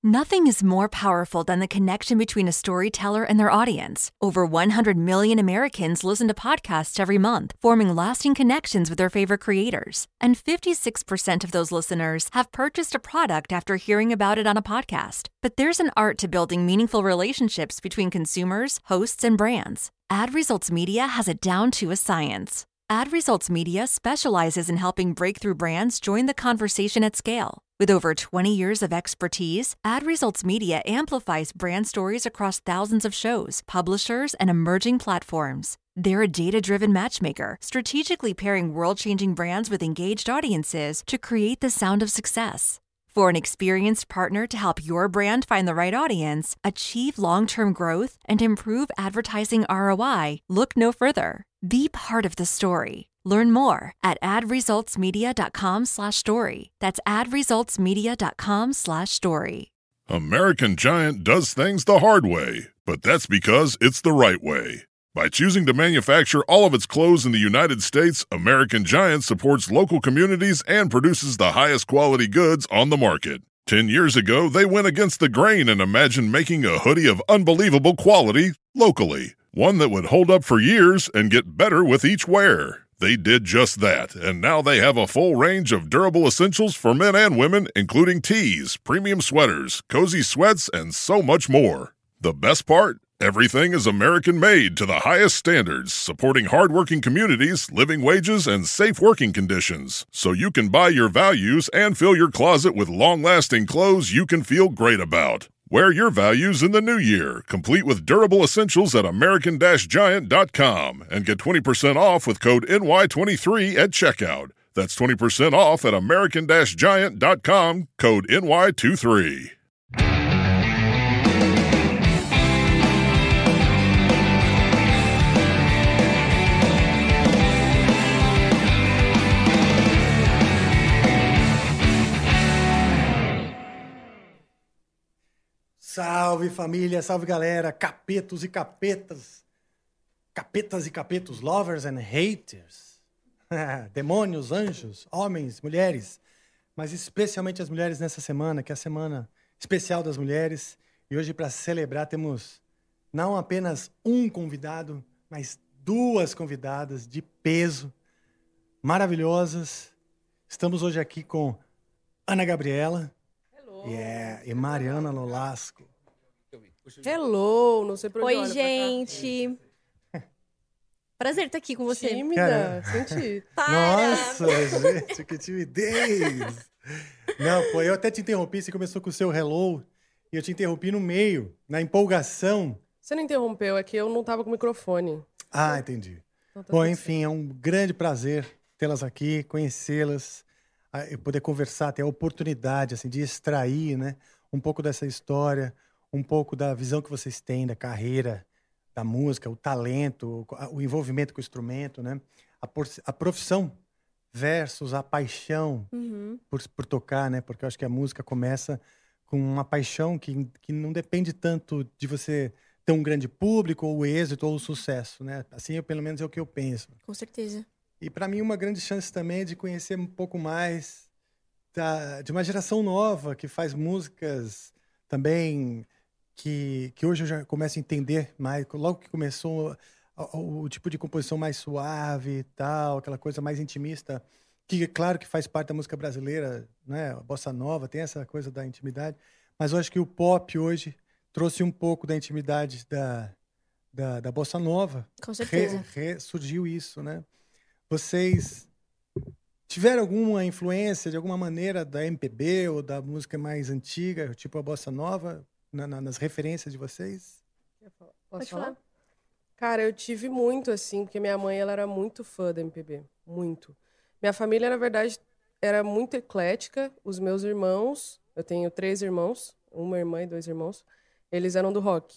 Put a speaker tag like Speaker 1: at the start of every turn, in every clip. Speaker 1: Nothing is more powerful than the connection between a storyteller and their audience. Over 100 million Americans listen to podcasts every month, forming lasting connections with their favorite creators. And 56% of those listeners have purchased a product after hearing about it on a podcast. But there's an art to building meaningful relationships between consumers, hosts, and brands. Ad Results Media has it down to a science. Ad Results Media specializes in helping breakthrough brands join the conversation at scale. With over 20 years of expertise, Ad Results Media amplifies brand stories across thousands of shows, publishers, and emerging platforms. They're a data driven matchmaker, strategically pairing world changing brands with engaged audiences to create the sound of success. For an experienced partner to help your brand find the right audience, achieve long term growth, and improve advertising ROI, look no further. Be part of the story. Learn more at adresultsmedia.com/story. That's adresultsmedia.com/story.
Speaker 2: American Giant does things the hard way, but that's because it's the right way. By choosing to manufacture all of its clothes in the United States, American Giant supports local communities and produces the highest quality goods on the market. Ten years ago, they went against the grain and imagined making a hoodie of unbelievable quality locally, one that would hold up for years and get better with each wear. They did just that, and now they have a full range of durable essentials for men and women, including tees, premium sweaters, cozy sweats, and so much more. The best part? Everything is American made to the highest standards, supporting hardworking communities, living wages, and safe working conditions. So you can buy your values and fill your closet with long lasting clothes you can feel great about. Wear your values in the new year, complete with durable essentials at American Giant.com and get 20% off with code NY23 at checkout. That's 20% off at American Giant.com, code NY23.
Speaker 3: Salve família, salve galera, capetos e capetas, capetas e capetos, lovers and haters, demônios, anjos, homens, mulheres, mas especialmente as mulheres nessa semana, que é a semana especial das mulheres. E hoje, para celebrar, temos não apenas um convidado, mas duas convidadas de peso, maravilhosas. Estamos hoje aqui com Ana Gabriela. Yeah, e Mariana Lolasco.
Speaker 4: Hello, não sei pra onde
Speaker 5: Oi,
Speaker 4: olha, pra cá.
Speaker 5: gente. Prazer estar aqui com você.
Speaker 4: Tímida,
Speaker 3: Cara.
Speaker 4: senti.
Speaker 5: Para!
Speaker 3: Nossa, gente, que timidez! Não, pô, eu até te interrompi, você começou com o seu hello, e eu te interrompi no meio, na empolgação.
Speaker 4: Você não interrompeu, é que eu não tava com o microfone.
Speaker 3: Ah, entendi.
Speaker 4: Então tá
Speaker 3: Bom,
Speaker 4: tudo
Speaker 3: enfim, é um grande prazer tê-las aqui, conhecê-las, ah, e poder conversar, ter a oportunidade assim, de extrair né, um pouco dessa história, um pouco da visão que vocês têm da carreira, da música, o talento, o- a- o envolvimento com o instrumento, né? a, por- a profissão versus a paixão
Speaker 5: Uhum.
Speaker 3: por, por tocar, né? Porque eu acho que a música começa com uma paixão que, que não depende tanto de você ter um grande público, ou o êxito, ou o sucesso, né? Assim, eu, pelo menos é o que eu penso.
Speaker 5: Com certeza.
Speaker 3: E para mim, uma grande chance também é de conhecer um pouco mais da, de uma geração nova que faz músicas também que, que hoje eu já começo a entender mais. Logo que começou a- a- o, tipo de composição mais suave e tal, aquela coisa mais intimista, que é claro que faz parte da música brasileira, né? A bossa nova tem essa coisa da intimidade, mas eu acho que o pop hoje trouxe um pouco da intimidade da, da, da bossa nova
Speaker 5: Com certeza.
Speaker 3: re, re- surgiu isso, né? Vocês tiveram alguma influência de alguma maneira da MPB ou da música mais antiga, tipo a bossa nova, na- na- nas referências de vocês?
Speaker 4: Posso
Speaker 5: Pode falar.
Speaker 4: Cara, eu tive muito assim, porque minha mãe ela era muito fã da MPB, muito. Minha família, na verdade, era muito eclética. Os meus irmãos, eu tenho três irmãos, uma irmã e dois irmãos, eles eram do rock,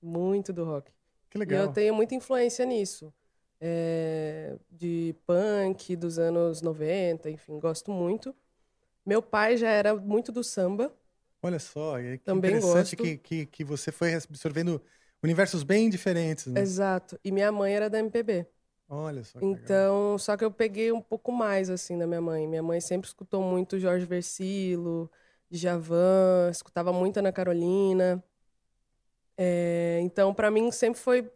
Speaker 4: muito do rock.
Speaker 3: Que
Speaker 4: E eu
Speaker 3: legal.
Speaker 4: tenho muita influência nisso. É, de punk dos anos 90, enfim, gosto muito. Meu pai já era muito do samba.
Speaker 3: Olha só, é que
Speaker 4: Também
Speaker 3: interessante
Speaker 4: gosto.
Speaker 3: que, que, que você foi absorvendo universos bem diferentes, né?
Speaker 4: Exato. E minha mãe era da MPB.
Speaker 3: Olha só. que legal.
Speaker 4: Então, só que eu peguei um pouco mais assim da minha mãe. Minha mãe sempre escutou muito Jorge Versilo, Djavan, escutava muito Ana Carolina. É, então, pra mim, sempre foi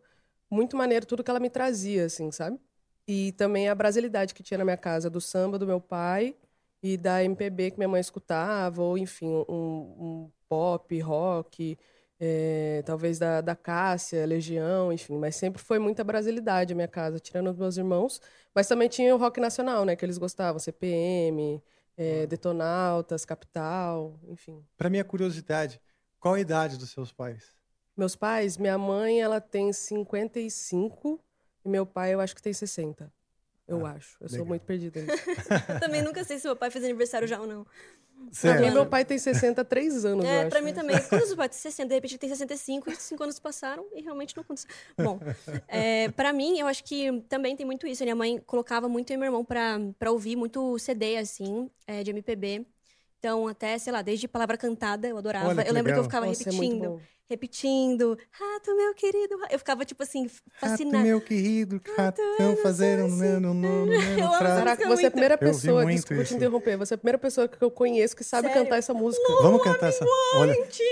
Speaker 4: muito maneiro tudo que ela me trazia, assim, sabe? E também a brasilidade que tinha na minha casa, do samba do meu pai e da MPB que minha mãe escutava, ou enfim, um, um pop, rock, é, talvez da, da Cássia, Legião, enfim. Mas sempre foi muita brasilidade a minha casa, tirando os meus irmãos. Mas também tinha o rock nacional, né? Que eles gostavam, CPM,
Speaker 3: Uhum.
Speaker 4: é, Detonautas, Capital, enfim.
Speaker 3: Pra minha curiosidade, qual a idade dos seus pais?
Speaker 4: Meus pais, minha mãe, ela tem 55 e meu pai, eu acho que tem 60. Eu
Speaker 3: Ah,
Speaker 4: acho. Eu sou
Speaker 3: legal.
Speaker 4: muito perdida. nisso.
Speaker 5: Eu também nunca sei se meu pai fez aniversário já ou não.
Speaker 4: Pra mim,
Speaker 5: Certo.
Speaker 4: meu pai tem 60 há 3 anos, eu né?
Speaker 5: É,
Speaker 4: acho.
Speaker 5: pra mim também. Quando os pais têm 60, de repente ele tem 65 e 5 anos passaram e realmente não aconteceu. Bom, é, pra mim, eu acho que também tem muito isso. Minha mãe colocava muito eu e meu irmão pra, pra ouvir muito CD, assim, é, de MPB. Então, até, sei lá, desde palavra cantada, eu adorava.
Speaker 3: Olha que
Speaker 5: eu lembro
Speaker 3: legal.
Speaker 5: que eu ficava
Speaker 4: Nossa, é muito
Speaker 5: repetindo,
Speaker 4: bom.
Speaker 5: repetindo. Rato, meu querido. ra-". Eu ficava, tipo assim,
Speaker 3: Rato,
Speaker 5: fascinada.
Speaker 3: Ah, meu querido, ratão fazendo meu no no- no- no-
Speaker 5: Eu amo
Speaker 3: pra-
Speaker 5: essa
Speaker 4: Caraca, você é a
Speaker 5: muito.
Speaker 4: primeira
Speaker 3: Eu vi
Speaker 4: pessoa,
Speaker 3: muito
Speaker 4: desculpa
Speaker 3: isso.
Speaker 4: te interromper, você é a primeira pessoa que eu conheço que sabe
Speaker 5: Sério?
Speaker 4: cantar essa música.
Speaker 3: Vamos cantar essa. Olha,
Speaker 5: Gente,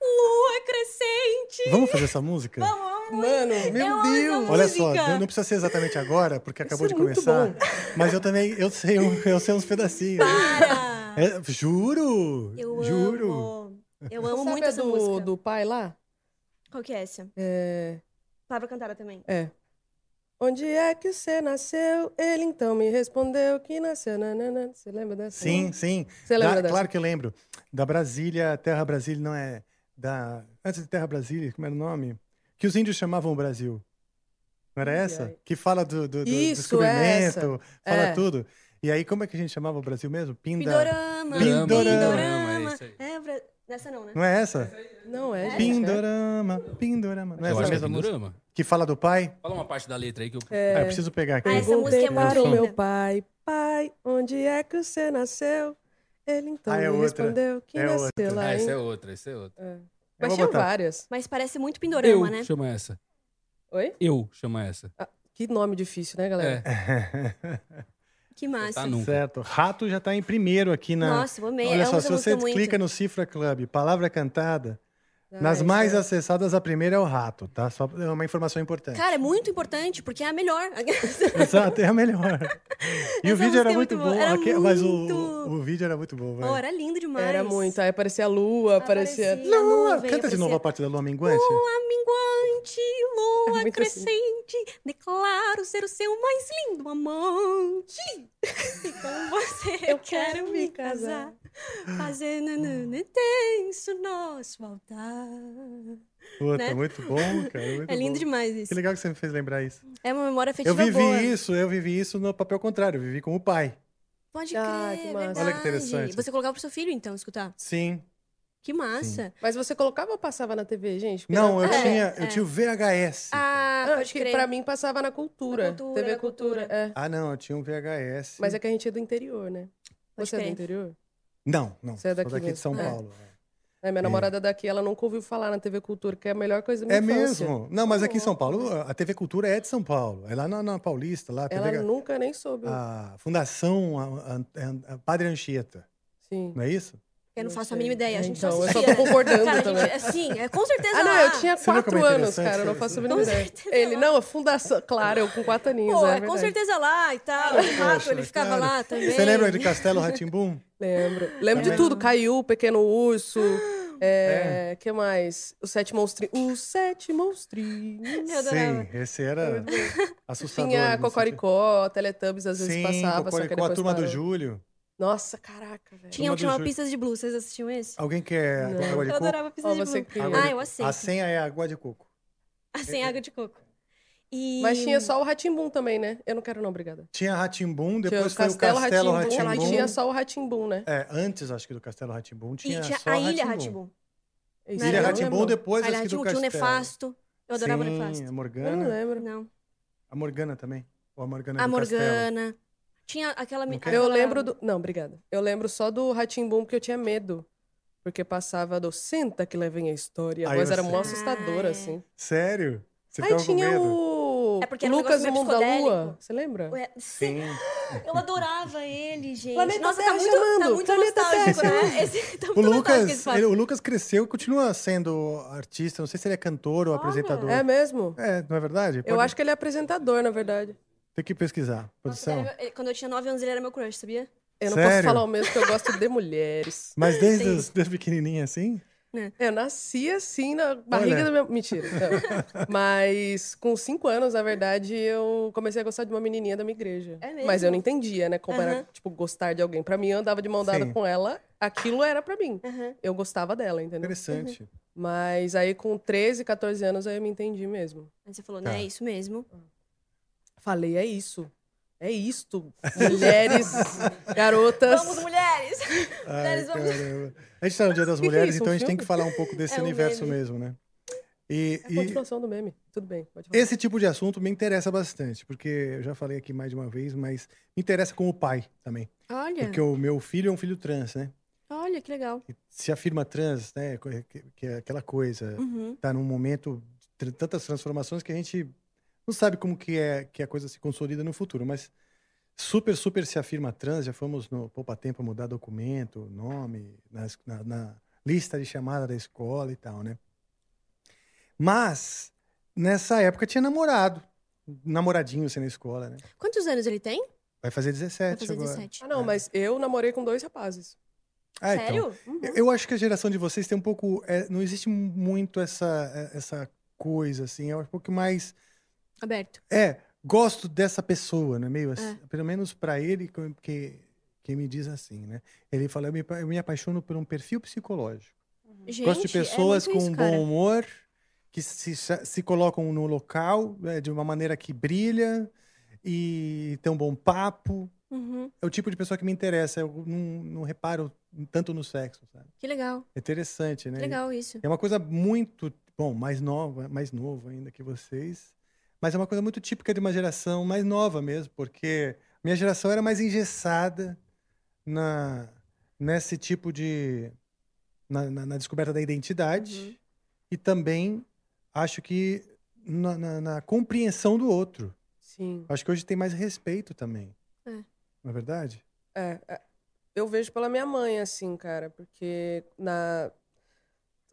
Speaker 5: lua crescente.
Speaker 3: vamos fazer essa música?
Speaker 4: Mano,
Speaker 5: Eu
Speaker 4: meu
Speaker 5: amo
Speaker 4: Deus!
Speaker 5: essa
Speaker 3: Olha só,
Speaker 5: música.
Speaker 3: não não precisa ser exatamente agora, porque acabou
Speaker 4: é
Speaker 3: de
Speaker 4: muito
Speaker 3: começar.
Speaker 4: bom.
Speaker 3: Mas eu também, eu sei, um- eu sei uns pedacinhos.
Speaker 5: Para!
Speaker 3: É, juro!
Speaker 5: Eu
Speaker 3: juro!
Speaker 5: amo. Eu amo
Speaker 4: Sabe
Speaker 5: muito
Speaker 4: a
Speaker 5: essa
Speaker 4: do,
Speaker 5: música.
Speaker 4: do pai lá?
Speaker 5: Qual que é essa?
Speaker 4: É...
Speaker 5: Palavra cantada também.
Speaker 4: é. Onde é que você nasceu? Ele então me respondeu que nasceu. Nanana. Você lembra dessa?
Speaker 3: Sim, sim.
Speaker 4: Né? Você lembra
Speaker 3: Da-
Speaker 4: dessa?
Speaker 3: claro que eu lembro. Da Brasília, Terra Brasília, não é? Da, antes de Terra Brasília, como era o nome? Que os índios chamavam o Brasil. Não era
Speaker 4: Ai,
Speaker 3: essa?
Speaker 4: ai.
Speaker 3: Que fala do, do- do
Speaker 4: Isso,
Speaker 3: descobrimento, fala
Speaker 4: É.
Speaker 3: tudo. E aí, como é que a gente chamava o Brasil mesmo? Pinda.
Speaker 5: Pindorama.
Speaker 3: Pindorama.
Speaker 6: Pindorama, é isso aí.
Speaker 5: É, pra... Nessa não, né?
Speaker 3: Não é essa?
Speaker 4: Não é? gente, é.
Speaker 3: Pindorama, Pindorama. Não é
Speaker 6: Eu
Speaker 3: essa
Speaker 6: acho que é
Speaker 3: mesma música?
Speaker 6: Pindorama.
Speaker 3: Que fala do pai?
Speaker 6: Fala uma parte da letra aí que eu...
Speaker 3: Ah,
Speaker 4: É.
Speaker 3: eu preciso pegar aqui.
Speaker 5: Ah, essa
Speaker 4: Perguntei
Speaker 5: música é muito
Speaker 4: para o
Speaker 5: linda.
Speaker 4: meu pai, pai, onde é que você nasceu? Ele então
Speaker 3: Ah, é
Speaker 4: me
Speaker 3: outra.
Speaker 4: respondeu que
Speaker 3: É
Speaker 4: nasceu
Speaker 3: outra.
Speaker 4: lá
Speaker 6: Ah,
Speaker 4: em...
Speaker 6: essa é outra, essa é outra.
Speaker 3: Eu
Speaker 4: Mas
Speaker 3: vou
Speaker 4: tinha
Speaker 3: botar.
Speaker 4: várias.
Speaker 5: Mas parece muito
Speaker 6: Eu
Speaker 5: Pindorama, né?
Speaker 6: chama essa.
Speaker 4: Oi? Ah.
Speaker 6: Eu chama essa.
Speaker 4: Que nome difícil, né, galera?
Speaker 6: É,
Speaker 5: Que massa.
Speaker 6: tá nunca.
Speaker 3: Certo. Rato já tá em primeiro aqui na.
Speaker 5: Nossa, eu amei. É um
Speaker 3: Olha
Speaker 5: eu amo
Speaker 3: só,
Speaker 5: essa
Speaker 3: se você
Speaker 5: música muito.
Speaker 3: clica no Cifra Club, palavra cantada,
Speaker 4: Ah,
Speaker 3: nas
Speaker 4: isso
Speaker 3: mais
Speaker 4: é-
Speaker 3: acessadas, a primeira é o rato, tá? Só é uma informação importante.
Speaker 5: Cara, é muito importante, porque é a melhor.
Speaker 3: Exato, é a melhor. E
Speaker 5: Essa
Speaker 3: o vídeo
Speaker 5: música
Speaker 3: era
Speaker 5: é
Speaker 3: muito
Speaker 5: muito boa,
Speaker 3: bom,
Speaker 5: era
Speaker 3: aque- mas o,
Speaker 5: muito.
Speaker 3: o vídeo era muito bom, velho.
Speaker 5: Oh, era lindo demais.
Speaker 4: Era muito. Aí aparecia a lua, aparecia.
Speaker 5: Aparecia.
Speaker 3: Lua,
Speaker 5: Lua, veio,
Speaker 3: canta tá de novo
Speaker 5: aparecia-
Speaker 3: a parte da Lua Minguante.
Speaker 5: Lua minguante, lua
Speaker 4: muito assim.
Speaker 5: crescente, declaro ser o seu mais lindo amante. E com você eu quero me casar, fazer nanana intenso nosso altar.
Speaker 3: Puta, é
Speaker 5: né?
Speaker 3: muito bom, cara. muito
Speaker 5: É lindo
Speaker 3: bom.
Speaker 5: demais isso.
Speaker 3: Que legal que você me fez lembrar isso.
Speaker 5: É uma memória
Speaker 3: Eu
Speaker 5: afetiva
Speaker 3: vivi
Speaker 5: boa.
Speaker 3: isso, eu vivi isso no papel contrário, eu vivi com o pai.
Speaker 5: Pode crer,
Speaker 4: Ah, que
Speaker 5: é
Speaker 4: massa.
Speaker 3: Olha que
Speaker 5: verdade.
Speaker 3: interessante.
Speaker 5: Você colocava pro seu filho, então, escutar.
Speaker 3: Sim.
Speaker 5: Que massa.
Speaker 4: Mas você colocava ou passava na TV, gente? Porque
Speaker 3: Não, eu
Speaker 4: na-
Speaker 5: É,
Speaker 3: tinha, eu
Speaker 5: é.
Speaker 3: tinha o VHS.
Speaker 5: Ah,
Speaker 4: Não,
Speaker 5: pode
Speaker 4: acho que
Speaker 5: crer.
Speaker 4: pra mim passava na
Speaker 5: Na
Speaker 4: cultura.
Speaker 5: cultura,
Speaker 4: TV
Speaker 5: na cultura.
Speaker 4: Cultura. É.
Speaker 3: Ah, não, eu tinha um VHS.
Speaker 4: Mas é que a gente é do interior, né?
Speaker 5: Pode
Speaker 4: você é do
Speaker 5: crer.
Speaker 4: interior?
Speaker 3: Não, não.
Speaker 4: Você é
Speaker 3: sou
Speaker 4: daqui
Speaker 3: daqui de
Speaker 4: mesmo.
Speaker 3: São
Speaker 4: É.
Speaker 3: Paulo.
Speaker 4: É, minha namorada daqui, ela nunca ouviu falar na TV Cultura, que é a melhor coisa da
Speaker 3: É,
Speaker 4: minha infância.
Speaker 3: mesmo? Não, mas aqui em São Paulo, a TV Cultura é de São Paulo. É lá na, na Paulista, lá. a
Speaker 4: Ela
Speaker 3: TV,
Speaker 4: nunca nem soube.
Speaker 3: A Fundação a- a- a Padre Anchieta,
Speaker 4: Sim.
Speaker 3: não é isso?
Speaker 5: Eu não
Speaker 4: Não
Speaker 5: faço
Speaker 4: sei.
Speaker 5: a mínima ideia. A gente
Speaker 4: Então,
Speaker 5: só
Speaker 4: eu só
Speaker 5: assistia.
Speaker 4: tô concordando
Speaker 5: Cara, a
Speaker 4: também.
Speaker 5: Gente, assim, é, com certeza
Speaker 4: Ah, não,
Speaker 5: lá.
Speaker 4: eu tinha
Speaker 3: Você viu
Speaker 4: quatro
Speaker 3: como é
Speaker 4: anos,
Speaker 3: interessante
Speaker 4: cara, eu não
Speaker 3: isso?
Speaker 4: faço a
Speaker 5: Com
Speaker 4: mínima ideia.
Speaker 5: certeza
Speaker 4: Ele,
Speaker 5: lá.
Speaker 4: não, a fundação, claro, eu com quatro aninhos,
Speaker 5: Pô,
Speaker 4: é
Speaker 5: é, com
Speaker 4: verdade. É.
Speaker 5: certeza lá e
Speaker 4: Ah,
Speaker 5: tal. O rato, ele
Speaker 3: Poxa,
Speaker 5: ficava
Speaker 3: claro.
Speaker 5: lá também.
Speaker 3: Você lembra de Castelo Ratimbum?
Speaker 4: Lembro.
Speaker 3: Também.
Speaker 4: Lembro de tudo. Caiu, Pequeno Urso. É, que mais? Os Sete Monstrinhos. Os Sete Monstrinhos.
Speaker 5: Eu adorava.
Speaker 3: Sim, Tá esse era assustador.
Speaker 4: Tinha
Speaker 3: nesse
Speaker 4: Cocoricó, Teletubbies às
Speaker 3: sentido.
Speaker 4: vezes
Speaker 3: Sim,
Speaker 4: passava, só que
Speaker 3: Cocoricó,
Speaker 4: depois
Speaker 3: a turma do
Speaker 4: parou.
Speaker 3: Júlio.
Speaker 4: Nossa, caraca, velho.
Speaker 5: Tinha
Speaker 3: Turma
Speaker 5: um que
Speaker 3: do
Speaker 5: chamava
Speaker 3: Júlio.
Speaker 5: Pistas de Blue. Vocês assistiam esse?
Speaker 3: Alguém quer
Speaker 4: Não.
Speaker 3: água de
Speaker 5: Eu
Speaker 3: coco?
Speaker 5: adorava Pistas
Speaker 4: Ó,
Speaker 5: de
Speaker 4: você
Speaker 5: Blue.
Speaker 4: que-
Speaker 3: Água de-
Speaker 5: Ah, eu aceito.
Speaker 3: A senha é água de coco.
Speaker 5: Ah,
Speaker 3: É,
Speaker 5: sem água de coco. E...
Speaker 4: Mas tinha só o Ratimbum também, né? Eu não quero não, obrigada.
Speaker 3: Tinha Ratimbum,
Speaker 4: Tinha
Speaker 3: depois foi o Castelo
Speaker 4: Rá-Tim-Bum,
Speaker 3: Ratimbum.
Speaker 4: Aí tinha só o Ratimbum, né?
Speaker 3: É, antes, acho que do Castelo Ratimbum
Speaker 5: E tinha,
Speaker 3: tinha, só
Speaker 5: a Ilha
Speaker 3: Rá-Tim-Bum.
Speaker 5: Ratibum.
Speaker 4: Isso,
Speaker 5: Ilha
Speaker 4: eu
Speaker 3: Ilha
Speaker 4: não
Speaker 3: Ratimbum,
Speaker 4: lembro.
Speaker 5: A
Speaker 3: depois acho
Speaker 5: Ilha
Speaker 3: que do
Speaker 5: Ratibum tinha o
Speaker 3: Castelo.
Speaker 5: Nefasto. Eu adorava
Speaker 3: Sim,
Speaker 5: o Nefasto.
Speaker 3: a
Speaker 4: Eu não
Speaker 3: Morgana.
Speaker 4: lembro.
Speaker 5: Não.
Speaker 3: A Morgana também. Ou a Morgana é
Speaker 5: A
Speaker 3: né, do Castelo. é?
Speaker 5: Morgana. Tinha aquela...
Speaker 3: Não quer?
Speaker 4: Eu lembro do... Não, obrigada. Eu lembro só do Ratimbum porque eu tinha medo. Porque passava do senta que lá vem a história. A
Speaker 3: Aí
Speaker 4: voz
Speaker 3: eu
Speaker 4: era mó
Speaker 5: sei. Ah,
Speaker 4: assustadora,
Speaker 5: é.
Speaker 4: assim.
Speaker 3: Sério? Você
Speaker 4: Aí
Speaker 3: ficava com
Speaker 4: tinha
Speaker 3: medo?
Speaker 4: o
Speaker 5: É porque era um
Speaker 4: Lucas
Speaker 5: negócio
Speaker 4: do
Speaker 5: meio
Speaker 4: Mundo da Lua.
Speaker 5: psicodélico.
Speaker 4: Você lembra?
Speaker 5: Ué, sim.
Speaker 3: Sim.
Speaker 5: Eu adorava ele, gente.
Speaker 4: Planeta
Speaker 5: Nossa,
Speaker 4: Terra
Speaker 5: tá muito, tá
Speaker 4: chamando,
Speaker 5: muito
Speaker 4: Planeta
Speaker 5: nostálgico,
Speaker 4: Terra.
Speaker 5: né? Esse, tá
Speaker 3: O
Speaker 5: muito nostálgico esse
Speaker 3: Lucas,
Speaker 5: papo.
Speaker 3: ele- o Lucas cresceu e continua sendo artista. Não sei se ele é cantor ou apresentador.
Speaker 4: É mesmo?
Speaker 3: É, não é verdade?
Speaker 4: Eu acho que ele é apresentador, na verdade.
Speaker 3: Tem que pesquisar.
Speaker 5: Nossa, ele
Speaker 3: Produção.
Speaker 5: era meu- ele- quando eu tinha 9 anos, ele era meu crush, sabia?
Speaker 4: Eu não
Speaker 3: Sério?
Speaker 4: posso falar o mesmo, porque eu gosto de mulheres.
Speaker 3: Mas desde, os, desde pequenininha assim?
Speaker 5: É.
Speaker 4: É, Eu nasci assim na barriga
Speaker 3: Olha.
Speaker 4: do meu. Mentira. não. Mas com cinco anos, na verdade, eu comecei a gostar de uma menininha da minha igreja.
Speaker 5: É mesmo?
Speaker 4: Mas eu não entendia, né? Como era,
Speaker 5: Aham.
Speaker 4: tipo, gostar de alguém. Pra mim, eu andava de mão dada
Speaker 3: Sim.
Speaker 4: com ela, aquilo era pra mim.
Speaker 5: Aham. Uhum.
Speaker 4: Eu gostava dela, entendeu?
Speaker 3: Interessante.
Speaker 4: Mas aí com 13, 14 anos, aí eu me entendi mesmo.
Speaker 5: Aí você falou,
Speaker 3: Tá.
Speaker 5: né? É isso mesmo.
Speaker 4: Falei, é isso. É isto. Mulheres, garotas.
Speaker 5: Vamos, mulheres!
Speaker 3: Ai,
Speaker 4: é
Speaker 5: Mulheres, vamos-
Speaker 3: caramba. A gente tá no Dia das
Speaker 4: Que que é
Speaker 3: Mulheres,
Speaker 4: isso, um
Speaker 3: então a gente tem
Speaker 4: filme?
Speaker 3: que falar um pouco desse
Speaker 5: É um
Speaker 3: universo
Speaker 5: meme.
Speaker 3: mesmo, né? E,
Speaker 4: É a
Speaker 3: e
Speaker 4: continuação do meme. Tudo bem, pode falar.
Speaker 3: esse tipo de assunto me interessa bastante, porque eu já falei aqui mais de uma vez, mas me interessa como pai também.
Speaker 5: Olha,
Speaker 3: Porque o meu filho é um filho trans, né?
Speaker 5: olha que legal.
Speaker 3: Que se afirma trans, né? co- Que, que é aquela coisa.
Speaker 5: Uhum.
Speaker 3: Tá num momento de tr- tantas transformações que a gente não sabe como que é que a coisa se consolida no futuro, mas super, super se afirma trans. Já fomos no Poupa Tempo mudar documento, nome, nas- na, na lista de chamada da escola e tal, né? Mas, nessa época tinha namorado, namoradinho assim na escola, né?
Speaker 5: Quantos anos ele tem?
Speaker 3: Vai fazer 17
Speaker 5: Vai fazer
Speaker 3: agora.
Speaker 5: 17.
Speaker 4: Ah, não, mas eu namorei com dois rapazes.
Speaker 3: Ah, então.
Speaker 5: Sério? Uhum.
Speaker 3: Eu- Eu acho que a geração de vocês tem um pouco. é, não existe muito essa, é, essa coisa, assim. É um pouco mais.
Speaker 5: Aberto.
Speaker 3: É, gosto dessa pessoa, né? Meio assim,
Speaker 5: É.
Speaker 3: Pelo menos pra ele, como- que, que me diz assim, né? Ele fala: eu me, pa- eu me apaixono por um perfil psicológico.
Speaker 5: Gente,
Speaker 3: gosto de
Speaker 5: é
Speaker 3: pessoas
Speaker 5: muito
Speaker 3: com
Speaker 5: isso,
Speaker 3: um
Speaker 5: cara.
Speaker 3: bom humor, que se, sa- se colocam no local é, de uma maneira que brilha e tem um bom papo.
Speaker 5: Uhum.
Speaker 3: É o tipo de pessoa que me interessa. Eu não, não reparo tanto no sexo, sabe?
Speaker 5: Que legal.
Speaker 3: É interessante, né?
Speaker 5: Que legal isso.
Speaker 3: É uma coisa muito, bom, mais nova, mais novo ainda que vocês, mas é uma coisa muito típica de uma geração mais nova mesmo, porque minha geração era mais engessada na nesse tipo de na, na- na descoberta da identidade
Speaker 5: Uhum.
Speaker 3: e também acho que na, na- na compreensão do outro.
Speaker 4: Sim.
Speaker 3: Acho que hoje tem mais respeito também.
Speaker 5: É.
Speaker 3: Não é verdade?
Speaker 4: É, é, eu vejo pela minha mãe, assim, cara, porque na...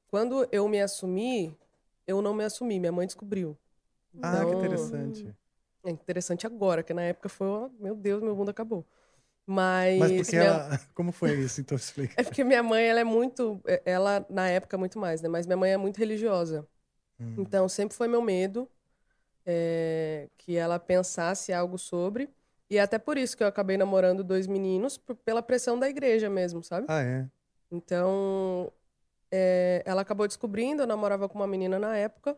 Speaker 4: quando eu me assumi, eu não me assumi, minha mãe descobriu.
Speaker 3: Ah, que
Speaker 4: Então,
Speaker 3: interessante.
Speaker 4: É interessante agora, que na época foi, ó, meu Deus, meu mundo acabou.
Speaker 5: É
Speaker 4: Mas,
Speaker 3: Mas porque
Speaker 4: minha-
Speaker 3: ela, como foi isso? Então explica.
Speaker 4: É porque minha mãe, ela é muito, é- ela na época muito mais, né? Mas minha mãe é muito religiosa.
Speaker 3: Hum.
Speaker 4: Então sempre foi meu medo é, que ela pensasse algo sobre. E é até por isso que eu acabei namorando dois meninos, por- pela pressão da igreja mesmo, sabe?
Speaker 3: Ah, é.
Speaker 4: Então, é, ela acabou descobrindo, eu namorava com uma menina na época.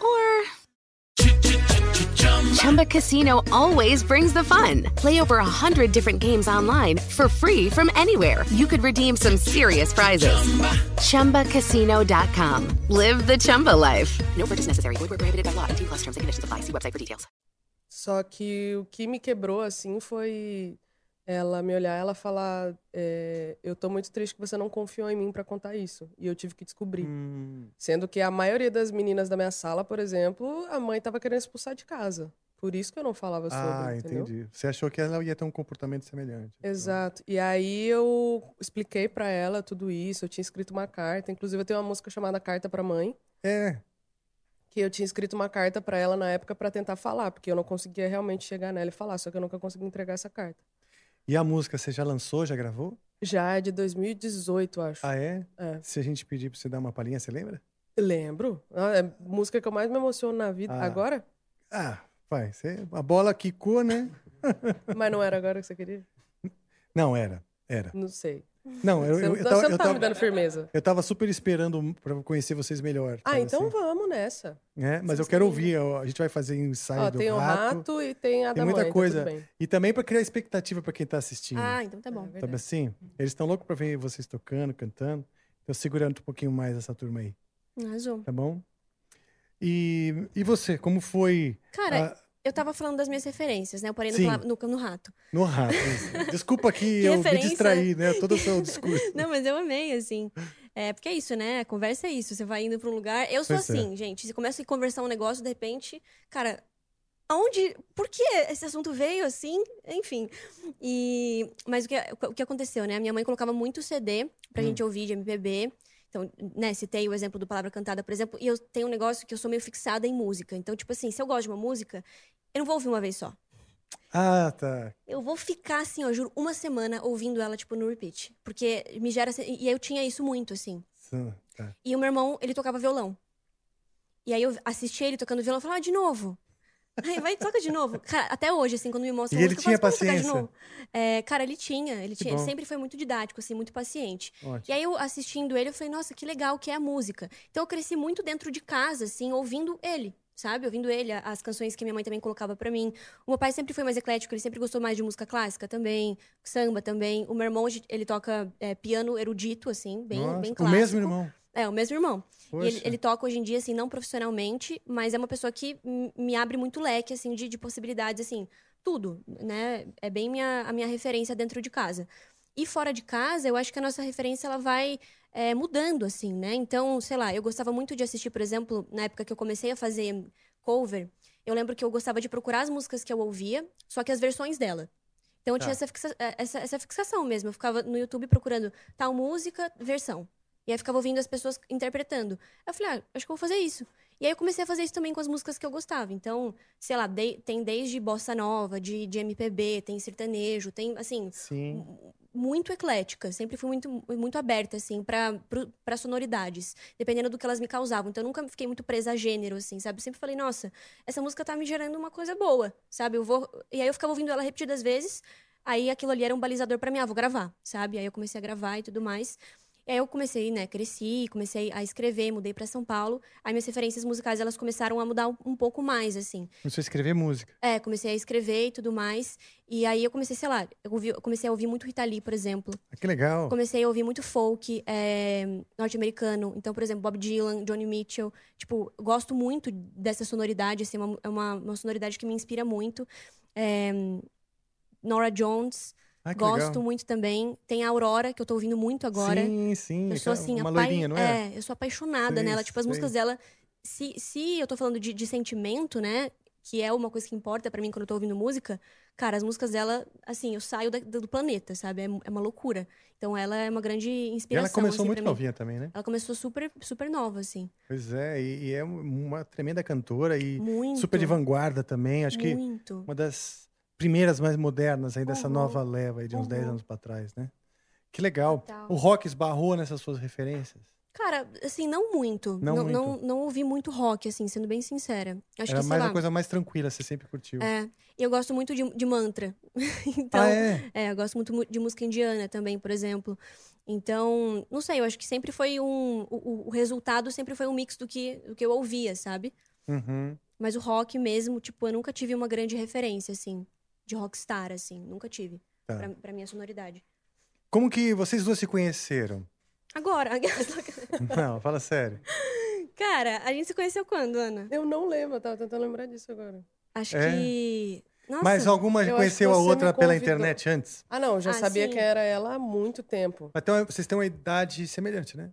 Speaker 7: or Chumba Casino always brings the fun. Play over a hundred different games online for free from anywhere. You could redeem some serious prizes. ChumbaCasino.com. Live the Chumba life. No purchase necessary. Void where prohibited by law. 18 plus terms and conditions apply. See website for details.
Speaker 4: Só que o que me quebrou, assim, foi ela me olhar, ela falar: é, Eu tô muito triste que você não confiou em mim pra contar isso. E eu tive que descobrir.
Speaker 3: Hum.
Speaker 4: Sendo que a maioria das meninas da minha sala, por exemplo, a mãe tava querendo expulsar de casa. Por isso que eu não falava
Speaker 3: Ah,
Speaker 4: sobre, entendeu?
Speaker 3: entendi. Você achou que ela ia ter um comportamento semelhante. então.
Speaker 4: Exato. E aí eu expliquei pra ela tudo isso, eu tinha escrito uma carta, inclusive eu tenho uma música chamada Carta pra Mãe,
Speaker 3: É,
Speaker 4: que eu tinha escrito uma carta pra ela na época pra tentar falar, porque eu não conseguia realmente chegar nela e falar, só que eu nunca consegui entregar essa carta.
Speaker 3: e a música você já lançou, já gravou?
Speaker 4: Já é de 2018, acho.
Speaker 3: Ah, é?
Speaker 4: É.
Speaker 3: Se a gente pedir pra você dar uma palhinha, você lembra?
Speaker 4: Lembro. Ah, É a música que eu mais me emociono na vida.
Speaker 3: Ah.
Speaker 4: Agora?
Speaker 3: Ah, vai. Você... A bola quicou, né?
Speaker 4: Mas não era agora que você queria?
Speaker 3: Não, era. Era.
Speaker 4: Não sei.
Speaker 3: Não, eu,
Speaker 4: Você
Speaker 3: eu,
Speaker 4: não,
Speaker 3: eu,
Speaker 4: tá-
Speaker 3: tava,
Speaker 4: você não
Speaker 3: eu,
Speaker 4: tá me dando
Speaker 3: tava,
Speaker 4: firmeza.
Speaker 3: eu tava super esperando pra conhecer vocês melhor.
Speaker 4: Ah,
Speaker 3: sabe
Speaker 4: então
Speaker 3: assim?
Speaker 4: vamos nessa.
Speaker 3: É, mas
Speaker 4: vocês
Speaker 3: eu quero
Speaker 4: têm-
Speaker 3: ouvir. ó, A gente vai fazer ensaio
Speaker 4: Ó,
Speaker 3: do
Speaker 4: tem o
Speaker 3: rato.
Speaker 4: rato, e tem a
Speaker 3: Tem
Speaker 4: da
Speaker 3: muita
Speaker 4: mãe,
Speaker 3: coisa.
Speaker 4: Tá tudo bem.
Speaker 3: E também pra criar expectativa pra quem tá assistindo.
Speaker 5: Ah, então tá bom.
Speaker 4: É
Speaker 3: sabe
Speaker 4: verdade.
Speaker 3: assim? Eles estão loucos pra ver vocês tocando, cantando. Tô segurando um pouquinho mais essa turma aí,
Speaker 5: Arrasou.
Speaker 3: tá bom? E, e você, como foi
Speaker 5: Cara,
Speaker 3: ah,
Speaker 5: eu tava falando das minhas referências, né? Eu parei no,
Speaker 3: Sim.
Speaker 5: pla- no, no rato.
Speaker 3: no rato? isso? Desculpa que, eu me
Speaker 5: referência.
Speaker 3: distraí, né? Todo o seu discurso.
Speaker 5: Não, mas eu amei, assim. É, porque é isso, né? A conversa é isso. Você vai indo pra um lugar. Eu sou
Speaker 3: Pois é.
Speaker 5: assim, gente. Você começa a conversar um negócio, de repente, cara, aonde. Por que esse assunto veio assim? Enfim. E, mas o que, o que aconteceu, né? A minha mãe colocava muito CD
Speaker 3: Hum.
Speaker 5: pra gente ouvir de MPB. Então, né, citei o exemplo do Palavra Cantada, por exemplo, e eu tenho um negócio que eu sou meio fixada em música. Então, tipo assim, se eu gosto de uma música, eu não vou ouvir uma vez só.
Speaker 3: Ah, tá.
Speaker 5: Eu vou ficar assim, ó, juro, uma semana ouvindo ela, tipo, no repeat. Porque me gera. essa- E eu tinha isso muito, assim.
Speaker 3: Sim, tá.
Speaker 5: E o meu irmão, ele tocava violão. E aí eu assisti ele tocando violão e falava, ah, de novo. Aí vai, toca de novo. Cara, até hoje, assim, quando me
Speaker 3: E
Speaker 5: mostra música,
Speaker 3: ele tinha
Speaker 5: eu falo, "Você pode
Speaker 3: paciência?
Speaker 5: Tocar de novo? É, cara, ele tinha. Ele,
Speaker 3: Que
Speaker 5: tinha, ele
Speaker 3: bom.
Speaker 5: sempre foi muito didático, assim, muito paciente. E
Speaker 3: Ótimo.
Speaker 5: aí eu assistindo ele, eu falei, nossa, que legal que é a música. Então eu cresci muito dentro de casa, assim, ouvindo ele, sabe? Ouvindo ele, a- as canções que minha mãe também colocava pra mim. O meu pai sempre foi mais eclético, ele sempre gostou mais de música clássica também, samba também. O meu irmão, hoje, ele toca é, piano erudito, assim, bem,
Speaker 3: Nossa,
Speaker 5: bem
Speaker 3: o
Speaker 5: clássico.
Speaker 3: mesmo irmão.
Speaker 5: É, o mesmo irmão. E ele,
Speaker 3: Poxa.
Speaker 5: ele toca hoje em dia, assim, não profissionalmente, mas é uma pessoa que m- me abre muito leque, assim, de, de possibilidades, assim, tudo, né? É bem minha, a minha referência dentro de casa. E fora de casa, eu acho que a nossa referência, ela vai é, mudando, assim, né? Então, sei lá, eu gostava muito de assistir, por exemplo, na época que eu comecei a fazer cover, eu lembro que eu gostava de procurar as músicas que eu ouvia, só que as versões dela. Então, eu
Speaker 3: Tá.
Speaker 5: tinha essa, fixa- eh, essa, essa fixação mesmo. Eu ficava no YouTube procurando tal música, versão. E aí eu ficava ouvindo as pessoas interpretando. Aí eu falei, ah, acho que eu vou fazer isso. E aí eu comecei a fazer isso também com as músicas que eu gostava. Então, sei lá, dei- tem desde bossa nova, de, de MPB, tem sertanejo, tem, assim,
Speaker 3: Sim.
Speaker 5: mu- muito eclética. Sempre fui muito, muito aberta, assim, pra, pro- pra sonoridades. Dependendo do que elas me causavam. Então, eu nunca fiquei muito presa a gênero, assim, sabe? Eu sempre falei, nossa, essa música tá me gerando uma coisa boa, sabe? Eu vou... E aí, eu ficava ouvindo ela repetidas vezes. Aí, aquilo ali era um balizador pra mim. Ah, vou gravar, sabe? Aí, eu comecei a gravar e tudo mais. E aí, eu comecei, né? Cresci, comecei a escrever, mudei pra São Paulo. Aí, minhas referências musicais, elas começaram a mudar um- um pouco mais, assim.
Speaker 3: Começou a escrever música.
Speaker 5: É, comecei a escrever e tudo mais. E aí eu comecei, sei lá, eu, ouvi- eu comecei a ouvir muito Rita Lee, por exemplo.
Speaker 3: Ah, que legal.
Speaker 5: Comecei a ouvir muito folk é, norte-americano. Então, por exemplo, Bob Dylan, Johnny Mitchell. Tipo, eu gosto muito dessa sonoridade, assim, uma- é uma, uma sonoridade que me inspira muito. É, Nora Jones,
Speaker 3: Ah, que
Speaker 5: gosto
Speaker 3: legal.
Speaker 5: muito também. Tem a Aurora, que eu tô ouvindo muito agora.
Speaker 3: Sim, sim.
Speaker 5: Eu
Speaker 3: aquela-
Speaker 5: sou assim,
Speaker 3: uma
Speaker 5: apa-
Speaker 3: loirinha, não é?
Speaker 5: eu sou apaixonada
Speaker 3: Sei,
Speaker 5: nela. Tipo, as
Speaker 3: sei.
Speaker 5: músicas dela. Se, se eu tô falando de, de sentimento, né? Que é uma coisa que importa pra mim quando eu tô ouvindo música, cara, as músicas dela, assim, eu saio da- do planeta, sabe? É, é uma loucura. Então ela é uma grande
Speaker 3: E
Speaker 5: inspiração.
Speaker 3: ela começou
Speaker 5: assim,
Speaker 3: muito
Speaker 5: pra mim.
Speaker 3: novinha também, né?
Speaker 5: Ela começou super, super nova, assim.
Speaker 3: Pois é, e, e é um- uma tremenda cantora e
Speaker 5: Muito.
Speaker 3: super de vanguarda também. Acho que
Speaker 5: Muito.
Speaker 3: uma das primeiras mais modernas aí dessa
Speaker 5: Uhum.
Speaker 3: nova leva aí de uns 10
Speaker 5: Uhum.
Speaker 3: anos pra trás, né? Que legal.
Speaker 5: Total.
Speaker 3: O rock esbarrou nessas suas referências?
Speaker 5: Cara, assim, não muito.
Speaker 3: Não muito.
Speaker 5: Não, não ouvi muito rock, assim, sendo bem sincera. Acho
Speaker 3: Era
Speaker 5: que, sei
Speaker 3: mais
Speaker 5: lá.
Speaker 3: uma coisa mais tranquila, você sempre curtiu.
Speaker 5: É. E eu gosto muito de, de mantra. então,
Speaker 3: ah, é?
Speaker 5: É, eu gosto muito mu- de música indiana também, por exemplo. Então, não sei, eu acho que sempre foi um. O, o- o resultado sempre foi um mix do que, do que eu ouvia, sabe?
Speaker 3: Uhum.
Speaker 5: Mas o rock mesmo, tipo, eu nunca tive uma grande referência, assim, de rockstar, assim. Nunca tive.
Speaker 3: Tá.
Speaker 5: Pra, pra minha sonoridade.
Speaker 3: Como que vocês duas se conheceram?
Speaker 5: Agora,
Speaker 3: Não, fala sério.
Speaker 5: cara, a gente se conheceu quando, Ana?
Speaker 4: Eu não lembro, eu tava tentando lembrar disso agora.
Speaker 5: Acho
Speaker 3: É.
Speaker 5: que. Nossa,
Speaker 3: Mas alguma
Speaker 4: eu acho
Speaker 3: conheceu
Speaker 4: que
Speaker 3: a
Speaker 4: você me
Speaker 3: outra pela
Speaker 4: convidou.
Speaker 3: internet antes?
Speaker 4: Ah, não, eu já
Speaker 5: Ah,
Speaker 4: sabia
Speaker 5: sim.
Speaker 4: quem era ela há muito tempo.
Speaker 3: Então vocês têm uma idade semelhante, né?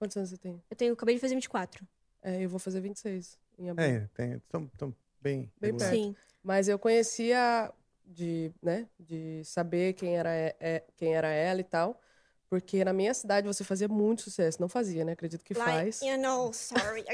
Speaker 4: Quantos anos você tem?
Speaker 5: eu tenho, acabei de fazer 24.
Speaker 4: É, eu vou fazer 26 em abril.
Speaker 3: É, tem. Estão bem.
Speaker 4: Bem
Speaker 3: regulares.
Speaker 4: Certo. perto.
Speaker 5: Sim.
Speaker 4: Mas eu conhecia de, né, de saber quem era, é- é- quem era ela e tal, porque na minha cidade você fazia muito sucesso. Não fazia, né? Acredito que faz.
Speaker 5: Like, you know, sorry.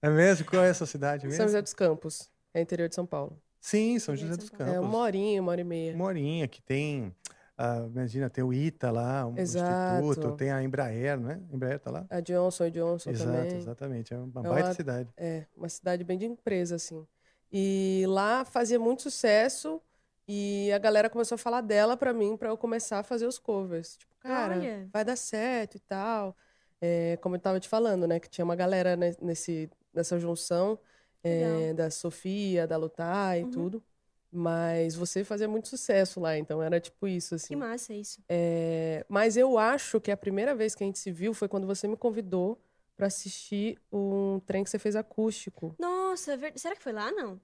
Speaker 3: É mesmo? Qual é a sua cidade mesmo?
Speaker 4: São José dos Campos, é interior de São Paulo.
Speaker 3: Sim, São
Speaker 5: José
Speaker 3: José
Speaker 5: de
Speaker 3: dos
Speaker 5: São
Speaker 3: Campos.
Speaker 4: É uma horinha, uma hora e meia.
Speaker 3: Morinha, que tem. ah, imagina, tem o ITA lá, um
Speaker 4: Exato.
Speaker 3: instituto, tem a Embraer, não é? Embraer tá lá?
Speaker 4: A Johnson e Johnson
Speaker 3: Exato,
Speaker 4: também.
Speaker 3: exatamente. É uma
Speaker 4: É
Speaker 3: baita
Speaker 4: uma-
Speaker 3: cidade.
Speaker 4: É, uma cidade bem de empresa, assim. E lá fazia muito sucesso. E a galera começou a falar dela pra mim, pra eu começar a fazer os covers. Tipo, cara,
Speaker 5: Olha.
Speaker 4: vai dar certo e tal. É, como eu tava te falando, né? Que tinha uma galera ne- nesse, nessa junção é,
Speaker 5: Legal.
Speaker 4: da Sofia, da Lutar e
Speaker 5: Uhum.
Speaker 4: tudo. Mas você fazia muito sucesso lá, então era tipo isso,
Speaker 5: Que
Speaker 4: assim.
Speaker 5: massa isso.
Speaker 4: É, mas eu acho que a primeira vez que a gente se viu foi quando você me convidou pra assistir um trem que você fez acústico.
Speaker 5: Nossa, é ver- será que foi lá, não?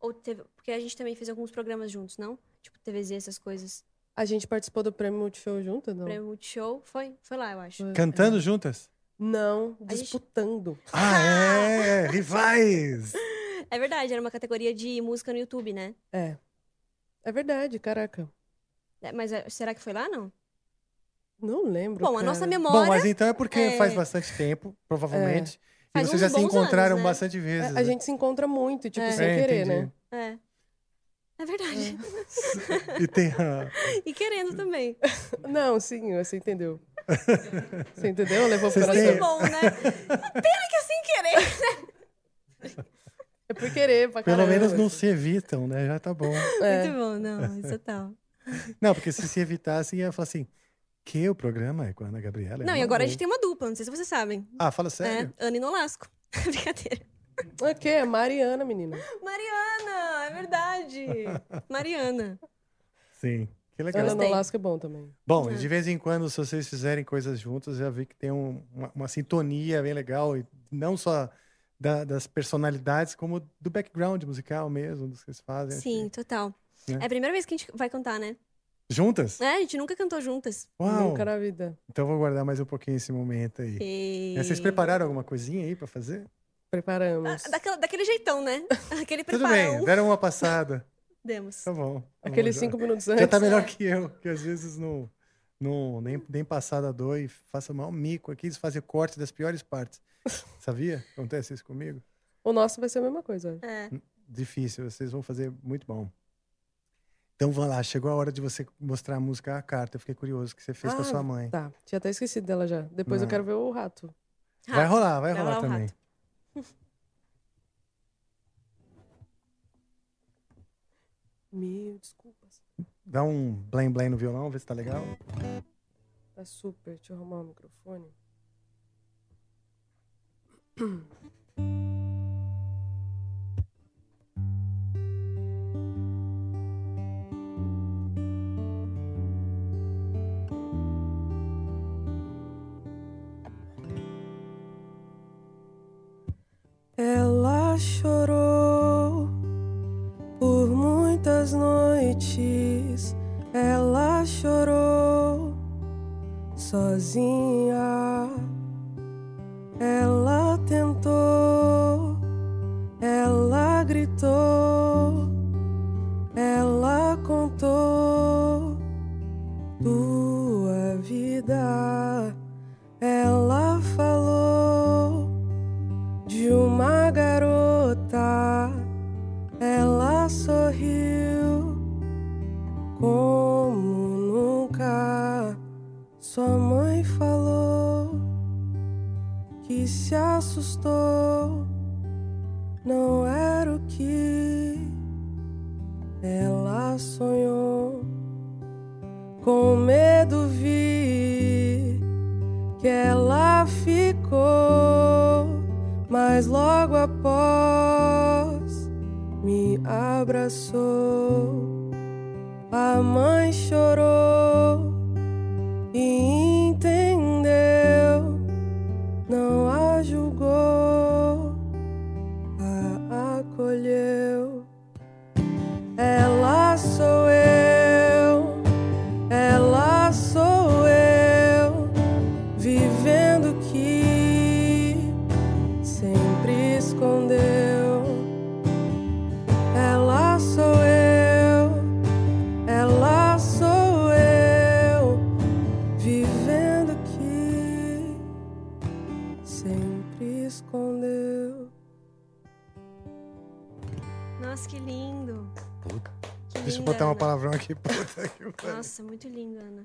Speaker 5: Ou teve... Porque a gente também fez alguns programas juntos, não? Tipo TVZ, essas coisas.
Speaker 4: A gente participou do prêmio Multishow junto, né? não?
Speaker 5: Prêmio Multishow. um Foi? Foi lá, eu acho.
Speaker 4: Foi-
Speaker 3: Cantando juntas?
Speaker 4: Não,
Speaker 5: A gente-
Speaker 4: disputando.
Speaker 3: Ah, é! Rivais!
Speaker 5: É verdade, era uma categoria de música no YouTube, né?
Speaker 4: É. É verdade, caraca.
Speaker 5: É, Mas é, será que foi lá, não?
Speaker 4: Não lembro,
Speaker 5: Bom, a
Speaker 4: cara.
Speaker 5: nossa
Speaker 3: Bom,
Speaker 5: memória.
Speaker 3: mas então é porque
Speaker 5: é-
Speaker 3: faz bastante tempo, provavelmente. E
Speaker 5: Faz
Speaker 3: vocês
Speaker 5: uns
Speaker 3: já se
Speaker 5: bons
Speaker 3: encontraram
Speaker 5: anos, né?
Speaker 3: bastante vezes.
Speaker 4: É, A, a gente se encontra muito, tipo,
Speaker 5: É.
Speaker 4: sem
Speaker 3: É,
Speaker 4: querer,
Speaker 3: entendi.
Speaker 4: né?
Speaker 5: É. É verdade.
Speaker 3: É. E tem a...
Speaker 5: E querendo também.
Speaker 4: Não, sim, você entendeu. Você entendeu? Levou pro
Speaker 3: Vocês
Speaker 4: coração.
Speaker 3: têm-
Speaker 5: Muito bom, né? Pena que é sem querer. né?
Speaker 4: É por querer, pra
Speaker 3: Pelo
Speaker 4: caramba.
Speaker 3: menos não se evitam, né? Já tá bom.
Speaker 4: É.
Speaker 5: Muito bom, não, isso é tal.
Speaker 3: Não, porque se se evitassem, ia falar assim, que o programa é com a Ana Gabriela? é
Speaker 5: Não, e
Speaker 3: mó
Speaker 5: agora a
Speaker 3: bom."
Speaker 5: gente tem uma dupla, não sei se vocês sabem.
Speaker 3: Ah, fala sério?
Speaker 5: É, Ana e Nolasco. Brincadeira.
Speaker 4: O quê? É Mariana, menina.
Speaker 5: Mariana, é verdade. Mariana.
Speaker 3: Sim. Que legal.
Speaker 4: Ana
Speaker 5: Gostei.
Speaker 4: Nolasco é bom também.
Speaker 3: Bom,
Speaker 5: É.
Speaker 3: de vez em quando, se vocês fizerem coisas juntas, eu já vi que tem um- uma, uma sintonia bem legal, e não só da- das personalidades, como do background musical mesmo, dos que vocês fazem. acho
Speaker 5: Sim, total.
Speaker 3: Né?
Speaker 5: É a primeira vez que a gente vai cantar, né?
Speaker 3: que- Juntas?
Speaker 5: É, a gente nunca cantou juntas.
Speaker 3: Uau!
Speaker 4: Nunca na vida.
Speaker 3: Então vou guardar mais um pouquinho esse momento aí.
Speaker 5: E...
Speaker 3: É, Vocês prepararam alguma coisinha aí pra fazer?
Speaker 4: Preparamos.
Speaker 5: Daquela- daquele jeitão, né? Aquele
Speaker 3: Tudo
Speaker 5: preparão.
Speaker 3: bem, deram uma passada.
Speaker 5: Demos.
Speaker 3: Tá bom. tá bom,
Speaker 4: Aqueles
Speaker 3: já-
Speaker 4: cinco minutos
Speaker 3: Já
Speaker 4: antes.
Speaker 3: tá melhor que eu, que às vezes não, não nem, nem passada doi, faço mal mico aqui, eles fazem o corte das piores partes. Sabia? Acontece isso comigo?
Speaker 4: O nosso vai ser a mesma coisa. olha.
Speaker 5: É.
Speaker 3: Difícil, vocês vão fazer muito bom. Então vamos lá, chegou a hora de você mostrar a música à carta. Eu fiquei curioso o que você fez com a
Speaker 4: Ah,
Speaker 3: sua mãe.
Speaker 4: Tá, tinha até esquecido dela já. Depois eu
Speaker 3: Não.
Speaker 4: quero ver o rato.
Speaker 3: Vai
Speaker 5: Rato.
Speaker 3: rolar, vai,
Speaker 5: Vai
Speaker 3: rolar,
Speaker 5: rolar o
Speaker 3: também.
Speaker 5: rato.
Speaker 4: Mil desculpas.
Speaker 3: Dá um blém blém no violão, vê se tá legal.
Speaker 4: Tá super. Deixa eu arrumar o microfone. Ela chorou por muitas noites. Ela chorou sozinha. Ela tentou, ela gritou, ela contou tua vida. Ela falou de uma garota. Ela sorriu como nunca. Sua mãe falou que se assustou. Não era o que ela sonhou. Com medo vi que ela ficou, mas logo após me abraçou. A mãe chorou e entendeu, não a julgou, a acolheu. Ela sou eu, ela sou eu, vivendo o que sempre escondeu. Ela sou eu, ela sou eu vivendo o que sempre escondeu.
Speaker 5: Nossa, que lindo. Que
Speaker 3: Deixa eu
Speaker 5: linda,
Speaker 3: botar uma
Speaker 5: Ana.
Speaker 4: né?
Speaker 3: palavrão aqui, puta que pariu.
Speaker 5: Nossa, muito lindo, Ana.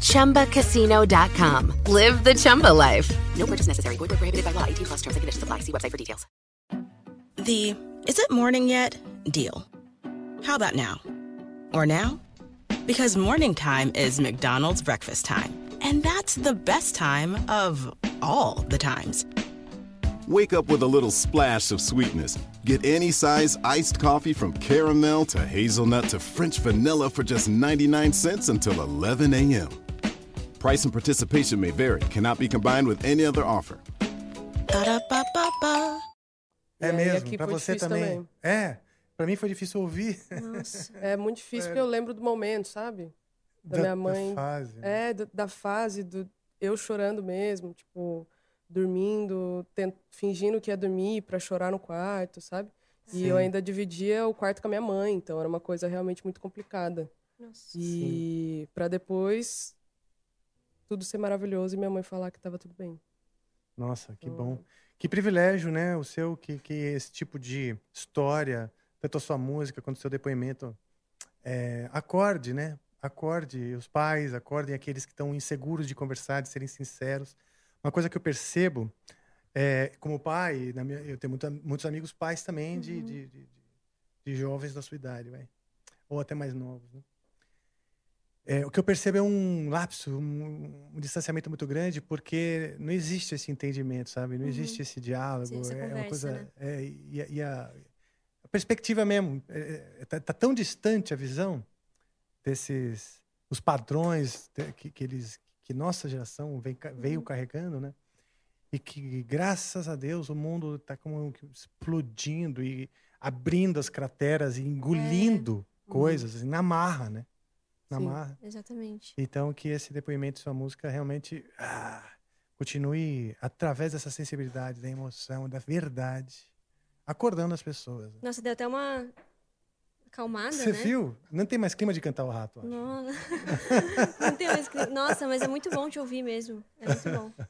Speaker 7: ChumbaCasino.com. Live the Chumba life. No purchase necessary. Void where prohibited by law. 18 plus terms and conditions apply. See website for details.
Speaker 8: The is it morning yet deal. How about now? Or now? Because morning time is McDonald's breakfast time. And that's the best time of all the times.
Speaker 9: Wake up with a little splash of sweetness. Get any size iced coffee from caramel to hazelnut to French vanilla for just 99 cents until 11 a.m. Price and participation may vary, cannot be combined with any other offer.
Speaker 8: Ba-da-ba-ba-ba.
Speaker 3: É
Speaker 4: E aí
Speaker 3: mesmo,
Speaker 4: aqui
Speaker 3: pra
Speaker 4: foi
Speaker 3: você
Speaker 4: difícil
Speaker 3: também.
Speaker 4: também.
Speaker 3: É, pra mim foi difícil ouvir.
Speaker 4: É muito difícil, porque eu lembro do momento, sabe? Da,
Speaker 3: Da-
Speaker 4: minha
Speaker 3: da
Speaker 4: mãe.
Speaker 3: fase, né?
Speaker 4: É, do- da fase do eu chorando mesmo, tipo, dormindo, ten- fingindo que ia dormir pra chorar no quarto, sabe? E eu
Speaker 3: Sim.
Speaker 4: ainda dividia o quarto com a minha mãe, então era uma coisa realmente muito complicada.
Speaker 5: Nossa.
Speaker 4: E pra depois tudo ser maravilhoso e minha mãe falar que tava tudo bem.
Speaker 3: Nossa, que bom. Que privilégio, né? O seu, que, que esse tipo de história, tanto a sua música quanto o seu depoimento, é, acorde, né? Acorde os pais, acordem aqueles que estão inseguros de conversar, de serem sinceros. Uma coisa que eu percebo, é, como pai, na minha- eu tenho muita- muitos amigos pais também de, de, de, de jovens da sua idade, vai. ou até mais novos, né? É, o que eu percebo é um lapso, um, um distanciamento muito grande, porque não existe esse entendimento, sabe? Não
Speaker 5: Uhum.
Speaker 3: existe esse diálogo.
Speaker 5: Sim, essa
Speaker 3: é uma
Speaker 5: conversa,
Speaker 3: coisa.
Speaker 5: né?
Speaker 3: é, e, a- e a, a perspectiva mesmo. É, é, tá, tá tão distante a visão desses. os padrões te- que, que eles. que nossa geração vem ca- veio carregando, né? E que, graças a Deus, o mundo está como que explodindo e abrindo as crateras e engolindo coisas assim, na marra, né? Na
Speaker 4: Sim.
Speaker 3: marra.
Speaker 5: Exatamente.
Speaker 3: Então, que esse depoimento e sua música realmente ah, continue através dessa sensibilidade, da emoção, da verdade, acordando as pessoas. né?
Speaker 5: Nossa, deu até uma acalmada,
Speaker 3: Você
Speaker 5: né?
Speaker 3: viu? Não tem mais clima de cantar o rato. ó.
Speaker 5: Nossa. Não tem mais que- Nossa, mas é muito bom te ouvir mesmo. É muito bom.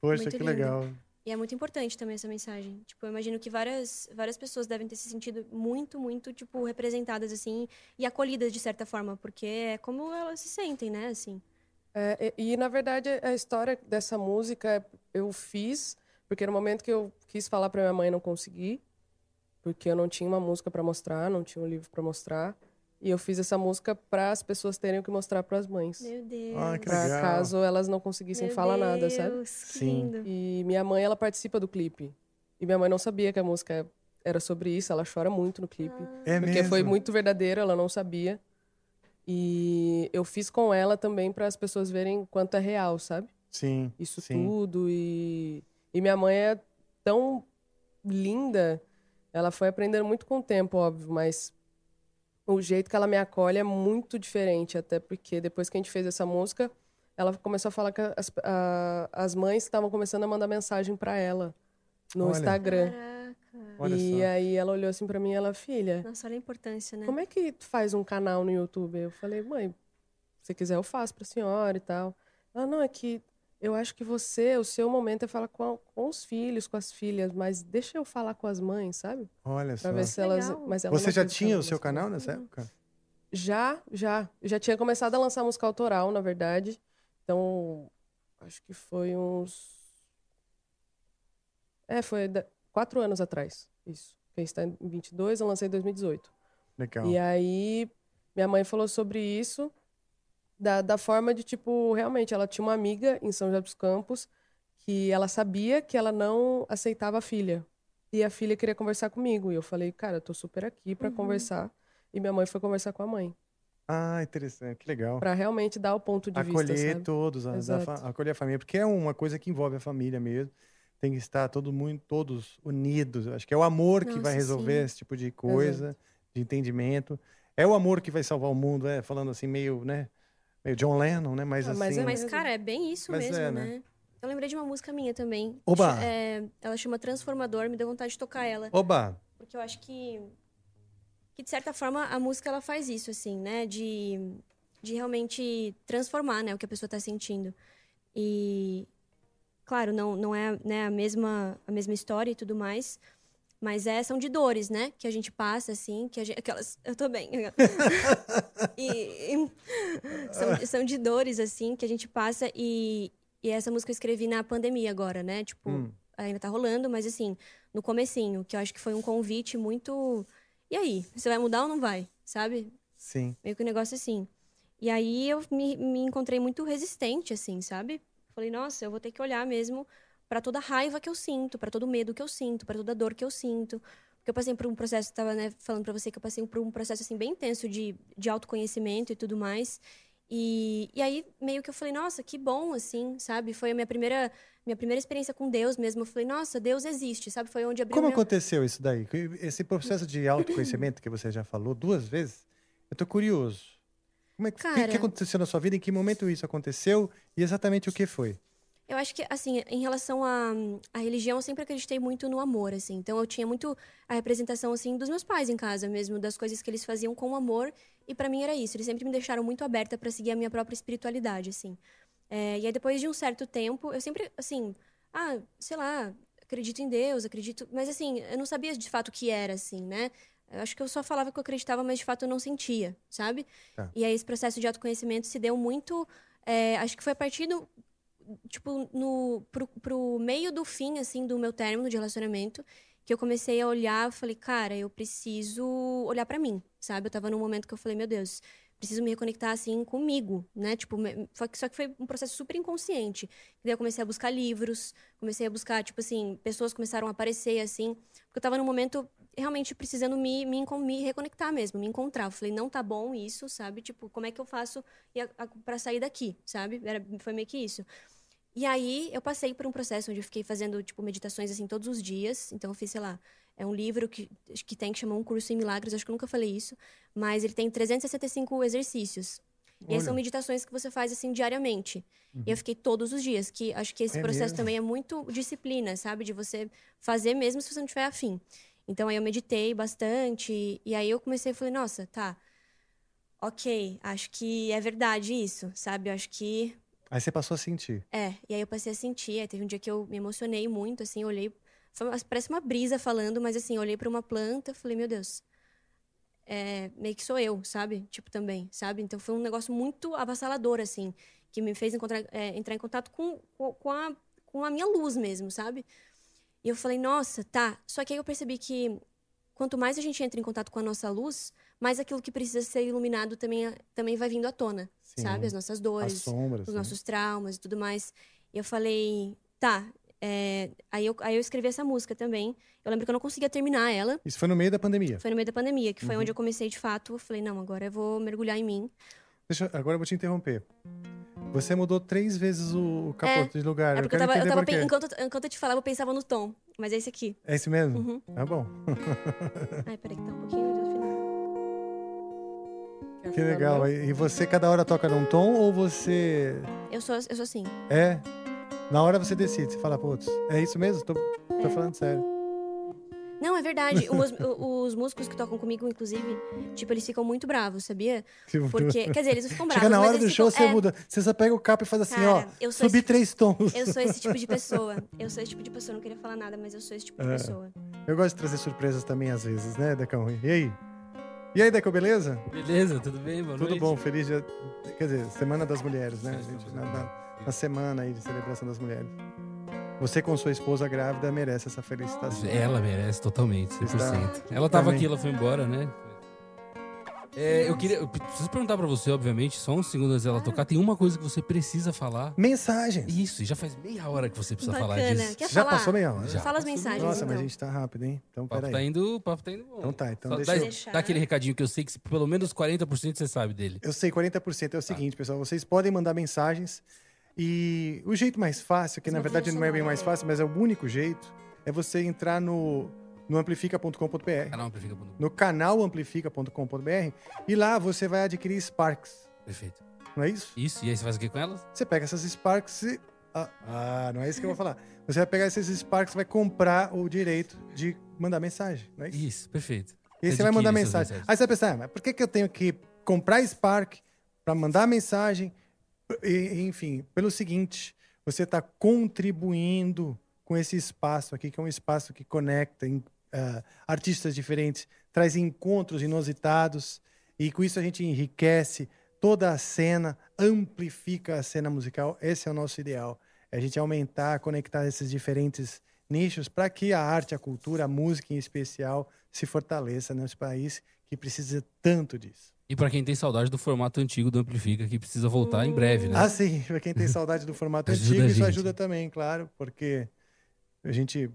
Speaker 3: Poxa,
Speaker 5: muito
Speaker 3: que
Speaker 5: lindo.
Speaker 3: legal.
Speaker 5: E é muito importante também essa mensagem. Tipo, eu imagino que várias, várias pessoas devem ter se sentido muito, muito, tipo, representadas, assim, e acolhidas de certa forma, porque é como elas se sentem, né, assim.
Speaker 4: É, e, e, na verdade a história dessa música eu fiz porque no momento que eu quis falar pra minha mãe não consegui, porque eu não tinha uma música pra mostrar, não tinha um livro pra mostrar, e eu fiz essa música pra as pessoas terem o que mostrar pras mães,
Speaker 5: Meu Deus.
Speaker 3: Ah, que
Speaker 4: Pra
Speaker 3: legal.
Speaker 4: caso elas não conseguissem
Speaker 5: Meu
Speaker 4: falar nada, sabe?
Speaker 5: Deus, que
Speaker 3: Sim.
Speaker 5: lindo.
Speaker 4: E minha mãe ela participa do clipe, e minha mãe não sabia que a música era sobre isso, ela chora muito no clipe.
Speaker 3: É
Speaker 4: Porque
Speaker 3: mesmo.
Speaker 4: foi muito verdadeiro, ela não sabia. E eu fiz com ela também para as pessoas verem quanto é real, sabe?
Speaker 3: Sim.
Speaker 4: Isso
Speaker 3: sim.
Speaker 4: tudo. E, e minha mãe é tão linda. Ela foi aprendendo muito com o tempo, óbvio, mas o jeito que ela me acolhe é muito diferente. Até porque depois que a gente fez essa música, ela começou a falar que as, a- as mães estavam começando a mandar mensagem para ela no
Speaker 3: Olha.
Speaker 4: Instagram.
Speaker 5: Caraca.
Speaker 3: Olha
Speaker 4: e
Speaker 3: só.
Speaker 4: aí ela olhou assim para mim e ela, filha.
Speaker 5: Nossa, olha a importância, né?
Speaker 4: Como é que tu faz um canal no YouTube? Eu falei, mãe, se quiser eu faço pra senhora e tal. Ela, não, é que eu acho que você, o seu momento é falar com, a- com os filhos, com as filhas, mas deixa eu falar com as mães, sabe?
Speaker 3: Olha
Speaker 4: Pra
Speaker 3: só.
Speaker 4: ver se elas.
Speaker 5: Legal.
Speaker 4: Mas ela
Speaker 3: Você
Speaker 4: não
Speaker 3: já
Speaker 4: fez
Speaker 3: tinha
Speaker 4: canal
Speaker 3: o seu
Speaker 4: das mães.
Speaker 3: canal nessa época?
Speaker 4: Já, já. Eu Já tinha começado a lançar música autoral, na verdade. Então, acho que foi uns. É, foi da- quatro anos atrás. Isso. Quem está em 22, eu lancei em 2018.
Speaker 3: Legal.
Speaker 4: E aí, minha mãe falou sobre isso, da, da forma de, tipo, realmente, ela tinha uma amiga em São José dos Campos que ela sabia que ela não aceitava a filha. E a filha queria conversar comigo. E eu falei, cara, eu tô super aqui
Speaker 3: Uhum.
Speaker 4: pra conversar. E minha mãe foi conversar com a mãe,
Speaker 3: Ah, interessante. Que legal.
Speaker 4: pra realmente dar o ponto de vista,
Speaker 3: acolher
Speaker 4: sabe?
Speaker 3: todos, a- da
Speaker 4: Exato.
Speaker 3: fa- acolher a família, porque é uma coisa que envolve a família mesmo. Tem que estar todo mundo, todos unidos. Eu Acho que é o amor que vai
Speaker 5: Nossa,
Speaker 3: resolver
Speaker 5: sim.
Speaker 3: esse tipo de coisa, de entendimento. É o amor que vai salvar o mundo, é falando assim meio, né? Meio John Lennon, né? Mas
Speaker 4: Ah,
Speaker 3: assim,
Speaker 4: mas é
Speaker 5: Mas,
Speaker 4: mesmo.
Speaker 5: cara, é bem isso
Speaker 3: Mas
Speaker 5: mesmo,
Speaker 3: é, né?
Speaker 5: né? Eu lembrei de uma música minha também.
Speaker 3: Oba!
Speaker 5: Ch-
Speaker 4: né?
Speaker 5: é, ela chama Transformador, me deu vontade de tocar ela.
Speaker 3: oba,
Speaker 5: Porque eu acho que que de certa forma a música ela faz isso assim, né, de de realmente transformar, né, o que a pessoa está sentindo. E claro, não não é, né, a mesma a mesma história e tudo mais, mas é são de dores, né, que a gente passa assim, que a gente, aquelas eu tô bem. e, e- são, são de dores assim que a gente passa e e essa música eu escrevi na pandemia agora, né? Tipo,
Speaker 10: Hum.
Speaker 5: ainda tá rolando, mas assim, no comecinho, que eu acho que foi um convite muito. E aí, você vai mudar ou não vai? Sabe?
Speaker 3: Sim.
Speaker 5: Meio que um negócio assim. E aí eu me, me encontrei muito resistente, assim, sabe? Falei, nossa, eu vou ter que olhar mesmo para toda a raiva que eu sinto, para todo o medo que eu sinto, para toda a dor que eu sinto. Porque eu passei por um processo, tava né, falando para você que eu passei por um processo assim bem intenso de, de autoconhecimento e tudo mais. E, e aí meio que eu falei, nossa, que bom, assim, sabe? Foi a minha primeira, minha primeira experiência com Deus mesmo. Eu falei, nossa, Deus existe, sabe? Foi onde abriu
Speaker 3: Como
Speaker 5: meu...
Speaker 3: aconteceu isso daí? Que- Esse processo de autoconhecimento que você já falou duas vezes, eu tô curioso. Como é que, o que que
Speaker 5: Cara.
Speaker 3: aconteceu na sua vida? Em que momento isso aconteceu? E exatamente o que foi?
Speaker 5: Eu acho que, assim, em relação à, à religião, eu sempre acreditei muito no amor, assim. Então, eu tinha muito a representação, assim, dos meus pais em casa mesmo, das coisas que eles faziam com amor. E pra mim era isso. Eles sempre me deixaram muito aberta pra seguir a minha própria espiritualidade, assim. É, e aí, depois de um certo tempo, eu sempre, assim, ah, sei lá, acredito em Deus, acredito. Mas, assim, eu não sabia de fato o que era, assim, né? Eu acho que eu só falava que eu acreditava, mas de fato eu não sentia, sabe?
Speaker 10: Tá.
Speaker 5: E aí, esse processo de autoconhecimento se deu muito. é, acho que foi a partir do, tipo, no, pro, pro meio do fim, assim, do meu término de relacionamento, que eu comecei a olhar, eu falei, cara, eu preciso olhar pra mim, sabe? Eu tava num momento que eu falei, meu Deus, preciso me reconectar, assim, comigo, né? Tipo, me- só que, só que foi um processo super inconsciente. Daí eu comecei a buscar livros, comecei a buscar, tipo assim, pessoas começaram a aparecer, assim, porque eu tava num momento realmente precisando me, me, encon- me reconectar mesmo, me encontrar. Eu falei, não tá bom isso, sabe? Tipo, como é que eu faço e a- a- pra sair daqui, sabe? Era, foi meio que isso. E aí eu passei por um processo onde eu fiquei fazendo tipo meditações assim todos os dias. Então eu fiz, sei lá, é um livro que acho que tem que chamar um curso em milagres, acho que eu nunca falei isso, mas ele tem 365 exercícios. E aí
Speaker 10: Olha. Uhum.
Speaker 5: são meditações que você faz assim diariamente. E eu fiquei todos os dias, que acho que esse
Speaker 10: É
Speaker 5: processo
Speaker 10: mesmo?
Speaker 5: também é muito disciplina, sabe? De você fazer mesmo se você não tiver afim. Então aí eu meditei bastante e aí eu comecei e falei, nossa, tá. Ok, acho que é verdade isso, sabe? Eu acho que
Speaker 3: Aí você passou a sentir.
Speaker 5: é, e aí eu passei a sentir. Aí teve um dia que eu me emocionei muito, assim, eu olhei. foi uma- Parece uma brisa falando, mas assim, eu olhei pra uma planta, falei, meu Deus, é, meio que sou eu, sabe? Tipo, também, sabe? Então foi um negócio muito avassalador, assim, que me fez encontrar- é, entrar em contato com, com, com a, com a minha luz mesmo, sabe? E eu falei, nossa, tá. Só que aí eu percebi que quanto mais a gente entra em contato com a nossa luz, mais aquilo que precisa ser iluminado também, também vai vindo à tona,
Speaker 10: Sim.
Speaker 5: sabe? As nossas dores,
Speaker 10: As sombras,
Speaker 5: os
Speaker 10: né?
Speaker 5: nossos traumas e tudo mais. E eu falei, tá. é, Aí, eu, aí eu escrevi essa música também. Eu lembro que eu não conseguia terminar ela.
Speaker 3: Isso foi no meio da pandemia.
Speaker 5: Foi no meio da pandemia, que foi
Speaker 3: Uhum.
Speaker 5: onde eu comecei de fato. Eu falei, não, agora eu vou mergulhar em mim.
Speaker 3: Deixa, eu- agora eu vou te interromper. Você mudou três vezes o, o capô
Speaker 5: É,
Speaker 3: de lugar.
Speaker 5: é porque eu
Speaker 3: quero
Speaker 5: tava, eu
Speaker 3: entender
Speaker 5: tava
Speaker 3: por quê.
Speaker 5: pen- enquanto, enquanto eu te falava, eu pensava no tom. Mas é esse aqui.
Speaker 3: É esse mesmo?
Speaker 5: Uhum.
Speaker 3: Tá bom.
Speaker 5: Ai, peraí, que tá um pouquinho do final.
Speaker 3: que
Speaker 5: Tá
Speaker 3: legal. E e você cada hora toca num tom ou você
Speaker 5: Eu sou, eu sou assim.
Speaker 3: é? Na hora você decide, você fala, putz, é isso mesmo? Tô, tô falando sério.
Speaker 5: Não, é verdade. Os, os músicos que tocam comigo, inclusive, tipo, eles ficam muito bravos, sabia? Porque, quer dizer, eles não ficam
Speaker 3: Tipo,
Speaker 5: bravos.
Speaker 3: Chega na
Speaker 5: mas
Speaker 3: hora do
Speaker 5: eles
Speaker 3: show,
Speaker 5: ficam,
Speaker 3: você
Speaker 5: é,
Speaker 3: muda. Você só pega o capa e faz assim,
Speaker 5: Cara,
Speaker 3: ó.
Speaker 5: eu sou
Speaker 3: Subi
Speaker 5: esse-
Speaker 3: três tons.
Speaker 5: Eu sou esse tipo de pessoa. Eu sou esse tipo de pessoa. Não queria falar nada, mas eu sou esse tipo de
Speaker 3: É.
Speaker 5: pessoa.
Speaker 3: Eu gosto de trazer surpresas também às vezes, né, Decão? E aí? E aí, Decão, beleza?
Speaker 6: Beleza, tudo bem? Boa
Speaker 3: Tudo
Speaker 6: noite.
Speaker 3: bom, feliz dia. Quer dizer, Semana das Mulheres, né? gente? na, na- na semana aí de celebração das mulheres. Você com sua esposa grávida merece essa felicitação.
Speaker 6: Ela merece totalmente, 100%.
Speaker 3: Está-
Speaker 6: Ela tava
Speaker 3: Amém.
Speaker 6: aqui, ela foi embora, né? É, eu queria. Eu preciso perguntar pra você, obviamente, só uns segundos antes
Speaker 4: Ah.
Speaker 6: dela tocar. Tem uma coisa que você precisa falar.
Speaker 3: Mensagens.
Speaker 6: Isso, e já faz meia hora que você precisa falar
Speaker 5: Bacana.
Speaker 6: disso.
Speaker 5: Quer Já falar? passou meia hora? Fala as mensagens,
Speaker 3: Nossa, mas
Speaker 5: então.
Speaker 3: a gente tá rápido, hein? Então,
Speaker 6: O papo
Speaker 3: peraí.
Speaker 6: tá indo, o papo tá indo bom.
Speaker 3: Então tá, então
Speaker 6: Só
Speaker 3: deixa
Speaker 6: dá,
Speaker 3: eu-
Speaker 6: dá aquele recadinho que eu sei que se- pelo menos 40% você sabe dele.
Speaker 3: Eu sei, 40% é o seguinte, pessoal. Vocês podem mandar mensagens. E o jeito mais fácil, que na verdade não é bem mais fácil, mas é o único jeito, é você entrar no, no amplifica.com.br.
Speaker 6: Canal Amplifica.com.
Speaker 3: No canal amplifica.com.br. E lá você vai adquirir Sparks.
Speaker 6: Perfeito.
Speaker 3: Não é isso?
Speaker 6: Isso, e aí você faz o que com elas?
Speaker 3: Você pega essas Sparks e. Ah, ah, não é isso que eu vou falar. Você vai pegar esses Sparks e vai comprar o direito de mandar mensagem, não é isso?
Speaker 6: Isso, perfeito.
Speaker 3: E aí você vai mandar
Speaker 6: adquire essas
Speaker 3: mensagem.
Speaker 6: mensagens.
Speaker 3: Aí você vai pensar, "Ah, mas por que, que eu tenho que comprar Spark para mandar mensagem? E, enfim, pelo seguinte, você está contribuindo com esse espaço aqui, que é um espaço que conecta em- ah, artistas diferentes, traz encontros inusitados, e com isso a gente enriquece toda a cena, amplifica a cena musical. Esse é o nosso ideal. É a gente aumentar, conectar esses diferentes nichos para que a arte, a cultura, a música em especial se fortaleça nesse país que precisa tanto disso.
Speaker 6: E pra quem tem saudade do formato antigo do Amplifica, que precisa voltar em breve, né?
Speaker 3: Ah, sim, para quem tem saudade do formato
Speaker 6: Ajuda
Speaker 3: antigo,
Speaker 6: a
Speaker 3: isso
Speaker 6: gente. né?
Speaker 3: ajuda também, claro, porque a gente.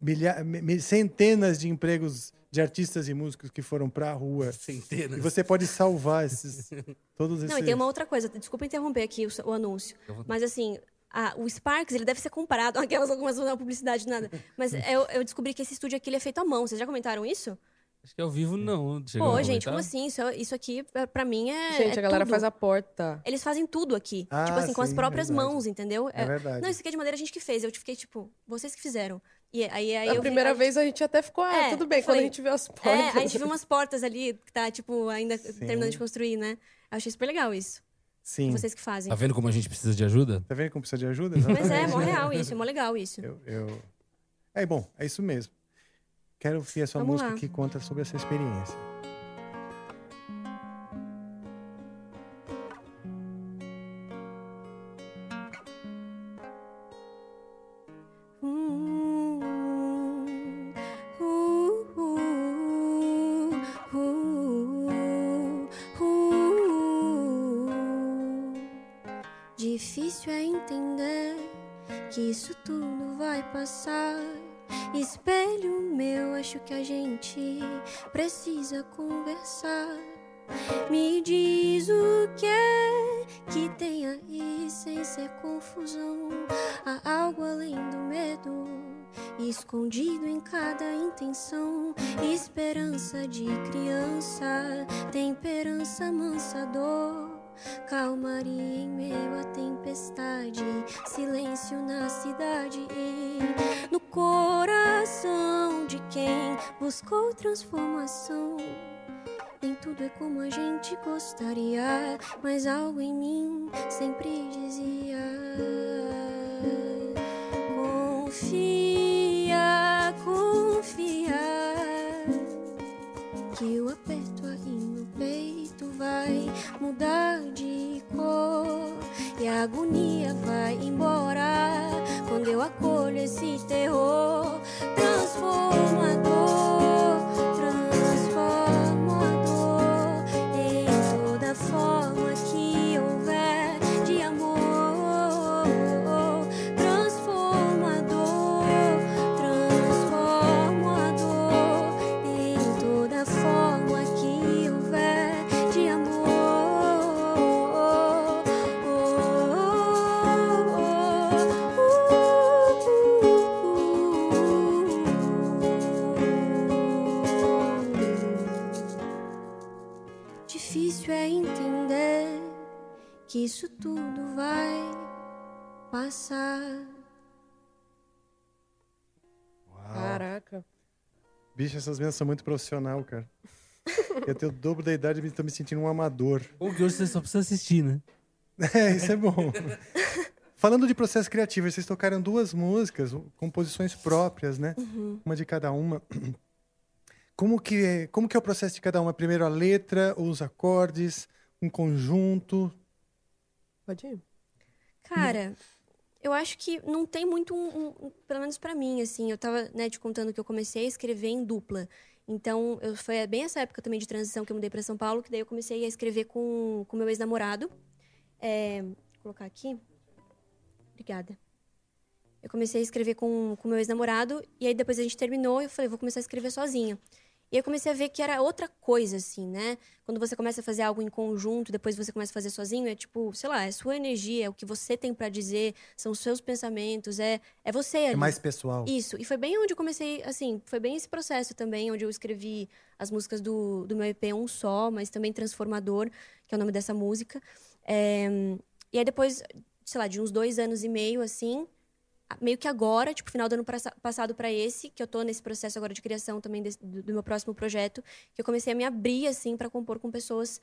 Speaker 3: milha- mi- mi- centenas de empregos de artistas e músicos que foram para a rua.
Speaker 6: Centenas.
Speaker 3: E você pode salvar esses, todos esses.
Speaker 11: Não, e tem uma outra coisa. Desculpa interromper aqui o, o anúncio.
Speaker 3: Fica à vontade.
Speaker 11: Mas assim, a- o Sparks, ele deve ser comprado. Aquelas algumas não dão publicidade, nada. Mas eu, eu descobri que esse estúdio aqui ele é feito à mão. Vocês já comentaram isso?
Speaker 6: Acho que é ao vivo não. chegamos
Speaker 11: Pô,
Speaker 6: a
Speaker 11: gente,
Speaker 6: comentar.
Speaker 11: como assim? Isso, é- isso aqui, pra- pra mim,
Speaker 3: Ah.
Speaker 11: é.
Speaker 4: Gente,
Speaker 11: é
Speaker 4: a galera
Speaker 11: tudo.
Speaker 4: faz a porta.
Speaker 11: Eles fazem tudo aqui.
Speaker 4: Ah,
Speaker 11: tipo assim, com as
Speaker 4: sim,
Speaker 11: próprias
Speaker 4: verdade.
Speaker 11: mãos, entendeu?
Speaker 4: É verdade.
Speaker 11: Não, isso aqui é de madeira a gente que fez. Eu fiquei tipo, vocês que fizeram. E aí, aí
Speaker 4: A
Speaker 11: eu vi-
Speaker 4: primeira
Speaker 11: aí-
Speaker 4: vez a gente até ficou, ah,
Speaker 11: É,
Speaker 4: tudo bem,
Speaker 11: foi-
Speaker 4: quando a gente viu as portas.
Speaker 11: É, a gente viu umas portas ali que tá, tipo, ainda terminando de construir, né? Eu achei super legal isso.
Speaker 3: Sim.
Speaker 11: Vocês que fazem.
Speaker 6: Tá vendo como a gente precisa de ajuda?
Speaker 3: Tá vendo como precisa de ajuda?
Speaker 11: Mas é,
Speaker 3: Exatamente,
Speaker 11: mó
Speaker 3: né?
Speaker 11: real isso, é mó legal isso.
Speaker 3: Eu... É bom, é isso mesmo. Quero ouvir a sua
Speaker 11: Vamos
Speaker 3: música
Speaker 11: lá.
Speaker 3: que conta sobre essa experiência.
Speaker 11: Uh, Difícil é entender que isso tudo vai passar. Espelho meu, acho que a gente precisa conversar. Me diz o que é que tem aí sem ser confusão. Há algo além do medo, escondido em cada intenção. Esperança de criança, temperança mansa dor. Calmaria em meio à tempestade, silêncio na cidade e no coração de quem buscou transformação. Nem tudo é como a gente gostaria, mas algo em mim sempre dizia: Confia, confia que o aperto aí no peito vai mudar de cor e a agonia vai embora quando eu acolho esse terror transformador, transformador em toda forma que houver de amor, transformador, transformador em toda forma que houver de amor. Difícil é entender que isso tudo vai passar.
Speaker 4: Caraca.
Speaker 3: Bicho, essas meninas são muito profissional, cara. Eu tenho o dobro da idade e estou me sentindo um amador.
Speaker 6: Ou que hoje você só precisa assistir, né?
Speaker 3: É, isso é bom. Falando de processo criativo, vocês tocaram duas músicas, composições próprias, né?
Speaker 11: Uhum.
Speaker 3: Uma de cada uma. Como que, é, como que é o processo de cada uma? Primeiro a letra, ou os acordes, um conjunto.
Speaker 4: Pode ir.
Speaker 11: Cara, eu acho que não tem muito um, um- um- pelo menos pra mim, assim, eu tava, né, te contando que eu comecei a escrever em dupla. Então, eu, foi bem essa época também de transição que eu mudei pra São Paulo, que daí eu comecei a escrever com com meu ex-namorado. É, vou colocar aqui. Obrigada. Eu comecei a escrever com com meu ex-namorado e aí depois a gente terminou e eu falei, vou começar a escrever sozinha. E eu comecei a ver que era outra coisa, assim, né? Quando você começa a fazer algo em conjunto, depois você começa a fazer sozinho, é tipo, sei lá, é sua energia, é o que você tem pra dizer, são os seus pensamentos, é, é você ali.
Speaker 3: É mais pessoal.
Speaker 11: Isso, e foi bem onde eu comecei, assim, foi bem esse processo também, onde eu escrevi as músicas do, do meu EP Um Só, mas também Transformador, que é o nome dessa Eh, música. É, e aí depois, sei lá, de uns dois anos e meio, assim,
Speaker 5: meio que agora, tipo, final do ano prassa- passado para esse, que eu tô nesse processo agora de criação também desse- do, do meu próximo projeto, que eu comecei a me abrir, assim, para compor com pessoas,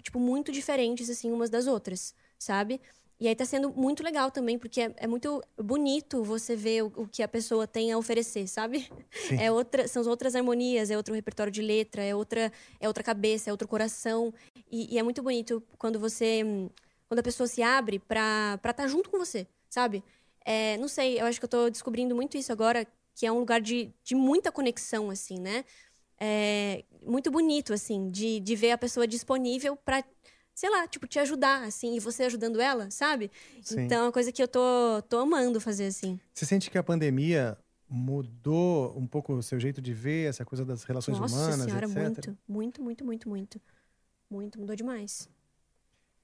Speaker 5: tipo, muito diferentes, assim, umas das outras, sabe? E aí tá sendo muito legal também, porque é, é muito bonito você ver o, o que a pessoa tem a oferecer, sabe?
Speaker 10: Sim.
Speaker 5: É outra, são outras harmonias, é outro repertório de letra, é outra, é outra cabeça, é outro coração. E, e é muito bonito quando você. hum, Quando a pessoa se abre pra estar junto com você, sabe? É, não sei, eu acho que eu tô descobrindo muito isso agora, que é um lugar de, de muita conexão, assim, né? É, muito bonito, assim, de, de ver a pessoa disponível pra, sei lá, tipo, te ajudar, assim, e você ajudando ela, sabe?
Speaker 3: Sim.
Speaker 5: Então é uma coisa que eu tô, tô amando fazer, assim.
Speaker 3: Você sente que a pandemia mudou um pouco o seu jeito de ver essa coisa das relações
Speaker 5: Nossa
Speaker 3: humanas,
Speaker 5: senhora,
Speaker 3: etc?
Speaker 5: muito, muito, muito, muito, muito. Muito, mudou demais.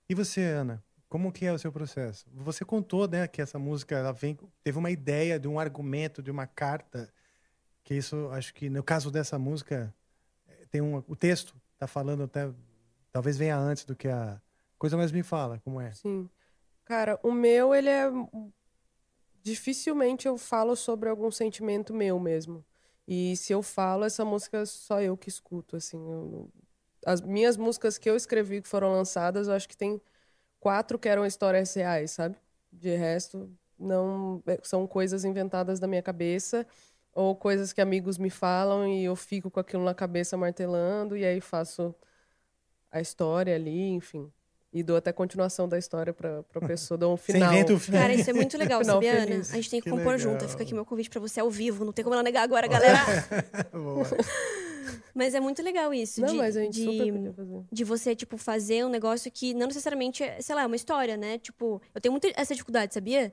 Speaker 3: E você, Ana? Como que é o seu processo? Você contou, né, que essa música ela vem, teve uma ideia de um argumento, de uma carta, que isso, acho que no caso dessa música eh, tem um, o texto tá falando até talvez venha antes do que a coisa, mas me fala como é.
Speaker 4: Sim. Cara, o meu, ele é. Dificilmente eu falo sobre algum sentimento meu mesmo. E se eu falo, essa música é só eu que escuto, assim. eu não- As minhas músicas que eu escrevi que foram lançadas, eu acho que tem quatro que eram histórias reais, sabe? De resto, não. é- São coisas inventadas da minha cabeça ou coisas que amigos me falam e eu fico com aquilo na cabeça martelando e aí faço a história ali, enfim. E dou até continuação da história pra, pra pessoa, dou um
Speaker 3: Você
Speaker 4: final.
Speaker 3: inventa o final.
Speaker 5: Cara, isso é muito legal,
Speaker 4: Final
Speaker 5: sabia, Ana?
Speaker 4: feliz.
Speaker 5: A gente tem que,
Speaker 4: Que
Speaker 5: compor
Speaker 4: legal.
Speaker 5: junto. Fica aqui meu convite pra você ao vivo. Não tem como ela negar agora, galera. mas é muito legal isso.
Speaker 4: Não,
Speaker 5: de,
Speaker 4: mas a gente
Speaker 5: de,
Speaker 4: super podia fazer.
Speaker 5: de você, tipo, fazer um negócio que não necessariamente, é, sei lá, é uma história, né? Tipo, eu tenho muito essa dificuldade, sabia?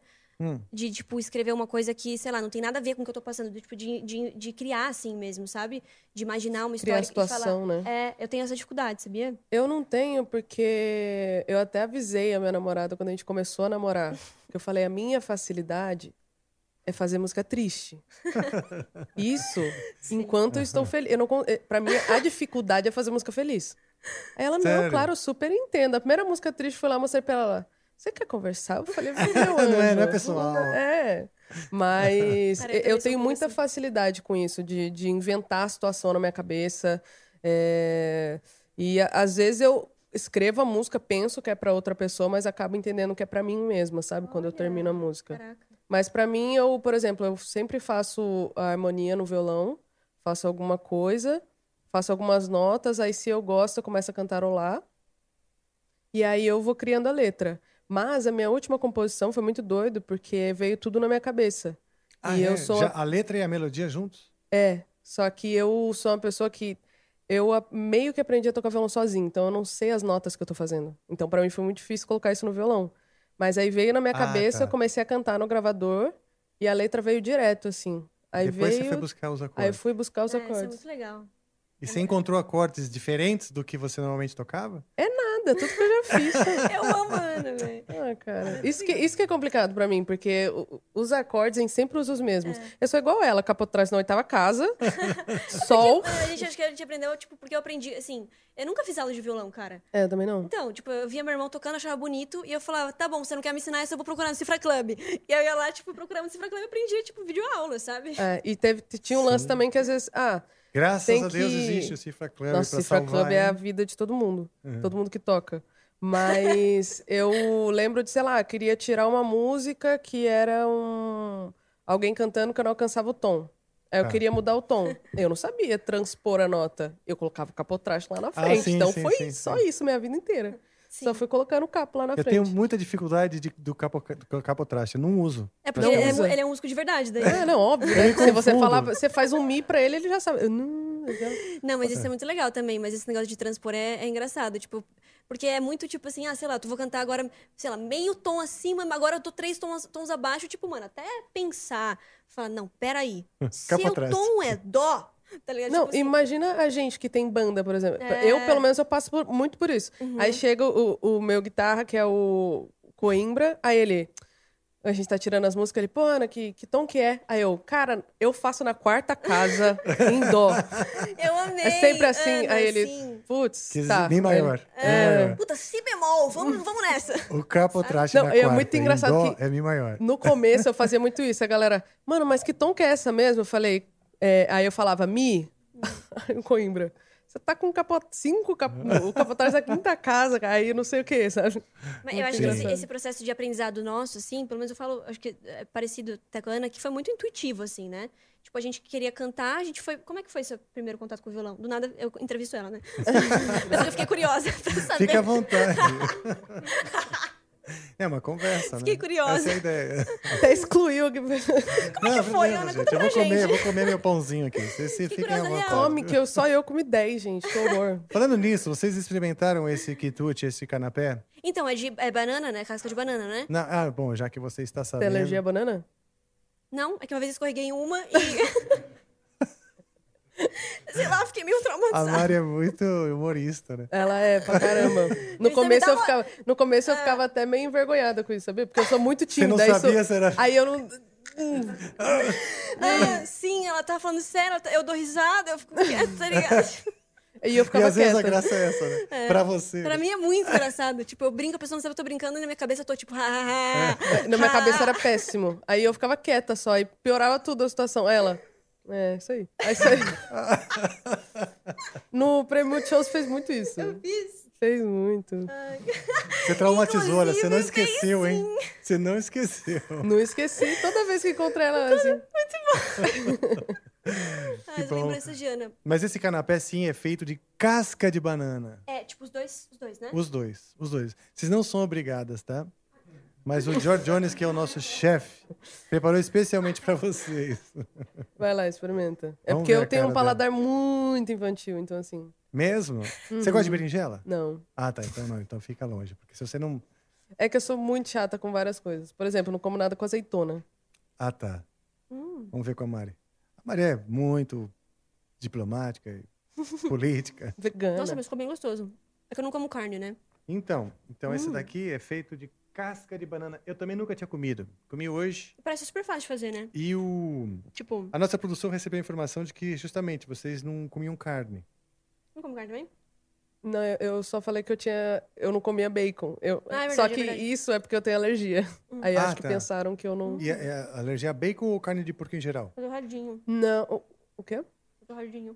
Speaker 5: De, tipo, escrever uma coisa que, sei lá, não tem nada a ver com o que eu tô passando. do Tipo, de, de, de criar assim mesmo, sabe? De imaginar uma
Speaker 4: Criar
Speaker 5: história
Speaker 4: situação,
Speaker 5: e falar.
Speaker 4: né?
Speaker 5: É, eu tenho essa dificuldade, sabia?
Speaker 4: Eu não tenho, porque eu até avisei a minha namorada quando a gente começou a namorar. Que eu falei, a minha facilidade é fazer música triste. Isso, enquanto eu estou feliz. Eu não, con- eh, pra mim, a dificuldade é fazer música feliz. Aí ela, não,
Speaker 3: Sério?
Speaker 4: claro, eu super entendo. A primeira música triste foi lá, eu mostrei pra ela, ela, você quer conversar? Eu falei, meu
Speaker 3: Não é- não é
Speaker 4: anjo,
Speaker 3: pessoal.
Speaker 4: É. Mas
Speaker 3: Cara, eu
Speaker 4: eu,
Speaker 3: também assim.
Speaker 4: tenho muita facilidade com isso, de, de inventar a situação na minha cabeça. é, E a- às vezes eu escrevo a música, penso que é pra outra pessoa, mas acabo entendendo que é pra mim mesma, sabe? Quando eu termino a música. Mas pra mim, eu, por exemplo, eu sempre faço a harmonia no violão, faço alguma coisa, faço algumas notas, aí se eu gosto, eu começo a cantarolar. E aí eu vou criando a letra. Mas a minha última composição foi muito doido, porque veio tudo na minha cabeça.
Speaker 3: Ah,
Speaker 4: e
Speaker 3: é?
Speaker 4: eu sou
Speaker 3: Já
Speaker 4: a-
Speaker 3: a letra e a melodia juntos?
Speaker 4: é, só que eu sou uma pessoa que eu a- meio que aprendi a tocar violão sozinho, então eu não sei as notas que eu tô fazendo. Então pra mim foi muito difícil colocar isso no violão. Mas aí veio na minha
Speaker 3: Ah,
Speaker 4: cabeça,
Speaker 3: tá.
Speaker 4: eu comecei a cantar no gravador e a letra veio direto assim. Aí
Speaker 3: Depois você
Speaker 4: veio,
Speaker 3: foi buscar os
Speaker 4: aí eu
Speaker 3: acordes.
Speaker 4: fui buscar os
Speaker 5: É, isso é
Speaker 4: acordes.
Speaker 5: muito legal.
Speaker 3: E você encontrou acordes diferentes do que você normalmente tocava?
Speaker 4: É nada, tudo que eu já fiz.
Speaker 5: Eu amo Ana, velho.
Speaker 4: Ah, cara. Isso que, isso que é complicado pra mim, porque o- os acordes, a gente sempre usa os mesmos. Eu sou igual ela, capô atrás na oitava casa, sol.
Speaker 5: Mas a gente acho que a gente aprendeu, tipo, porque eu aprendi, assim, eu nunca fiz aula de violão, cara.
Speaker 4: É, eu também não.
Speaker 5: Então, tipo, eu via meu irmão tocando, achava bonito, e eu falava, tá bom, você não quer me ensinar isso, eu vou procurar no Cifra Club. E aí eu ia lá, tipo, procurava no Cifra Club e aprendia, tipo, videoaula, sabe?
Speaker 4: É, e teve, tinha um lance também que às vezes. Ah,
Speaker 3: Graças
Speaker 4: tem
Speaker 3: a Deus
Speaker 4: que-
Speaker 3: existe o Cifra Club
Speaker 4: Nossa,
Speaker 3: pra
Speaker 4: Cifra
Speaker 3: salvar,
Speaker 4: Club é a
Speaker 3: hein?
Speaker 4: vida de todo mundo.
Speaker 3: É.
Speaker 4: Todo mundo que toca. Mas eu lembro de, sei lá, queria tirar uma música que era um. Alguém cantando que eu não alcançava o tom. Aí eu
Speaker 3: Tá.
Speaker 4: queria mudar o tom. Eu não sabia transpor a nota. Eu colocava o capotraste lá na
Speaker 3: Ah,
Speaker 4: frente.
Speaker 3: sim,
Speaker 4: então
Speaker 3: sim,
Speaker 4: foi
Speaker 3: sim,
Speaker 4: só
Speaker 3: sim.
Speaker 4: isso minha vida inteira. Só fui colocando o capo lá na
Speaker 3: Eu
Speaker 4: frente.
Speaker 3: tenho muita dificuldade de- do, capo, do capotraste. Eu não uso.
Speaker 5: É porque ele, é, mu- ele é um músico de verdade, daí.
Speaker 4: É, não, óbvio.
Speaker 3: Eu
Speaker 4: né?
Speaker 3: me
Speaker 4: Se você
Speaker 3: confundo.
Speaker 4: falar, você faz um mi pra ele, ele já sabe. Eu não, eu já-
Speaker 5: Não, mas isso é muito legal também, mas esse negócio de transpor é, é engraçado, tipo, porque é muito tipo assim, ah, sei lá, tu vou cantar agora, sei lá, meio tom acima, mas agora eu tô três tons, tons abaixo, tipo, mano, até pensar, falar, não, peraí,
Speaker 4: Hum,
Speaker 5: se o
Speaker 4: Capotraste.
Speaker 5: tom é dó, tá ligado?
Speaker 4: Não,
Speaker 5: Tipo assim,
Speaker 4: imagina a gente que tem banda, por exemplo.
Speaker 5: É.
Speaker 4: Eu, pelo menos, eu passo por- muito por isso.
Speaker 5: Uhum.
Speaker 4: Aí chega o, o meu guitarra, que é o Coimbra, aí ele. A gente tá tirando as músicas, ele, pô, Ana, que, que tom que é? Aí eu, cara, eu faço na quarta casa, em dó.
Speaker 5: eu amei.
Speaker 4: É sempre assim,
Speaker 5: Ana,
Speaker 4: aí ele.
Speaker 5: assim.
Speaker 4: Putz,
Speaker 3: Que
Speaker 4: tá.
Speaker 3: bem maior.
Speaker 5: É.
Speaker 3: É.
Speaker 5: Puta, si bemol, vamos, vamos nessa.
Speaker 3: O capotraste
Speaker 4: Não,
Speaker 3: na
Speaker 4: é
Speaker 3: quarta
Speaker 4: muito
Speaker 3: e o
Speaker 4: engraçado
Speaker 3: dó
Speaker 4: que-
Speaker 3: É mi maior.
Speaker 4: No começo eu fazia muito isso, a galera, mano, mas que tom que é essa mesmo? Eu falei, é, aí eu falava, Mi, Aí o Coimbra, você tá com capo, cinco cap, o capotagem da quinta casa, cara, aí não sei o que, sabe?
Speaker 5: Mas
Speaker 4: Muito
Speaker 5: eu acho que esse,
Speaker 4: engraçado.
Speaker 5: esse processo de aprendizado nosso, assim, pelo menos eu falo, acho que é parecido até com a Ana, que foi muito intuitivo, assim, né? Tipo, a gente queria cantar, a gente foi. Como é que foi seu primeiro contato com o violão? Do nada eu entrevisto ela, né? Mas eu fiquei curiosa pra saber.
Speaker 3: Fica à
Speaker 4: né?
Speaker 3: vontade. é uma conversa,
Speaker 5: Fiquei
Speaker 3: né?
Speaker 5: curiosa.
Speaker 3: Essa é a ideia.
Speaker 4: Até excluiu. Como
Speaker 3: Não,
Speaker 4: é que foi,
Speaker 3: não,
Speaker 4: Ana?
Speaker 3: gente,
Speaker 4: Conta
Speaker 3: eu
Speaker 4: pra
Speaker 3: vou comer, eu
Speaker 4: gente.
Speaker 3: vou comer meu pãozinho aqui. Vocês se fiquem à
Speaker 5: é
Speaker 3: vontade.
Speaker 4: Come, que eu, só eu comi 10, gente, que horror.
Speaker 3: Falando nisso, vocês experimentaram esse quitute, esse canapé?
Speaker 5: Então, é de é banana, né? Casca de banana, né?
Speaker 3: Na- ah, bom, já que você está
Speaker 4: Tem
Speaker 3: sabendo.
Speaker 4: alergia à banana?
Speaker 5: Não, é que uma vez escorreguei em uma e. Sei lá, fiquei meio
Speaker 3: A
Speaker 5: traumatizada.
Speaker 3: Mari é muito humorista, né?
Speaker 4: Ela é pra caramba. No
Speaker 5: Isso me
Speaker 4: começo,
Speaker 5: dá
Speaker 4: eu
Speaker 5: uma-
Speaker 4: ficava, no começo
Speaker 5: Ah.
Speaker 4: eu ficava até meio envergonhada com isso, sabia? Porque eu sou muito tímida.
Speaker 3: não
Speaker 4: aí sou-
Speaker 3: sabia, será?
Speaker 4: Aí eu não. Hum.
Speaker 5: Ah, sim, ela tá falando sério, ela tá- eu dou risada, eu fico quieta, tá ligado?
Speaker 4: E eu
Speaker 3: e
Speaker 4: ficava
Speaker 3: às vezes a
Speaker 4: quieta.
Speaker 3: graça é essa, né?
Speaker 5: É.
Speaker 3: Pra você.
Speaker 5: Pra mim é muito engraçado. Tipo, eu brinco, a pessoa não sabe que eu tô brincando e na minha cabeça eu tô tipo. "Ah, ah, ah,
Speaker 4: Na minha
Speaker 5: ah".
Speaker 4: cabeça era péssimo. Aí eu ficava quieta só, e piorava tudo a situação. Ela. É, isso aí. É isso aí. no Prêmio Multishows fez muito isso. Eu
Speaker 5: fiz.
Speaker 4: Fez muito.
Speaker 3: Você traumatizou, olha, você não
Speaker 4: Inclusive, tem
Speaker 3: esqueceu, hein? Você não esqueceu.
Speaker 4: Não esqueci, toda vez que encontrei ela, ela assim.
Speaker 5: Ah, eu
Speaker 3: bom.
Speaker 5: lembro essa
Speaker 4: né?
Speaker 5: Diana.
Speaker 3: Mas esse canapé, sim, é feito de casca de banana.
Speaker 5: É, tipo, os dois, os dois, né?
Speaker 3: Os dois, os dois. Vocês não são obrigadas, tá? Mas o George Jones, que é o nosso chefe, preparou especialmente pra vocês.
Speaker 4: Vai lá, experimenta. É
Speaker 3: Vamos
Speaker 4: porque
Speaker 3: ver
Speaker 4: eu
Speaker 3: a
Speaker 4: tenho um
Speaker 3: cara
Speaker 4: paladar muito infantil, então assim.
Speaker 3: Mesmo? Você
Speaker 4: Uhum.
Speaker 3: gosta de berinjela?
Speaker 4: Não.
Speaker 3: Ah, tá. Então não. Então fica longe. Porque se você não...
Speaker 4: É que eu sou muito chata com várias coisas. Por exemplo, eu não como nada com azeitona.
Speaker 3: Ah, tá.
Speaker 5: Hum.
Speaker 3: Vamos ver com a Mari. A Mari é muito diplomática e política.
Speaker 4: Vegana.
Speaker 5: Nossa, mas ficou bem gostoso. É que eu não como carne, né?
Speaker 3: Então, então esse
Speaker 5: Hum.
Speaker 3: daqui é feito de casca de banana. Eu também nunca tinha comido. Comi hoje
Speaker 5: Parece super fácil de fazer, né?
Speaker 3: e o...
Speaker 5: Tipo,
Speaker 3: A nossa produção recebeu a informação de que justamente vocês não comiam carne.
Speaker 5: não como carne também?
Speaker 4: Não, eu- eu só falei que eu tinha. Eu não comia bacon. Eu,
Speaker 5: Ah, é verdade,
Speaker 4: só
Speaker 5: é
Speaker 4: que
Speaker 5: verdade. Hum.
Speaker 4: isso é porque eu tenho alergia. Aí eu
Speaker 3: Ah,
Speaker 4: acho que
Speaker 3: tá.
Speaker 4: pensaram que eu não.
Speaker 3: E é, é alergia a bacon ou carne de porco em geral?
Speaker 5: Fazer o radinho.
Speaker 4: Não. o- O quê?
Speaker 5: Fazer o radinho.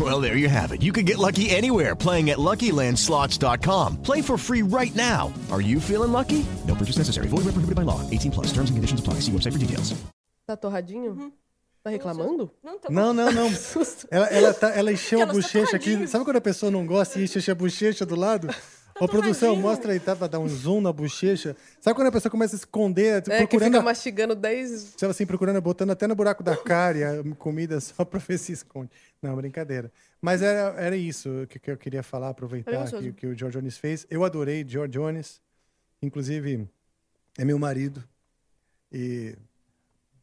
Speaker 10: Well, there you have it. You can get lucky anywhere playing at LuckyLandSlots.com. Play for free right now. Are you feeling lucky? No purchase necessary. Void where prohibited by law. 18 plus. Terms and conditions apply. See website for details.
Speaker 4: Tá torradinho?
Speaker 11: Uhum.
Speaker 4: Tá reclamando?
Speaker 5: Não,
Speaker 3: Não, não, não. Ela, ela, tá- ela encheu a
Speaker 4: Aquelas
Speaker 3: bochecha aqui. Sabe quando a pessoa não gosta e enche a bochecha do lado? Ô, produção, mostra aí, tá? Pra dar um zoom na bochecha. Sabe quando a pessoa começa a esconder,
Speaker 4: É, que
Speaker 3: procurando,
Speaker 4: fica
Speaker 3: a-
Speaker 4: mastigando 10.
Speaker 3: sabe assim, procurando, botando até no buraco da cara e a comida só pra ver se esconde. Não, brincadeira. Mas era, era isso que, que eu queria falar,
Speaker 12: Era
Speaker 3: aproveitar
Speaker 12: gostoso.
Speaker 3: que, que o George Jones fez. Eu adorei George Jones. Inclusive, é meu marido. E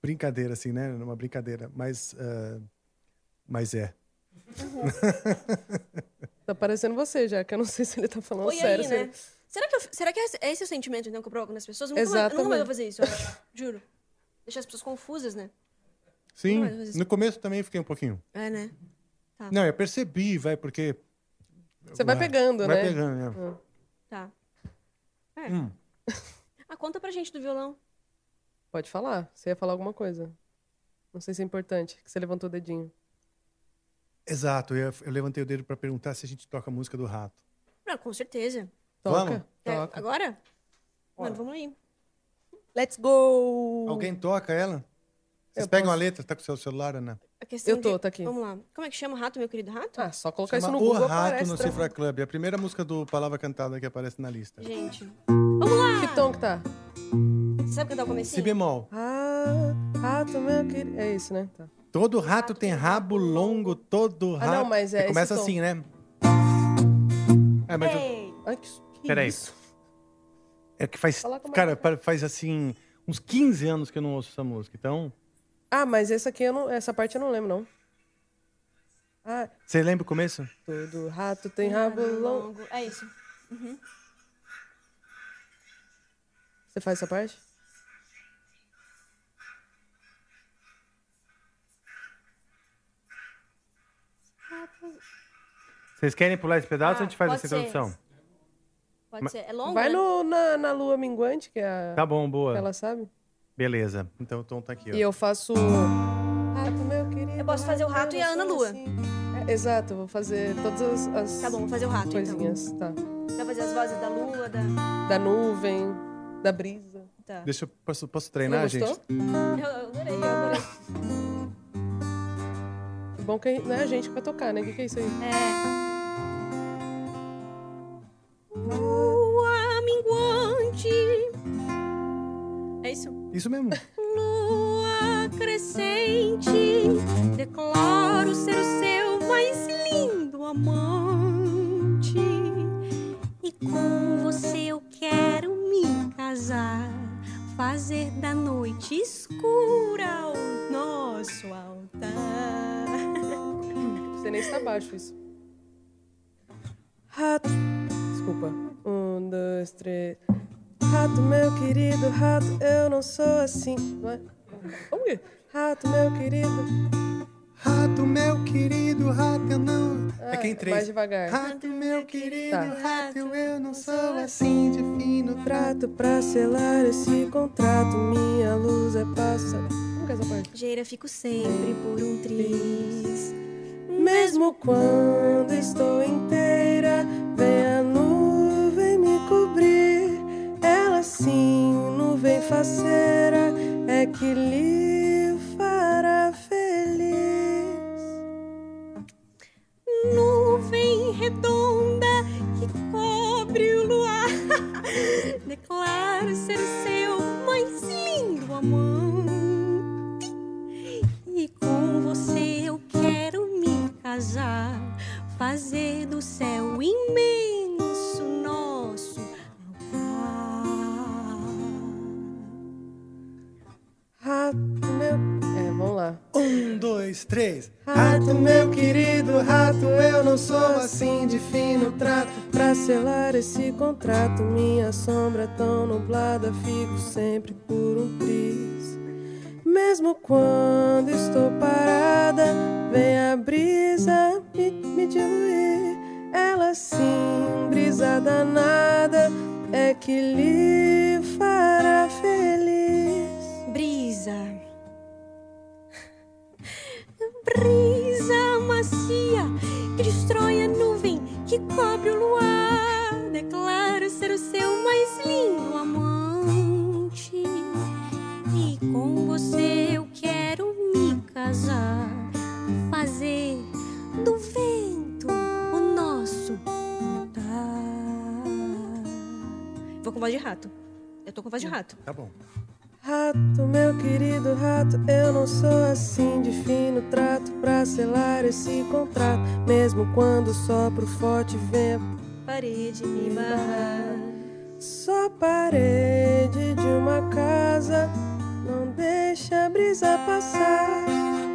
Speaker 3: brincadeira, assim, né? Uma brincadeira. Mas, ah, mas é.
Speaker 4: Tá parecendo você já, que eu não sei se ele tá falando
Speaker 5: Oi,
Speaker 4: sério.
Speaker 5: aí,
Speaker 4: se ele-
Speaker 5: né? Será que, eu, será que é esse o sentimento, então, que eu provoco nas pessoas? Nunca mais,
Speaker 4: Exatamente.
Speaker 5: nunca mais vou fazer isso, eu acho. Juro. Deixar as pessoas confusas, né?
Speaker 3: Sim,
Speaker 5: Não, mas-
Speaker 3: no começo também fiquei um pouquinho.
Speaker 5: É, né? Tá.
Speaker 3: Não, eu percebi, vai, porque.
Speaker 4: Você vai
Speaker 3: Vai-
Speaker 4: pegando,
Speaker 3: vai
Speaker 4: né?
Speaker 3: pegando,
Speaker 4: né?
Speaker 5: Tá. É.
Speaker 3: Hum.
Speaker 5: Ah, conta pra gente do violão.
Speaker 4: Pode falar. Você ia falar alguma coisa. Não sei se é importante, que você levantou o dedinho.
Speaker 3: Exato, eu, eu levantei o dedo pra perguntar se a gente toca a música do rato.
Speaker 5: Não, com certeza.
Speaker 3: Toca,
Speaker 5: É,
Speaker 3: toca.
Speaker 5: Agora? Mano, vamos aí.
Speaker 4: Let's go!
Speaker 3: Alguém toca ela? Vocês
Speaker 4: Uh. Eu
Speaker 3: pegam a
Speaker 4: posso-
Speaker 3: letra? Tá com o seu celular, Ana?
Speaker 11: A questão
Speaker 4: Eu tô,
Speaker 11: de-
Speaker 4: tá aqui.
Speaker 11: Vamos lá. Como é que chama rato, meu querido rato? Ah,
Speaker 4: só
Speaker 3: Chama O Rato no Cifra Club. É a primeira música do Palavra Cantada que aparece na lista.
Speaker 11: Gente. Vamos lá!
Speaker 4: Que tom que tá?
Speaker 11: Sabe cantar o comecinho?
Speaker 3: Si bemol.
Speaker 4: Ah, rato, meu querido. É isso, né? Tá.
Speaker 3: Todo rato tem rabo longo, todo
Speaker 4: Ah,
Speaker 3: rato...
Speaker 4: não, mas é
Speaker 3: E Começa
Speaker 4: esse tom.
Speaker 3: assim, né? É, mas... eu-
Speaker 4: Ai, que, que
Speaker 3: Peraí.
Speaker 4: isso?
Speaker 3: É que faz...
Speaker 4: Falar com a
Speaker 3: Cara, pa- faz assim... Uns 15 anos que eu não ouço essa música, então...
Speaker 4: Ah, mas essa aqui eu não. Essa parte eu não lembro, não. Ah,
Speaker 3: Você lembra o começo?
Speaker 4: todo rato tem rabo longo.
Speaker 11: Ah, É isso. Uhum.
Speaker 4: Você faz essa parte?
Speaker 3: Vocês querem pular esse pedaço ou a gente faz
Speaker 4: Ah, pode
Speaker 3: essa
Speaker 4: ser.
Speaker 3: introdução?
Speaker 11: Pode
Speaker 3: Mas-
Speaker 11: ser. É longo?
Speaker 4: Vai
Speaker 11: né?
Speaker 4: no, na, na lua minguante, que é a.
Speaker 3: Tá bom, boa.
Speaker 4: Ela sabe?
Speaker 3: Beleza. Então o tom tá aqui, ó.
Speaker 4: E eu faço. Rato, meu querido.
Speaker 11: Eu posso fazer o rato e a Ana Lua.
Speaker 4: É, exato, eu vou fazer todas as. as
Speaker 11: Tá bom, vou fazer o rato, então.
Speaker 4: Coisinhas,
Speaker 11: Vai fazer as vozes da lua, da...
Speaker 4: tá. Da nuvem, da brisa.
Speaker 11: Tá.
Speaker 3: Deixa eu... Posso, posso treinar,
Speaker 4: Você
Speaker 3: gente?
Speaker 4: gostou?
Speaker 11: Eu eu adorei, eu adorei.
Speaker 4: Que Bom que não é a gente que vai tocar, né? O que, que é isso aí?
Speaker 11: É. Lua minguante. É isso?
Speaker 3: Isso mesmo.
Speaker 11: Lua crescente. Declaro ser o seu mais lindo amante. E com você eu quero me casar. Fazer da noite escura o nosso altar.
Speaker 4: Você nem está baixo isso. Rato. Desculpa. Um, dois, três. Rato, meu querido, rato, eu não sou assim. Não é? Como que? Rato, meu querido.
Speaker 3: Rato, meu querido, rato, eu não.
Speaker 4: Ah,
Speaker 3: é que em três.
Speaker 4: Mais devagar.
Speaker 3: Rato, meu querido,
Speaker 4: Tá.
Speaker 3: rato, eu não sou assim de fino
Speaker 4: trato pra selar esse contrato. Minha luz é pássaro. Como que é essa parte?
Speaker 11: Geira, fico sempre por um triz.
Speaker 4: Mesmo quando estou inteira, vem a nuvem me cobrir. Ela sim, nuvem faceira, é que lhe fará feliz.
Speaker 11: Nuvem redonda que cobre o luar. Declaro ser o seu mais lindo amante. E com você eu quero me casar. Fazer do céu imenso nosso
Speaker 4: Rato meu. É, vamos lá.
Speaker 3: Um, dois, três.
Speaker 4: Rato meu querido, rato, eu não sou assim de fino trato. Pra selar esse contrato, minha sombra tão nublada, fico sempre por um triz. Mesmo quando estou parada, vem a brisa me, me diluir. Ela sim, brisa danada, é que lhe fará feliz.
Speaker 11: Brisa. Brisa macia que destrói a nuvem que cobre o luar. Declaro ser o seu mais lindo amante. E com você eu quero me casar. Fazer do vento o nosso altar. Vou com voz de rato. Eu tô com voz de rato.
Speaker 3: Tá bom.
Speaker 4: Rato, meu querido rato, eu não sou assim de fino trato pra selar esse contrato. Mesmo quando sopro forte vento,
Speaker 11: Parede me barrar.
Speaker 4: só a parede de uma casa não deixa a brisa passar.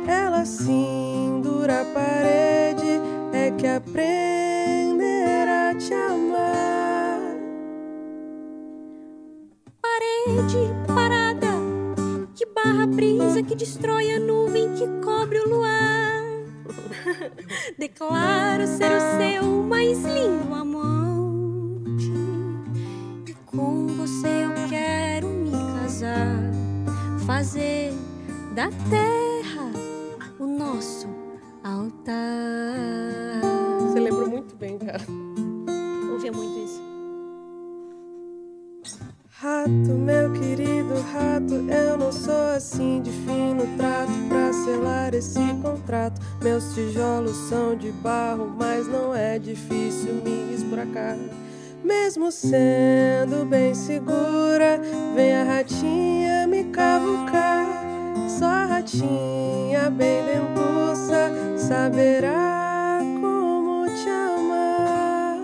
Speaker 4: Ela sim, dura parede, é que aprenderá a te amar.
Speaker 11: parede parada que barra a brisa que destrói a nuvem que cobre o luar. Declaro ser o seu mais lindo amante e com você eu quero me casar, fazer da terra o nosso altar.
Speaker 4: Você lembrou muito bem, cara.
Speaker 11: Ouvia muito isso.
Speaker 4: Rato, meu querido rato, eu não sou assim de fino trato.
Speaker 12: assinar esse contrato. Meus tijolos são de barro, mas não é difícil me esburacar. Mesmo sendo bem segura, vem a ratinha me cavucar. Só a ratinha bem lembuça saberá como te amar.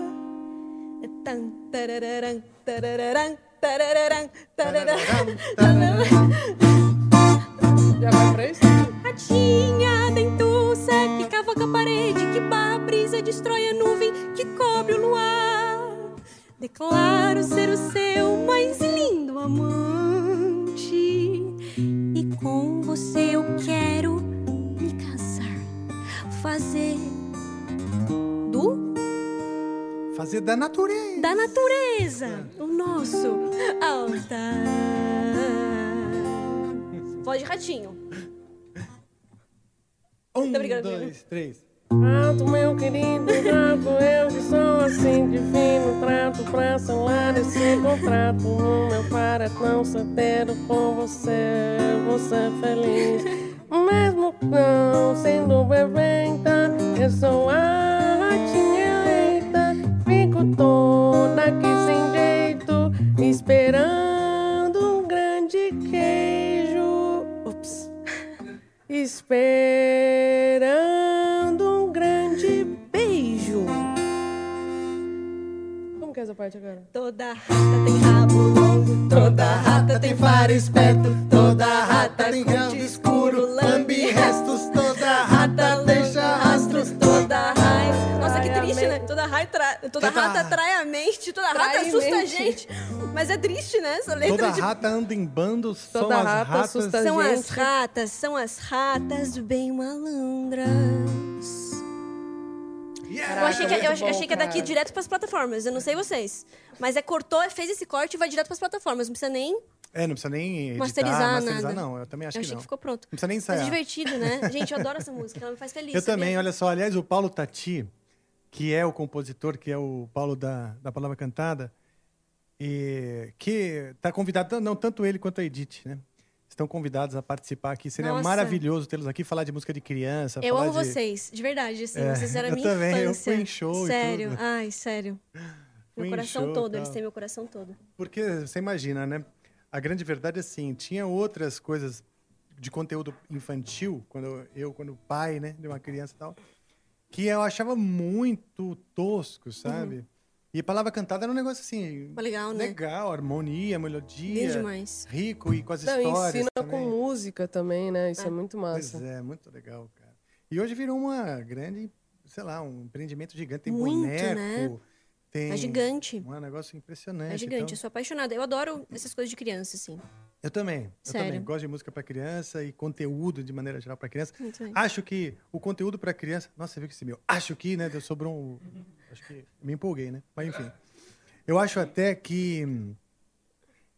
Speaker 5: Tan, tarararam, tarararam, tarararam, tarararam.
Speaker 4: E agora pra isso?
Speaker 5: Ratinha dentuça que cavoca a parede, que barra a brisa, destrói a nuvem que cobre o luar. Declaro ser o seu mais lindo amante. E com você eu quero me casar, fazer do
Speaker 3: Fazer da natureza.
Speaker 5: da natureza
Speaker 3: Um,
Speaker 5: o nosso altar. Voz de ratinho.
Speaker 11: Tá
Speaker 3: Um,
Speaker 5: obrigada,
Speaker 3: dois, três.
Speaker 12: Gato, meu querido gato, eu que sou assim divino. Trato pra selar esse contrato. No meu paredão certeiro com você, você é feliz. Mesmo não sendo bebê, então eu sou a ratinha eita. Fico toda aqui sem jeito, esperando um grande queijo. Ups. Esperando um grande beijo.
Speaker 4: Como que é essa parte agora?
Speaker 5: Toda
Speaker 12: Toda
Speaker 4: Ah,
Speaker 12: rata tem faro esperto, toda
Speaker 3: rata tem grão escuro, lambe restos, toda rata deixa rastros,
Speaker 5: toda raiva. Nossa, que
Speaker 3: Trai a
Speaker 5: triste, né?
Speaker 3: mente.
Speaker 5: Toda, rai tra... toda
Speaker 3: Toda
Speaker 5: rata
Speaker 3: ra-
Speaker 5: atrai a mente, toda
Speaker 4: Trai
Speaker 5: rata
Speaker 4: a
Speaker 5: assusta a
Speaker 4: mente.
Speaker 5: gente. Mas é triste, né? Essa letra
Speaker 3: Toda
Speaker 5: de...
Speaker 3: rata anda em bandos, são
Speaker 5: Toda
Speaker 3: as
Speaker 5: rata
Speaker 3: ratas.
Speaker 5: assusta São as ratas, são as ratas bem malandras. eu achei que, eu
Speaker 4: muito
Speaker 5: achei-
Speaker 4: bom,
Speaker 5: achei que é daqui
Speaker 4: cara.
Speaker 5: direto pras plataformas, eu não sei vocês. Mas é cortou, fez esse corte e vai direto pras plataformas, não precisa nem...
Speaker 3: É, não precisa nem editar,
Speaker 5: Masterizar
Speaker 3: masterizar,
Speaker 5: nada.
Speaker 3: não. Eu também acho
Speaker 5: Eu
Speaker 3: que
Speaker 5: achei
Speaker 3: não.
Speaker 5: que ficou pronto.
Speaker 3: Não precisa nem
Speaker 5: Mas é
Speaker 3: ensaiar.
Speaker 5: divertido, né? Gente, eu adoro essa música, ela me faz feliz.
Speaker 3: Eu
Speaker 5: sabia?
Speaker 3: também, olha só. Aliás, o Paulo Tati, que é o compositor, que é o Paulo da, da Palavra Cantada, e que está convidado, não, tanto ele quanto a Edith, né? Estão convidados a participar aqui. Seria
Speaker 5: Nossa.
Speaker 3: maravilhoso tê-los aqui, falar de música de criança.
Speaker 5: Eu
Speaker 3: Tá, falar
Speaker 5: amo
Speaker 3: de-
Speaker 5: vocês, de verdade, assim,
Speaker 3: É,
Speaker 5: vocês eram a
Speaker 3: eu
Speaker 5: minha
Speaker 3: também, eu
Speaker 5: infância.
Speaker 3: fui em show e
Speaker 5: Sério,
Speaker 3: tudo.
Speaker 5: ai, sério.
Speaker 3: Fui
Speaker 5: Meu
Speaker 3: em
Speaker 5: coração
Speaker 3: show e
Speaker 5: todo, eles
Speaker 3: tal.
Speaker 5: têm meu coração todo.
Speaker 3: Porque você imagina, né? A grande verdade é assim, tinha outras coisas de conteúdo infantil, quando eu- eu, quando pai, né, de uma criança e tal, que eu achava muito
Speaker 5: Uhum.
Speaker 3: tosco, sabe? E palavra cantada era um negócio assim,
Speaker 5: Pô, legal, né?
Speaker 3: legal, harmonia, melodia,
Speaker 5: Bem demais. Então,
Speaker 3: rico e com as
Speaker 4: Não,
Speaker 3: histórias
Speaker 4: ensina
Speaker 3: também.
Speaker 4: com música também, né?
Speaker 5: Ah,
Speaker 4: Isso é, muito
Speaker 3: Pois
Speaker 4: massa.
Speaker 3: é, muito legal, cara. E hoje virou uma grande, sei lá, um empreendimento gigante, tem
Speaker 5: Muito,
Speaker 3: boneco,
Speaker 5: né?
Speaker 3: tem
Speaker 5: É gigante.
Speaker 3: um negócio impressionante.
Speaker 5: É gigante,
Speaker 3: então-
Speaker 5: eu sou apaixonada. Eu adoro essas coisas de criança, assim.
Speaker 3: Eu também. Eu também
Speaker 5: Sério.
Speaker 3: gosto de música para criança e conteúdo de maneira geral para criança.
Speaker 5: Muito bem.
Speaker 3: Acho que o conteúdo para criança. Nossa, você viu que esse meu. Acho que, né? Deu sobrou um. Acho que me empolguei, né? Mas enfim. Eu acho até que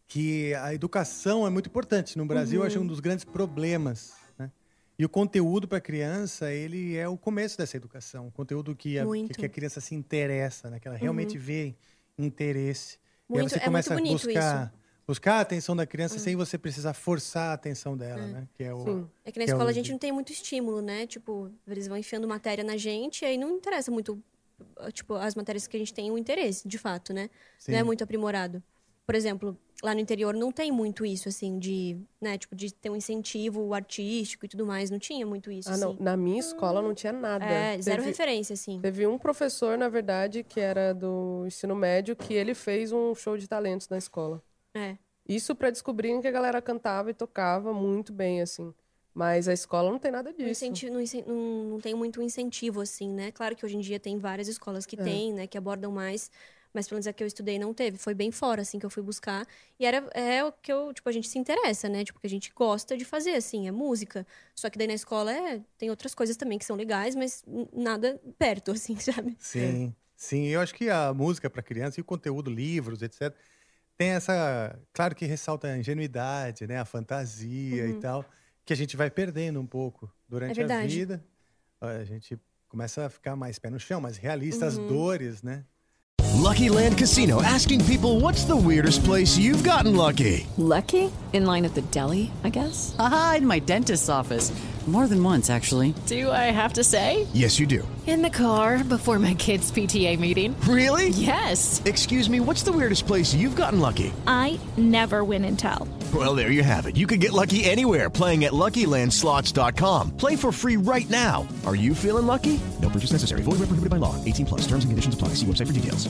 Speaker 3: que a educação é muito importante no Brasil.
Speaker 13: Uhum.
Speaker 3: Acho um dos grandes problemas. Né? E o conteúdo para criança ele é o começo dessa educação. O conteúdo que a,
Speaker 5: Muito.
Speaker 3: que a criança se interessa, né? Que ela realmente
Speaker 5: Uhum.
Speaker 3: vê interesse. e aí
Speaker 5: Muito-
Speaker 3: você
Speaker 5: é muito
Speaker 3: começa a
Speaker 5: bonito isso. Uhum.
Speaker 3: buscar buscar a atenção da criança sem você precisar forçar a atenção dela,
Speaker 5: É.
Speaker 3: né? Que é o
Speaker 5: É que na escola
Speaker 3: o-
Speaker 5: a gente não tem muito estímulo, né? Tipo, eles vão enfiando matéria na gente, aí não interessa muito, tipo, as matérias que a gente tem o interesse, de fato, né?
Speaker 14: Sim.
Speaker 5: Não é muito aprimorado. Por exemplo, lá no interior não tem muito isso, assim, de, né, tipo, de ter um incentivo artístico e tudo mais. Não tinha muito isso,
Speaker 4: Ah, não.
Speaker 5: assim.
Speaker 4: Na minha escola não tinha nada.
Speaker 5: É, zero
Speaker 4: Teve-
Speaker 5: referência, assim.
Speaker 4: Teve um professor, na verdade, que era do ensino médio, que ele fez um show de talentos na escola.
Speaker 5: É.
Speaker 4: Isso pra descobrirem que a galera cantava e tocava muito bem, assim. Mas a escola não tem nada
Speaker 5: Não,
Speaker 4: disso.
Speaker 5: Um incenti- não incen- não- não tem muito incentivo, assim, né? Claro que hoje em dia tem várias escolas que
Speaker 4: É.
Speaker 5: têm, né? Que abordam mais. Mas pelo menos a que eu estudei não teve. Foi bem fora, assim, que eu fui buscar. E era, é o que eu, tipo, a gente se interessa, né? Tipo, que a gente gosta de fazer, assim, é música. Só que daí na escola é, tem outras coisas também que são legais, mas n- nada perto, assim, sabe?
Speaker 3: Sim, sim. Eu acho que a música para criança e o conteúdo, livros, etc., tem essa. Claro que ressalta a ingenuidade, né? A fantasia
Speaker 5: Uhum.
Speaker 3: e tal, que a gente vai perdendo um pouco durante a
Speaker 5: verdade.
Speaker 3: vida. A gente começa a ficar mais pé no chão, mais realista, as
Speaker 5: Uhum.
Speaker 3: dores, né?
Speaker 10: Lucky Land Casino asking people what's the weirdest place you've gotten lucky?
Speaker 15: Lucky? In line at the deli, I guess? Aha, in my dentist's office. More than once, actually.
Speaker 13: Do I have to say?
Speaker 10: Yes, you do.
Speaker 13: In the car before my kids' PTA meeting.
Speaker 10: Really?
Speaker 13: Yes.
Speaker 10: Excuse me, what's the weirdest place you've gotten lucky?
Speaker 16: I never win and tell.
Speaker 10: Well, there you have it. You can get lucky anywhere playing at LuckyLandSlots.com. Play for free right now. Are you feeling lucky? No purchase necessary. Void where prohibited by law. 18 plus. Terms and conditions apply. See website for details.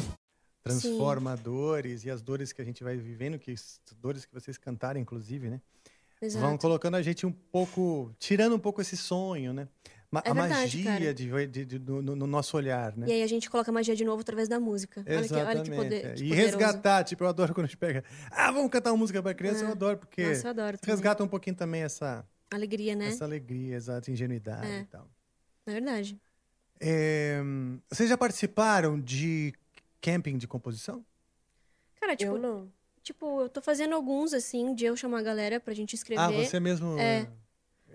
Speaker 3: Transforma dores e as dores que a gente vai vivendo, que as dores que vocês cantaram, inclusive, né?
Speaker 5: Exato.
Speaker 3: Vão colocando a gente um pouco, tirando um pouco esse sonho, né? Ma-
Speaker 5: É
Speaker 3: a
Speaker 5: verdade, cara.
Speaker 3: magia de, de- de- no, no- no nosso
Speaker 4: É.
Speaker 3: olhar, né?
Speaker 5: E aí a gente coloca a magia de novo através da música. Olha que, olha que poder.
Speaker 3: é.
Speaker 5: que
Speaker 3: e
Speaker 5: poderoso.
Speaker 3: resgatar, tipo, eu adoro quando a gente pega. Ah, vamos cantar uma música pra criança,
Speaker 5: É.
Speaker 3: eu adoro, porque
Speaker 5: Nossa, eu adoro também.
Speaker 3: resgata um pouquinho também essa,
Speaker 5: Alegria, né?
Speaker 3: essa Ah, então. alegria, essa ingenuidade
Speaker 5: É.
Speaker 3: e tal.
Speaker 5: Na verdade.
Speaker 3: É, vocês já participaram de camping de composição?
Speaker 5: Cara, tipo.
Speaker 4: Eu não.
Speaker 5: Tipo, eu tô fazendo alguns, assim, de eu chamar a galera pra gente escrever.
Speaker 3: Ah, você mesmo.
Speaker 5: É.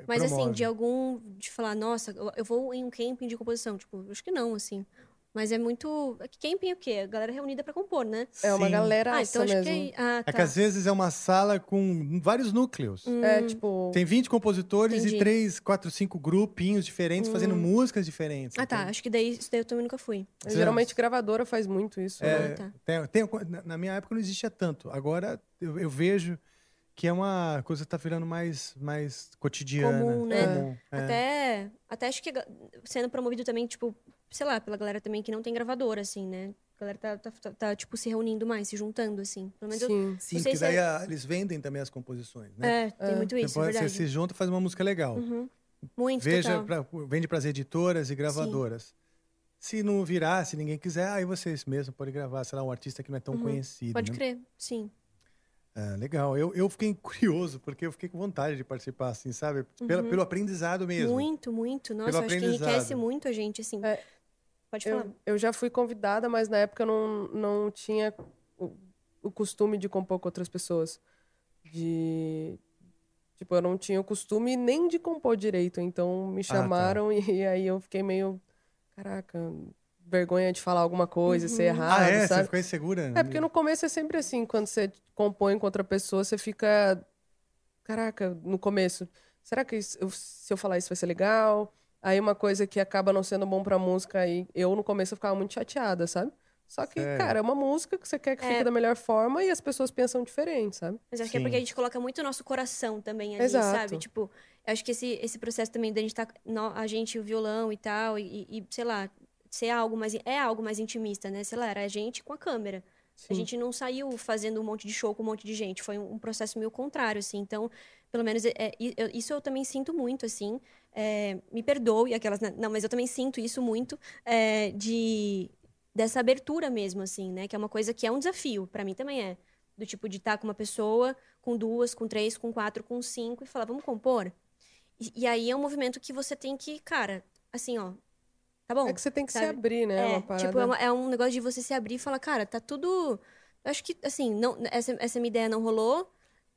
Speaker 5: Mas assim,
Speaker 3: promove.
Speaker 5: de algum. De falar, nossa, eu- eu vou em um camping de composição. Tipo, acho que não, assim. Mas é muito. é que Camping é o quê? É galera reunida pra compor, né?
Speaker 4: É uma Sim.
Speaker 5: Ah,
Speaker 4: galeraça
Speaker 5: então acho
Speaker 4: mesmo.
Speaker 5: que. é- Ah,
Speaker 3: É
Speaker 5: tá. Hum.
Speaker 3: que às vezes é uma sala com vários núcleos.
Speaker 4: É, tipo.
Speaker 3: Tem 20 compositores e
Speaker 5: Entendi.
Speaker 3: 3, 4, 5 grupinhos diferentes fazendo
Speaker 5: Hum.
Speaker 3: músicas diferentes.
Speaker 5: Ah, tá. Acho que daí isso daí eu também nunca fui. Tá.
Speaker 3: Você- Geralmente
Speaker 4: gravadora faz muito isso. né?
Speaker 3: É, tem- tem- na- na minha época não existia tanto. Agora eu, eu vejo que é uma coisa que tá virando mais, mais cotidiana.
Speaker 5: comum, né?
Speaker 3: comum, é.
Speaker 5: Até, até acho que ga- sendo promovido também, tipo, sei lá, pela galera também que não tem gravadora, assim, né? A galera tá, tá, tá- tá, tipo, se reunindo mais, se juntando, assim. Pelo menos eu-
Speaker 4: Sim.
Speaker 5: não
Speaker 3: Sim,
Speaker 5: sei
Speaker 3: porque
Speaker 5: se é-
Speaker 3: daí ah, eles vendem também as composições, né?
Speaker 5: É, tem É. muito isso,
Speaker 3: Você, pode- você
Speaker 5: verdade.
Speaker 3: se junta e faz uma música legal.
Speaker 5: Uhum. Muito,
Speaker 3: Veja,
Speaker 5: total.
Speaker 3: pra- vende para as editoras e gravadoras. Se não virar, se ninguém quiser, aí vocês mesmo podem gravar, sei lá, um artista que não é tão
Speaker 5: Uhum.
Speaker 3: conhecido.
Speaker 5: Pode
Speaker 3: né?
Speaker 5: crer, sim.
Speaker 3: É, legal. Eu, eu fiquei curioso, porque eu fiquei com vontade de participar, assim, sabe? Pela-
Speaker 5: Uhum.
Speaker 3: pelo aprendizado mesmo.
Speaker 5: Muito, muito. Nossa, eu acho que
Speaker 3: aprendizado.
Speaker 5: enriquece muito a gente, assim. Pode falar.
Speaker 4: É, Eu, eu já fui convidada, mas na época eu não, não tinha o, o costume de compor com outras pessoas. De. Tipo, eu não tinha o costume nem de compor direito. Então me
Speaker 14: tá.
Speaker 4: chamaram e aí eu fiquei meio. Caraca, vergonha de falar alguma coisa, ser
Speaker 3: Uhum.
Speaker 4: errado,
Speaker 3: Ah, é? Você
Speaker 4: sabe?
Speaker 3: ficou insegura?
Speaker 12: né?
Speaker 4: É, porque no começo é sempre assim, quando você compõe com outra pessoa, você fica. Caraca, no começo, será que isso- eu- se eu falar isso vai ser legal? Aí uma coisa que acaba não sendo bom pra música, aí eu no começo eu ficava muito chateada, sabe? Só que,
Speaker 5: Sério?
Speaker 4: cara, é uma música que você quer que
Speaker 5: É.
Speaker 4: fique da melhor forma e as pessoas pensam diferente, sabe?
Speaker 5: Mas acho que é porque a gente coloca muito o nosso coração também ali,
Speaker 4: Exato.
Speaker 5: sabe? Tipo, eu acho que esse, esse processo também da gente tá, nó- a gente, o violão e tal, e, e, sei lá, ser algo mais, é algo mais intimista, né? Sei lá, era a gente com a câmera. A
Speaker 4: Sim.
Speaker 5: gente não saiu fazendo um monte de show com um monte de gente. Foi um, um processo meio contrário, assim. Então, pelo menos, é- é- i- eu- isso eu também sinto muito, assim. É, me perdoe aquelas. né? Não, mas eu também sinto isso muito é, de dessa abertura mesmo, assim, né? Que é uma coisa que é um desafio, pra mim também é. Do tipo de estar com uma pessoa, com duas, com três, com quatro, com cinco, e falar, vamos compor? E, e aí é um movimento que você tem que, cara, assim, ó, tá bom.
Speaker 4: É que você tem que se
Speaker 5: sabe?
Speaker 4: abrir, né? É uma
Speaker 5: Tipo, é,
Speaker 4: parada-
Speaker 5: uma- é um negócio de você se abrir e falar, cara, tá tudo. Eu acho que, assim, não, essa, essa minha ideia não rolou.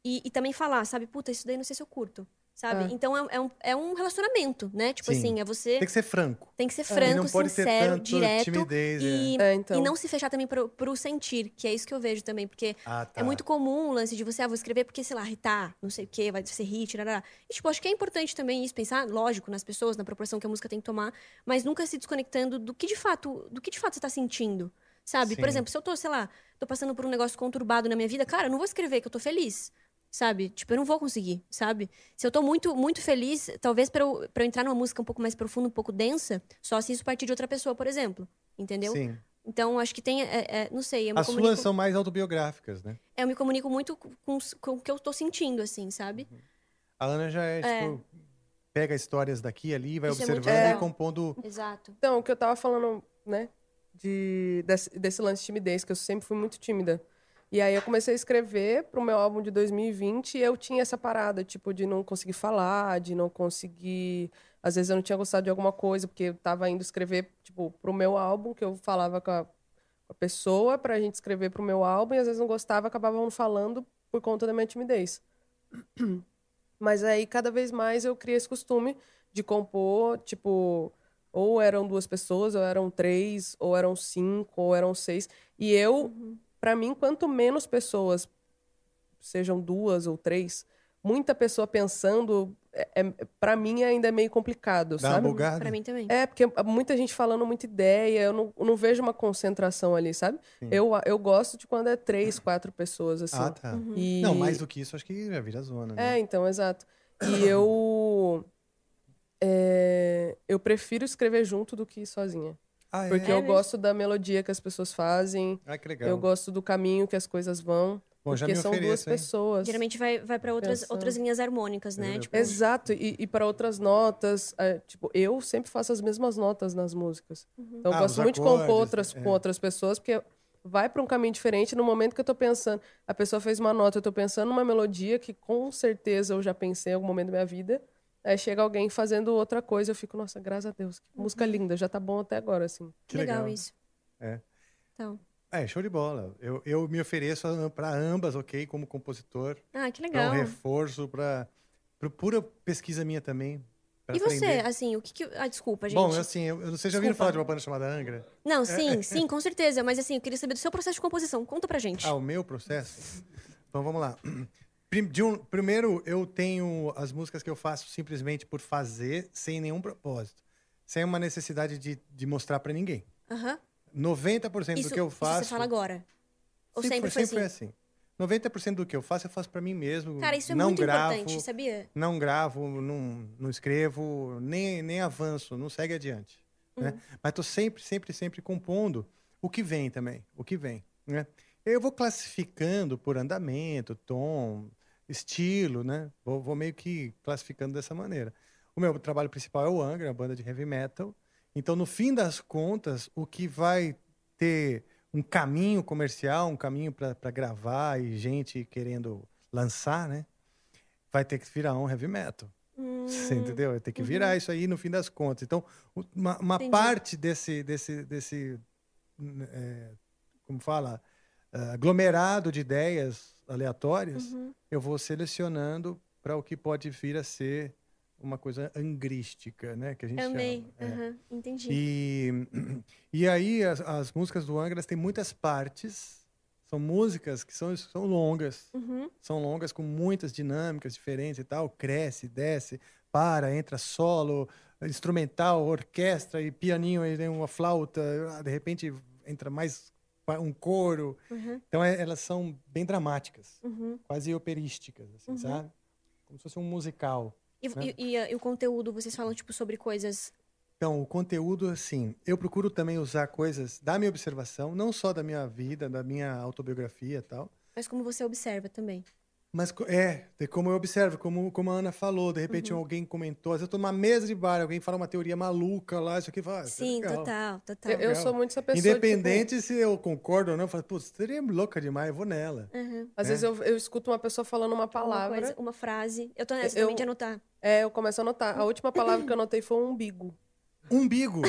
Speaker 5: E, e também falar, sabe, puta, isso daí não sei se eu curto. Sabe?
Speaker 3: É.
Speaker 5: Então é, é um, é um relacionamento, né? Tipo
Speaker 3: Sim.
Speaker 5: assim, é você.
Speaker 3: Tem que ser franco.
Speaker 5: Tem que ser
Speaker 3: É.
Speaker 5: franco,
Speaker 3: E não pode ter
Speaker 5: sincero,
Speaker 3: tanto
Speaker 5: direto.
Speaker 3: timidez,
Speaker 5: e,
Speaker 3: é. É,
Speaker 5: e
Speaker 3: então.
Speaker 5: não se fechar também pro, pro sentir, que é isso que eu vejo também, porque
Speaker 3: Ah, tá.
Speaker 5: é muito comum o lance de você, ah, vou escrever porque, sei lá, ritar, não sei o quê, vai ser hit, tarará. E, tipo, acho que é importante também isso, pensar, lógico, nas pessoas, na proporção que a música tem que tomar, mas nunca se desconectando do que de fato, do que de fato você tá sentindo. Sabe? Por
Speaker 17: Sim.
Speaker 5: exemplo, se eu tô, sei lá, tô passando por um negócio conturbado na minha vida, cara, eu não vou escrever que eu tô feliz. Sabe? Tipo, eu não vou conseguir, sabe? Se eu tô muito, muito feliz, talvez pra eu, pra eu entrar numa música um pouco mais profunda, um pouco densa, só se isso partir de outra pessoa, por exemplo. Entendeu?
Speaker 3: Sim.
Speaker 5: Então, acho que tem. é- é, não sei, eu me,
Speaker 3: As
Speaker 5: comunico,
Speaker 3: suas são mais autobiográficas, né?
Speaker 5: é, eu me comunico muito com, com o que eu tô sentindo, assim, sabe?
Speaker 3: Uhum. A Ana já é,
Speaker 5: É.
Speaker 3: tipo, pega histórias daqui e ali, vai
Speaker 5: Isso é muito
Speaker 3: observando
Speaker 5: legal.
Speaker 3: e né, compondo.
Speaker 5: Exato.
Speaker 4: Então, o que eu tava falando, né? De, desse, desse lance de timidez, que eu sempre fui muito tímida. E aí eu comecei a escrever pro meu álbum de 2020 e eu tinha essa parada, tipo, de não conseguir falar, de não conseguir. Às vezes eu não tinha gostado de alguma coisa, porque eu tava indo escrever, tipo, pro meu álbum, que eu falava com a, com a pessoa pra gente escrever pro meu álbum, e às vezes não gostava, acabava não falando por conta da minha timidez. Mas aí, cada vez mais, eu criei esse costume de compor, tipo, Ou eram duas pessoas, ou eram três, ou eram cinco, ou eram seis. E eu,
Speaker 5: Uhum.
Speaker 4: pra mim, quanto menos pessoas, sejam duas ou três, muita pessoa pensando, é, é, para mim ainda é meio complicado,
Speaker 3: Dá uma
Speaker 4: sabe?
Speaker 3: bugada? Pra
Speaker 5: mim também.
Speaker 4: É, porque muita gente falando muita ideia, eu não, eu não vejo uma concentração ali, sabe?
Speaker 3: Sim.
Speaker 4: Eu, eu gosto de quando é três, quatro pessoas, assim.
Speaker 3: Ah, tá.
Speaker 5: Uhum.
Speaker 4: E-
Speaker 3: Não, mais do que isso, acho que já vira zona, né?
Speaker 4: é, então, exato. E eu. é, eu prefiro escrever junto do que sozinha.
Speaker 3: Ah, é?
Speaker 4: Porque
Speaker 3: É
Speaker 4: eu
Speaker 3: mesmo?
Speaker 4: gosto da melodia que as pessoas fazem.
Speaker 3: Ah, que legal.
Speaker 4: Eu gosto do caminho que as coisas vão.
Speaker 3: Bom, já
Speaker 4: porque
Speaker 3: me
Speaker 4: são duas
Speaker 3: ofereço, hein?
Speaker 4: pessoas.
Speaker 5: Geralmente vai, vai para outras,
Speaker 4: Pensando.
Speaker 5: outras linhas harmônicas, né? Tipo,
Speaker 4: Exato, e, e para outras notas. é, tipo, eu sempre faço as mesmas notas nas músicas. Então, eu
Speaker 5: Ah,
Speaker 4: gosto
Speaker 5: os
Speaker 4: muito de compor
Speaker 5: acordes,
Speaker 4: outras,
Speaker 5: é.
Speaker 4: com outras pessoas, porque vai para um caminho diferente no momento que eu tô pensando. A pessoa fez uma nota, eu tô pensando numa melodia que com certeza eu já pensei em algum momento da minha vida. Aí chega alguém fazendo outra coisa, eu fico, nossa, graças a Deus, que
Speaker 5: Uhum.
Speaker 4: música linda, já tá bom até agora, assim.
Speaker 3: Que Legal legal. isso. É.
Speaker 5: Então.
Speaker 3: É, show de bola. Eu, eu me ofereço para ambas, ok? Como compositor.
Speaker 5: Ah, que
Speaker 3: Pra
Speaker 5: legal.
Speaker 3: um reforço, para pura pesquisa minha também. pra
Speaker 5: E você,
Speaker 3: aprender.
Speaker 5: assim, o que que. Ah, desculpa, gente.
Speaker 3: Bom, assim, eu, eu não sei, já ouviram
Speaker 5: Desculpa.
Speaker 3: falar de uma banda chamada Angra?
Speaker 5: Não,
Speaker 3: É.
Speaker 5: sim, sim, com certeza. Mas assim, eu queria saber do seu processo de composição. Conta pra gente.
Speaker 3: Ah, o meu processo? Então vamos lá. Prim- de um- primeiro, eu tenho as músicas que eu faço simplesmente por fazer, sem nenhum propósito. Sem uma necessidade de, de mostrar para ninguém.
Speaker 5: Aham.
Speaker 3: 90%
Speaker 5: Isso,
Speaker 3: do que eu
Speaker 5: isso
Speaker 3: faço.
Speaker 5: você fala agora. Ou sempre, foi
Speaker 3: sempre
Speaker 5: assim?
Speaker 3: é assim. 90% do que eu faço, eu faço para mim mesmo.
Speaker 5: Cara, isso é
Speaker 3: não
Speaker 5: muito
Speaker 3: gravo,
Speaker 5: importante, sabia?
Speaker 3: Não gravo, não, não escrevo, nem, nem avanço, não segue adiante. né? Mas tô sempre, sempre, sempre compondo o que vem também, o que vem. Né? Eu vou classificando por andamento, tom, estilo, né? Vou, vou meio que classificando dessa maneira. O meu trabalho principal é o Angra, a banda de heavy metal. Então, no fim das contas, o que vai ter um caminho comercial, um caminho para gravar e gente querendo lançar, né? Vai ter que virar um heavy metal. Você entendeu? Vai ter que virar isso aí no fim das contas. Então, o- uma, uma
Speaker 14: Entendi.
Speaker 3: parte desse, desse, desse n- é, como fala, Ah, aglomerado de ideias aleatórias,
Speaker 14: Uhum.
Speaker 3: eu vou selecionando para o que pode vir a ser uma coisa angrística, né? Que a gente
Speaker 5: Amei.
Speaker 3: chama. É.
Speaker 5: Aham, Entendi.
Speaker 3: E, e aí, as, as músicas do Angra elas têm muitas partes. São músicas que são, são longas.
Speaker 5: Uhum.
Speaker 3: São longas com muitas dinâmicas diferentes e tal. Cresce, desce, para, entra solo, instrumental, orquestra e pianinho, aí tem uma flauta. ah, De repente, entra mais pa- um coro.
Speaker 14: Uhum.
Speaker 3: Então, é- elas são bem dramáticas,
Speaker 5: Uhum.
Speaker 3: quase operísticas, assim,
Speaker 5: Uhum.
Speaker 3: sabe? Como se fosse um musical.
Speaker 5: E,
Speaker 3: né?
Speaker 5: e- e, ah, e o conteúdo, vocês falam, tipo, sobre coisas.
Speaker 3: Então, o conteúdo, assim, eu procuro também usar coisas da minha observação, não só da minha vida, da minha autobiografia e tal,
Speaker 5: Mas como você observa também.
Speaker 3: mas co- é, de como eu observo, como, como a Ana falou, de repente
Speaker 5: Uhum.
Speaker 3: alguém comentou, às vezes eu tô numa mesa de bar, alguém fala uma teoria maluca lá, isso é aqui fala.
Speaker 5: Sim, total, total.
Speaker 4: Eu- eu sou muito essa pessoa de, tipo,
Speaker 3: Independente se eu concordo ou não, eu falo, putz, teoria é louca demais, eu vou nela.
Speaker 4: Às
Speaker 3: É.
Speaker 4: vezes eu, eu escuto uma pessoa falando uma palavra.
Speaker 5: coisa, uma frase. Eu tô nessa também de anotar.
Speaker 4: É, eu começo a anotar. A última palavra que eu anotei foi um umbigo.
Speaker 3: Umbigo!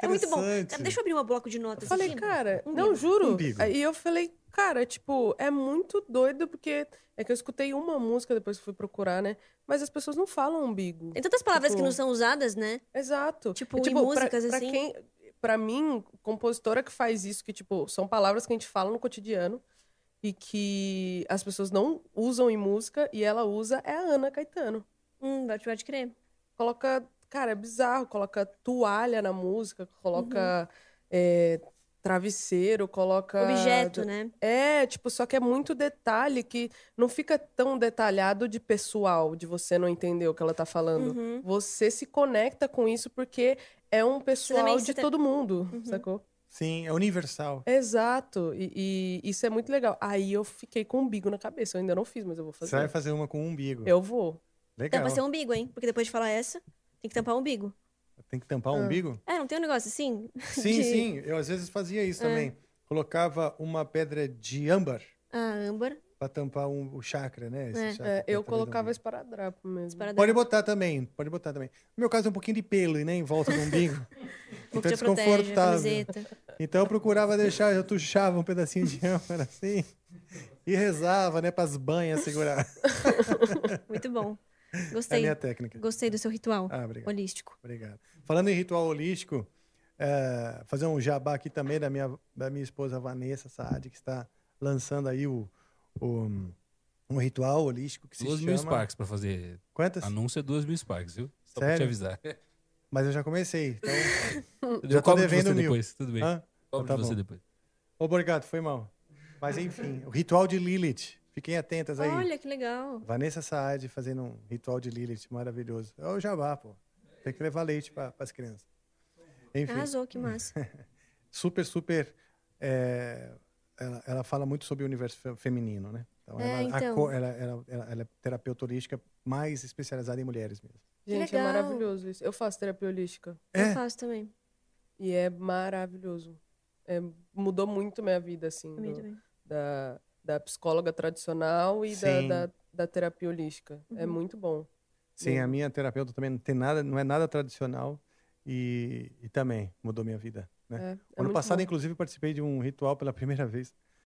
Speaker 5: É muito bom.
Speaker 3: Interessante.
Speaker 5: Deixa eu abrir uma bloco de notas.
Speaker 4: Eu falei,
Speaker 5: aqui. Um
Speaker 4: cara, não, juro.
Speaker 3: Umbigo.
Speaker 4: E eu falei, cara, tipo, é muito doido, porque é que eu escutei uma música depois que fui procurar, né? Mas as pessoas não falam umbigo.
Speaker 5: Tem tantas palavras que
Speaker 4: Tipo,
Speaker 5: não são usadas, né?
Speaker 4: Exato.
Speaker 5: Tipo,
Speaker 4: E,
Speaker 5: em
Speaker 4: tipo, pra-
Speaker 5: músicas,
Speaker 4: pra
Speaker 5: assim.
Speaker 4: quem- pra mim, compositora que faz isso, que, tipo, são palavras que a gente fala no cotidiano e que as pessoas não usam em música e ela usa, é a Ana Caetano.
Speaker 5: Hum, pode, pode crer.
Speaker 4: Coloca, cara, é bizarro, coloca toalha na música, coloca é, travesseiro, coloca...
Speaker 5: Uhum. Objeto, né?
Speaker 4: É, tipo, só que é muito detalhe que não fica tão detalhado de pessoal, de você não entender o que ela tá falando.
Speaker 5: Uhum.
Speaker 4: Você se conecta com isso porque é um pessoal
Speaker 5: também- Uhum.
Speaker 4: de
Speaker 5: você ta-
Speaker 4: todo mundo, sacou?
Speaker 3: Sim, é universal.
Speaker 4: Exato, e, e isso é muito legal. Aí eu fiquei com o umbigo na cabeça, eu ainda não fiz, mas eu vou
Speaker 3: Você vai
Speaker 4: fazer.
Speaker 3: fazer uma com um umbigo.
Speaker 4: Eu vou.
Speaker 3: Legal.
Speaker 5: Tampa seu umbigo, hein? Porque depois de falar essa, tem que tampar o umbigo.
Speaker 3: Tem que tampar o
Speaker 5: Ah.
Speaker 3: umbigo?
Speaker 5: É, não tem um negócio assim?
Speaker 3: Sim,
Speaker 5: De-
Speaker 3: sim. Eu às vezes fazia isso
Speaker 5: É.
Speaker 3: também. Colocava uma pedra de âmbar
Speaker 5: Ah, âmbar.
Speaker 3: para tampar um- o chakra, né? Esse
Speaker 5: É.
Speaker 3: chakra
Speaker 4: É,
Speaker 3: que
Speaker 4: eu
Speaker 3: tá doido.
Speaker 4: colocava esparadrapo mesmo.
Speaker 3: Pode botar também, pode botar também. No meu caso é um pouquinho de pelo, né, em volta do umbigo.
Speaker 5: Um
Speaker 3: então
Speaker 5: que
Speaker 3: é
Speaker 5: te protege, a
Speaker 3: desconfortável.
Speaker 5: camiseta.
Speaker 3: Então eu procurava deixar, eu tuchava um pedacinho de âmbar assim e rezava, né, para as banhas segurar.
Speaker 5: Muito bom. Gostei.
Speaker 3: É a minha técnica.
Speaker 5: Gostei do seu ritual
Speaker 3: Ah, obrigado.
Speaker 5: holístico.
Speaker 3: Obrigado. Falando em ritual holístico, eh, fazer um jabá aqui também da minha, da minha esposa Vanessa Saad, que está lançando aí o, o- um ritual holístico que se
Speaker 6: Duas
Speaker 3: chama...
Speaker 6: mil Sparks pra fazer.
Speaker 3: Quantas?
Speaker 6: Anúncio é duas mil Sparks, viu? Só pra te
Speaker 3: Sério?
Speaker 6: avisar.
Speaker 3: Mas eu já comecei, então...
Speaker 6: Eu
Speaker 3: já tô
Speaker 6: cobro de
Speaker 3: devendo
Speaker 6: você
Speaker 3: mil.
Speaker 6: depois, tudo bem.
Speaker 3: Hã?
Speaker 6: Cobro
Speaker 3: Então
Speaker 6: de você
Speaker 3: bom.
Speaker 6: depois.
Speaker 3: Ô, Borgato, foi mal. Mas enfim, o ritual de Lilith. Fiquem atentas aí.
Speaker 5: Olha, que legal.
Speaker 3: Vanessa Saad fazendo um ritual de Lilith maravilhoso. É o jabá, pô. Tem que levar leite para as crianças. Enfim.
Speaker 5: Arrasou, que massa.
Speaker 3: super, super. é, ela, ela fala muito sobre o universo fe- feminino, né? Então, ela,
Speaker 5: É,
Speaker 3: a
Speaker 5: então.
Speaker 3: co- ela, ela, ela- ela é terapeuta holística mais especializada em mulheres mesmo.
Speaker 4: Gente, é
Speaker 5: legal.
Speaker 4: maravilhoso isso. Eu faço terapia holística.
Speaker 3: É? Eu
Speaker 5: faço também.
Speaker 4: E é maravilhoso. É, mudou muito minha vida, assim.
Speaker 5: A minha
Speaker 4: do-
Speaker 5: também.
Speaker 4: da, da psicóloga tradicional e da,
Speaker 3: Sim.
Speaker 4: da, da terapia holística. É
Speaker 5: Uhum.
Speaker 4: muito bom.
Speaker 3: Sim, a
Speaker 4: Mesmo.
Speaker 3: minha terapeuta também não tem nada, não é nada tradicional e, e também mudou minha vida,
Speaker 4: É, é
Speaker 3: né? ano
Speaker 4: muito
Speaker 3: passado,
Speaker 4: bom.
Speaker 3: inclusive, participei de um ritual pela primeira vez.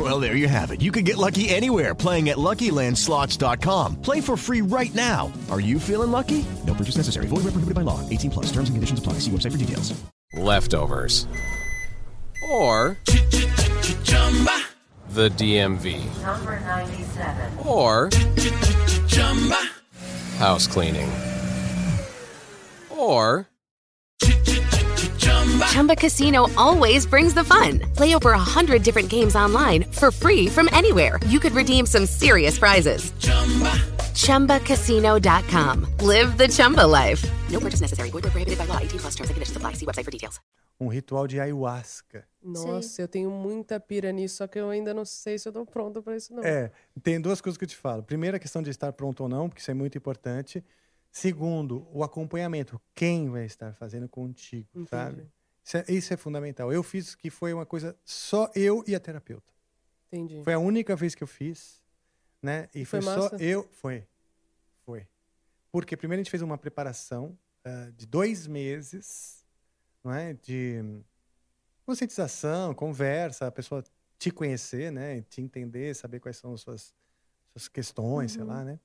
Speaker 10: Well, there you have it. You can get lucky anywhere playing at LuckyLandSlots.com. Play for free right now. Are you feeling lucky? No purchase necessary. Void where prohibited by law. 18 plus. Terms and conditions apply. See website for details.
Speaker 18: Leftovers. Or. The DMV.
Speaker 19: Number 97.
Speaker 18: Or. House cleaning. Or.
Speaker 7: Chumba Casino always brings the fun. Play over 100 different games online for free from anywhere. You could redeem some serious prizes. ChumbaCasino.com. Live the Chumba life. No purchase necessary. Void where prohibited by law. 18 plus terms and conditions apply. See website for details.
Speaker 3: Um ritual de ayahuasca.
Speaker 4: Nossa, eu tenho muita pira nisso, só que eu ainda não sei se eu tô pronta pra isso, não.
Speaker 3: É, tem duas coisas que eu te falo. Primeiro, a questão de estar pronto ou não, porque isso é muito importante. Segundo, o acompanhamento. Quem vai estar fazendo contigo, sabe? Isso é, isso é fundamental. Eu fiz que foi uma coisa só eu e a terapeuta.
Speaker 4: Entendi.
Speaker 3: Foi a única vez que eu fiz, né? E
Speaker 4: Foi
Speaker 3: foi, só
Speaker 4: massa?
Speaker 3: eu. Foi. Foi. Porque primeiro a gente fez uma preparação ah, de dois meses, não é? De hum, conscientização, conversa, a pessoa te conhecer, né? Te entender, saber quais são as suas, suas questões, sei
Speaker 14: Uhum.
Speaker 3: lá, né?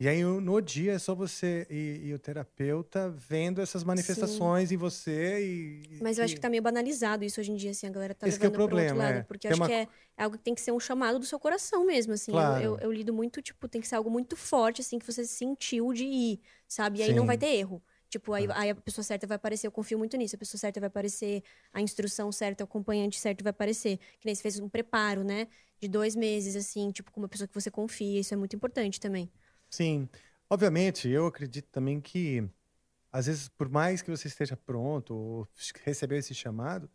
Speaker 3: E aí, o- no dia, é só você e, e o terapeuta vendo essas manifestações em você e...
Speaker 5: Mas eu acho
Speaker 3: e-
Speaker 5: que tá meio banalizado isso hoje em dia, assim, a galera tá
Speaker 3: Esse que é o
Speaker 5: levando pro outro
Speaker 3: problema, é.
Speaker 5: lado. Porque eu
Speaker 3: Tem
Speaker 5: acho
Speaker 3: uma
Speaker 5: que é algo que tem que ser um chamado do seu coração mesmo, assim. Eu-
Speaker 3: Claro.
Speaker 5: Eu, eu lido muito, tipo, tem que ser algo muito forte, assim, que você sentiu de ir, sabe? E aí não
Speaker 17: Sim.
Speaker 5: vai ter erro. Tipo,
Speaker 3: É.
Speaker 5: aí, aí a pessoa certa vai aparecer, eu confio muito nisso, a pessoa certa vai aparecer, a instrução certa, o acompanhante certo vai aparecer. Que nem você fez um preparo, né? De dois meses, assim, tipo, com uma pessoa que você confia, isso é muito importante também.
Speaker 3: Sim, obviamente, eu acredito também que, às vezes, por mais que você esteja pronto ou recebeu esse chamado,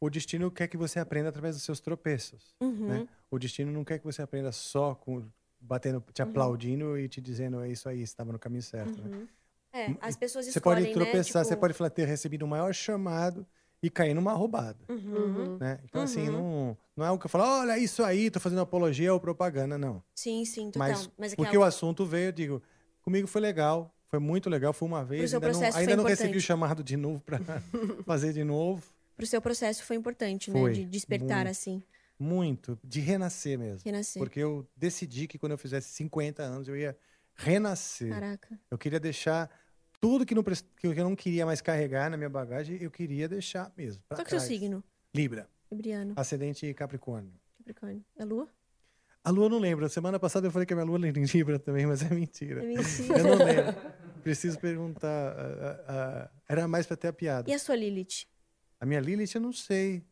Speaker 3: o destino quer que você aprenda através dos seus tropeços, né?
Speaker 5: Uhum.
Speaker 3: O destino não quer que você aprenda só com batendo, te
Speaker 5: Uhum.
Speaker 3: aplaudindo e te dizendo é isso aí, estava no caminho certo, né?
Speaker 5: Uhum. É, as pessoas
Speaker 3: Você pode
Speaker 5: escolhem,
Speaker 3: tropeçar,
Speaker 5: né?
Speaker 3: você
Speaker 5: Tipo,
Speaker 3: pode falar, ter recebido o maior chamado e cair numa roubada,
Speaker 5: Uhum.
Speaker 3: né? Então, assim,
Speaker 5: Uhum.
Speaker 3: não, não é o que eu falo, olha isso aí, tô fazendo apologia ou propaganda, não.
Speaker 5: Sim, sim, total.
Speaker 3: Mas,
Speaker 5: Mas é que é
Speaker 3: porque
Speaker 5: algo-
Speaker 3: o assunto veio, eu digo, comigo foi legal, foi muito legal, foi uma vez,
Speaker 5: seu
Speaker 3: ainda não,
Speaker 5: processo foi
Speaker 3: ainda não recebi o
Speaker 5: importante.
Speaker 3: chamado de novo para fazer de novo.
Speaker 5: pro seu processo foi importante,
Speaker 3: Foi,
Speaker 5: né? De despertar,
Speaker 3: muito.
Speaker 5: assim.
Speaker 3: Muito, de renascer mesmo.
Speaker 5: Renascer.
Speaker 3: Porque eu decidi que quando eu fizesse 50 anos eu ia renascer.
Speaker 5: Caraca.
Speaker 3: Eu queria deixar tudo que, não, pres- que eu não queria mais carregar na minha bagagem, eu queria deixar mesmo. pra
Speaker 5: Qual que é o seu
Speaker 3: trás.
Speaker 5: signo?
Speaker 3: Libra,
Speaker 5: Libriano.
Speaker 3: ascendente Capricórnio.
Speaker 5: Capricórnio. É lua?
Speaker 3: A lua eu não lembro. Semana passada eu falei que a minha lua era em Libra também, mas é mentira.
Speaker 5: É mentira.
Speaker 3: Eu não lembro. Preciso perguntar. ah, ah, ah, era mais pra ter a piada.
Speaker 5: E a sua Lilith?
Speaker 3: A minha Lilith eu não sei.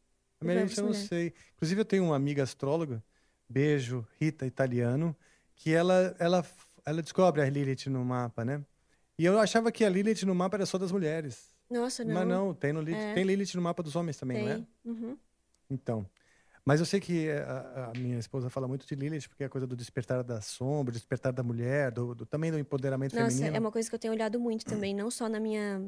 Speaker 3: A minha
Speaker 5: Vai
Speaker 3: Lilith eu não
Speaker 5: buscar.
Speaker 3: sei. Inclusive eu tenho uma amiga astróloga, beijo, Rita Italiano, que ela, ela, ela descobre a Lilith no mapa, né? E eu achava que a Lilith no mapa era só das mulheres.
Speaker 5: Nossa, não.
Speaker 3: Mas não, tem, no Lilith,
Speaker 5: É.
Speaker 3: tem Lilith no mapa dos homens também,
Speaker 5: Tem.
Speaker 3: não é?
Speaker 5: Uhum.
Speaker 3: Então. Mas eu sei que a, a minha esposa fala muito de Lilith, porque é a coisa do despertar da sombra, despertar da mulher, do, do- também do empoderamento
Speaker 5: Nossa,
Speaker 3: feminino.
Speaker 5: é uma coisa que eu tenho olhado muito também, não só na minha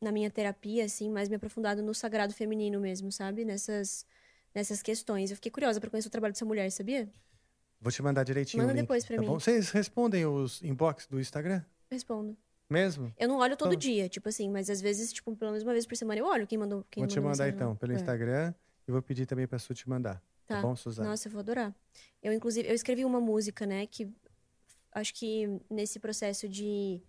Speaker 5: na minha terapia assim, mas me aprofundado no sagrado feminino mesmo, sabe? Nessas nessas questões. Eu fiquei curiosa pra conhecer o trabalho dessa mulher, sabia?
Speaker 3: Vou te mandar direitinho.
Speaker 5: Manda
Speaker 3: o link,
Speaker 5: depois pra
Speaker 3: tá
Speaker 5: mim.
Speaker 3: Bom? Vocês respondem os inbox do Instagram?
Speaker 5: Respondo.
Speaker 3: Mesmo?
Speaker 5: Eu não olho todo
Speaker 3: Então,
Speaker 5: dia, tipo assim, mas às vezes, tipo, pelo menos uma vez por semana eu olho quem mandou. Quem
Speaker 3: Vou te mandar
Speaker 5: mandou mensagem
Speaker 3: então
Speaker 5: nova.
Speaker 3: pelo
Speaker 5: É.
Speaker 3: Instagram e vou pedir também pra Su te mandar. Tá, bom, Suzana?
Speaker 5: Nossa, eu vou adorar. Eu, inclusive, eu escrevi uma música, né, que acho que nesse processo de,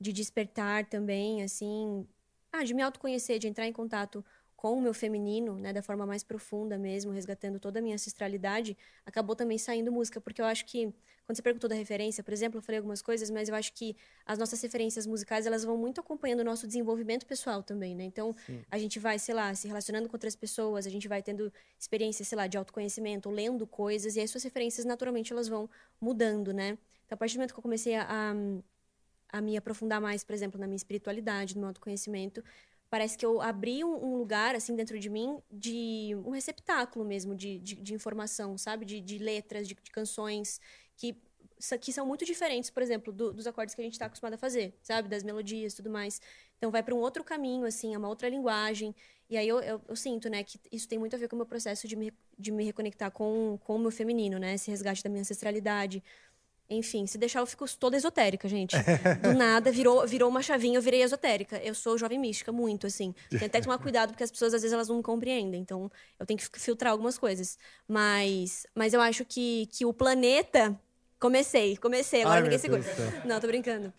Speaker 5: de despertar também, assim, ah, de me autoconhecer, de entrar em contato com o meu feminino, né, da forma mais profunda mesmo, resgatando toda a minha ancestralidade, acabou também saindo música, porque eu acho que, quando você perguntou da referência, por exemplo, eu falei algumas coisas, mas eu acho que as nossas referências musicais, elas vão muito acompanhando o nosso desenvolvimento pessoal também, né? Então,
Speaker 14: Sim.
Speaker 5: a gente vai, sei lá, se relacionando com outras pessoas, a gente vai tendo experiências, sei lá, de autoconhecimento, lendo coisas, e as suas referências, naturalmente, elas vão mudando, né? Então, a partir do momento que eu comecei a- a a me aprofundar mais, por exemplo, na minha espiritualidade, no meu autoconhecimento. Parece que eu abri um, um lugar, assim, dentro de mim, de um receptáculo mesmo de, de, de informação, sabe? De, de letras, de, de canções, que, sa- que são muito diferentes, por exemplo, do- dos acordes que a gente está acostumado a fazer, sabe? Das melodias e tudo mais. Então, vai para um outro caminho, assim, é uma outra linguagem. E aí eu, eu, eu sinto, né, que isso tem muito a ver com o meu processo de me, de me reconectar com, com o meu feminino, né? Esse resgate da minha ancestralidade. Enfim, se deixar, eu fico toda esotérica, gente. Do nada, virou, virou uma chavinha, eu virei esotérica. Eu sou jovem mística, muito, assim. Tem até que tomar cuidado, porque as pessoas, às vezes, elas não me compreendem. Então, eu tenho que fi- filtrar algumas coisas. Mas, mas eu acho que, que o planeta... Comecei, comecei. Agora
Speaker 14: Ai,
Speaker 5: ninguém segura.
Speaker 14: meu Deus do céu.
Speaker 5: Não, tô brincando.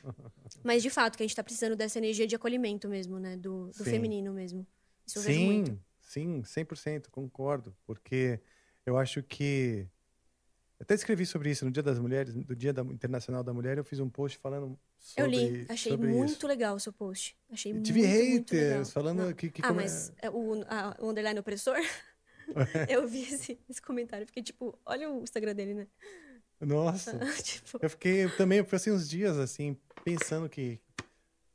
Speaker 5: Mas, de fato, que a gente tá precisando dessa energia de acolhimento mesmo, né? Do, do
Speaker 3: Sim.
Speaker 5: feminino mesmo. Isso eu vejo muito.
Speaker 3: Sim, sim, 100%, concordo, porque eu acho que eu até escrevi sobre isso no Dia das Mulheres, do Dia da- Internacional da Mulher, eu fiz um post falando sobre
Speaker 5: eu li, achei
Speaker 3: sobre
Speaker 5: muito
Speaker 3: isso.
Speaker 5: legal o seu post. Achei
Speaker 3: E
Speaker 5: muito,
Speaker 3: tive
Speaker 5: muito
Speaker 3: haters
Speaker 5: legal.
Speaker 3: falando que- que
Speaker 5: ah,
Speaker 3: como é-
Speaker 5: mas é, o, a- o underline opressor, eu vi esse, esse comentário, fiquei tipo, olha o Instagram dele, né?
Speaker 3: Nossa.
Speaker 5: Tipo-
Speaker 3: Eu fiquei eu também, eu passei uns dias assim pensando que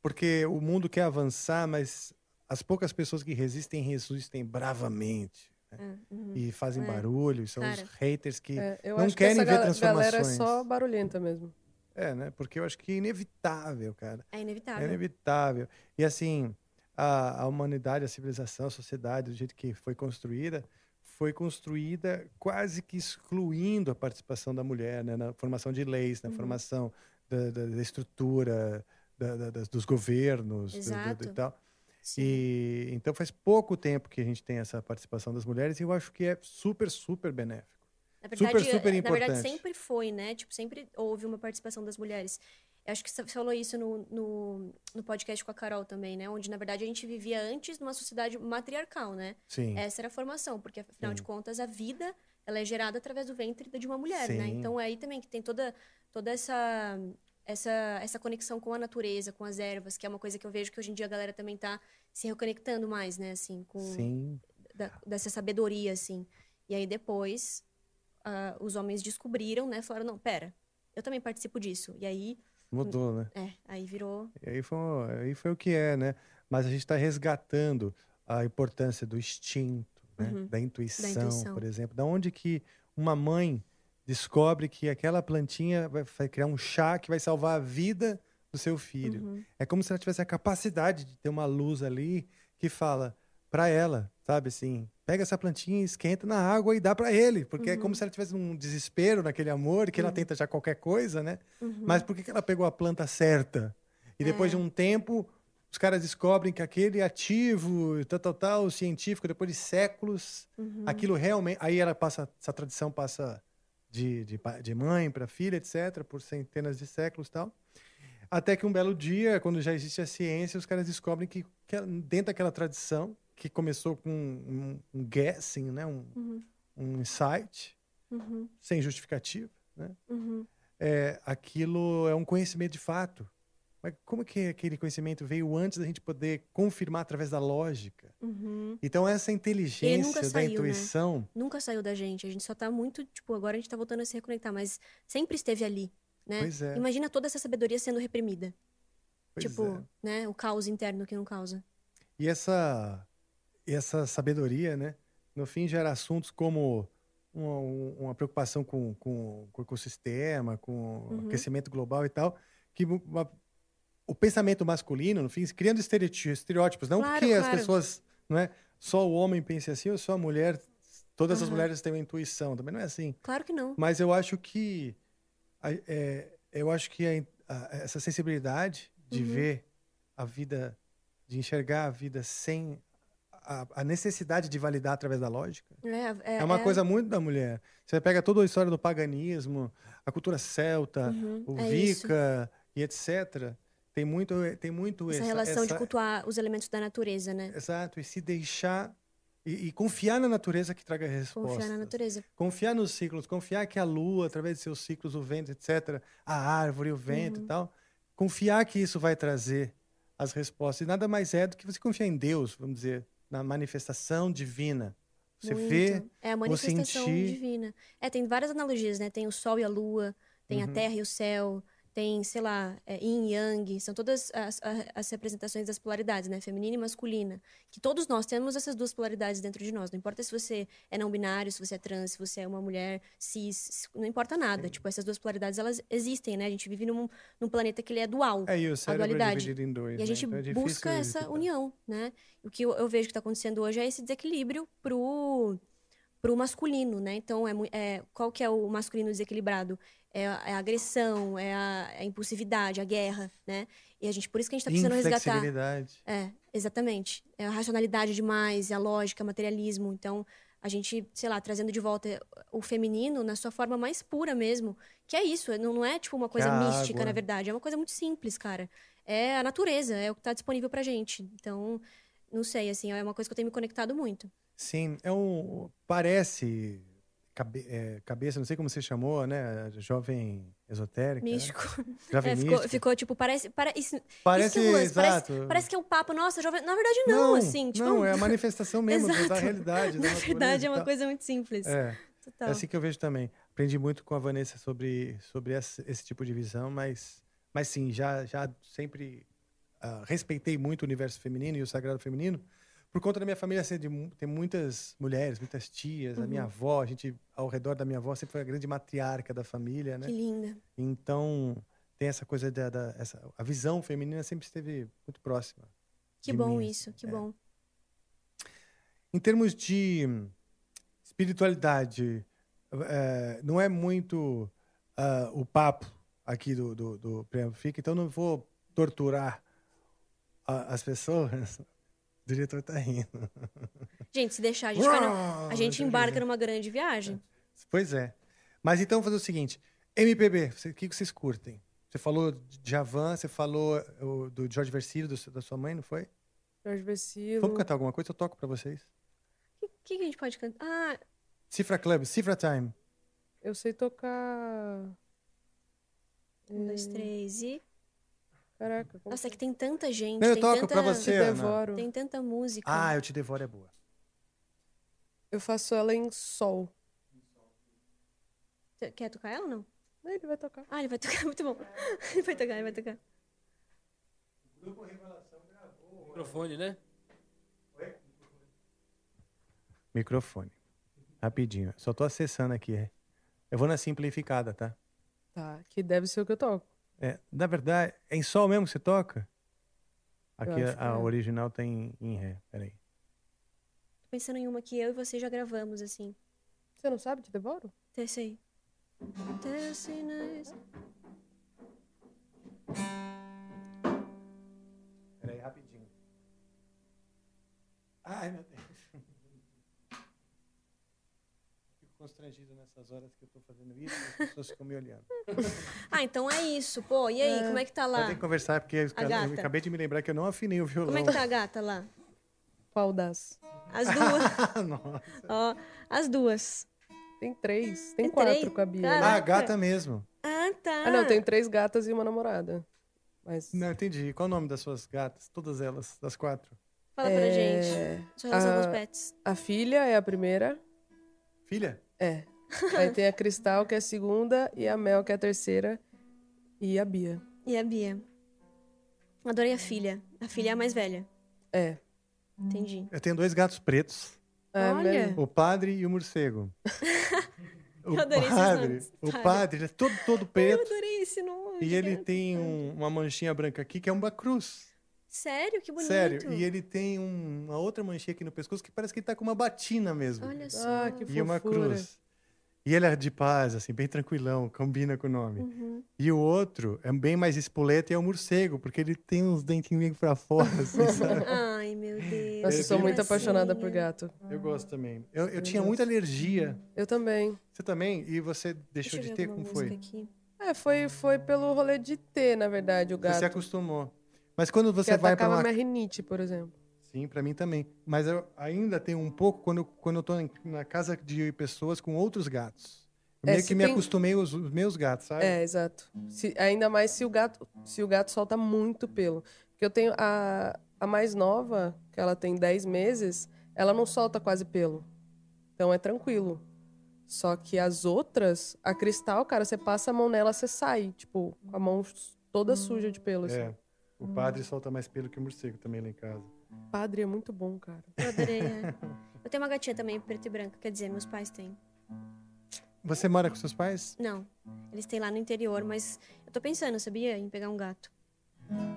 Speaker 3: porque o mundo quer avançar, mas as poucas pessoas que resistem resistem bravamente.
Speaker 5: É,
Speaker 4: uhum.
Speaker 3: E fazem
Speaker 4: É.
Speaker 3: barulho, e são
Speaker 4: Cara.
Speaker 3: os haters que
Speaker 4: É, eu
Speaker 3: não
Speaker 4: acho
Speaker 3: querem
Speaker 4: que essa
Speaker 3: ver
Speaker 4: gal- galera é
Speaker 3: transformações.
Speaker 4: só barulhenta mesmo.
Speaker 3: É, né? Porque eu acho que é inevitável, cara.
Speaker 5: É
Speaker 3: É
Speaker 5: inevitável.
Speaker 3: inevitável. E assim, a, a humanidade, a civilização, a sociedade, do jeito que foi construída, foi construída quase que excluindo a participação da mulher né? na formação de leis, na
Speaker 17: Uhum.
Speaker 3: formação da, da- da estrutura, da- da- das- dos governos do- do- do-
Speaker 17: Exato.
Speaker 3: e tal. E, então faz pouco tempo que a gente tem essa participação das mulheres e eu acho que é super, super benéfico.
Speaker 5: Na verdade,
Speaker 3: super, super
Speaker 5: eh, na verdade,
Speaker 3: importante.
Speaker 5: sempre foi, né? Tipo, sempre houve uma participação das mulheres. Eu acho que você falou isso no, no, no podcast com a Carol também, né? Onde, na verdade, a gente vivia antes numa sociedade matriarcal, né?
Speaker 14: Sim.
Speaker 5: Essa era a formação, porque, afinal de
Speaker 14: Sim.
Speaker 5: contas, a vida ela é gerada através do ventre de uma mulher, né?
Speaker 14: Sim.
Speaker 5: Então, é aí também que tem toda, toda essa, essa, essa conexão com a natureza, com as ervas, que é uma coisa que eu vejo que hoje em dia a galera também tá se reconectando mais, né? Assim, com,
Speaker 3: Sim.
Speaker 5: da- dessa sabedoria, assim. E aí depois ah, os homens descobriram, né? Falaram, não, pera, eu também participo disso. E aí.
Speaker 3: Mudou, né?
Speaker 5: É, aí virou.
Speaker 3: E aí foi, um, aí foi o que é, né? Mas a gente está resgatando a importância do instinto, né?
Speaker 17: Uhum.
Speaker 3: da, intuição,
Speaker 17: intuição.
Speaker 3: por exemplo. Da onde que uma mãe descobre que aquela plantinha vai, vai criar um chá que vai salvar a vida do seu filho.
Speaker 17: Uhum.
Speaker 3: É como se ela tivesse a capacidade de ter uma luz ali que fala para ela, sabe assim, pega essa plantinha, esquenta na água e dá para ele, porque é como se ela tivesse um desespero naquele amor, que ela tenta já qualquer coisa, né?
Speaker 17: Uhum.
Speaker 3: Mas por que que ela pegou a planta certa? E depois de um tempo, os caras descobrem que aquele ativo, tal, tal, tal, científico, depois de séculos,
Speaker 5: Hum.
Speaker 17: Uhum.
Speaker 3: aquilo realmente. Aí ela passa, essa tradição passa de, de, pa- de mãe para filha, etc., por centenas de séculos tal. Até que um belo dia, quando já existe a ciência, os caras descobrem que, que ela- dentro daquela tradição, que começou com um, um guessing, né? um,
Speaker 14: Uhum.
Speaker 3: um insight,
Speaker 14: Uhum.
Speaker 3: sem justificativa, né?
Speaker 14: Uhum.
Speaker 3: é, aquilo é um conhecimento de fato. Mas como que aquele conhecimento veio antes da gente poder confirmar através da lógica?
Speaker 5: Uhum.
Speaker 3: Então essa
Speaker 5: Ele
Speaker 3: inteligência
Speaker 5: nunca
Speaker 3: da
Speaker 5: saiu,
Speaker 3: intuição,
Speaker 5: né? Nunca saiu da gente. A gente só tá muito, tipo, agora a gente tá voltando a se reconectar, mas sempre esteve ali, né?
Speaker 3: Pois é.
Speaker 5: Imagina toda essa sabedoria sendo reprimida.
Speaker 3: Pois é.
Speaker 5: tipo, né? O caos interno que não causa.
Speaker 3: e essa e essa sabedoria, né? No fim gera assuntos como uma, um, uma preocupação com, com, com o ecossistema, com
Speaker 17: Uhum.
Speaker 3: o aquecimento global e tal, que mu- uma- o pensamento masculino, no fim, criando estereoti- estereótipos, não
Speaker 17: Claro,
Speaker 3: porque as
Speaker 17: claro.
Speaker 3: pessoas, não é? Só o homem pense assim ou só a mulher Todas as
Speaker 17: Uhum.
Speaker 5: Aham.
Speaker 3: mulheres têm uma intuição, também não é assim.
Speaker 5: Claro que não.
Speaker 3: Mas eu acho que a- é, eu acho que a in- a- essa sensibilidade de
Speaker 5: Uhum.
Speaker 3: ver a vida, de enxergar a vida sem a, a necessidade de validar através da lógica,
Speaker 5: É,
Speaker 3: é, uma coisa muito da mulher. Você pega toda a história do paganismo, a cultura celta,
Speaker 5: Uhum,
Speaker 3: o
Speaker 5: é isso.
Speaker 3: Wicca e etc. Tem muito, tem muito
Speaker 5: Essa,
Speaker 3: essa
Speaker 5: relação de
Speaker 3: essa-
Speaker 5: cultuar os elementos da natureza, né?
Speaker 3: Exato, e se deixar e, e confiar na natureza que traga respostas.
Speaker 5: Confiar na natureza.
Speaker 3: Confiar nos ciclos, confiar que a lua, através de seus ciclos, o vento, etc., a árvore, o vento
Speaker 5: Uhum.
Speaker 3: e tal, confiar que isso vai trazer as respostas. E nada mais é do que você confiar em Deus, vamos dizer, na manifestação divina. Você
Speaker 5: Muito.
Speaker 3: vê,
Speaker 5: É a
Speaker 3: você
Speaker 5: manifestação
Speaker 3: sentir.
Speaker 5: divina. É, tem várias analogias, né? Tem o sol e a lua, tem a
Speaker 3: Uhum.
Speaker 5: terra e o céu, tem, sei lá, é, yin e yang. São todas as, a- as representações das polaridades, né? Feminina e masculina. Que todos nós temos essas duas polaridades dentro de nós. Não importa se você é não binário, se você é trans, se você é uma mulher cis, se- não importa nada. Tipo, essas duas polaridades, elas existem, né? A gente vive num, num planeta que ele é dual.
Speaker 3: É, e o
Speaker 5: a
Speaker 3: cérebro é
Speaker 5: dualidade.
Speaker 3: dividido em dois.
Speaker 5: E
Speaker 3: né?
Speaker 5: a gente
Speaker 3: Então é difícil
Speaker 5: busca
Speaker 3: de
Speaker 5: essa
Speaker 3: evitar.
Speaker 5: união, né? O que eu, eu vejo que está acontecendo hoje é esse desequilíbrio pro, pro masculino, né? Então, é, mui- é- qual que é o masculino desequilibrado? É a, é a agressão, é a, é a impulsividade, a guerra, né? E a gente, por isso que a gente está precisando resgatar.
Speaker 3: Inflexibilidade.
Speaker 5: É, exatamente. É a racionalidade demais, é a lógica, o materialismo. Então, a gente, sei lá, trazendo de volta o feminino na sua forma mais pura mesmo. Que é isso, é- não não é tipo uma coisa
Speaker 14: É a
Speaker 5: mística,
Speaker 14: água.
Speaker 5: na verdade. É uma coisa muito simples, cara. É a natureza, é o que tá disponível pra gente. Então, não sei, assim, é uma coisa que eu tenho me conectado muito.
Speaker 3: Sim, é um. Parece. cabe- é, cabeça, não sei como você chamou, né? Jovem esotérica. né?
Speaker 5: Místico.
Speaker 3: Jovem
Speaker 5: É, ficou,
Speaker 3: mística.
Speaker 5: ficou, tipo, parece. Para, isso,
Speaker 3: Parece,
Speaker 5: isso que é um lance, parece,
Speaker 3: exato.
Speaker 5: parece que é um papo, nossa, jovem. Na verdade, não, assim. Tipo,
Speaker 3: não, é a manifestação mesmo da- da
Speaker 5: Exato.
Speaker 3: realidade. da
Speaker 5: Na verdade,
Speaker 3: natureza
Speaker 5: é
Speaker 3: e
Speaker 5: uma
Speaker 3: tal.
Speaker 5: coisa muito simples.
Speaker 3: É.
Speaker 5: Total.
Speaker 3: É assim que eu vejo também. Aprendi muito com a Vanessa sobre, sobre esse, esse tipo de visão, mas, mas sim, já, já sempre ah, respeitei muito o universo feminino e o sagrado feminino, por conta da minha família ser de, mu- ter muitas mulheres, muitas tias, a minha
Speaker 5: Uhum.
Speaker 3: avó, a gente, ao redor da minha avó, sempre foi a grande matriarca da família, né?
Speaker 5: Que linda.
Speaker 3: Então, tem essa coisa da, da- essa, a visão feminina sempre esteve muito próxima.
Speaker 5: Que
Speaker 3: de
Speaker 5: bom
Speaker 3: mim,
Speaker 5: isso, que
Speaker 3: é.
Speaker 5: bom.
Speaker 3: Em termos de hum, espiritualidade, eh, não é muito ah, o papo aqui do, do, do Preâmbulo Fica, então não vou torturar a- as pessoas. O diretor tá rindo.
Speaker 5: Gente, se deixar, a gente, vai no- a gente embarca numa grande viagem.
Speaker 3: Pois é. Mas então vou fazer o seguinte: MPB, você- o que que vocês curtem? Você falou de Javan, você falou o- do Jorge Versilo, do seu- da sua mãe, não foi?
Speaker 4: Jorge Vecilo.
Speaker 3: Vamos cantar alguma coisa? Eu toco pra vocês.
Speaker 5: O que, que a gente pode cantar? Ah,
Speaker 3: Cifra Club, Cifra Time.
Speaker 4: Eu sei tocar.
Speaker 5: um, dois, três e.
Speaker 4: Caraca.
Speaker 5: Nossa, é que tem tanta gente.
Speaker 3: Não, eu
Speaker 5: tem
Speaker 3: toco
Speaker 5: tanta...
Speaker 3: pra você, Te Ana. devoro.
Speaker 5: Tem tanta música.
Speaker 3: Ah, Eu Te Devoro é boa.
Speaker 4: Eu faço ela em sol.
Speaker 5: Cê Quer tocar ela ou não?
Speaker 4: Ele vai tocar.
Speaker 5: Ah, ele vai tocar, muito bom. Ele vai tocar, ele vai tocar.
Speaker 6: Microfone, né?
Speaker 3: Microfone. Rapidinho. Só tô acessando aqui. é. Eu vou na simplificada, tá?
Speaker 4: Tá, que deve ser o que eu toco.
Speaker 3: É, na verdade, é em sol mesmo que você toca?
Speaker 4: Eu
Speaker 3: Aqui
Speaker 4: acho que
Speaker 3: a, a
Speaker 4: é.
Speaker 3: original tá em, em ré. Peraí.
Speaker 5: Tô pensando em uma que eu e você já gravamos, assim.
Speaker 4: Você não sabe? Te devoro?
Speaker 5: Desce aí. Desce nas-
Speaker 3: Peraí, rapidinho. Ai, meu Deus. Fico constrangido nessas horas que eu tô fazendo isso e as pessoas ficam me olhando.
Speaker 5: Ah, então é isso, pô. E aí,
Speaker 3: É.
Speaker 5: como é que tá
Speaker 3: Vou
Speaker 5: lá?
Speaker 3: ter que conversar, porque eu, eu
Speaker 5: gata.
Speaker 3: acabei de me lembrar que eu não afinei o violão.
Speaker 5: Como é que tá a gata lá?
Speaker 4: Qual das?
Speaker 5: As duas.
Speaker 3: Nossa.
Speaker 5: Ó, as duas.
Speaker 4: Tem três. Tem
Speaker 5: Tem
Speaker 4: quatro
Speaker 5: três?
Speaker 4: com a Bia. né?
Speaker 3: Ah, a gata mesmo.
Speaker 5: Ah, tá.
Speaker 4: Ah, não, tem três gatas e uma namorada. Mas...
Speaker 3: Não, entendi. Qual o nome das suas gatas? Todas elas, das quatro.
Speaker 5: Fala pra gente. Sua relação com os
Speaker 4: É, a-
Speaker 5: pets.
Speaker 4: A filha é a primeira.
Speaker 3: Filha?
Speaker 4: É. Aí tem a Cristal, que é a segunda, e a Mel, que é a terceira, e a Bia.
Speaker 5: E a Bia? Adorei a filha. A filha é a mais velha.
Speaker 4: É.
Speaker 5: Entendi.
Speaker 3: Eu tenho dois gatos pretos.
Speaker 5: É Olha. mesmo?
Speaker 3: O padre e o morcego. O
Speaker 5: Eu adorei esses
Speaker 3: padre,
Speaker 5: nomes.
Speaker 3: o
Speaker 5: Padre.
Speaker 3: padre, ele é todo, todo preto.
Speaker 5: Adorei esse nome.
Speaker 3: E ele tem um- uma manchinha branca aqui que é uma cruz.
Speaker 5: Sério? Que bonito.
Speaker 3: Sério. E ele tem um- uma outra manchinha aqui no pescoço que parece que ele tá com uma batina mesmo.
Speaker 5: Olha só.
Speaker 4: Ah, que
Speaker 3: e uma
Speaker 4: fofura.
Speaker 3: cruz. E ele é de paz, assim, bem tranquilão, combina com o nome.
Speaker 5: Uhum.
Speaker 3: E o outro é bem mais espoleta e é o morcego, porque ele tem uns dentinhos meio pra fora, assim, sabe?
Speaker 5: Uhum. Ai, meu Deus.
Speaker 4: Nossa, eu sou
Speaker 3: Ele-
Speaker 4: muito apaixonada por gato.
Speaker 3: Eu gosto também. Eu, eu
Speaker 4: Meu
Speaker 3: tinha
Speaker 4: Deus.
Speaker 3: muita alergia.
Speaker 4: Eu também.
Speaker 3: Você também? E você deixou de ter? Como foi?
Speaker 4: É, foi, foi pelo rolê de ter, na verdade, o gato.
Speaker 3: Você se acostumou. Mas quando você
Speaker 4: que
Speaker 3: vai pra
Speaker 4: atacava
Speaker 3: uma...
Speaker 4: minha rinite, por exemplo.
Speaker 3: Sim, pra mim também. Mas eu ainda tenho um pouco quando, eu- quando eu tô em- na casa de pessoas com outros gatos. Eu
Speaker 4: É,
Speaker 3: meio
Speaker 4: se
Speaker 3: que me
Speaker 4: tem-
Speaker 3: acostumei aos os meus gatos, sabe?
Speaker 4: É, exato. Se- ainda mais se o gato, se o gato solta muito pelo. Porque eu tenho a, a mais nova, que ela tem 10 meses, ela não solta quase pelo. Então é tranquilo. Só que as outras, a cristal, cara, você passa a mão nela, você sai, tipo, com a mão toda suja de pelo assim.
Speaker 3: É. O padre solta mais pelo que o morcego também lá em casa.
Speaker 4: Padre é muito bom, cara.
Speaker 5: Eu adorei. é. Eu tenho uma gatinha também, preta e branca. Quer dizer, meus pais têm.
Speaker 3: Você mora com seus pais?
Speaker 5: Não. Eles têm lá no interior, mas eu tô pensando, sabia? Em pegar um gato.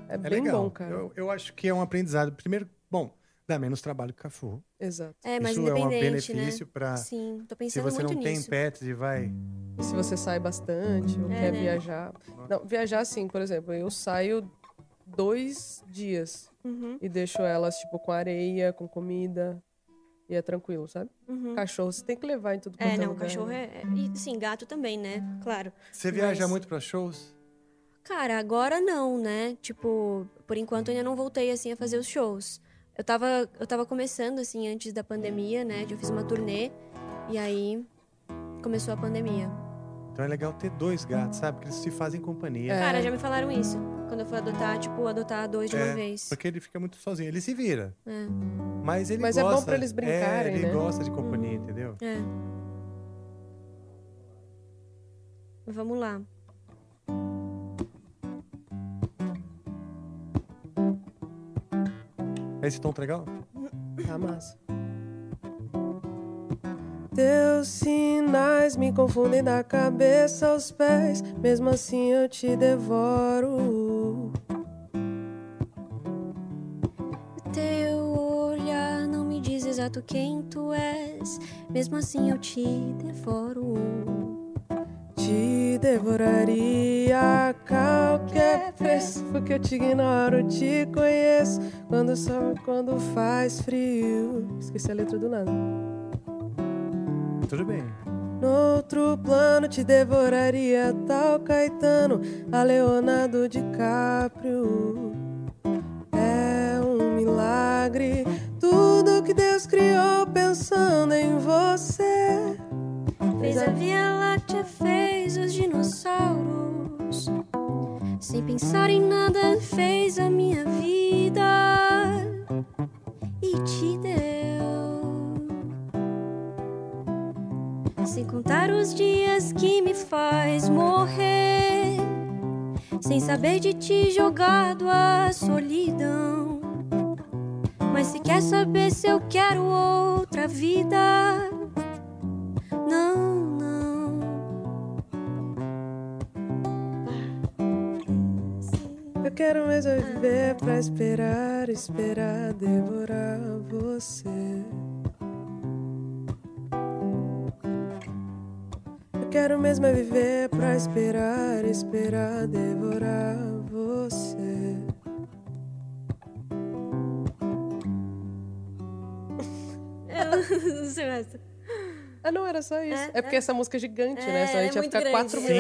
Speaker 4: É,
Speaker 5: bem bom, cara.
Speaker 3: Eu, eu acho que é um aprendizado. Primeiro, bom, dá menos trabalho que o Cafu.
Speaker 4: Exato.
Speaker 5: É, mas
Speaker 3: Isso é um
Speaker 5: independente,
Speaker 3: benefício
Speaker 5: né?
Speaker 3: pra-
Speaker 5: Sim, tô
Speaker 3: Se
Speaker 5: pensando
Speaker 3: você
Speaker 5: muito
Speaker 3: não tem
Speaker 5: nisso.
Speaker 3: pets e vai.
Speaker 4: E se você sai bastante ou
Speaker 5: É,
Speaker 4: quer
Speaker 5: né?
Speaker 4: viajar. Não, viajar sim, por exemplo, eu saio dois dias
Speaker 5: Uhum.
Speaker 4: e deixo elas, tipo, com areia, com comida. E é tranquilo, sabe?
Speaker 5: Uhum.
Speaker 4: Cachorro, você tem que levar em tudo quanto
Speaker 5: É, não,
Speaker 4: lugar,
Speaker 5: cachorro
Speaker 4: né?
Speaker 5: é. é- E, sim, gato também, né? Claro.
Speaker 3: Você viaja
Speaker 5: Mas-
Speaker 3: muito pra shows?
Speaker 5: Cara, agora não, né? Tipo, por enquanto eu ainda não voltei assim a fazer os shows. Eu tava, eu tava começando assim antes da pandemia, né? Eu fiz uma turnê e aí começou a pandemia.
Speaker 3: Então é legal ter dois gatos, sabe? Porque eles se fazem companhia.
Speaker 4: É.
Speaker 5: Cara, já me falaram isso. Quando eu for adotar, tipo, adotar dois de uma
Speaker 3: É,
Speaker 5: vez.
Speaker 3: Porque ele fica muito sozinho. Ele se vira.
Speaker 5: É.
Speaker 3: Mas ele
Speaker 4: Mas é
Speaker 3: gosta.
Speaker 4: bom pra eles brincarem,
Speaker 3: É, ele
Speaker 4: né?
Speaker 3: gosta de companhia, entendeu?
Speaker 5: É. Vamos lá.
Speaker 3: Esse tom tá legal?
Speaker 4: Tá massa. Teus sinais me confundem da cabeça aos pés, mesmo assim eu te devoro.
Speaker 5: Teu olhar não me diz exato quem tu és, mesmo assim eu te devoro.
Speaker 4: Te devoraria a qualquer preço, porque eu te ignoro, te conheço. Quando sol, quando faz frio. Esqueci a letra do nada.
Speaker 3: Tudo bem.
Speaker 4: No outro plano te devoraria tal Caetano, a Leonardo DiCaprio. É um milagre, tudo que Deus criou pensando em você.
Speaker 5: Fez a Via Láctea, fez os dinossauros. Sem pensar em nada, fez a minha vida e te deu. Sem contar os dias que me faz morrer, sem saber de ti jogado à solidão. Mas se quer saber se eu quero outra vida, não, não.
Speaker 4: Eu quero mesmo é viver pra esperar, esperar, devorar você. Eu quero mesmo é viver pra esperar, esperar, devorar você.
Speaker 5: Eu não sei mais.
Speaker 4: Ah, não, era só isso. É, porque essa música é gigante,
Speaker 5: É,
Speaker 4: né?
Speaker 5: ela
Speaker 4: Senão a
Speaker 5: é
Speaker 4: gente ia
Speaker 5: muito
Speaker 4: ficar
Speaker 5: grande,
Speaker 4: quatro minutos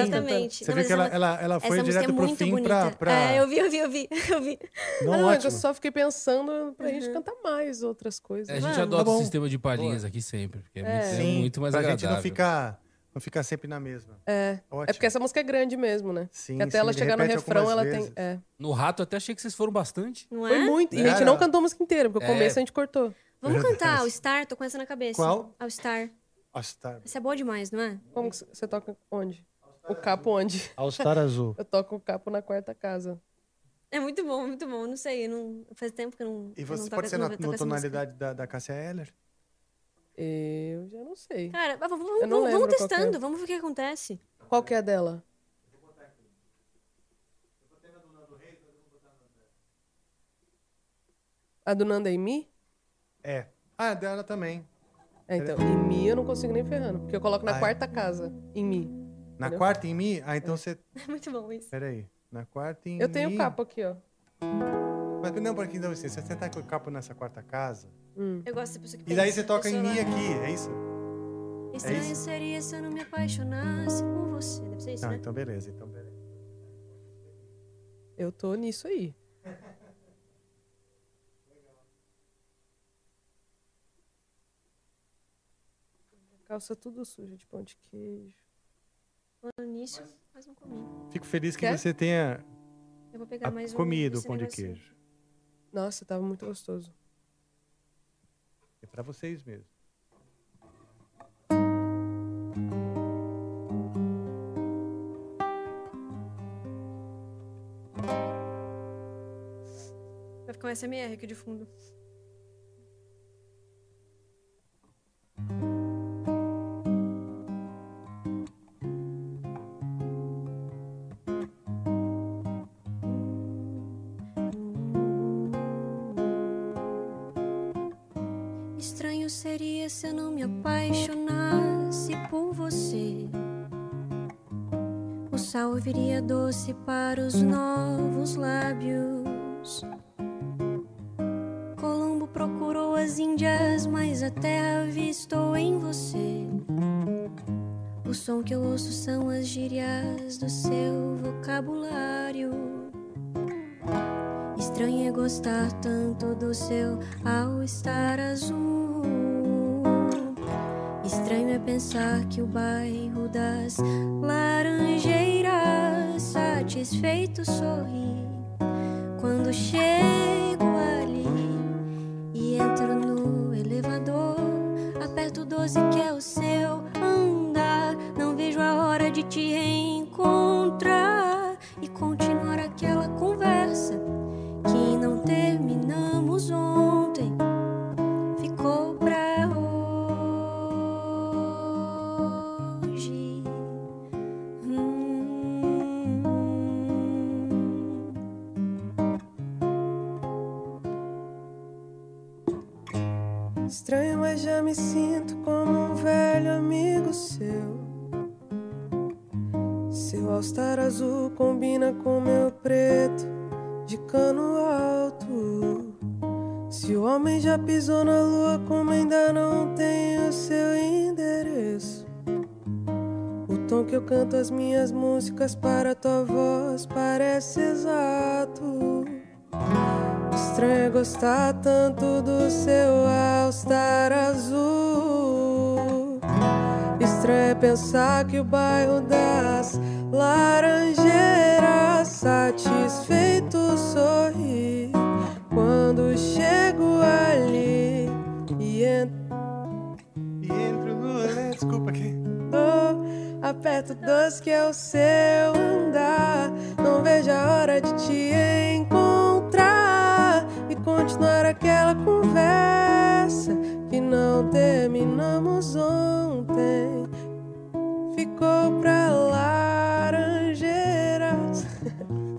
Speaker 3: Você
Speaker 5: exatamente. Não,
Speaker 3: vê
Speaker 5: mas
Speaker 3: que ela,
Speaker 5: essa-
Speaker 3: ela, ela foi
Speaker 5: essa música
Speaker 3: direto
Speaker 5: é
Speaker 3: pro
Speaker 5: muito
Speaker 3: fim
Speaker 5: bonita.
Speaker 3: pra, pra.
Speaker 5: É, eu vi, eu vi, eu vi, eu vi. Uhum.
Speaker 3: Não,
Speaker 4: Não, é que
Speaker 3: ótimo.
Speaker 4: eu só fiquei pensando pra gente cantar mais outras coisas.
Speaker 6: É, a gente
Speaker 4: Vamos.
Speaker 6: adota o sistema de palhinhas aqui sempre, porque é,
Speaker 4: É.
Speaker 6: muito- é
Speaker 3: tá Sim,
Speaker 6: muito mais
Speaker 3: pra
Speaker 6: agradável.
Speaker 3: gente não ficar, não ficar sempre na mesma.
Speaker 4: É. É porque essa música é grande mesmo, né?
Speaker 3: Sim,
Speaker 4: Que até
Speaker 3: sim,
Speaker 4: ela
Speaker 3: ele
Speaker 4: chegar no
Speaker 3: repete
Speaker 4: refrão,
Speaker 3: algumas
Speaker 4: ela
Speaker 3: vezes.
Speaker 4: tem. É.
Speaker 6: No rato, eu até achei que vocês foram bastante.
Speaker 5: Não é?
Speaker 4: Foi muito. E a gente
Speaker 6: Era.
Speaker 4: não cantou a música inteira, porque o
Speaker 6: É.
Speaker 4: começo a gente cortou.
Speaker 5: Vamos cantar All Star, tô com essa na cabeça.
Speaker 4: Qual?
Speaker 5: All Star.
Speaker 3: Nossa, tá.
Speaker 5: Essa é boa demais, não é?
Speaker 4: Como que c- você toca onde? O capo onde?
Speaker 3: All Star Azul.
Speaker 4: Eu toco o capo na quarta casa.
Speaker 5: É muito bom, muito bom. Não sei, eu não... faz tempo que eu não.
Speaker 3: E
Speaker 5: eu
Speaker 3: você
Speaker 5: não
Speaker 3: pode
Speaker 5: toco-
Speaker 3: ser
Speaker 5: não
Speaker 3: na,
Speaker 5: toco
Speaker 3: na
Speaker 5: tá essa música.
Speaker 3: tonalidade da, da Cássia Eller?
Speaker 4: Eu já não sei.
Speaker 5: Cara, mas vamos,
Speaker 4: Eu não
Speaker 5: vamos, vamos
Speaker 4: lembro qual que é.
Speaker 5: testando, vamos ver o que acontece.
Speaker 4: Qual que é a dela?
Speaker 12: A do Nanda e Mi?
Speaker 3: É. Ah, dela também.
Speaker 12: É, então, em Mi eu não consigo nem ferrando, porque eu coloco na
Speaker 3: Ah, é.
Speaker 12: quarta casa, em Mi.
Speaker 3: Na
Speaker 12: Entendeu?
Speaker 3: quarta em Mi? Ah, então você.
Speaker 11: É muito bom isso.
Speaker 3: Peraí. Na quarta em
Speaker 12: Eu tenho
Speaker 3: Mi.
Speaker 12: o capo aqui, ó.
Speaker 3: Mas não, porque não, assim, se você tá com o capo nessa quarta casa.
Speaker 11: Eu gosto dessa pessoa que
Speaker 3: E daí
Speaker 11: pensa,
Speaker 3: você toca em
Speaker 11: pessoa
Speaker 3: Mi
Speaker 11: lá.
Speaker 3: aqui, é isso?
Speaker 11: Estranho
Speaker 3: isso?
Speaker 11: seria se eu não me apaixonasse por você. Deve ser isso,
Speaker 3: Não,
Speaker 11: né?
Speaker 3: então beleza, então beleza.
Speaker 12: Eu tô nisso aí. Calça tudo suja de pão de queijo.
Speaker 11: Falando nisso, mas não comi.
Speaker 3: Fico feliz que
Speaker 12: Quer?
Speaker 3: você tenha
Speaker 11: Eu vou pegar
Speaker 3: a-
Speaker 11: mais um
Speaker 3: comido o
Speaker 11: desse
Speaker 3: pão de
Speaker 11: negocinho.
Speaker 3: queijo.
Speaker 12: Nossa, tava muito gostoso.
Speaker 3: É pra vocês mesmo.
Speaker 11: Vai ficar um SMR aqui de fundo. Estranho seria se eu não me apaixonasse por você. O sal viria doce para os novos lábios. Colombo procurou as Índias, mas a terra avistou em você. O som que eu ouço são as gírias do seu vocabulário. Estranho é gostar tanto do seu ao estar azul. Estranho é pensar que o bairro das laranjeiras satisfeito sorri quando chego ali e entro no elevador. Aperto o 12 que é o seu andar. Não vejo a hora de te reencontrar e continuar aquela conversa que não terminamos ontem. Ficou pra hoje.
Speaker 4: Estranho, mas já me sinto como um velho amigo seu. Seu all-star azul combina com meu preto de cano alto. Se o homem já pisou na lua, como ainda não tem o seu endereço. O tom que eu canto as minhas músicas para tua voz parece exato. Estranho é gostar tanto do seu All-Star azul. Estranho é pensar que o bairro das Laranjeiras satisfeito sorri quando chego ali e entro.
Speaker 3: E entro no. né, Desculpa aqui.
Speaker 4: Oh, aperto dois que é o seu andar. Não vejo a hora de te encontrar e continuar aquela conversa que não terminamos ontem. Ficou pra laranjeiras.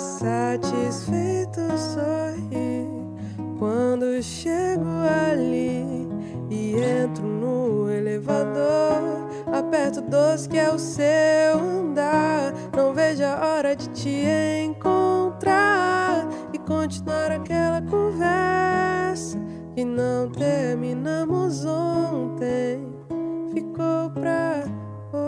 Speaker 4: satisfeito sorri quando chego ali e entro no elevador.
Speaker 12: deserto doce que é o seu andar. Não vejo a hora de te encontrar e continuar aquela conversa que não terminamos ontem. Ficou pra hoje.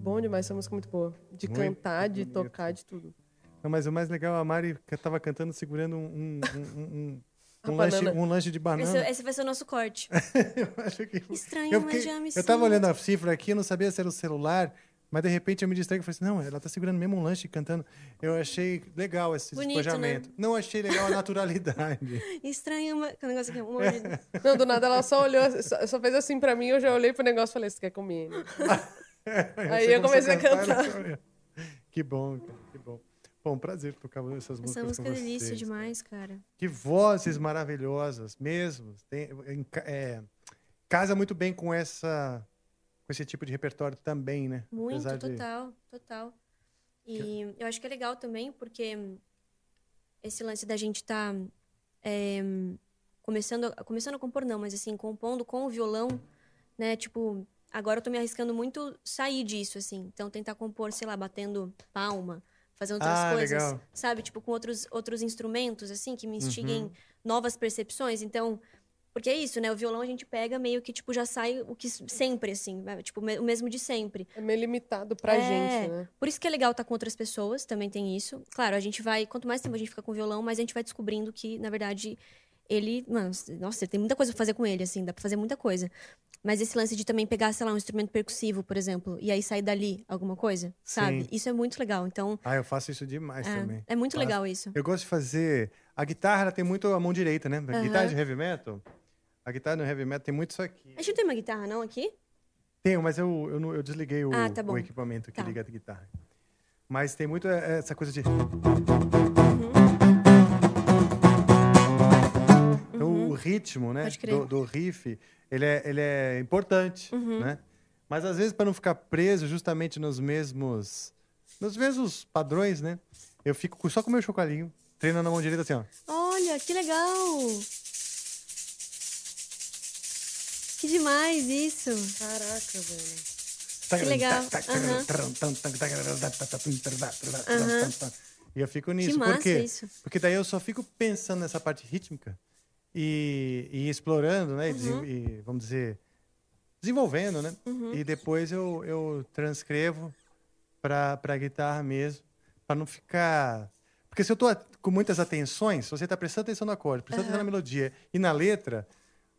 Speaker 4: Bom demais, essa música é muito boa. De
Speaker 3: Muito
Speaker 4: cantar, de
Speaker 3: bonito.
Speaker 4: tocar, de tudo.
Speaker 3: Não, mas o mais legal, a Mari que tava cantando segurando um, um, um, um,
Speaker 5: A
Speaker 3: um lanche,
Speaker 5: banana.
Speaker 3: um lanche de banana.
Speaker 11: é
Speaker 5: Esse, esse vai ser o nosso corte.
Speaker 3: eu acho que...
Speaker 5: Estranho,
Speaker 3: Eu,
Speaker 5: mas
Speaker 3: fiquei,
Speaker 5: já me
Speaker 3: eu tava
Speaker 5: sinto.
Speaker 3: olhando a cifra aqui, eu não sabia se era o celular, mas de repente eu me distraí e falei assim: não, ela tá segurando mesmo um lanche e cantando. Eu achei legal esse
Speaker 5: Bonito,
Speaker 3: despojamento.
Speaker 5: né?
Speaker 3: Não achei legal a naturalidade.
Speaker 5: Estranho, mas... Que negócio aqui, um
Speaker 3: É.
Speaker 5: monte de-
Speaker 4: Não, do nada ela só olhou, só, só fez assim pra mim, eu já olhei pro negócio e falei, você quer comer? né?" Aí
Speaker 3: Você
Speaker 4: eu comecei a
Speaker 3: começou né?
Speaker 4: cantar.
Speaker 3: ela- Que bom, cara, que bom. Bom, prazer tocar essas músicas
Speaker 5: Essa música
Speaker 3: com
Speaker 5: é
Speaker 3: vocês.
Speaker 5: delícia demais, cara.
Speaker 3: Que vozes maravilhosas mesmo. Tem, em ca- é, casa muito bem com essa com esse tipo de repertório também, né?
Speaker 5: Muito,
Speaker 3: Apesar de-
Speaker 5: total, total. E eu acho que é legal também, porque esse lance da gente estar começando, a- começando a compor, não, mas assim, compondo com o violão, né? Tipo, agora eu tô me arriscando muito sair disso, assim. Então, tentar compor, sei lá, batendo palma, fazer outras
Speaker 11: Ah,
Speaker 5: coisas,
Speaker 11: legal.
Speaker 5: sabe? Tipo, com outros, outros instrumentos, assim, que me instiguem
Speaker 11: Uhum.
Speaker 5: novas percepções. Então, porque é isso, né? O violão a gente pega meio que, tipo, já sai o que s- sempre, assim, né? tipo, me- o mesmo de sempre.
Speaker 4: É meio limitado pra gente, né?
Speaker 5: Por isso que é legal estar com outras pessoas, também tem isso. Claro, a gente vai, quanto mais tempo a gente fica com o violão, mais a gente vai descobrindo que, na verdade, ele. Mano, s- nossa, tem muita coisa pra fazer com ele, assim, dá pra fazer muita coisa. Mas esse lance de também pegar, sei lá, um instrumento percussivo, por exemplo, e aí sair dali alguma coisa, sabe?
Speaker 3: Sim.
Speaker 5: Isso é muito legal. Então,
Speaker 3: Ah, eu faço isso demais
Speaker 5: É,
Speaker 3: também.
Speaker 5: é muito
Speaker 3: Faço.
Speaker 5: legal isso.
Speaker 3: Eu gosto de fazer. A guitarra ela tem muito a mão direita, né? A guitarra
Speaker 5: Aham.
Speaker 3: de heavy metal. A guitarra no heavy metal tem muito isso aqui.
Speaker 5: a gente não tem uma guitarra, não, aqui?
Speaker 3: Tenho, mas eu, eu, não- eu desliguei o,
Speaker 5: Ah, tá bom.
Speaker 3: o equipamento que
Speaker 5: Tá. Uhum.
Speaker 3: liga a guitarra. Mas tem muito eh, essa coisa de. Então,
Speaker 5: Uhum.
Speaker 3: o ritmo, né?
Speaker 11: Pode crer.
Speaker 3: Do, do riff, ele é, ele é importante,
Speaker 11: Uhum.
Speaker 3: né? Mas às vezes, para não ficar preso justamente nos mesmos, nos mesmos padrões, né? Eu fico com- só com o meu chocolinho, treinando na mão direita assim, ó.
Speaker 5: Olha, que legal! Que demais isso!
Speaker 4: Caraca, velho.
Speaker 5: Que legal. Aham. Aham.
Speaker 3: E eu fico
Speaker 5: Que
Speaker 3: nisso.
Speaker 5: massa
Speaker 3: Por quê?
Speaker 5: isso.
Speaker 3: Porque daí eu só fico pensando nessa parte rítmica e, e explorando, né? E,
Speaker 5: Uhum.
Speaker 3: desen- e, vamos dizer, desenvolvendo, né?
Speaker 11: Uhum.
Speaker 3: E depois eu, eu transcrevo para a guitarra mesmo, para não ficar. Porque se eu tô at- com muitas atenções, se você tá prestando atenção no acorde, prestando atenção na
Speaker 5: Aham.
Speaker 3: melodia e na letra,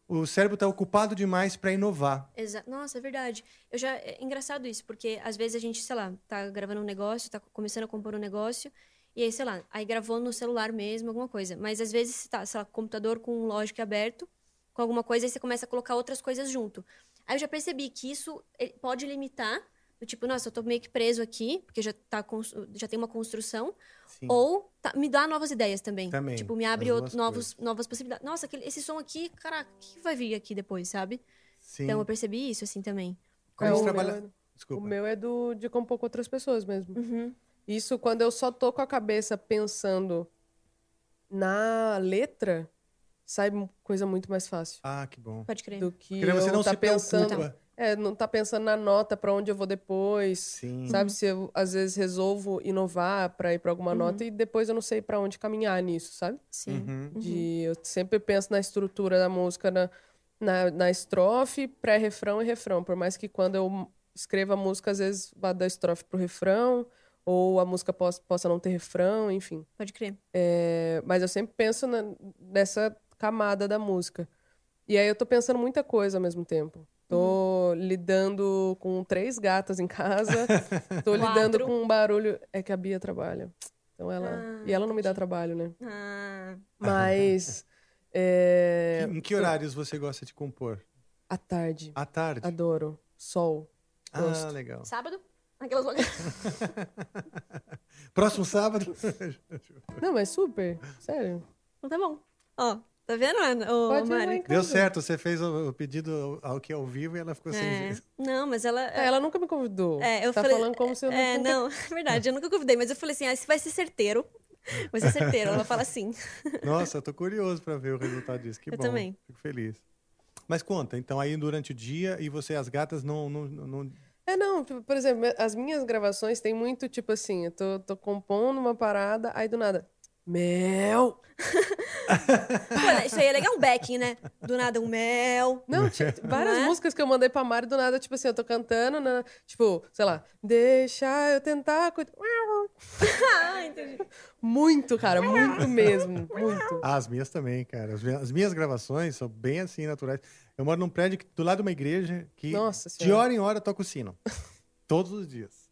Speaker 3: o cérebro está ocupado demais para inovar.
Speaker 5: Exa- Nossa, é verdade. Eu já... É engraçado isso, porque às vezes a gente, sei lá, tá gravando um negócio, tá começando a compor um negócio, e aí, sei lá, aí gravou no celular mesmo, alguma coisa. Mas às vezes você tá, sei lá, com o computador com um Logic aberto, com alguma coisa, aí você começa a colocar outras coisas junto. Aí eu já percebi que isso eh, pode limitar, do tipo, nossa, eu tô meio que preso aqui, porque já, tá cons- já tem uma construção,
Speaker 11: Sim.
Speaker 5: ou tá- me dá novas ideias também.
Speaker 11: Também,
Speaker 5: Tipo, me
Speaker 11: as
Speaker 5: abre
Speaker 11: duas
Speaker 5: outro- novos, novas possibilidades. Nossa, aquele- esse som aqui, caraca, o que que vai vir aqui depois, sabe?
Speaker 3: Sim.
Speaker 5: Então eu percebi isso assim também.
Speaker 4: É, o,
Speaker 3: trabalha-
Speaker 4: meu, é- o meu é do, de compor com outras pessoas mesmo.
Speaker 5: Uhum.
Speaker 4: Isso quando eu só tô com a cabeça pensando na letra, sai mu- coisa muito mais fácil.
Speaker 3: Ah, que bom.
Speaker 5: Pode crer.
Speaker 4: Do que
Speaker 3: Porque daí você
Speaker 4: eu
Speaker 3: não
Speaker 4: tá
Speaker 3: se
Speaker 4: pensando.
Speaker 3: preocupa.
Speaker 4: É, não tá pensando na nota pra onde eu vou depois. Sabe, se eu às vezes resolvo inovar pra ir pra alguma
Speaker 11: Uhum.
Speaker 4: nota e depois eu não sei pra onde caminhar nisso, sabe?
Speaker 5: Sim.
Speaker 11: Uhum.
Speaker 4: De, eu sempre penso na estrutura da música, na, na, na estrofe, pré-refrão e refrão. Por mais que quando eu escreva a música, às vezes vá da estrofe pro refrão, ou a música possa, possa não ter refrão, enfim.
Speaker 5: Pode crer.
Speaker 4: É, mas eu sempre penso na- nessa camada da música. E aí eu tô pensando muita coisa ao mesmo tempo. Tô lidando com três gatas em casa, tô lidando com um barulho. É que a Bia trabalha. Então ela. e ela não me dá trabalho, né? Mas. é,
Speaker 3: Em que horários você gosta de compor?
Speaker 4: À tarde.
Speaker 3: À tarde?
Speaker 4: Adoro. Sol.
Speaker 3: Ah,
Speaker 4: Gosto.
Speaker 3: legal.
Speaker 5: Sábado? Aquelas
Speaker 3: Próximo sábado?
Speaker 4: Não, mas super. Sério.
Speaker 5: Então tá bom. Ó, Tá vendo, Ana? Ô,
Speaker 4: Pode ir lá
Speaker 5: Mari?
Speaker 4: em
Speaker 3: Deu certo, você fez o o pedido ao ao que é ao vivo e ela ficou sem
Speaker 5: É.
Speaker 3: jeito.
Speaker 5: Não, mas ela.
Speaker 4: É, ela nunca me convidou.
Speaker 5: É, eu
Speaker 4: Tá
Speaker 5: falei-
Speaker 4: falando como se eu não
Speaker 5: É,
Speaker 4: nunca-
Speaker 5: não, é verdade, eu nunca convidei, mas eu falei assim: ah, esse vai ser certeiro. Vai ser certeiro. ela fala assim.
Speaker 3: Nossa, eu tô curioso pra ver o resultado disso. Que
Speaker 5: Eu
Speaker 3: bom.
Speaker 5: também.
Speaker 3: Fico feliz. Mas conta, então aí durante o dia e você e as gatas não. não, não-
Speaker 4: É, não, tipo, por exemplo, me- as minhas gravações tem muito tipo assim, eu tô, tô compondo uma parada, aí do nada, mel!
Speaker 5: Pô, isso aí é legal, um backing, né? Do nada, um mel.
Speaker 4: Não, tinha várias
Speaker 5: Não é?
Speaker 4: músicas que eu mandei pra Mari, do nada, tipo assim, eu tô cantando, na- tipo, sei lá, deixa eu tentar. cuid-
Speaker 5: Ah, entendi.
Speaker 4: Muito, cara, muito mesmo, muito.
Speaker 3: Ah, as minhas também, cara. As minhas, as minhas gravações são bem assim, naturais. Eu moro num prédio que- do lado de uma igreja que
Speaker 4: Nossa
Speaker 3: de
Speaker 4: Senhora.
Speaker 3: hora em hora toca o sino. Todos os dias.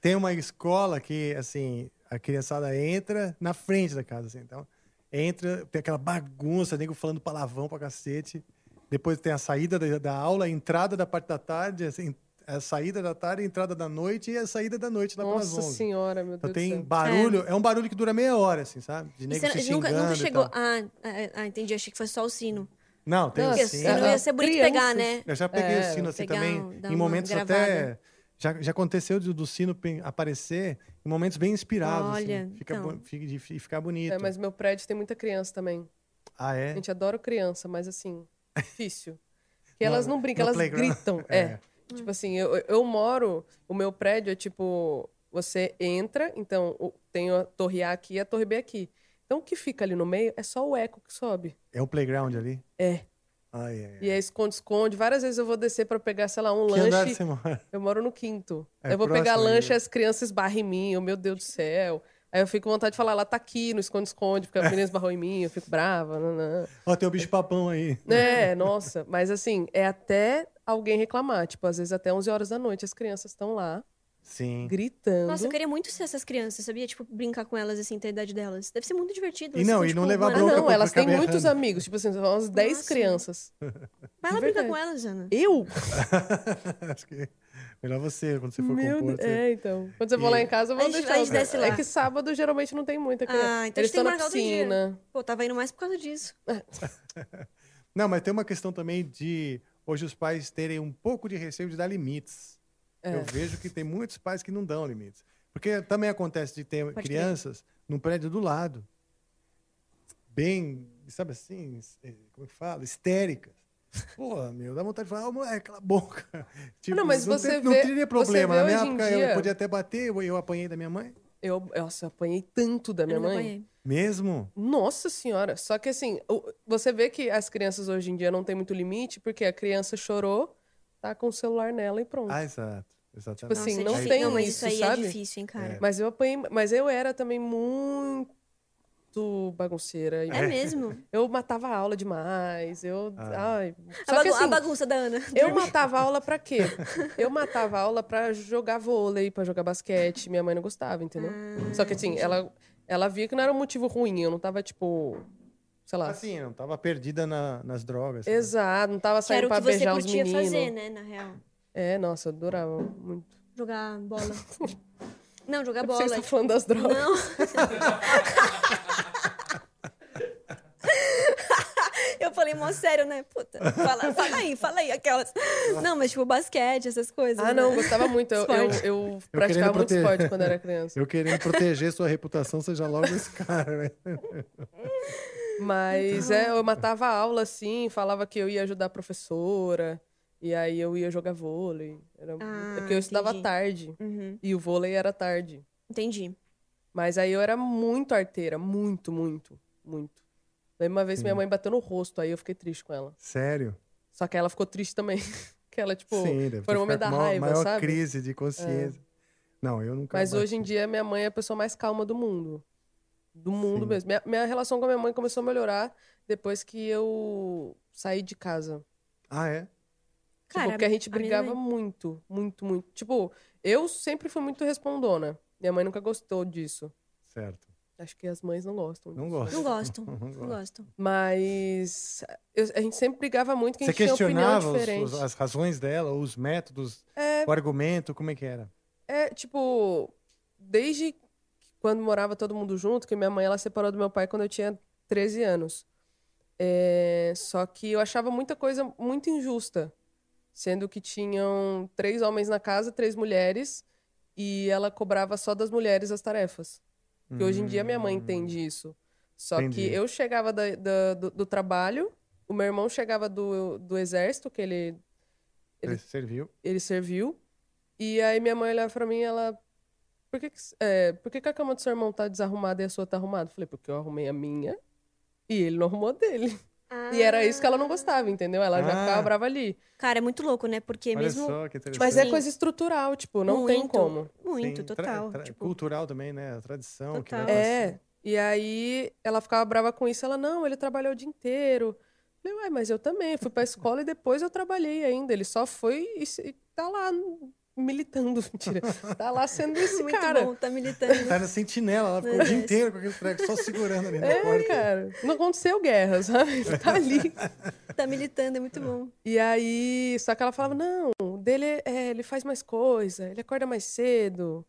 Speaker 3: Tem uma escola que, assim, a criançada entra na frente da casa, assim. Então, entra, tem aquela bagunça, nego falando palavrão pra cacete. Depois tem a saída da, da aula, a entrada da parte da tarde, assim, a saída da tarde, a entrada da noite e a saída da noite lá pelas
Speaker 4: Nossa
Speaker 3: 11.
Speaker 4: senhora, meu
Speaker 3: Então
Speaker 4: Deus
Speaker 3: é tem
Speaker 4: do céu.
Speaker 3: barulho, é. um barulho que dura meia hora, assim, sabe? De
Speaker 5: E
Speaker 3: nego
Speaker 5: você
Speaker 3: se
Speaker 5: é, nunca,
Speaker 3: xingando
Speaker 5: nunca
Speaker 3: e
Speaker 5: chegou.
Speaker 3: tal.
Speaker 5: Ah, ah, ah, entendi, achei que foi só o sino.
Speaker 3: Não, tem
Speaker 5: Porque
Speaker 3: o
Speaker 5: o
Speaker 3: sino.
Speaker 4: Ah,
Speaker 5: sino ia ser bonito pegar, né?
Speaker 3: Eu já peguei
Speaker 5: É,
Speaker 3: o sino assim
Speaker 5: pegar
Speaker 3: também,
Speaker 5: um- dar
Speaker 3: em
Speaker 5: uma
Speaker 3: momentos até...
Speaker 5: gravada.
Speaker 3: Já, já aconteceu de- do sino pe- aparecer em momentos bem inspirados,
Speaker 4: Olha,
Speaker 3: assim. Fica
Speaker 4: então.
Speaker 3: bo- fica- de fi- ficar bonito.
Speaker 4: É, mas meu prédio tem muita criança também.
Speaker 3: Ah,
Speaker 4: A
Speaker 3: é?
Speaker 4: gente adora criança, mas assim, difícil. Porque
Speaker 3: No-
Speaker 4: elas não brincam,
Speaker 3: no
Speaker 4: elas
Speaker 3: playground.
Speaker 4: gritam.
Speaker 3: É.
Speaker 4: É. Tipo assim, eu, eu moro, o meu prédio é tipo, você entra, então o- tem a torre A aqui e a torre B aqui. Então o que fica ali no meio é só o eco que sobe.
Speaker 3: É um playground ali?
Speaker 4: É.
Speaker 3: Ah, é.
Speaker 4: E é esconde-esconde. Várias vezes eu vou descer pra pegar, sei lá, um
Speaker 3: Que andar
Speaker 4: lanche.
Speaker 3: você mora?
Speaker 4: Eu moro no quinto.
Speaker 3: É
Speaker 4: eu vou pegar
Speaker 3: próximo
Speaker 4: lanche
Speaker 3: ainda.
Speaker 4: as crianças esbarram em mim. Eu, meu Deus do céu. Aí eu fico com vontade de falar, ela tá aqui no esconde-esconde, porque a menina esbarrou em mim, eu fico brava. Nanã.
Speaker 3: Ó, tem o bicho papão aí.
Speaker 4: É, nossa. Mas assim, é até alguém reclamar. Tipo, às vezes até 11 horas da noite as crianças estão lá
Speaker 3: Sim.
Speaker 4: gritando.
Speaker 5: Nossa, eu queria muito ser essas crianças, sabia? Tipo, brincar com elas, assim, ter a idade delas. Deve ser muito divertido.
Speaker 3: E
Speaker 5: elas
Speaker 3: não,
Speaker 5: ficam,
Speaker 3: e não
Speaker 5: tipo,
Speaker 3: levar
Speaker 5: mano,
Speaker 3: bronca
Speaker 4: Ah, Não,
Speaker 3: pra
Speaker 4: elas
Speaker 3: ficar
Speaker 4: têm muitos
Speaker 3: berrando.
Speaker 4: amigos. Tipo assim, são umas 10
Speaker 5: Nossa.
Speaker 4: crianças.
Speaker 5: Vai lá brincar com elas, Ana.
Speaker 4: Eu?
Speaker 3: Acho que melhor você, quando você for
Speaker 4: Meu
Speaker 3: compor.
Speaker 4: Deus,
Speaker 3: você-
Speaker 4: é, então. Quando você for lá em casa, eu vou
Speaker 5: A gente-
Speaker 4: deixar.
Speaker 5: a gente
Speaker 4: os-
Speaker 5: desce
Speaker 4: É
Speaker 5: lá.
Speaker 4: que sábado geralmente não tem muita criança.
Speaker 5: Ah, então a gente
Speaker 4: Eles
Speaker 5: tem que
Speaker 4: estão na
Speaker 5: marcar outro dia.
Speaker 4: piscina. É,
Speaker 5: Pô, tava indo mais por causa disso.
Speaker 3: Não, mas tem uma questão também de hoje os pais terem um pouco de receio de dar limites.
Speaker 4: É.
Speaker 3: Eu vejo que tem muitos pais que não dão limites. Porque também acontece de ter
Speaker 4: crer.
Speaker 3: crianças num prédio do lado, bem, sabe assim, es- eh, como é que fala? Histéricas. Porra, meu, dá vontade de falar, ô moleque, cala a boca. Tipo,
Speaker 4: não, mas
Speaker 3: não,
Speaker 4: você
Speaker 3: tem- não
Speaker 4: vê-
Speaker 3: teria
Speaker 4: você
Speaker 3: problema.
Speaker 4: vê
Speaker 3: Na minha
Speaker 4: hoje em
Speaker 3: época eu
Speaker 4: dia-
Speaker 3: podia até bater, eu, eu apanhei da minha mãe.
Speaker 4: Eu, nossa, eu apanhei tanto da minha
Speaker 5: nunca
Speaker 4: mãe.
Speaker 5: apanhei.
Speaker 3: Mesmo?
Speaker 4: Nossa senhora. Só que assim, o- você vê que as crianças hoje em dia não tem muito limite, porque a criança chorou, tá com o celular nela e pronto.
Speaker 3: Ah, exato. Exatamente.
Speaker 4: Tipo
Speaker 5: Nossa,
Speaker 4: assim,
Speaker 5: é
Speaker 4: não
Speaker 5: difícil.
Speaker 4: tem
Speaker 5: Não, mas
Speaker 4: isso,
Speaker 5: isso aí é
Speaker 4: sabe?
Speaker 5: difícil, hein, cara. É.
Speaker 4: Mas eu apanhei, mas eu era também muito bagunceira.
Speaker 5: É mesmo?
Speaker 4: Eu matava a aula demais, eu...
Speaker 5: Ah.
Speaker 4: Ai.
Speaker 5: A,
Speaker 4: Só que
Speaker 5: bagun- a
Speaker 4: assim,
Speaker 5: bagunça da Ana.
Speaker 4: eu matava a aula pra quê? Eu matava a aula pra jogar vôlei, pra jogar basquete. Minha mãe não gostava, entendeu?
Speaker 5: Ah,
Speaker 4: Só que assim, ela, ela via que não era um motivo ruim. Eu não tava, tipo, sei lá.
Speaker 3: Assim, não tava perdida na- nas drogas. né?
Speaker 4: Exato, não tava
Speaker 5: Que era
Speaker 4: saindo
Speaker 5: o que
Speaker 4: pra
Speaker 5: você
Speaker 4: beijar os
Speaker 5: curtia
Speaker 4: meninos.
Speaker 5: fazer, né, na real.
Speaker 4: É, nossa, eu adorava muito.
Speaker 5: Jogar bola. Não, jogar
Speaker 4: Eu
Speaker 5: bola.
Speaker 4: pensei que você tá falando das drogas.
Speaker 5: Não. Eu falei mó sério, né? Puta, fala, fala aí, fala aí, aquelas. Não, mas tipo basquete, essas coisas. né?
Speaker 4: Ah, não, eu gostava muito. Eu, eu,
Speaker 5: Esporte.
Speaker 4: eu
Speaker 3: Eu querendo
Speaker 4: praticava muito
Speaker 3: prote-
Speaker 4: esporte quando era criança.
Speaker 3: Eu querendo proteger sua reputação, seja logo esse cara, né? Então.
Speaker 4: Mas é, eu matava a aula, assim, falava que eu ia ajudar a professora. E aí eu ia jogar vôlei. Era...
Speaker 5: Ah,
Speaker 4: é porque eu estudava
Speaker 5: entendi.
Speaker 4: tarde.
Speaker 5: Uhum.
Speaker 4: E o vôlei era tarde.
Speaker 5: Entendi.
Speaker 4: Mas aí eu era muito arteira, muito, muito, muito. Daí uma vez minha mãe bateu no rosto, aí eu fiquei triste com ela.
Speaker 3: Sério?
Speaker 4: Só que ela ficou triste também. que ela, tipo,
Speaker 3: Sim, deve
Speaker 4: foi
Speaker 3: ter
Speaker 4: no momento
Speaker 3: ficado com
Speaker 4: da
Speaker 3: a maior-
Speaker 4: raiva,
Speaker 3: maior
Speaker 4: sabe?
Speaker 3: crise de consciência.
Speaker 4: É.
Speaker 3: Não, eu nunca.
Speaker 4: Mas
Speaker 3: bati.
Speaker 4: hoje em dia minha mãe é a pessoa mais calma do mundo. Do mundo
Speaker 3: Sim.
Speaker 4: mesmo. Minha, minha relação com a minha mãe começou a melhorar depois que eu saí de casa.
Speaker 3: Ah, é?
Speaker 4: Tipo,
Speaker 5: Cara,
Speaker 4: porque a gente
Speaker 5: a minha
Speaker 4: brigava
Speaker 5: mãe-
Speaker 4: muito, muito, muito. Tipo, eu sempre fui muito respondona. Minha mãe nunca gostou disso.
Speaker 3: Certo.
Speaker 4: Acho que as mães não gostam
Speaker 3: Não
Speaker 4: disso.
Speaker 3: gosto.
Speaker 5: Não
Speaker 4: né?
Speaker 5: gostam.
Speaker 3: Não
Speaker 5: Não
Speaker 3: gosto.
Speaker 5: gostam.
Speaker 4: Mas eu- a gente sempre brigava muito que a
Speaker 3: Você
Speaker 4: gente tinha opinião
Speaker 3: questionava os- os-
Speaker 4: diferente.
Speaker 3: as razões dela, os métodos,
Speaker 4: É.
Speaker 3: o argumento, como é que era?
Speaker 4: É, tipo, desde quando morava todo mundo junto, que minha mãe ela separou do meu pai quando eu tinha 13 anos. É, só que eu achava muita coisa muito injusta. Sendo que tinham três homens na casa, três mulheres, e ela cobrava só das mulheres as tarefas. Que hoje em dia minha mãe entende isso. Só
Speaker 11: Entendi.
Speaker 4: que eu chegava da- da- do, do trabalho, o meu irmão chegava do, do exército, que ele
Speaker 3: Ele serviu.
Speaker 4: ele Tipo, serviu. E aí minha mãe olhava pra mim e ela... Por que, que, é, por que que a cama do seu irmão tá desarrumada e a sua tá arrumada? Eu falei, porque eu arrumei a minha e ele não arrumou a dele. E era isso que ela não gostava, entendeu? Ela já
Speaker 5: Ah.
Speaker 4: ficava brava ali.
Speaker 5: Cara, é muito louco, né? Porque
Speaker 3: Olha
Speaker 5: mesmo.
Speaker 3: só que interessante.
Speaker 4: Mas é coisa estrutural, tipo, não tem
Speaker 5: Muito,
Speaker 4: como.
Speaker 5: Muito,
Speaker 3: Sim, tra-
Speaker 5: total.
Speaker 3: tra-
Speaker 5: tipo,
Speaker 3: Cultural também, né? A tradição. que
Speaker 5: Total.
Speaker 3: leva
Speaker 4: É.
Speaker 3: assim.
Speaker 4: E aí ela ficava brava com isso. Ela, não, ele trabalhou o dia inteiro. Eu falei, uai, mas eu também. Fui pra escola e depois eu trabalhei ainda. Ele só foi e, se- e tá lá militando. Mentira. Tá lá sendo esse
Speaker 5: Muito
Speaker 4: cara.
Speaker 5: bom, tá militando.
Speaker 3: Tá na sentinela, ela ficou o dia
Speaker 4: Mas-
Speaker 3: inteiro com aquele treco, só segurando ali na
Speaker 4: É,
Speaker 3: porta.
Speaker 4: cara. Não aconteceu guerra, sabe? Ele Tá ali.
Speaker 5: Tá militando, é muito bom.
Speaker 4: E aí, só que ela falava, não, o dele é- é, ele faz mais coisa, ele acorda mais cedo.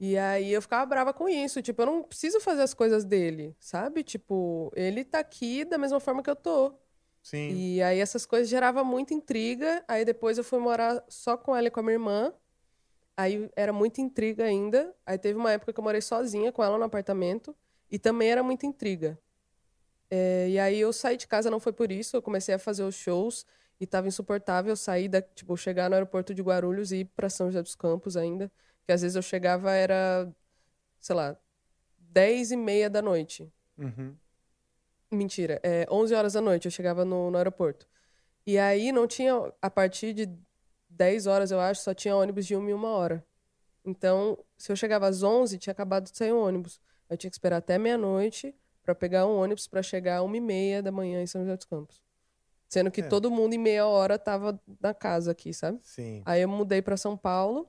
Speaker 4: E aí eu ficava brava com isso, tipo, eu não preciso fazer as coisas dele, sabe? Tipo, ele tá aqui da mesma forma que eu tô.
Speaker 3: Sim.
Speaker 4: E aí essas coisas gerava muita intriga. Aí depois eu fui morar só com ela e com a minha irmã. Aí era muita intriga ainda. Aí teve uma época que eu morei sozinha com ela no apartamento e também era muita intriga. É, e aí eu saí de casa, não foi por isso. Eu comecei a fazer os shows e tava insuportável eu sair da, tipo, chegar no aeroporto de Guarulhos e ir para São José dos Campos ainda. Que às vezes eu chegava, era, sei lá, 10 e meia da noite.
Speaker 3: Uhum.
Speaker 4: Mentira, é 11 horas da noite eu chegava no, no aeroporto. E aí não tinha, a partir de 10 horas, eu acho, só tinha ônibus de uma em uma hora. Então, se eu chegava às 11, tinha acabado de sair o ônibus. Eu tinha que esperar até meia-noite para pegar um ônibus para chegar às 1 e meia da manhã em São José dos Campos. Sendo que
Speaker 3: É.
Speaker 4: todo mundo em meia hora tava na casa aqui, sabe?
Speaker 3: Sim.
Speaker 4: Aí eu mudei para São Paulo.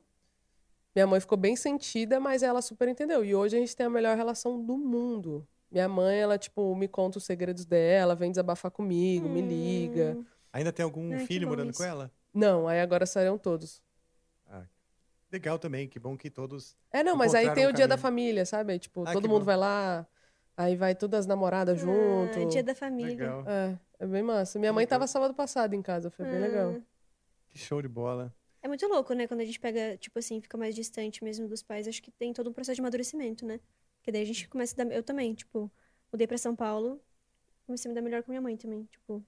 Speaker 4: Minha mãe ficou bem sentida, mas ela super entendeu. E hoje a gente tem a melhor relação do mundo. Minha mãe, ela, tipo, me conta os segredos dela, vem desabafar comigo, me liga.
Speaker 3: Hum. Ainda Né, tem algum
Speaker 4: Ai, que
Speaker 3: filho
Speaker 4: bom
Speaker 3: morando
Speaker 4: isso.
Speaker 3: com ela?
Speaker 4: Não, aí agora saíram todos.
Speaker 3: Legal também, que bom que todos.
Speaker 4: É, não, mas aí
Speaker 3: encontraram
Speaker 4: tem
Speaker 3: um
Speaker 4: o dia da
Speaker 3: caminho.
Speaker 4: família, sabe? Aí, tipo,
Speaker 3: Ah,
Speaker 4: todo
Speaker 3: que
Speaker 4: mundo
Speaker 3: bom.
Speaker 4: vai lá, aí vai todas as namoradas junto.
Speaker 5: dia da família. Legal.
Speaker 4: É, é bem massa. Minha mãe tava sábado passado em casa, foi bem legal.
Speaker 3: Que show de bola.
Speaker 5: É muito louco, né? Quando a gente pega, tipo assim, fica mais distante mesmo dos pais. Acho que tem todo um processo de amadurecimento, né? Porque daí a gente começa a dar. Eu também, tipo, mudei pra São Paulo, comecei a me dar melhor com minha mãe também. Tipo,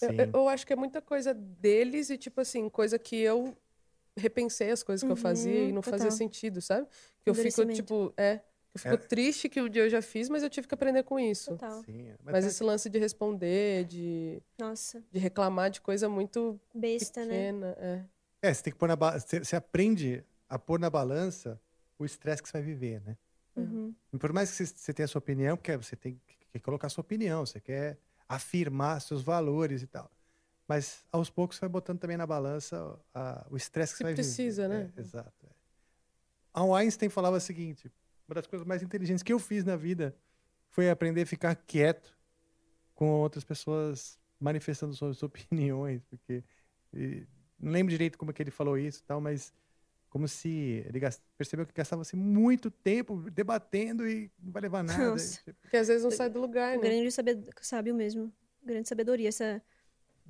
Speaker 4: Eu, eu- eu acho que é muita coisa deles e, tipo assim, coisa que eu repensei as coisas que eu fazia
Speaker 5: Uhum,
Speaker 4: e não fazia
Speaker 5: total.
Speaker 4: sentido, sabe? Que eu fico,
Speaker 5: Endurecimento.
Speaker 4: tipo, é. Eu fico
Speaker 3: É.
Speaker 4: triste que o dia eu já fiz, mas eu tive que aprender com isso.
Speaker 5: Total.
Speaker 3: Sim, mas
Speaker 4: mas
Speaker 3: tá-
Speaker 4: esse lance de responder, de,
Speaker 5: nossa,
Speaker 4: de reclamar de coisa muito
Speaker 5: besta, né?
Speaker 4: pequena, é.
Speaker 3: É, você tem que pôr na ba... você, você aprende a pôr na balança o estresse que você vai viver, né?
Speaker 5: Uhum.
Speaker 3: E Por mais que você- você tenha a sua opinião, porque você tem que- que colocar a sua opinião, você quer afirmar seus valores e tal. Mas aos poucos você vai botando também na balança a- o estresse que você
Speaker 4: Que
Speaker 3: vai viver.
Speaker 4: precisa, né?
Speaker 3: É, exato. é. A Einstein falava o seguinte: uma das coisas mais inteligentes que eu fiz na vida foi aprender a ficar quieto com outras pessoas manifestando suas opiniões, porque e, não lembro direito como é que ele falou isso, e tal, mas como se ele gas- percebeu que gastava-se muito tempo debatendo e não vai levar nada.
Speaker 5: Nossa.
Speaker 3: Tipo,
Speaker 4: Porque às vezes não sai do lugar,
Speaker 5: O
Speaker 4: né?
Speaker 5: grande sabed... sábio mesmo. Grande sabedoria, essa.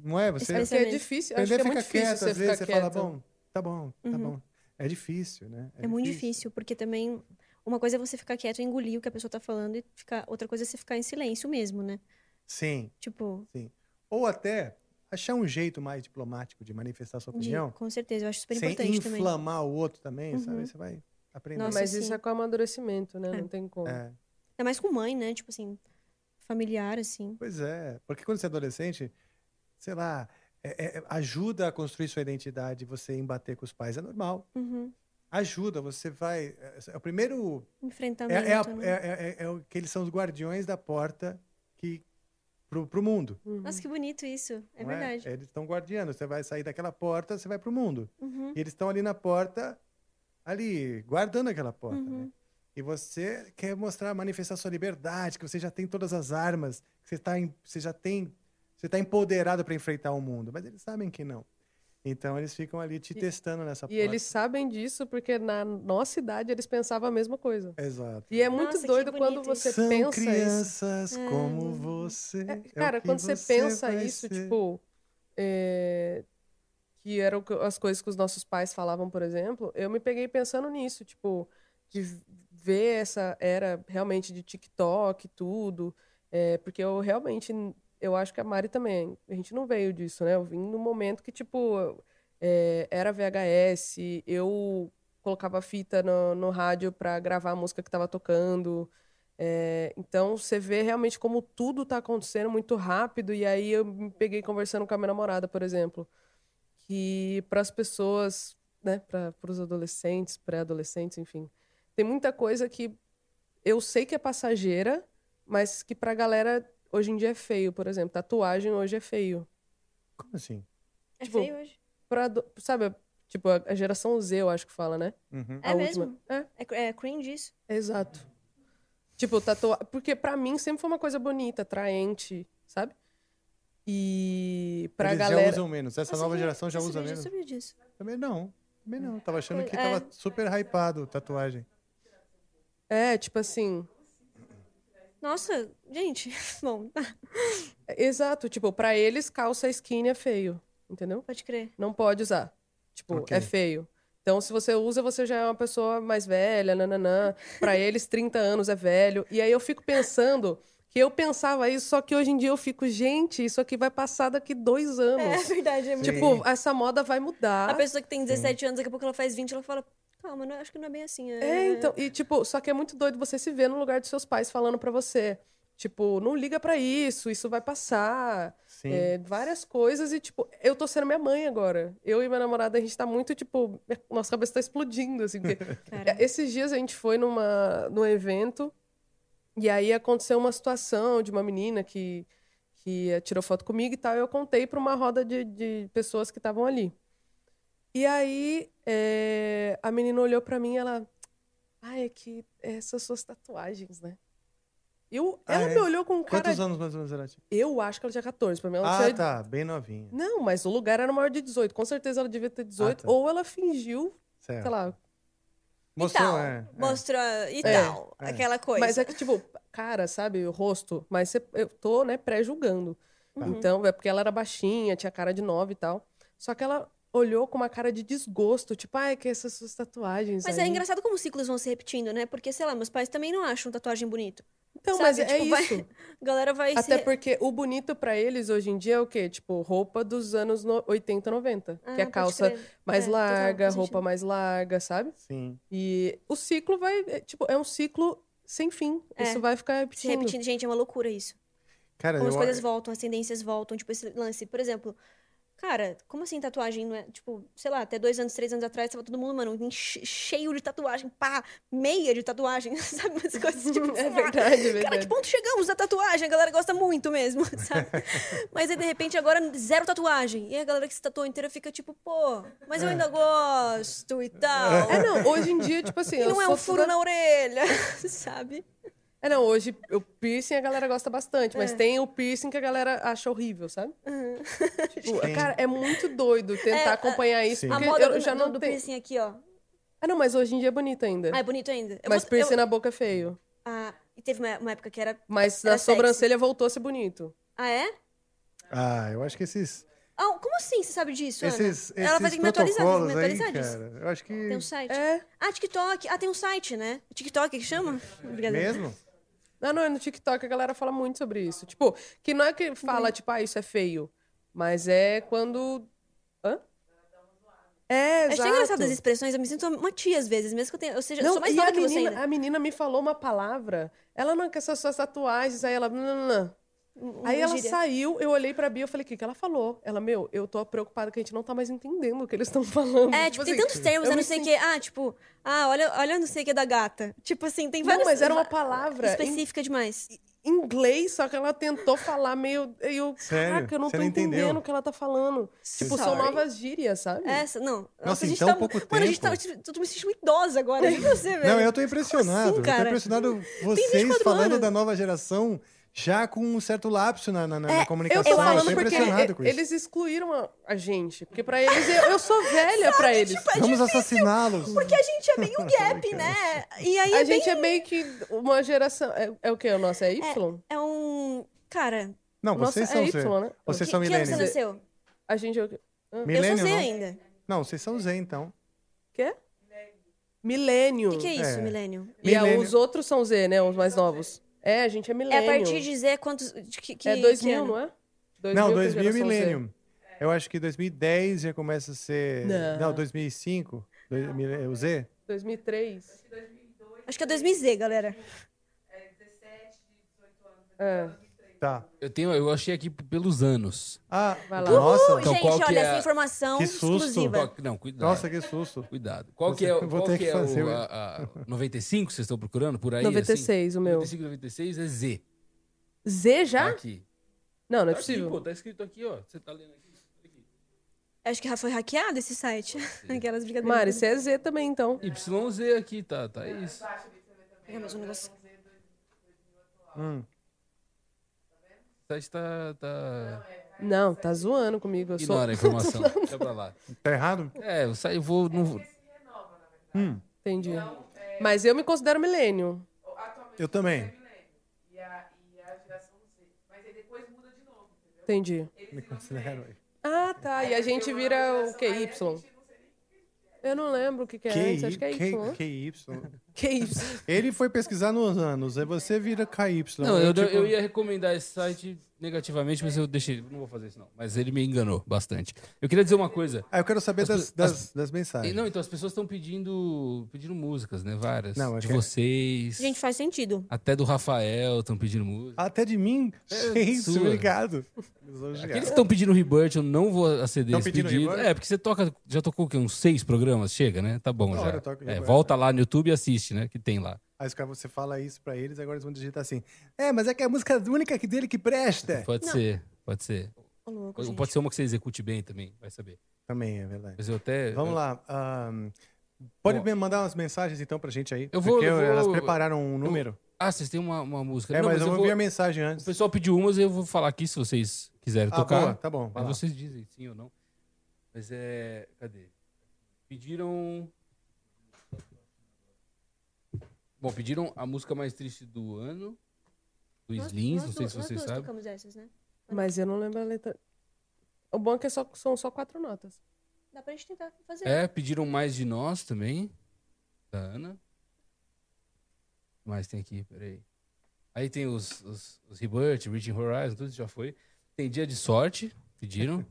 Speaker 3: Não é você?
Speaker 5: Esse pensamento. É difícil, acho
Speaker 3: Aprender
Speaker 5: que é
Speaker 3: a ficar
Speaker 5: muito difícil
Speaker 3: quieto,
Speaker 5: você
Speaker 3: às vezes
Speaker 5: ficar
Speaker 3: você fala,
Speaker 5: quieto.
Speaker 3: bom, tá bom, tá
Speaker 5: Uhum.
Speaker 3: bom. É difícil, né?
Speaker 5: É muito difícil, porque também uma coisa é você ficar quieto e engolir o que a pessoa tá falando, e ficar... outra coisa é você ficar em silêncio mesmo, né?
Speaker 3: Sim,
Speaker 5: Tipo,
Speaker 3: sim. Ou até achar um jeito mais diplomático de manifestar sua
Speaker 5: de-
Speaker 3: opinião,
Speaker 5: com certeza, eu acho super
Speaker 3: sem
Speaker 5: importante também.
Speaker 3: inflamar o outro também,
Speaker 5: Uhum.
Speaker 3: sabe? Você vai aprender.
Speaker 4: Nossa, Mas isso sim. é com amadurecimento, né?
Speaker 5: É.
Speaker 4: Não tem como.
Speaker 3: É.
Speaker 5: Ainda mais com mãe, né? Tipo assim, familiar, assim.
Speaker 3: Pois é, porque quando você é adolescente, sei lá, é- é- ajuda a construir sua identidade, você embater com os pais, é normal.
Speaker 5: Uhum.
Speaker 3: Ajuda, você vai. é- É o primeiro. É,
Speaker 5: Enfrentamento,
Speaker 3: é, a-
Speaker 5: né?
Speaker 3: é- é- é- é o que eles são os guardiões da porta que, pro, pro mundo.
Speaker 5: Nossa, que bonito isso. É
Speaker 3: não
Speaker 5: verdade.
Speaker 3: Eles estão guardiando. Você vai sair daquela porta, você vai pro mundo.
Speaker 5: Uhum.
Speaker 3: E eles estão ali na porta, ali, guardando aquela porta.
Speaker 5: Uhum.
Speaker 3: E você quer mostrar, manifestar sua liberdade, que você já tem todas as armas, tá que você, tá em- você já tem, você está empoderado para enfrentar o mundo. Mas eles sabem que não. Então eles ficam ali te
Speaker 4: E-
Speaker 3: testando nessa
Speaker 4: E eles sabem disso porque na nossa idade eles pensavam a mesma coisa.
Speaker 3: Exato.
Speaker 4: E é muito
Speaker 5: Nossa, que
Speaker 4: doido quando
Speaker 5: bonito
Speaker 4: você
Speaker 3: São
Speaker 4: pensa
Speaker 3: crianças
Speaker 4: isso.
Speaker 3: como você. é o
Speaker 4: Hum. Cara,
Speaker 3: que
Speaker 4: quando você pensa
Speaker 3: vai
Speaker 4: isso,
Speaker 3: ser.
Speaker 4: tipo, é, que eram co- as coisas que os nossos pais falavam, por exemplo, eu me peguei pensando nisso, tipo, de v- ver essa era realmente de TikTok e tudo, é, porque eu realmente, n- eu acho que a Mari também, a gente não veio disso, né? Eu vim num momento que, tipo, é, era VHS, eu colocava fita no, no rádio pra gravar a música que tava tocando. É, então você vê realmente como tudo tá acontecendo muito rápido. E aí eu me peguei conversando com a minha namorada, por exemplo, que para as pessoas, né, para os adolescentes, pré-adolescentes, enfim, tem muita coisa que eu sei que é passageira, mas que pra galera hoje em dia é feio, por exemplo, tatuagem hoje é feio.
Speaker 3: Como assim?
Speaker 5: É
Speaker 4: Tipo,
Speaker 5: feio hoje.
Speaker 4: Pra, ado- sabe, tipo, a a geração Z, eu acho que fala, né?
Speaker 3: Uhum.
Speaker 5: É
Speaker 4: A última.
Speaker 5: mesmo? É. cr- é cringe isso?
Speaker 4: Exato. Tipo, tatuagem. Porque pra mim sempre foi uma coisa bonita, atraente, sabe? E pra
Speaker 3: Eles já
Speaker 4: galera.
Speaker 3: usam menos. Essa
Speaker 5: Eu
Speaker 3: nova
Speaker 5: sabia-
Speaker 3: geração já
Speaker 5: eu
Speaker 3: usa
Speaker 5: sabia,
Speaker 3: menos.
Speaker 5: Eu sabia disso.
Speaker 3: Também não. Também não. Tava achando que
Speaker 5: É.
Speaker 3: tava super hypado tatuagem.
Speaker 4: É, tipo assim.
Speaker 5: Nossa, gente, bom,
Speaker 4: Exato. Tipo, pra eles, calça skinny é feio. Entendeu?
Speaker 5: pode crer.
Speaker 4: Não pode usar. Tipo,
Speaker 5: Ok.
Speaker 4: é feio. Então, se você usa, você já é uma pessoa mais velha, nananã. Pra eles, 30 anos é velho. E aí eu fico pensando que eu pensava isso, só que hoje em dia eu fico, gente, isso aqui vai passar daqui dois
Speaker 5: É
Speaker 4: anos.
Speaker 5: verdade, é muito
Speaker 4: Tipo, essa moda vai mudar.
Speaker 5: A pessoa que tem 17 anos, daqui a pouco ela faz 20, ela fala, calma, não, acho que não é bem assim.
Speaker 4: É, então, e tipo, só que é muito doido você se ver no lugar dos seus pais falando pra você, tipo, não liga pra isso, isso vai passar,
Speaker 5: Sim.
Speaker 4: é, várias coisas e tipo, eu tô sendo minha mãe agora. Eu e minha namorada a gente tá muito tipo, nossa cabeça tá explodindo assim, porque esses dias a gente foi numa num evento e aí aconteceu uma situação de uma menina que que eh, tirou foto comigo e tal, e eu contei pra uma roda de, de pessoas que estavam ali. E aí, eh, a menina olhou pra mim e ela. Ai, é que essas suas tatuagens, né? Eu,
Speaker 3: Ah,
Speaker 4: ela
Speaker 3: é?
Speaker 4: me olhou com um cara.
Speaker 3: Quantos anos mais ou menos ela tinha?
Speaker 4: Eu acho que ela tinha 14, pra mim ela
Speaker 3: Ah,
Speaker 4: tinha-
Speaker 3: tá. Bem novinha.
Speaker 4: Não, mas o lugar era maior de 18. Com certeza ela devia ter 18.
Speaker 3: tá.
Speaker 4: Ou ela fingiu,
Speaker 3: Certo.
Speaker 4: sei lá,
Speaker 3: Mostrou,
Speaker 4: tal?
Speaker 3: é.
Speaker 5: Mostra Ah, e
Speaker 4: É,
Speaker 5: tal,
Speaker 4: é.
Speaker 5: aquela coisa.
Speaker 4: Mas é que, tipo, cara, sabe, o rosto, mas cê- eu tô, né, pré-julgando.
Speaker 5: Tá.
Speaker 4: Então, é porque ela era baixinha, tinha cara de nove e tal. Só que ela olhou com uma cara de desgosto, tipo, ai, que essas suas tatuagens.
Speaker 5: Mas
Speaker 4: aí.
Speaker 5: é engraçado como os ciclos vão se repetindo, né? Porque, sei lá, meus pais também não acham tatuagem bonito.
Speaker 4: Então,
Speaker 5: Sabe?
Speaker 4: mas é
Speaker 5: Tipo, vai-
Speaker 4: isso.
Speaker 5: A galera vai
Speaker 4: Até
Speaker 5: se...
Speaker 4: porque o bonito pra eles hoje em dia é o quê? Tipo, roupa dos anos no- 80, 90.
Speaker 5: Ah,
Speaker 4: que é
Speaker 5: pode
Speaker 4: calça
Speaker 5: crer.
Speaker 4: mais
Speaker 5: É, total, faz
Speaker 4: larga, roupa
Speaker 5: sentido.
Speaker 4: mais larga, sabe?
Speaker 3: Sim.
Speaker 4: E o ciclo vai, é, tipo, é um ciclo sem fim.
Speaker 5: É,
Speaker 4: Isso vai ficar
Speaker 5: se
Speaker 4: repetindo.
Speaker 5: repetindo. Gente, é uma loucura isso.
Speaker 3: Cara,
Speaker 5: Como as
Speaker 3: eu-
Speaker 5: coisas voltam, as tendências voltam, tipo, esse lance. Por exemplo, cara, como assim tatuagem não é. Tipo, sei lá, até dois anos, três anos atrás, tava todo mundo, mano, enche- cheio de tatuagem, pá, meia de tatuagem, sabe? Umas coisas tipo.
Speaker 4: É
Speaker 5: sei lá.
Speaker 4: verdade, é
Speaker 5: Cara,
Speaker 4: verdade.
Speaker 5: que ponto chegamos da tatuagem? A galera gosta muito mesmo, sabe? mas aí, de repente, agora zero tatuagem. E a galera que se tatuou inteira fica tipo, pô, mas eu ainda gosto e tal.
Speaker 4: É, não, hoje em dia, tipo assim,
Speaker 5: E
Speaker 4: eu
Speaker 5: não é
Speaker 4: sou
Speaker 5: um furo
Speaker 4: toda-
Speaker 5: na orelha, sabe?
Speaker 4: É, não, hoje o piercing a galera gosta bastante, mas
Speaker 5: É.
Speaker 4: tem o piercing que a galera acha horrível, sabe? Tipo,
Speaker 5: Sim.
Speaker 4: cara, é muito doido tentar
Speaker 5: É,
Speaker 4: acompanhar isso,
Speaker 5: A
Speaker 4: porque
Speaker 5: moda
Speaker 4: eu
Speaker 5: do,
Speaker 4: já
Speaker 5: do-
Speaker 4: não
Speaker 5: do
Speaker 4: tenho...
Speaker 5: piercing aqui, ó.
Speaker 4: Ah, não, mas hoje em dia é bonito ainda.
Speaker 5: Ah, é bonito ainda. Eu
Speaker 4: mas
Speaker 5: vou-
Speaker 4: piercing
Speaker 5: eu-
Speaker 4: na boca é feio.
Speaker 5: Ah, e teve uma, uma época que era.
Speaker 4: Mas
Speaker 5: era
Speaker 4: na
Speaker 5: sexy.
Speaker 4: sobrancelha voltou a ser bonito.
Speaker 5: Ah, é?
Speaker 3: Ah, eu acho que esses,
Speaker 5: Ah, como assim você sabe disso? Ana?
Speaker 3: esses,
Speaker 5: Ela vai ter
Speaker 3: esses
Speaker 5: que me atualizar, vai ter que
Speaker 3: protocolos
Speaker 5: me
Speaker 3: aí,
Speaker 5: atualizar disso.
Speaker 3: cara. Eu acho que.
Speaker 5: Tem um site?
Speaker 4: É.
Speaker 5: Ah, TikTok. Ah, tem um site, né? TikTok que chama? Obrigada.
Speaker 3: Mesmo?
Speaker 4: Não, não, é no TikTok a galera fala muito sobre isso. Tipo, que não é
Speaker 5: Uhum.
Speaker 4: que fala, tipo, ah, isso é feio. Mas é quando. Hã? É,
Speaker 5: Acho
Speaker 4: exato.
Speaker 5: tão engraçado as expressões. Eu me sinto uma tia às vezes, mesmo que eu tenha. Ou seja, eu
Speaker 4: Não,
Speaker 5: sou mais
Speaker 4: e
Speaker 5: nova
Speaker 4: a
Speaker 5: que você
Speaker 4: menina,
Speaker 5: ainda.
Speaker 4: a menina me falou uma palavra. Ela não quer essas suas tatuagens. Aí ela. "Não, não, não."
Speaker 5: Um-
Speaker 4: Aí
Speaker 5: uma
Speaker 4: ela
Speaker 5: gíria.
Speaker 4: saiu, eu olhei pra Bia e falei, o que, que ela falou? Ela, meu, eu tô preocupada que a gente não tá mais entendendo o que eles estão falando. assim,
Speaker 5: É, tipo, tem tantos termos, eu não sei o que. Ah, tipo, ah, olha, olha, não sei o que da gata. Tipo assim, tem
Speaker 4: Não,
Speaker 5: várias
Speaker 4: mas era uma palavra em-
Speaker 5: específica demais.
Speaker 4: Em inglês, só que ela tentou falar meio. e Eu,
Speaker 3: Sério?
Speaker 4: caraca, eu não
Speaker 3: Você
Speaker 4: tô
Speaker 3: não entendeu?
Speaker 4: entendendo o que ela tá falando. Tipo, são
Speaker 5: Sorry.
Speaker 4: novas gírias, sabe?
Speaker 5: Essa, não.
Speaker 3: Nossa,
Speaker 5: a gente
Speaker 3: então,
Speaker 5: tá,
Speaker 3: pouco
Speaker 5: mano, a gente tá,
Speaker 3: tempo.
Speaker 5: tu, tu me sente muito idosa agora, eu e você, velho. assim,
Speaker 3: Não, eu tô impressionado. eu tô
Speaker 5: cara?
Speaker 3: impressionado
Speaker 5: Tem
Speaker 3: vocês
Speaker 5: 24
Speaker 3: falando
Speaker 5: anos.
Speaker 3: da nova geração já com um certo lapso na, na,
Speaker 5: É,
Speaker 3: na- na
Speaker 4: Eu
Speaker 3: comunicação.
Speaker 4: tô
Speaker 3: tô
Speaker 4: falando porque
Speaker 3: impressionado
Speaker 4: ele-
Speaker 3: com isso.
Speaker 4: É, eles excluíram a, a gente. Porque pra eles, eu, eu sou
Speaker 5: é
Speaker 4: velha pra eles.
Speaker 3: Vamos assassiná-los.
Speaker 5: tipo, Porque a gente é meio gap, né? E aí
Speaker 4: a
Speaker 5: é
Speaker 4: gente
Speaker 5: bem-
Speaker 4: é meio que uma geração. É, é o quê? O nosso é Y?
Speaker 5: É, um. Cara.
Speaker 3: Não,
Speaker 4: Nossa,
Speaker 3: vocês
Speaker 4: é
Speaker 3: são
Speaker 4: Y,
Speaker 3: Z.
Speaker 4: né?
Speaker 3: Vocês
Speaker 4: Que-
Speaker 3: são
Speaker 4: que ano você
Speaker 3: millennials.
Speaker 4: nasceu? A gente é o quê?
Speaker 5: Ah,
Speaker 4: Hã?
Speaker 3: Millennial, não?
Speaker 5: ainda.
Speaker 3: Não, vocês são Z, então.
Speaker 4: Quê? Milênio.
Speaker 5: O que, que é isso,
Speaker 3: É.
Speaker 5: milênio?
Speaker 4: E é,
Speaker 3: Milênio.
Speaker 4: os outros são Z, né? Os mais novos. É, a gente é
Speaker 5: É a
Speaker 4: milênio.
Speaker 5: partir de Z quantos. de que, que,
Speaker 4: É
Speaker 5: que
Speaker 4: 2000,
Speaker 5: ano?
Speaker 4: não é?
Speaker 3: Não,
Speaker 4: 2000 que
Speaker 3: 2000
Speaker 4: é
Speaker 3: é
Speaker 4: geração
Speaker 3: Millennium. Eu acho que 2010 já começa a ser.
Speaker 4: Não.
Speaker 3: Não, 2005. dois- mil- é O Z?
Speaker 4: 2003.
Speaker 6: assim.
Speaker 5: Acho que é 2000 Z, galera.
Speaker 4: É.
Speaker 3: Tá.
Speaker 6: Eu, tenho, eu achei aqui p- pelos anos. Então,
Speaker 3: Ah,
Speaker 4: vai
Speaker 5: lá. Uhul, gente, olha, essa informação Que susto. exclusiva.
Speaker 6: é Qual- não, cuidado.
Speaker 3: Nossa, que susto.
Speaker 6: Cuidado. Qual que é,
Speaker 3: Vou
Speaker 6: o- qual
Speaker 3: ter
Speaker 6: que
Speaker 3: que
Speaker 6: é o,
Speaker 3: fazer o-
Speaker 6: a- a- 95, vocês estão procurando por aí? assim?
Speaker 4: 96, o meu.
Speaker 6: 95, 96 é Z.
Speaker 4: Z já?
Speaker 6: Tá Aqui.
Speaker 4: Não, não é
Speaker 6: Tá aqui,
Speaker 4: possível.
Speaker 6: pô, tá escrito aqui, ó. Você tá lendo aqui.
Speaker 5: Acho que já foi hackeado esse site. Aquelas brincadeiras.
Speaker 4: Mari, você é Z também, então.
Speaker 6: YZ aqui, tá, tá é isso.
Speaker 5: É, mas o negócio-
Speaker 3: Hum.
Speaker 6: O site tá... tá...
Speaker 4: Não, tá zoando comigo. Eu sou...
Speaker 6: Ignora a informação. Deixa pra lá.
Speaker 3: Tá errado? Hum.
Speaker 6: É, eu saio, eu vou... Não... vou-
Speaker 4: Entendi. Mas eu me considero milênio.
Speaker 3: Eu também.
Speaker 4: Entendi.
Speaker 3: Me considero. aí.
Speaker 4: Ah, tá. E a gente vira o que? Y? Eu não lembro o que, que é antes. Acho que é
Speaker 3: K-
Speaker 4: Y. né?
Speaker 3: KY.
Speaker 4: KY.
Speaker 3: Ele foi pesquisar nos anos, aí você vira KY.
Speaker 6: Não, eu,
Speaker 3: tipo,
Speaker 6: eu ia recomendar esse site negativamente, mas eu deixei. Não vou fazer isso, não. Mas ele me enganou bastante. Eu queria dizer uma coisa.
Speaker 3: Ah, eu quero saber
Speaker 6: As
Speaker 3: das,
Speaker 6: pe-
Speaker 3: das,
Speaker 6: as-
Speaker 3: das mensagens.
Speaker 6: Não, então as pessoas estão pedindo, pedindo músicas, né? Várias.
Speaker 3: Não, é- eu
Speaker 6: de
Speaker 3: quero-
Speaker 6: vocês.
Speaker 5: Gente, faz sentido.
Speaker 6: Até do Rafael estão pedindo música.
Speaker 3: Até de mim?
Speaker 6: É,
Speaker 3: Gente,
Speaker 6: sua.
Speaker 3: obrigado.
Speaker 6: Aqueles que estão pedindo Rebirth, eu não vou aceder
Speaker 3: Tão
Speaker 6: esse
Speaker 3: pedindo
Speaker 6: pedido.
Speaker 3: Rebirth?
Speaker 6: É, porque você toca, já tocou o quê? uns seis programas? Chega, né? Tá bom
Speaker 3: Da hora
Speaker 6: já.
Speaker 3: eu toco
Speaker 6: É,
Speaker 3: Rebirth.
Speaker 6: volta lá no YouTube e assiste, né? Que tem lá.
Speaker 3: Aí os caras, você fala isso pra eles, agora eles vão digitar assim. É, mas é que é a música única que dele que presta.
Speaker 6: Pode ser, pode ser.
Speaker 5: Ô, louco,
Speaker 6: Ou
Speaker 5: gente.
Speaker 6: pode ser uma que você execute bem também, vai saber.
Speaker 3: Também é verdade.
Speaker 6: Mas eu até.
Speaker 3: Vamos
Speaker 6: eu-
Speaker 3: lá. ahn, pode me mandar umas mensagens então pra gente aí?
Speaker 6: Eu vou-
Speaker 3: Porque
Speaker 6: eu vou-
Speaker 3: elas prepararam um
Speaker 6: eu-
Speaker 3: número.
Speaker 6: Ah, vocês têm uma, uma música.
Speaker 3: É,
Speaker 6: Não,
Speaker 3: mas eu vou ouvir a mensagem
Speaker 6: O
Speaker 3: antes.
Speaker 6: pessoal pediu umas e eu vou falar aqui se vocês quiserem
Speaker 3: Ah,
Speaker 6: tocar.
Speaker 3: boa, tá bom, vai
Speaker 6: Mas
Speaker 3: lá.
Speaker 6: vocês dizem sim ou não. Mas é. Cadê? Pediram. Bom, pediram a música mais triste do ano. Do
Speaker 5: Nós-
Speaker 6: Slins,
Speaker 5: nós
Speaker 6: não sei se
Speaker 5: duas- nós
Speaker 6: vocês
Speaker 5: duas
Speaker 6: sabem.
Speaker 5: tocamos essas, né?
Speaker 4: Mas eu não lembro a letra. O bom é que é só- são só quatro notas.
Speaker 5: Dá pra gente tentar fazer.
Speaker 6: É, pediram mais de nós também. Da Ana. O que mais tem aqui? Peraí. Aí tem os, os, os Rebirth, Reaching Horizon, tudo isso já foi. Tem Dia de Sorte, pediram.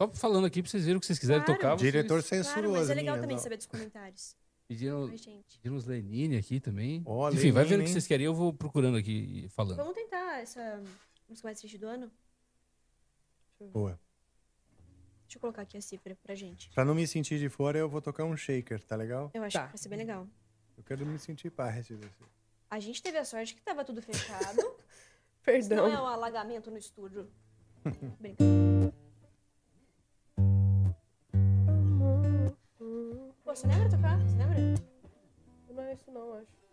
Speaker 6: Só falando aqui pra vocês verem o que vocês quiserem
Speaker 5: Uhum. Claro.
Speaker 6: tocar. Vocês
Speaker 3: Diretor
Speaker 5: Claro,
Speaker 3: censurou
Speaker 5: mas
Speaker 3: as
Speaker 5: é legal
Speaker 3: minhas,
Speaker 5: também
Speaker 3: ó.
Speaker 5: saber dos comentários.
Speaker 6: pediram,
Speaker 5: Ai, gente.
Speaker 6: pediram os Lenine aqui também.
Speaker 3: Ó,
Speaker 6: Enfim, vai vendo o
Speaker 3: Lenine,
Speaker 6: que
Speaker 3: hein?
Speaker 6: vocês querem, eu vou procurando aqui e falando.
Speaker 5: Vamos tentar essa música mais triste do ano?
Speaker 3: Boa.
Speaker 5: Deixa eu colocar aqui a cifra pra gente.
Speaker 3: Pra não me sentir de fora, eu vou tocar um shaker, tá legal?
Speaker 5: Eu acho que vai ser bem legal.
Speaker 3: Eu quero me sentir parte desse.
Speaker 5: A gente teve a sorte que tava tudo fechado. Isso
Speaker 4: Perdão.
Speaker 5: não é um alagamento no estúdio. Pô, você lembra tocar? Você lembra?
Speaker 4: Não é isso não, acho.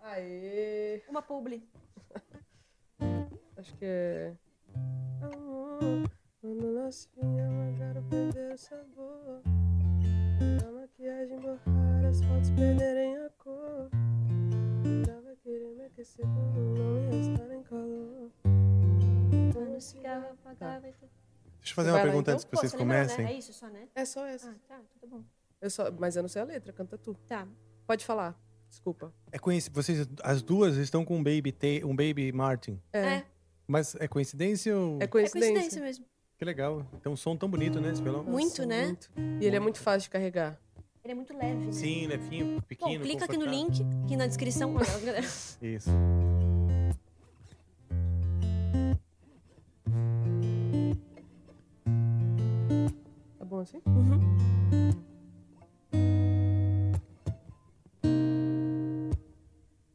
Speaker 4: Aê!
Speaker 5: Uma publi.
Speaker 4: Acho que é. Quando nós viemos, quero perder o sabor. Da maquiagem borrar, as fotos perderem a cor. Tava querendo aquecer quando não ia estar em calor.
Speaker 5: Quando o cigarro Ah, apagava e tudo.
Speaker 3: Deixa eu fazer uma
Speaker 4: Vai lá,
Speaker 3: pergunta
Speaker 4: então?
Speaker 3: antes que
Speaker 5: Pô,
Speaker 3: vocês
Speaker 5: você lembrou, né?
Speaker 3: comecem.
Speaker 5: É isso só, né?
Speaker 4: É só essa.
Speaker 5: Ah, tá, tudo bom.
Speaker 4: Eu só... Mas eu não sei a letra, canta tu.
Speaker 5: Tá.
Speaker 4: Pode falar, desculpa.
Speaker 3: É coinci- Vocês, as duas estão com um baby, ta- um baby Martin.
Speaker 4: É.
Speaker 3: Mas é coincidência ou...
Speaker 4: É
Speaker 5: É
Speaker 4: coincidência.
Speaker 5: coincidência mesmo.
Speaker 3: Que legal. Tem um som tão bonito, né, esse violão?
Speaker 5: Muito, né?
Speaker 4: E ele é muito fácil de carregar.
Speaker 5: Ele é muito leve, né?
Speaker 3: Sim, levinho, pequeno,
Speaker 5: Bom, clica aqui no
Speaker 3: confortável.
Speaker 5: link, aqui na descrição. Aquelas, galera.
Speaker 3: Isso.
Speaker 4: Tá bom assim?
Speaker 5: Uhum.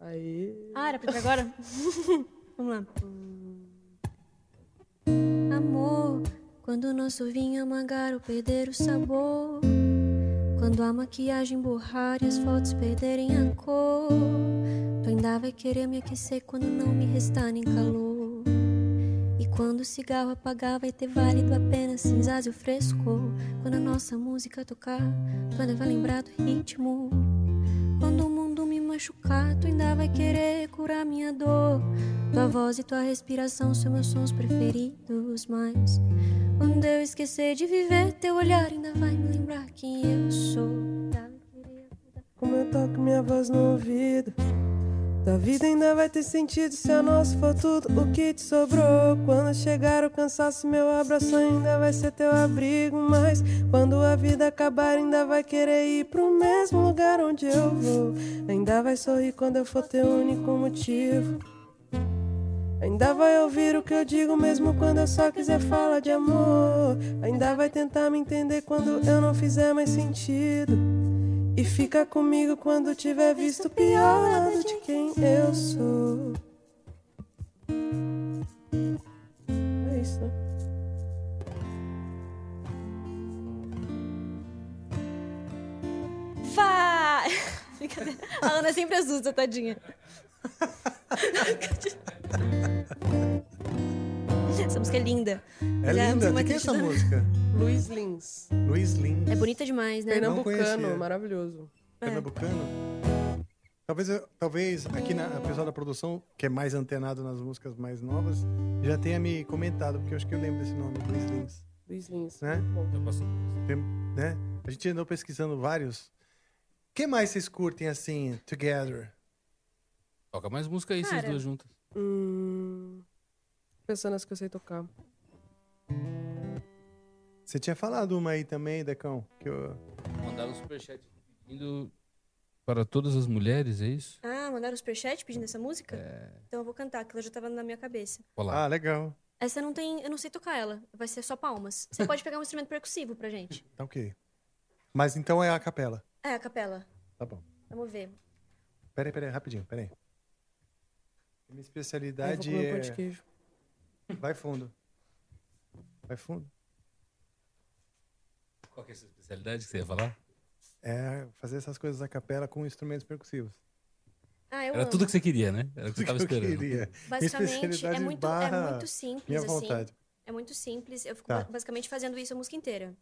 Speaker 4: Aí.
Speaker 5: Ah, era pra ir agora? Vamos lá. Amor, quando o nosso vinho amagaro perder o sabor. Quando a maquiagem borrar e as fotos perderem a cor.
Speaker 11: tempo ainda vai querer me aquecer quando não me restar nem calor. E quando o cigarro apagar, vai ter válido apenas cinzas e o frescor. Quando a nossa música tocar, tu ainda vai lembrar do ritmo. Quando o mundo me machucar, tu ainda vai querer curar minha dor. Tua voz e tua respiração são meus sons preferidos, mas quando eu esquecer de viver, teu olhar ainda vai me lembrar quem eu sou. Tá
Speaker 4: Como eu toco minha voz no ouvido. Tua vida ainda vai ter sentido se a nossa for tudo o que te sobrou. Quando chegar o cansaço, meu abraço ainda vai ser teu abrigo. Mas quando a vida acabar, ainda vai querer ir pro mesmo lugar onde eu vou. Ainda vai sorrir quando eu for teu único motivo. Ainda vai ouvir o que eu digo mesmo quando eu só quiser falar de amor. Ainda vai tentar me entender quando eu não fizer mais sentido. E fica comigo quando tiver visto o pior lado de quem eu sou. É isso, né?
Speaker 11: Fá! Brincadeira. A Ana sempre assusta, tadinha. Essa música é linda.
Speaker 3: É
Speaker 11: Ela
Speaker 3: linda.
Speaker 11: uma
Speaker 3: De quem é essa
Speaker 11: acredita-
Speaker 3: música?
Speaker 12: Luiz Lins.
Speaker 3: Luiz Lins.
Speaker 11: É bonita demais, né?
Speaker 3: Não
Speaker 12: Pernambucano,
Speaker 3: conhecia.
Speaker 12: maravilhoso.
Speaker 3: Pernambucano. Talvez, eu- talvez aqui na a pessoa da produção, que é mais antenado nas músicas mais novas, já tenha me comentado, porque eu acho que eu lembro desse nome, Luiz Lins.
Speaker 12: Luiz Lins.
Speaker 3: Né?
Speaker 12: muito
Speaker 3: Tem- né? A gente andou pesquisando vários. O que mais vocês curtem assim, together?
Speaker 6: Toca mais música aí,
Speaker 12: Cara.
Speaker 6: vocês duas juntas.
Speaker 12: Hum, pensando nas que eu sei tocar.
Speaker 3: Você tinha falado uma aí também, Decão, que eu...
Speaker 6: Mandaram um superchat pedindo para todas as mulheres, é isso?
Speaker 11: Ah, mandaram o superchat pedindo essa música?
Speaker 3: É.
Speaker 11: Então eu vou cantar, que ela já tava na minha cabeça.
Speaker 6: Olá.
Speaker 3: Ah, legal.
Speaker 11: Essa não tem. Eu não sei tocar ela. Vai ser só palmas. Você pode pegar um instrumento percussivo pra gente.
Speaker 3: Tá ok. Mas então é a capela.
Speaker 11: É, a capela.
Speaker 3: Tá bom.
Speaker 11: Vamos ver.
Speaker 3: Peraí, peraí, rapidinho, peraí. Minha especialidade
Speaker 12: Eu vou comer um
Speaker 3: é...
Speaker 12: pão de queijo.
Speaker 3: Vai fundo. Vai fundo.
Speaker 6: Qual que é a sua especialidade que você ia falar?
Speaker 3: É fazer essas coisas a capela com instrumentos percussivos.
Speaker 11: Ah, eu
Speaker 6: Era
Speaker 11: amo.
Speaker 6: tudo que você queria, né? Era o que
Speaker 3: Tudo
Speaker 6: você tava
Speaker 3: que eu
Speaker 6: esperando.
Speaker 3: queria. Minha
Speaker 11: Basicamente, é
Speaker 3: especialidade
Speaker 11: muito,
Speaker 3: barra
Speaker 11: é muito simples,
Speaker 3: minha
Speaker 11: assim.
Speaker 3: vontade.
Speaker 11: É muito simples. Eu fico
Speaker 3: Tá.
Speaker 11: ba- basicamente fazendo isso a música inteira.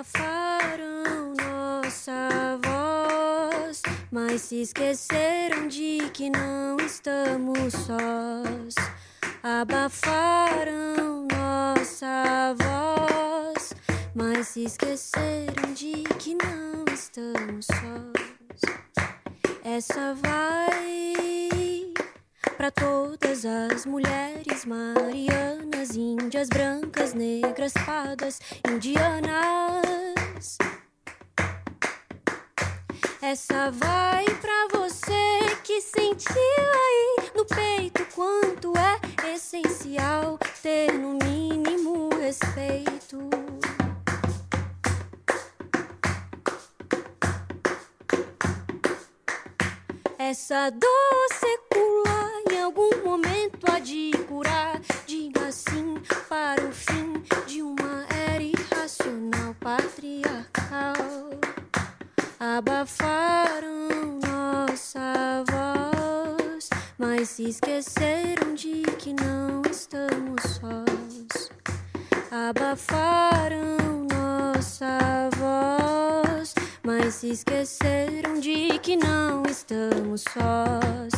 Speaker 11: Abafaram nossa voz, mas se esqueceram de que não estamos sós. Abafaram nossa voz, mas se esqueceram de que não estamos sós. Essa vai para todas as mulheres marianas, índias brancas, negras, pardas, indianas. Essa vai pra você que sentiu aí no peito quanto é essencial ter no mínimo respeito. Essa dor secular em algum momento há de curar. Diga sim para o fim de uma era irracional patriarcal. Abafaram nossa voz, mas se esqueceram de que não estamos sós. Abafaram nossa voz, mas se esqueceram de que não estamos sós.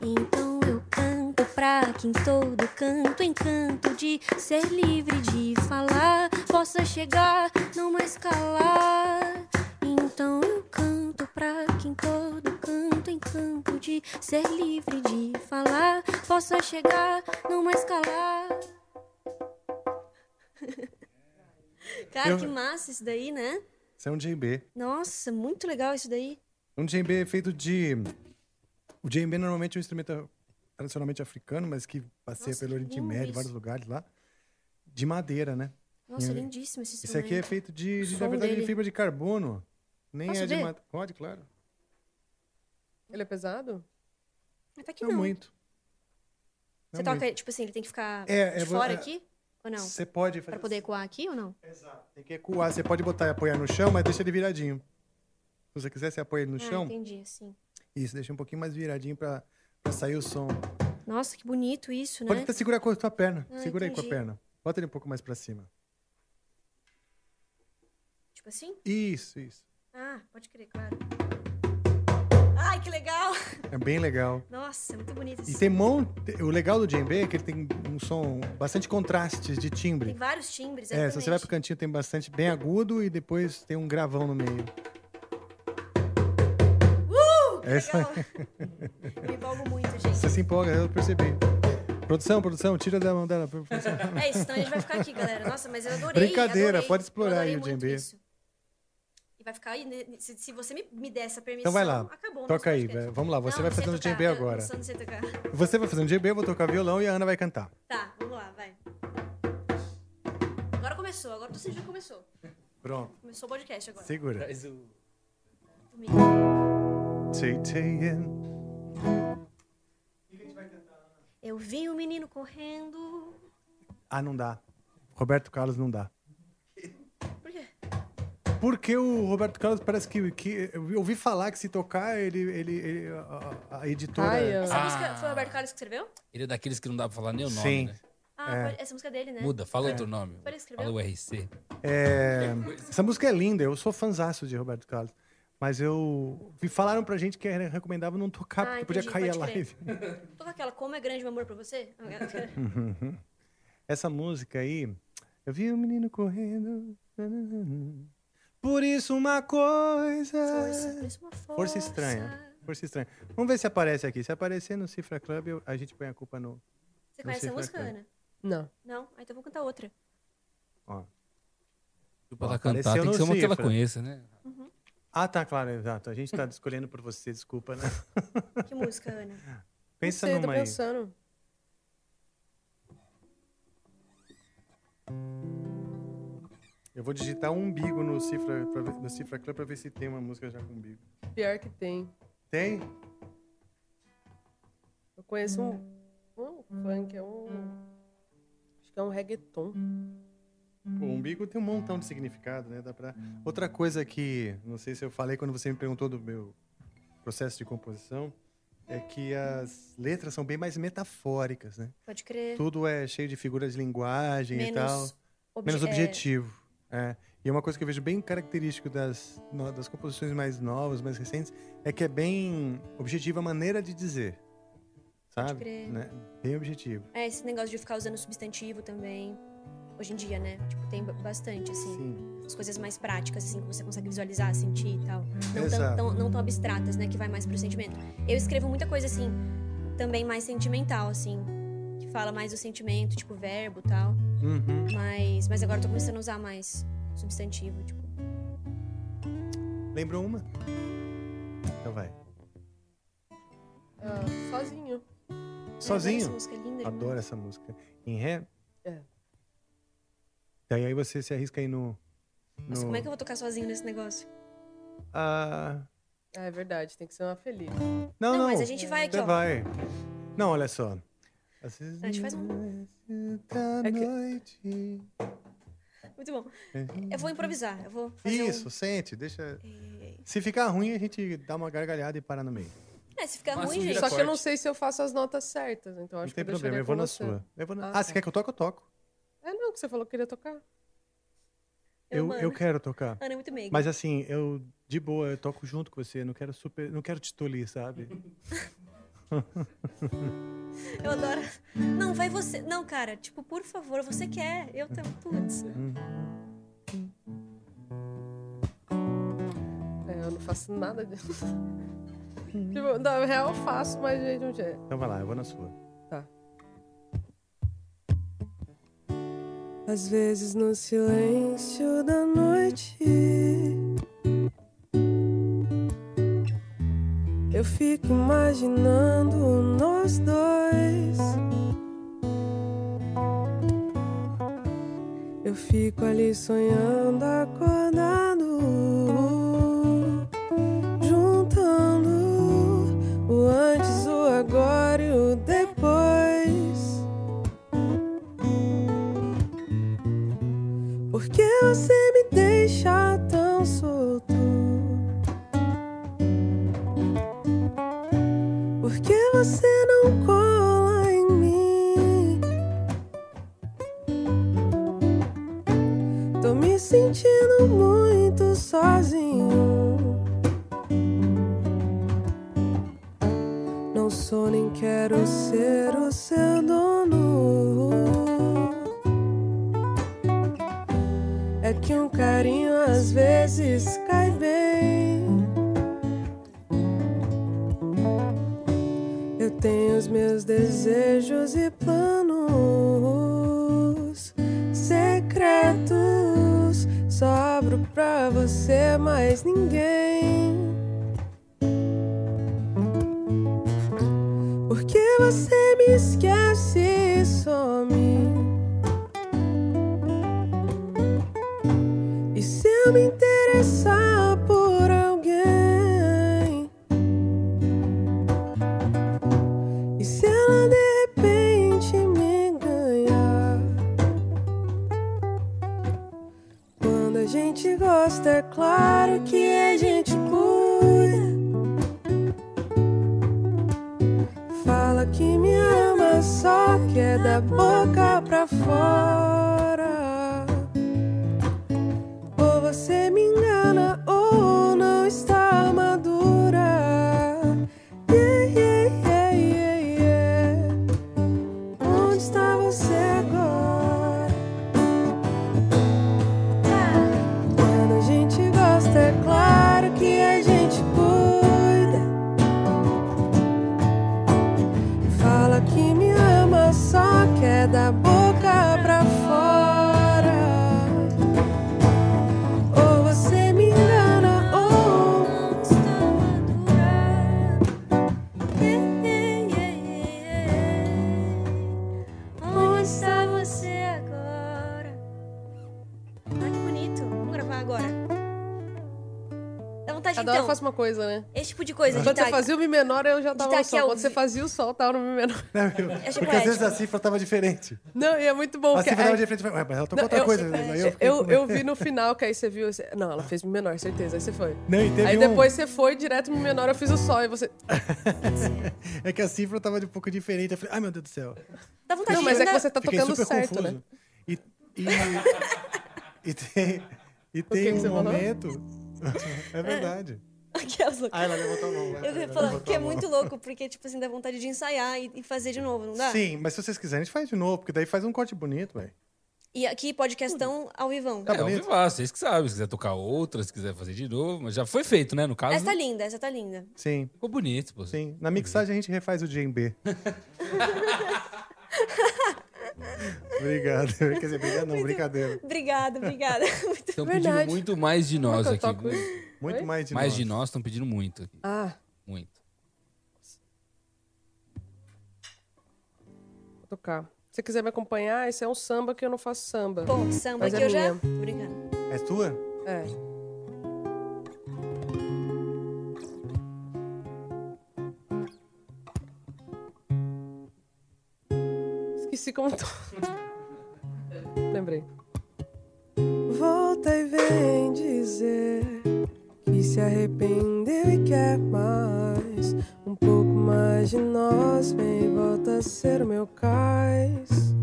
Speaker 11: Então eu canto pra que em todo canto, encanto de ser livre de falar, possa chegar, não mais calar. Então eu canto pra que em todo canto, encanto de ser livre de falar, possa chegar, não mais calar. Cara,
Speaker 3: Eu-
Speaker 11: que massa isso daí, né?
Speaker 3: Isso é um djembe.
Speaker 11: Nossa, muito legal isso daí.
Speaker 3: Um djembe é feito de... O djembe normalmente é um instrumento tradicionalmente africano, mas que passeia
Speaker 11: Nossa,
Speaker 3: pelo
Speaker 11: que
Speaker 3: Oriente
Speaker 11: lindo
Speaker 3: Médio,
Speaker 11: isso.
Speaker 3: vários lugares lá. De madeira, né?
Speaker 11: Nossa,
Speaker 3: E-
Speaker 11: lindíssimo esse
Speaker 3: Isso aqui é
Speaker 11: instrumento.
Speaker 3: feito de, de
Speaker 11: O
Speaker 3: na
Speaker 11: som
Speaker 3: verdade, de
Speaker 11: dele.
Speaker 3: fibra de carbono. Nem
Speaker 11: Posso
Speaker 3: é de
Speaker 11: ver?
Speaker 3: madeira. Pode, claro.
Speaker 12: Ele é pesado?
Speaker 11: Até que
Speaker 3: Não
Speaker 11: não.
Speaker 3: muito.
Speaker 11: Você
Speaker 3: Não
Speaker 11: toca,
Speaker 3: muito.
Speaker 11: tipo assim, ele tem que ficar
Speaker 3: É,
Speaker 11: de
Speaker 3: é,
Speaker 11: fora
Speaker 3: é,
Speaker 11: aqui?
Speaker 5: Ou não?
Speaker 3: Você pode
Speaker 5: Pra
Speaker 3: fazer.
Speaker 5: poder ecoar aqui ou não?
Speaker 3: Exato. Tem que ecoar. Você pode botar e apoiar no chão, mas deixa ele viradinho. Se você quiser, você apoia ele no
Speaker 5: ah,
Speaker 3: chão.
Speaker 5: entendi, sim.
Speaker 11: assim.
Speaker 3: Isso, deixa um pouquinho mais viradinho pra, pra sair o som.
Speaker 5: Nossa, que bonito isso, né?
Speaker 3: Pode até segurar com a tua perna.
Speaker 5: Ah,
Speaker 3: Segura aí com a
Speaker 5: entendi.
Speaker 3: perna. Bota ele um pouco mais pra cima.
Speaker 5: Tipo assim?
Speaker 3: Isso, isso.
Speaker 5: Ah, pode crer, claro. Ai, que legal!
Speaker 3: É bem legal.
Speaker 5: Nossa, é muito bonito
Speaker 3: E
Speaker 5: isso.
Speaker 3: tem mon... O legal do djembe é que ele tem um som, bastante contrastes de timbre.
Speaker 5: Tem vários timbres,
Speaker 3: É, se você vai pro cantinho tem bastante bem agudo e depois tem um gravão no meio.
Speaker 5: Uh, que
Speaker 3: Essa-
Speaker 5: legal! Me empolgo muito, gente.
Speaker 3: É Você se empolga, eu percebi. Produção, produção, tira da mão dela. produção.
Speaker 5: É isso, então a gente vai ficar aqui, galera. Nossa, mas eu adorei.
Speaker 3: Brincadeira,
Speaker 5: adorei.
Speaker 3: pode explorar
Speaker 5: Adorei
Speaker 3: aí o
Speaker 5: muito
Speaker 3: djembe.
Speaker 5: isso. E vai ficar aí, né, se, se você me, me der essa
Speaker 3: Então
Speaker 5: permissão,
Speaker 3: vai lá,
Speaker 5: acabou. nosso
Speaker 3: toca aí.
Speaker 5: podcast.
Speaker 3: vai- Vamos lá, você
Speaker 5: Não,
Speaker 3: vai
Speaker 5: não sei
Speaker 3: fazendo
Speaker 5: tocar,
Speaker 3: djembe
Speaker 5: eu-
Speaker 3: agora.
Speaker 5: eu não sei tocar.
Speaker 3: Você vai fazendo djembe, eu vou tocar violão e a Ana vai cantar.
Speaker 5: Tá, vamos lá, vai. Agora começou, agora tô sentindo que começou.
Speaker 3: Pronto.
Speaker 5: Começou o podcast agora.
Speaker 3: Segura.
Speaker 6: Traz o-
Speaker 3: Titien.
Speaker 5: Eu vi o menino correndo.
Speaker 3: Ah, não dá. Roberto Carlos não dá.
Speaker 5: Por quê?
Speaker 3: Porque o Roberto Carlos parece que, que eu ouvi falar que se tocar ele ele, ele- a, a- a editora
Speaker 5: Essa música foi o Roberto Carlos que escreveu?
Speaker 6: Ele é daqueles que não dá pra falar nem o nome,
Speaker 3: Sim.
Speaker 6: né?
Speaker 5: Ah, pode- essa música é dele, né?
Speaker 6: Muda, fala
Speaker 5: É.
Speaker 6: outro nome.
Speaker 5: Foi ele que escreveu?
Speaker 6: Fala o RC.
Speaker 3: É, essa música é linda, eu sou fanzaço de Roberto Carlos. Mas eu. e Falaram pra gente que era recomendável não tocar,
Speaker 5: Ah,
Speaker 3: porque podia
Speaker 5: entendi,
Speaker 3: cair a
Speaker 5: pode
Speaker 3: live.
Speaker 5: crer. Toca aquela Como é Grande o Amor Pra Você? Não, aquela-
Speaker 3: Uhum. Essa música aí. Eu vi um menino correndo. Por isso uma coisa.
Speaker 5: Força, por
Speaker 4: É
Speaker 5: isso uma força.
Speaker 3: Força estranha. Força estranha. Vamos ver se aparece aqui. Se aparecer no Cifra Club, eu- a gente põe a culpa no.
Speaker 5: Você
Speaker 3: no
Speaker 5: conhece a
Speaker 3: Cifra
Speaker 5: música,
Speaker 3: Club.
Speaker 5: Ana?
Speaker 4: Não.
Speaker 5: Não? Ah, então eu vou cantar outra.
Speaker 3: Ó.
Speaker 6: Pra ela
Speaker 3: apareceu
Speaker 6: cantar, tem que
Speaker 3: no
Speaker 6: ser uma que ela
Speaker 3: Cifra.
Speaker 6: conheça, né?
Speaker 5: Uhum.
Speaker 3: Ah, tá, claro, exato. A gente tá escolhendo por você, desculpa, né?
Speaker 5: Que música, Ana?
Speaker 3: Pensa
Speaker 4: Não sei, tô
Speaker 3: numa aí.
Speaker 4: pensando.
Speaker 3: Eu vou digitar um umbigo no Cifra, pra ver- no Cifra Club pra ver se tem uma música já com umbigo.
Speaker 4: Pior que tem.
Speaker 3: Tem?
Speaker 4: Eu conheço um,
Speaker 3: Hum.
Speaker 4: um funk, é um. Acho que é um reggaeton.
Speaker 5: Hum.
Speaker 3: Pô, umbigo tem um montão de significado, né? Dá pra... Outra coisa que, não sei se eu falei quando você me perguntou do meu processo de composição, é que as letras são bem mais metafóricas, né?
Speaker 5: Pode crer.
Speaker 3: Tudo é cheio de figuras de linguagem e
Speaker 5: Menos
Speaker 3: tal.
Speaker 5: obje-
Speaker 3: Menos
Speaker 5: é.
Speaker 3: objetivo. É. E uma coisa que eu vejo bem característico das, no- das composições mais novas, mais recentes, é que é bem objetiva a maneira de dizer.
Speaker 5: Pode
Speaker 3: Sabe?
Speaker 5: crer.
Speaker 3: Né? Bem objetivo.
Speaker 5: É, esse negócio de ficar usando substantivo também. Hoje em dia, né? Tipo, tem ba- bastante, assim. As coisas mais práticas, assim, que você consegue visualizar, sentir e tal. Não tão,
Speaker 11: Exato.
Speaker 5: tão, não tão abstratas, né? Que vai mais pro sentimento. Eu escrevo muita coisa, assim, também mais sentimental, assim. Que fala mais do sentimento, tipo, verbo e tal.
Speaker 3: Uhum.
Speaker 5: Mas, mas agora eu tô começando a usar mais substantivo, tipo.
Speaker 3: Lembrou uma? Então vai.
Speaker 4: Ah, sozinho.
Speaker 3: Sozinho?
Speaker 4: Essa música é linda demais.
Speaker 3: Adoro essa música. Em ré?
Speaker 4: É.
Speaker 3: Daí aí você se arrisca aí no.
Speaker 5: Nossa,
Speaker 3: no-
Speaker 5: como é que eu vou tocar sozinho nesse negócio?
Speaker 3: Ah,
Speaker 4: Ah, é verdade, tem que ser uma feliz.
Speaker 3: não, não.
Speaker 5: Não, mas a gente vai aqui,
Speaker 3: Você
Speaker 5: ó.
Speaker 3: vai. Não, olha só. Às vezes
Speaker 5: A gente faz um.
Speaker 3: da
Speaker 4: É
Speaker 3: noite.
Speaker 5: Muito bom. Eu vou improvisar. Eu vou fazer um-
Speaker 3: Isso, sente, deixa. Se ficar ruim, a gente dá uma gargalhada e para no meio.
Speaker 5: É, se ficar
Speaker 4: Mas
Speaker 5: ruim,
Speaker 4: vira
Speaker 5: gente.
Speaker 4: Só que eu não sei se eu faço as notas certas, então
Speaker 3: Não
Speaker 4: acho
Speaker 3: tem
Speaker 4: que eu
Speaker 3: problema,
Speaker 4: deixaria
Speaker 3: eu vou
Speaker 4: com
Speaker 3: na
Speaker 4: você.
Speaker 3: sua. Eu vou na-
Speaker 4: tá.
Speaker 3: Ah, você quer que eu toque? Eu toco.
Speaker 4: É não, que você falou que queria tocar.
Speaker 3: Eu, eu
Speaker 4: mano.
Speaker 3: quero tocar.
Speaker 4: Ana é muito meiga.
Speaker 3: Mas assim, eu, de boa, eu toco junto com você. Não quero super. Não quero te tolir, sabe?
Speaker 5: Eu adoro. Não, vai você. Não, cara, tipo, por favor, você quer. Eu também. Putz.
Speaker 4: É, eu não faço nada disso. tipo, na real eu faço, mas gente, não é.
Speaker 3: Então vai lá, eu vou na sua.
Speaker 12: Às vezes no silêncio da noite Eu fico imaginando nós dois Eu fico ali sonhando acordado Juntando o antes, o agora e o depois só nem quero ser o seu dono. É que um carinho às vezes cai bem. Eu tenho os meus desejos e planos secretos. Só abro pra você, mais ninguém. Porque você me esquece e some. E se eu me interessar por alguém? E se ela de repente me ganhar? Quando a gente gosta, é claro que a gente cuida. Fala que me ama, só que é da boca pra fora. Ou você me engana, ou não está madura. Yeah, yeah, yeah, yeah, yeah. Onde está você agora? Quando a gente gosta, é claro que a gente cuida. Fala que me ama, só que é da boca pra fora. Ou você me engana, ou
Speaker 5: Onde está você agora? Ah, que bonito. Vamos gravar agora. Dá vontade
Speaker 4: Cada hora eu
Speaker 5: então.
Speaker 4: faço uma coisa, né?
Speaker 5: Esse tipo de coisa.
Speaker 4: Quando
Speaker 5: de tá-
Speaker 4: você fazia o Mi menor, eu já tava
Speaker 5: tá
Speaker 4: no
Speaker 5: aqui
Speaker 4: sol.
Speaker 5: ao
Speaker 4: Quando você fazia o sol, tava no Mi menor.
Speaker 3: Tá,
Speaker 5: É
Speaker 3: Porque às vezes a cifra tava diferente.
Speaker 4: Não, e é muito bom.
Speaker 3: A
Speaker 4: que-
Speaker 3: cifra
Speaker 4: é-
Speaker 3: tava diferente. Ué, mas ela tocou
Speaker 4: Não,
Speaker 3: outra
Speaker 4: eu-
Speaker 3: coisa. né? aí eu
Speaker 4: Eu,
Speaker 3: fiquei com-
Speaker 4: eu, vi no final que aí você viu. você- Não, ela fez Mi menor, certeza. Aí você foi.
Speaker 3: Não, e teve
Speaker 4: aí
Speaker 3: um-
Speaker 4: depois você foi direto Mi menor, eu fiz o sol. E você.
Speaker 3: É que a cifra tava de um pouco diferente. Eu falei, ai meu Deus do céu.
Speaker 5: Dá vontade
Speaker 4: Não,
Speaker 5: de
Speaker 4: mas é que
Speaker 5: mandar-
Speaker 4: você tá
Speaker 3: Fiquei
Speaker 4: tocando
Speaker 3: super
Speaker 4: certo,
Speaker 3: confuso.
Speaker 4: né?
Speaker 3: E, e, e tem, e tem
Speaker 4: que que
Speaker 3: um
Speaker 4: você falou?
Speaker 3: momento. é verdade.
Speaker 5: Aquelas loucas.
Speaker 3: Ah, ela levantou a mão. né?
Speaker 5: Eu ia
Speaker 3: Ela
Speaker 5: falar
Speaker 3: levantou
Speaker 5: que
Speaker 3: a
Speaker 5: é
Speaker 3: mão.
Speaker 5: muito louco, porque, tipo assim, dá vontade de ensaiar e, e fazer de novo, não dá?
Speaker 3: Sim, mas se vocês quiserem, a gente faz de novo, porque daí faz um corte bonito, velho.
Speaker 5: E aqui, podcastão ao vivão.
Speaker 3: Tá
Speaker 6: é, ao vivaço, vocês que sabem. Se quiser tocar outra, se quiser fazer de novo. Mas já foi feito, né? No caso,
Speaker 5: Essa tá linda, essa tá linda.
Speaker 3: Sim.
Speaker 6: Ficou bonito, pô.
Speaker 3: Sim. Na mixagem a gente refaz o DMB. obrigado. Quer dizer, obrigado não, brincadeira.
Speaker 5: Obrigada, obrigada. Muito
Speaker 6: Estão pedindo muito mais de nós
Speaker 4: é
Speaker 6: aqui. Muito,
Speaker 3: Muito Oi? mais de
Speaker 6: Mais
Speaker 3: nós.
Speaker 6: de nós estão pedindo muito aqui.
Speaker 4: Ah,
Speaker 6: Muito.
Speaker 4: vou tocar. Se você quiser me acompanhar, esse é um samba que eu não faço samba.
Speaker 5: Pô, samba
Speaker 4: Mas
Speaker 5: que
Speaker 4: é
Speaker 5: eu já.
Speaker 4: minha.
Speaker 5: Tô brincando.
Speaker 3: É tua?
Speaker 4: É. Esqueci como tô. Lembrei. Volta e vem dizer que se arrependeu e quer mais. Um pouco mais de nós, vem e volta a ser o meu cais.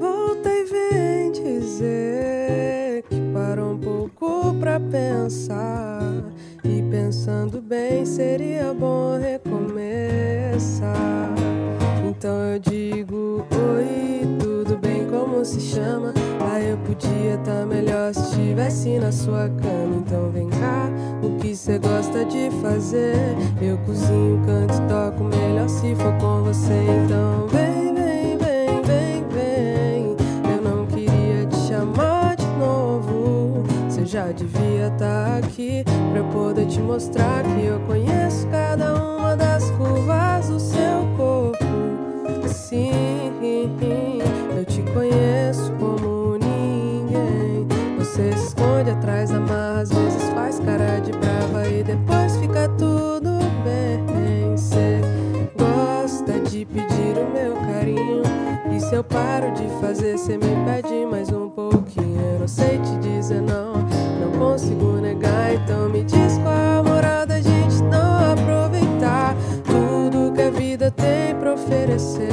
Speaker 4: Volta e vem dizer que parou um pouco pra pensar. E pensando bem, seria bom recomeçar. Então eu digo: Oi, tudo bem? Como se chama? Ah, eu podia estar melhor se estivesse na sua cama. Então vem cá, o que você gosta de fazer? Eu cozinho, canto, e toco melhor se for com você. Então vem, vem, vem, vem, vem. Eu não queria te chamar de novo. Você já devia estar aqui pra eu poder te mostrar que eu conheço cada uma das curvas do seu corpo. Sim, eu te conheço como ninguém. Você se esconde atrás da marra, às vezes faz cara de brava e depois fica tudo bem. Você gosta de pedir o meu carinho. E se eu paro de fazer, você me pede mais um pouquinho. Eu não sei te dizer não, não consigo negar. Então me diz qual a moral da gente não aproveitar tudo que a vida tem pra oferecer.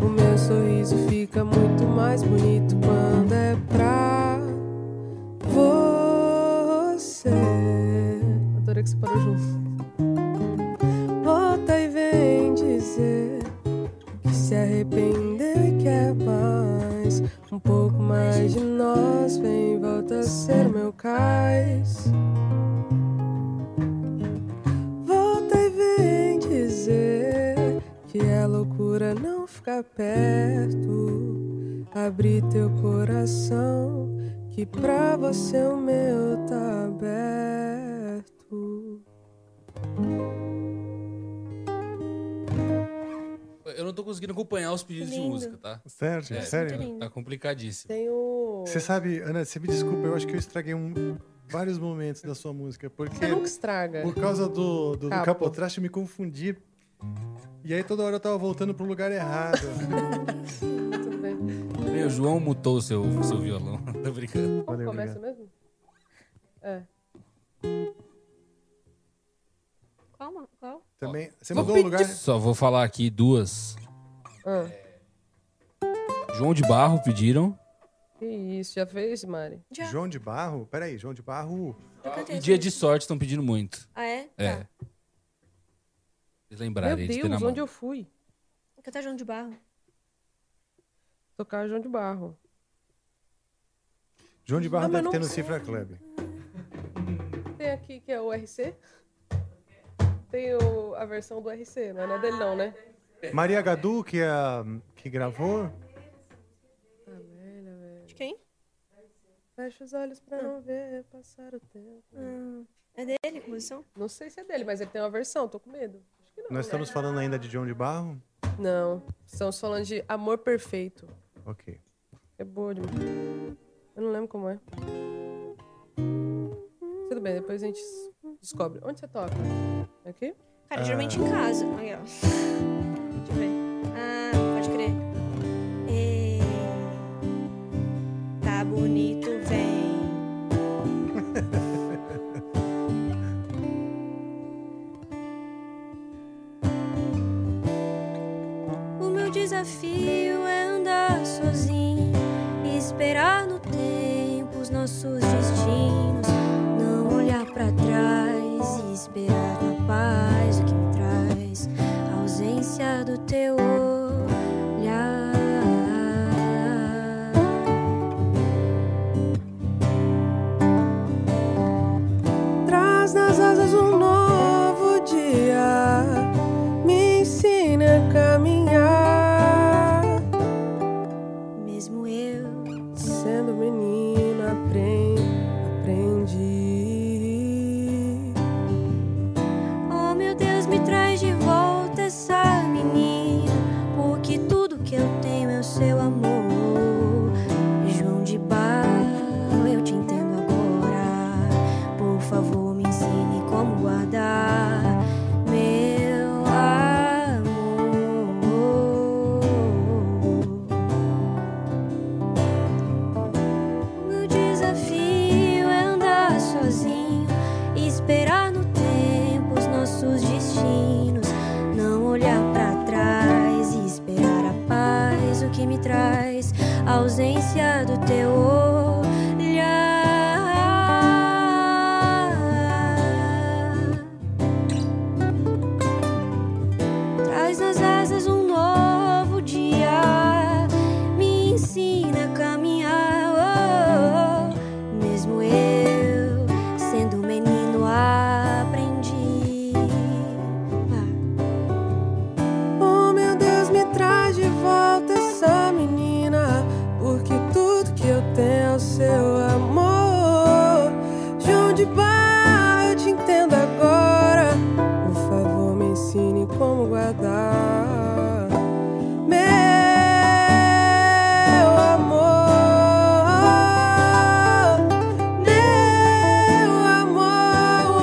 Speaker 4: O meu sorriso fica muito mais bonito quando é pra você. Adorei que você parou junto. Um meu cais. Volta e vem dizer que é loucura não ficar perto. Abri teu coração, que pra você o meu tá aberto.
Speaker 6: Eu não tô conseguindo acompanhar os pedidos de
Speaker 12: Lindo.
Speaker 6: música, tá?
Speaker 3: Sério?
Speaker 12: É,
Speaker 3: Sério?
Speaker 6: tá- Tá complicadíssimo.
Speaker 12: Tem o.
Speaker 3: Você sabe, Ana, você me desculpa, eu acho que eu estraguei um- vários momentos da sua música. Porque
Speaker 12: Você nunca estraga.
Speaker 3: Por causa do, do, do
Speaker 12: Capo.
Speaker 3: capotraste, eu me confundi. E aí toda hora eu tava voltando pro lugar errado.
Speaker 12: Tudo bem.
Speaker 6: Meu, o João mutou o seu, o seu violão. Tô brincando.
Speaker 12: Começa mesmo? É.
Speaker 11: Qual? uma- Qual?
Speaker 3: Também. Você
Speaker 6: Só-
Speaker 3: mudou o lugar.
Speaker 6: Só vou falar aqui duas.
Speaker 12: Ah,
Speaker 6: João de Barro pediram.
Speaker 12: que isso, já fez, Mari?
Speaker 3: João de Barro? Peraí, João de Barro.
Speaker 6: E Ah, Dia de Sorte estão pedindo muito.
Speaker 11: Ah, é?
Speaker 6: É. Eles
Speaker 12: Meu
Speaker 6: lembrarem de ter na
Speaker 12: Deus,
Speaker 6: mão.
Speaker 12: onde eu fui?
Speaker 11: Cantar João de Barro.
Speaker 12: Tocar João de Barro.
Speaker 3: João de Barro
Speaker 12: Ah, mas
Speaker 3: deve
Speaker 12: não
Speaker 3: ter no
Speaker 12: sei.
Speaker 3: Cifra Club.
Speaker 12: Tem aqui que é o RC. Tem o- a versão do RC, mas não é dele não, né?
Speaker 3: Maria Gadu, que, é a- que gravou.
Speaker 11: De quem?
Speaker 12: Fecha os olhos pra não ver Ah. passar o tempo.
Speaker 11: é dele, composição?
Speaker 12: Não sei se é dele, mas ele tem uma versão, tô com medo.
Speaker 3: Nós estamos falando ainda de João de Barro?
Speaker 12: né? Não, estamos falando de Amor Perfeito.
Speaker 3: Ok.
Speaker 12: É boa demais. Eu não lembro como é. Tudo bem, depois a gente s- descobre. Onde você toca? Aqui?
Speaker 11: Cara, geralmente em casa. Aí, ó. Deixa eu ver. Ah, pode crer.
Speaker 5: É.
Speaker 11: Ei, tá bonito, vem. O meu desafio é andar sozinho e esperar no tempo os nossos destinos. Não olhar pra trás e esperar na paz o que me traz a ausência do teu olhar.
Speaker 4: Traz nas asas um novo dia, me ensina a caminhar.
Speaker 11: Mesmo eu,
Speaker 4: sendo menina, aprende, aprendi.
Speaker 11: Oh meu Deus, me traz de volta essa menina, porque tudo que eu tenho é o seu amor. João de Barro, eu te entendo agora. Por favor, me ensine como guardar meu amor. Meu desafio é andar sozinho e esperar no tempo os nossos destinos. Não olhar pra trás e esperar a paz, o que me traz a ausência do teu olhar. Traz nas asas um novo dia, me ensina a caminhar. oh, oh. Mesmo eu, sendo um menino, aprendi.
Speaker 4: Oh meu Deus, me traz de volta essa menina, porque tudo que eu tenho é o seu amor. João de Bar, eu te entendo agora. Por favor, me ensine como guardar meu amor, meu amor.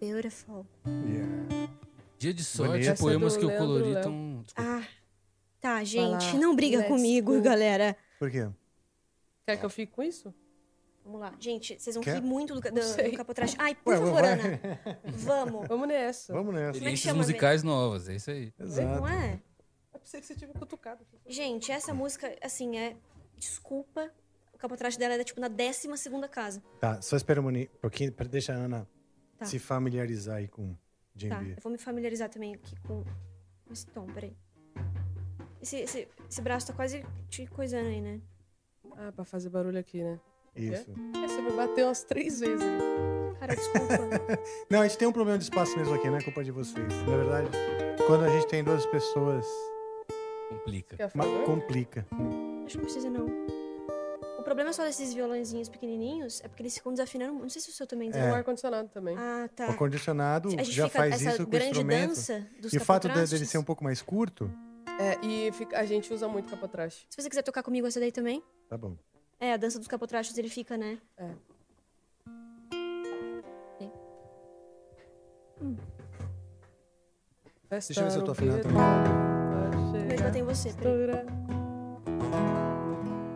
Speaker 11: Beautiful.
Speaker 6: Dia de Sorte,
Speaker 3: Bonito. Essa é
Speaker 6: poemas
Speaker 3: do
Speaker 6: que eu
Speaker 3: Leandro
Speaker 6: colori
Speaker 3: Léo.
Speaker 6: tão.
Speaker 11: Ah, tá,
Speaker 12: Vai lá.
Speaker 11: gente, não briga
Speaker 12: Let's
Speaker 11: comigo,
Speaker 12: go.
Speaker 11: galera.
Speaker 3: Por quê?
Speaker 12: Quer que eu fique com isso?
Speaker 11: Vamos lá. Gente, vocês vão
Speaker 3: Quer?
Speaker 11: rir muito do, ca- do,
Speaker 4: sei.
Speaker 11: do capotraste. Ai, por
Speaker 3: Ué,
Speaker 11: favor,
Speaker 3: vai.
Speaker 11: Ana. Vamos.
Speaker 4: Vamos nessa.
Speaker 3: Vamos nessa.
Speaker 11: Como é que
Speaker 6: Experiências
Speaker 11: chama mesmo?
Speaker 6: musicais novas, é isso aí.
Speaker 11: Não é?
Speaker 4: Eu pensei que você tivesse cutucado.
Speaker 11: Gente, essa música, assim, é. Desculpa. O capotraste dela é tipo na 12 segunda casa.
Speaker 3: Tá, só espera um moni- pouquinho pra deixar a Ana
Speaker 11: Tá.
Speaker 3: se familiarizar aí com
Speaker 11: Tá,
Speaker 3: Jimmy.
Speaker 11: eu vou me familiarizar também aqui com com esse tom, peraí. Esse, esse, esse braço tá quase te coisando aí, né?
Speaker 4: Ah, pra fazer barulho aqui, né?
Speaker 3: Isso.
Speaker 4: É, você me bateu umas três vezes.
Speaker 11: Cara, desculpa.
Speaker 3: Não, a gente tem um problema de espaço mesmo aqui, não é culpa de vocês. Na verdade, quando a gente tem duas pessoas,
Speaker 6: Complica.
Speaker 3: ma- complica.
Speaker 11: Acho que não precisa, não. O problema só desses violãozinhos pequenininhos é porque eles ficam desafinando. muito. Não sei se o seu também
Speaker 3: É. O
Speaker 11: ar-condicionado também. Ah, tá.
Speaker 3: O condicionado
Speaker 11: A gente
Speaker 3: já
Speaker 11: fica
Speaker 3: faz
Speaker 11: essa
Speaker 3: isso com o
Speaker 11: grande
Speaker 3: instrumento.
Speaker 11: dança dos
Speaker 3: e o fato de- dele
Speaker 11: capotrastes.
Speaker 3: ser um pouco mais curto,
Speaker 11: É, e a gente usa muito capotraste. Se você quiser tocar comigo essa daí também.
Speaker 3: tá bom.
Speaker 11: É, a dança dos capotrastes, ele fica, né?
Speaker 4: É.
Speaker 3: Deixa eu ver se eu tô afinado também.
Speaker 4: também.
Speaker 11: Mas bateu em você, peraí.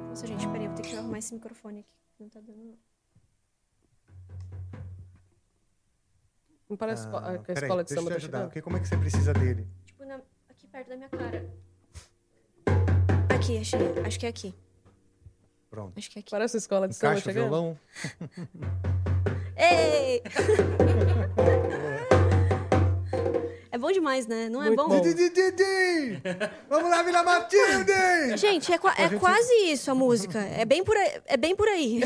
Speaker 11: Nossa, gente, peraí, eu vou ter que arrumar esse microfone aqui. Não tá dando, não.
Speaker 4: Não
Speaker 11: é
Speaker 4: parece esco-
Speaker 3: Ah,
Speaker 4: a- que a
Speaker 3: peraí,
Speaker 4: escola de
Speaker 3: deixa eu te
Speaker 4: samba tá
Speaker 3: ajudar.
Speaker 4: chegando?
Speaker 3: porque como é que você precisa dele?
Speaker 11: Tipo, na- aqui perto da minha cara. Aqui, achei. Acho que é aqui.
Speaker 3: Pronto.
Speaker 11: Acho que é aqui.
Speaker 4: Parece a escola de samba
Speaker 3: Caixa,
Speaker 4: chegando.
Speaker 3: violão.
Speaker 11: Ei! é bom demais, né? Não é bom?
Speaker 3: Didi! Vamos lá, Vila Matilde!
Speaker 11: Gente, é, qua-
Speaker 3: A
Speaker 11: é
Speaker 3: gente-
Speaker 11: quase isso a música. É bem por aí. É bem por aí.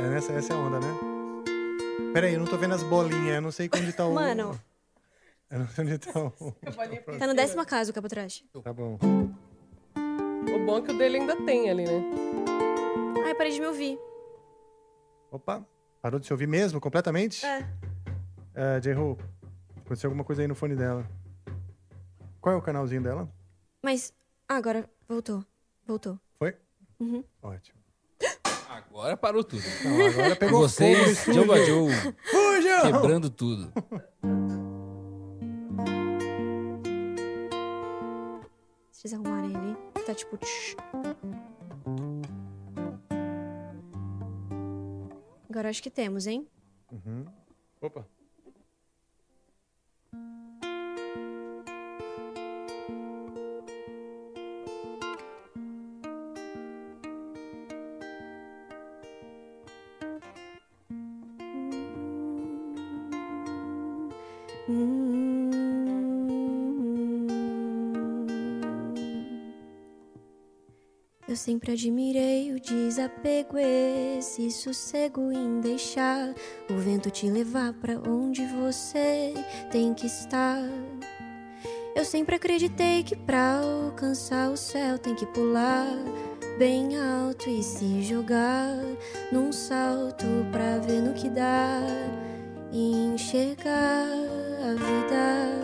Speaker 3: É nessa, essa é a onda, né? Peraí, eu não tô vendo as bolinhas, eu não sei onde tá o.
Speaker 11: Mano,
Speaker 3: Eu não sei onde tá o.
Speaker 11: tá na décima casa o capotraste.
Speaker 3: Tá bom.
Speaker 4: O bom é que o dele ainda tem ali, né?
Speaker 11: Ai, parei de me ouvir.
Speaker 3: Opa, parou de se ouvir mesmo completamente?
Speaker 11: É.
Speaker 3: Uh, J-Ho, aconteceu alguma coisa aí no fone dela. Qual é o canalzinho dela?
Speaker 11: Mas. Ah, agora voltou. Voltou.
Speaker 3: Foi?
Speaker 11: Uhum.
Speaker 3: Ótimo.
Speaker 6: Agora parou tudo.
Speaker 3: Não, agora pegou fogo no
Speaker 6: Vocês,
Speaker 3: estúdio.
Speaker 6: Joe Joe,
Speaker 3: Fujam!
Speaker 6: quebrando tudo.
Speaker 11: Se vocês arrumarem ele, tá tipo. tsh. Agora acho que temos, hein?
Speaker 3: Uhum. Opa.
Speaker 11: Eu sempre admirei o desapego, esse sossego em deixar o vento te levar pra onde você tem que estar. Eu sempre acreditei que pra alcançar o céu tem que pular bem alto e se jogar num salto pra ver no que dá e enxergar a vida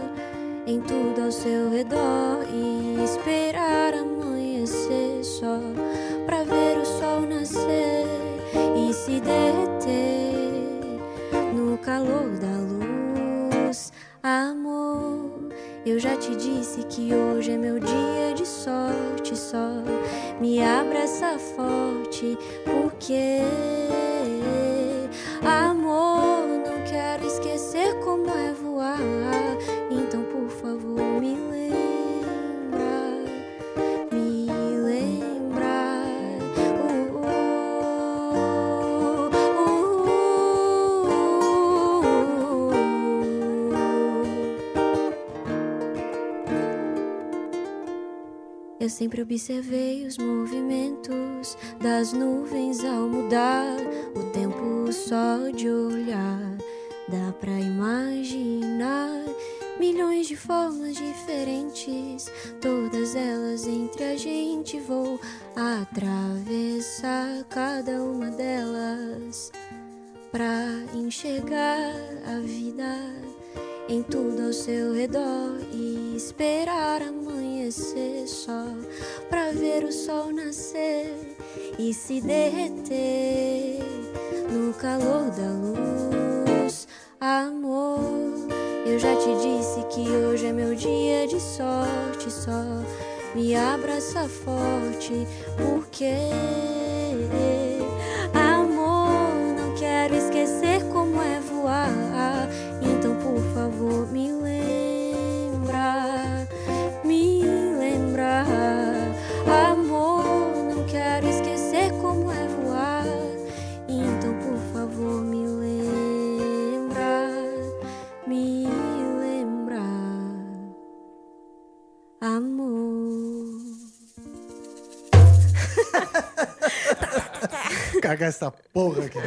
Speaker 11: em tudo ao seu redor e esperar amanhecer só pra ver o sol nascer e se derreter no calor da luz. Amor, eu já te disse que hoje é meu dia de sorte. Só me abraça forte, porque amor, não quero esquecer como é voar. Então, por favor, me lembra, me lembra. Uh, uh, uh, uh, uh. Eu sempre observei os movimentos das nuvens ao mudar o tempo só de olhar. Dá pra imaginar milhões de formas diferentes, todas elas entre a gente. Vou atravessar cada uma delas pra enxergar a vida em tudo ao seu redor e esperar amanhecer só pra ver o sol nascer e se derreter no calor da luz. Amor, eu já te disse que hoje é meu dia de sorte, só me abraça forte porque é Então, é Então,
Speaker 5: Amor.
Speaker 3: Cagar essa porra aqui.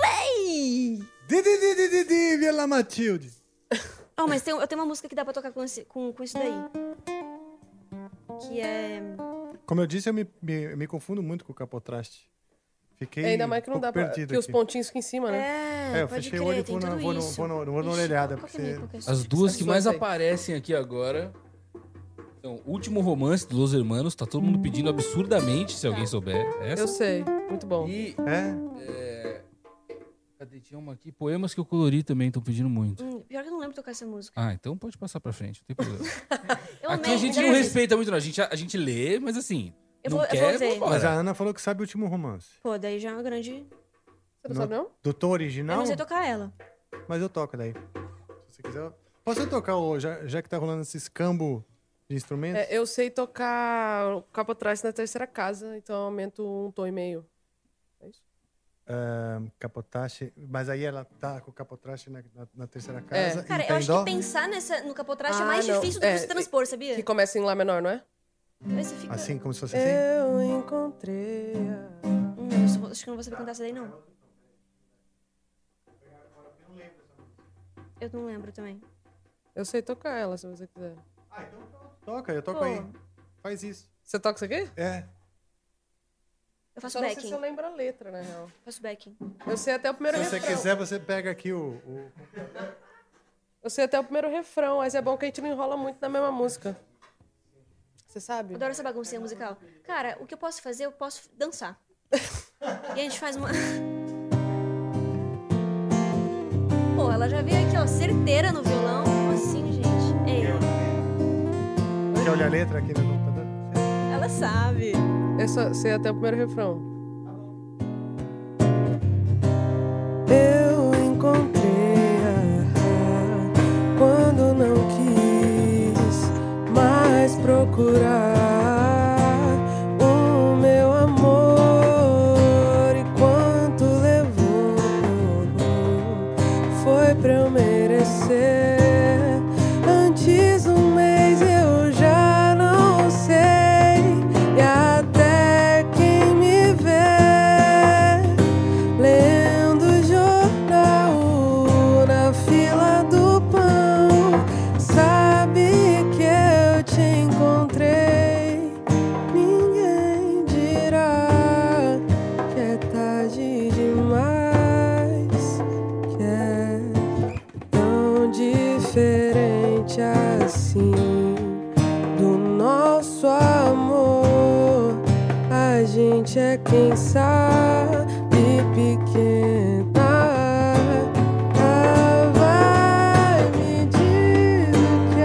Speaker 5: Rei!
Speaker 3: Di, di, di, di, di, di, via lá, Matilde.
Speaker 5: Oh, mas tem, eu tenho uma música que dá pra tocar com, esse- com, com isso daí. Que é.
Speaker 3: Como eu disse, eu me, me, eu me confundo muito com o capotraste. Fiquei
Speaker 12: Ainda mais que não
Speaker 3: um pouco
Speaker 12: dá pra. Que
Speaker 3: perdido
Speaker 12: os
Speaker 3: aqui.
Speaker 12: pontinhos ficam em cima, né?
Speaker 3: É, eu fechei o olho e vou na, vou, no, vou, no, vou na orelhada. Porque...
Speaker 6: As duas que mais aparecem aqui agora são Então, Último Romance dos Los Hermanos, tá todo mundo pedindo absurdamente, se alguém souber.
Speaker 3: É
Speaker 6: Essa.
Speaker 12: Eu sei, muito bom.
Speaker 6: E. é, Cadê? Tinha uma aqui. Poemas que eu colori também, estão pedindo muito.
Speaker 5: Hum, pior que eu não lembro tocar essa música.
Speaker 6: Ah, então pode passar pra frente, não tem problema.
Speaker 5: Eu
Speaker 6: aqui
Speaker 5: amei,
Speaker 6: a gente
Speaker 5: né?
Speaker 6: não respeita muito, não. A gente, a gente lê, mas assim.
Speaker 5: Eu
Speaker 6: não
Speaker 5: vou- eu vou
Speaker 6: quer,
Speaker 5: ver.
Speaker 6: vambora.
Speaker 3: Mas a Ana falou que sabe o último romance.
Speaker 5: Pô, daí já é uma grande. Você
Speaker 3: No- Do teu original?
Speaker 5: Eu não sei tocar ela.
Speaker 3: Mas eu toco daí. Se você quiser. eu- Posso eu tocar, o, já, já que tá rolando esse escambo de instrumentos?
Speaker 12: É, eu sei tocar o capo atrás na terceira casa, então eu aumento um tom e meio.
Speaker 3: Ah, capotache. Mas aí ela tá com o capotache na, na- na
Speaker 12: É.
Speaker 3: terceira casa. e
Speaker 5: Cara,
Speaker 3: tem
Speaker 5: eu acho
Speaker 3: dó?
Speaker 5: que pensar nessa, no capotraste é
Speaker 12: Ah,
Speaker 5: mais
Speaker 12: não.
Speaker 5: difícil do que
Speaker 12: É,
Speaker 5: se transpor, sabia?
Speaker 12: Que começa em Lá menor, não é?
Speaker 5: Aí você fica-
Speaker 3: Assim, como se fosse assim?
Speaker 12: Eu encontrei.
Speaker 5: Hum, eu só vou- acho que eu não vou saber cantar essa daí, não. Eu não lembro também.
Speaker 12: Eu sei tocar ela, se você quiser.
Speaker 3: Ah, então Toca, eu toco
Speaker 12: Pô.
Speaker 3: aí. Faz isso.
Speaker 12: Você toca isso aqui?
Speaker 3: É.
Speaker 5: Eu faço
Speaker 12: Só não sei
Speaker 5: backing.
Speaker 12: se eu lembro a letra, na real.
Speaker 5: Faço backing.
Speaker 12: Eu sei até o primeiro
Speaker 3: Se você
Speaker 12: refrão.
Speaker 3: quiser, você pega aqui o. o-
Speaker 12: Eu sei até o primeiro refrão, mas é bom que a gente não enrola muito na mesma música. Você sabe?
Speaker 5: Eu adoro essa baguncinha musical. Cara, o que eu posso fazer, eu posso dançar. e a gente faz uma. Pô, ela já veio aqui, ó, certeira no violão. Como assim, gente? Ei,
Speaker 3: Quer olhar a letra aqui né? no computador?
Speaker 5: ela sabe.
Speaker 12: Eu só sei até o primeiro refrão. Eu encontrei a quando não quis mais procurar o meu amor e quanto levou foi pra eu merecer. Antes do mês eu já não sei e até quem me vê lendo jornal na fila do pão sabe que eu te encontrei ninguém dirá que é tarde demais que é tão diferente assim do nosso amor a gente é quem sabe pequena Ah, vai me diz o que é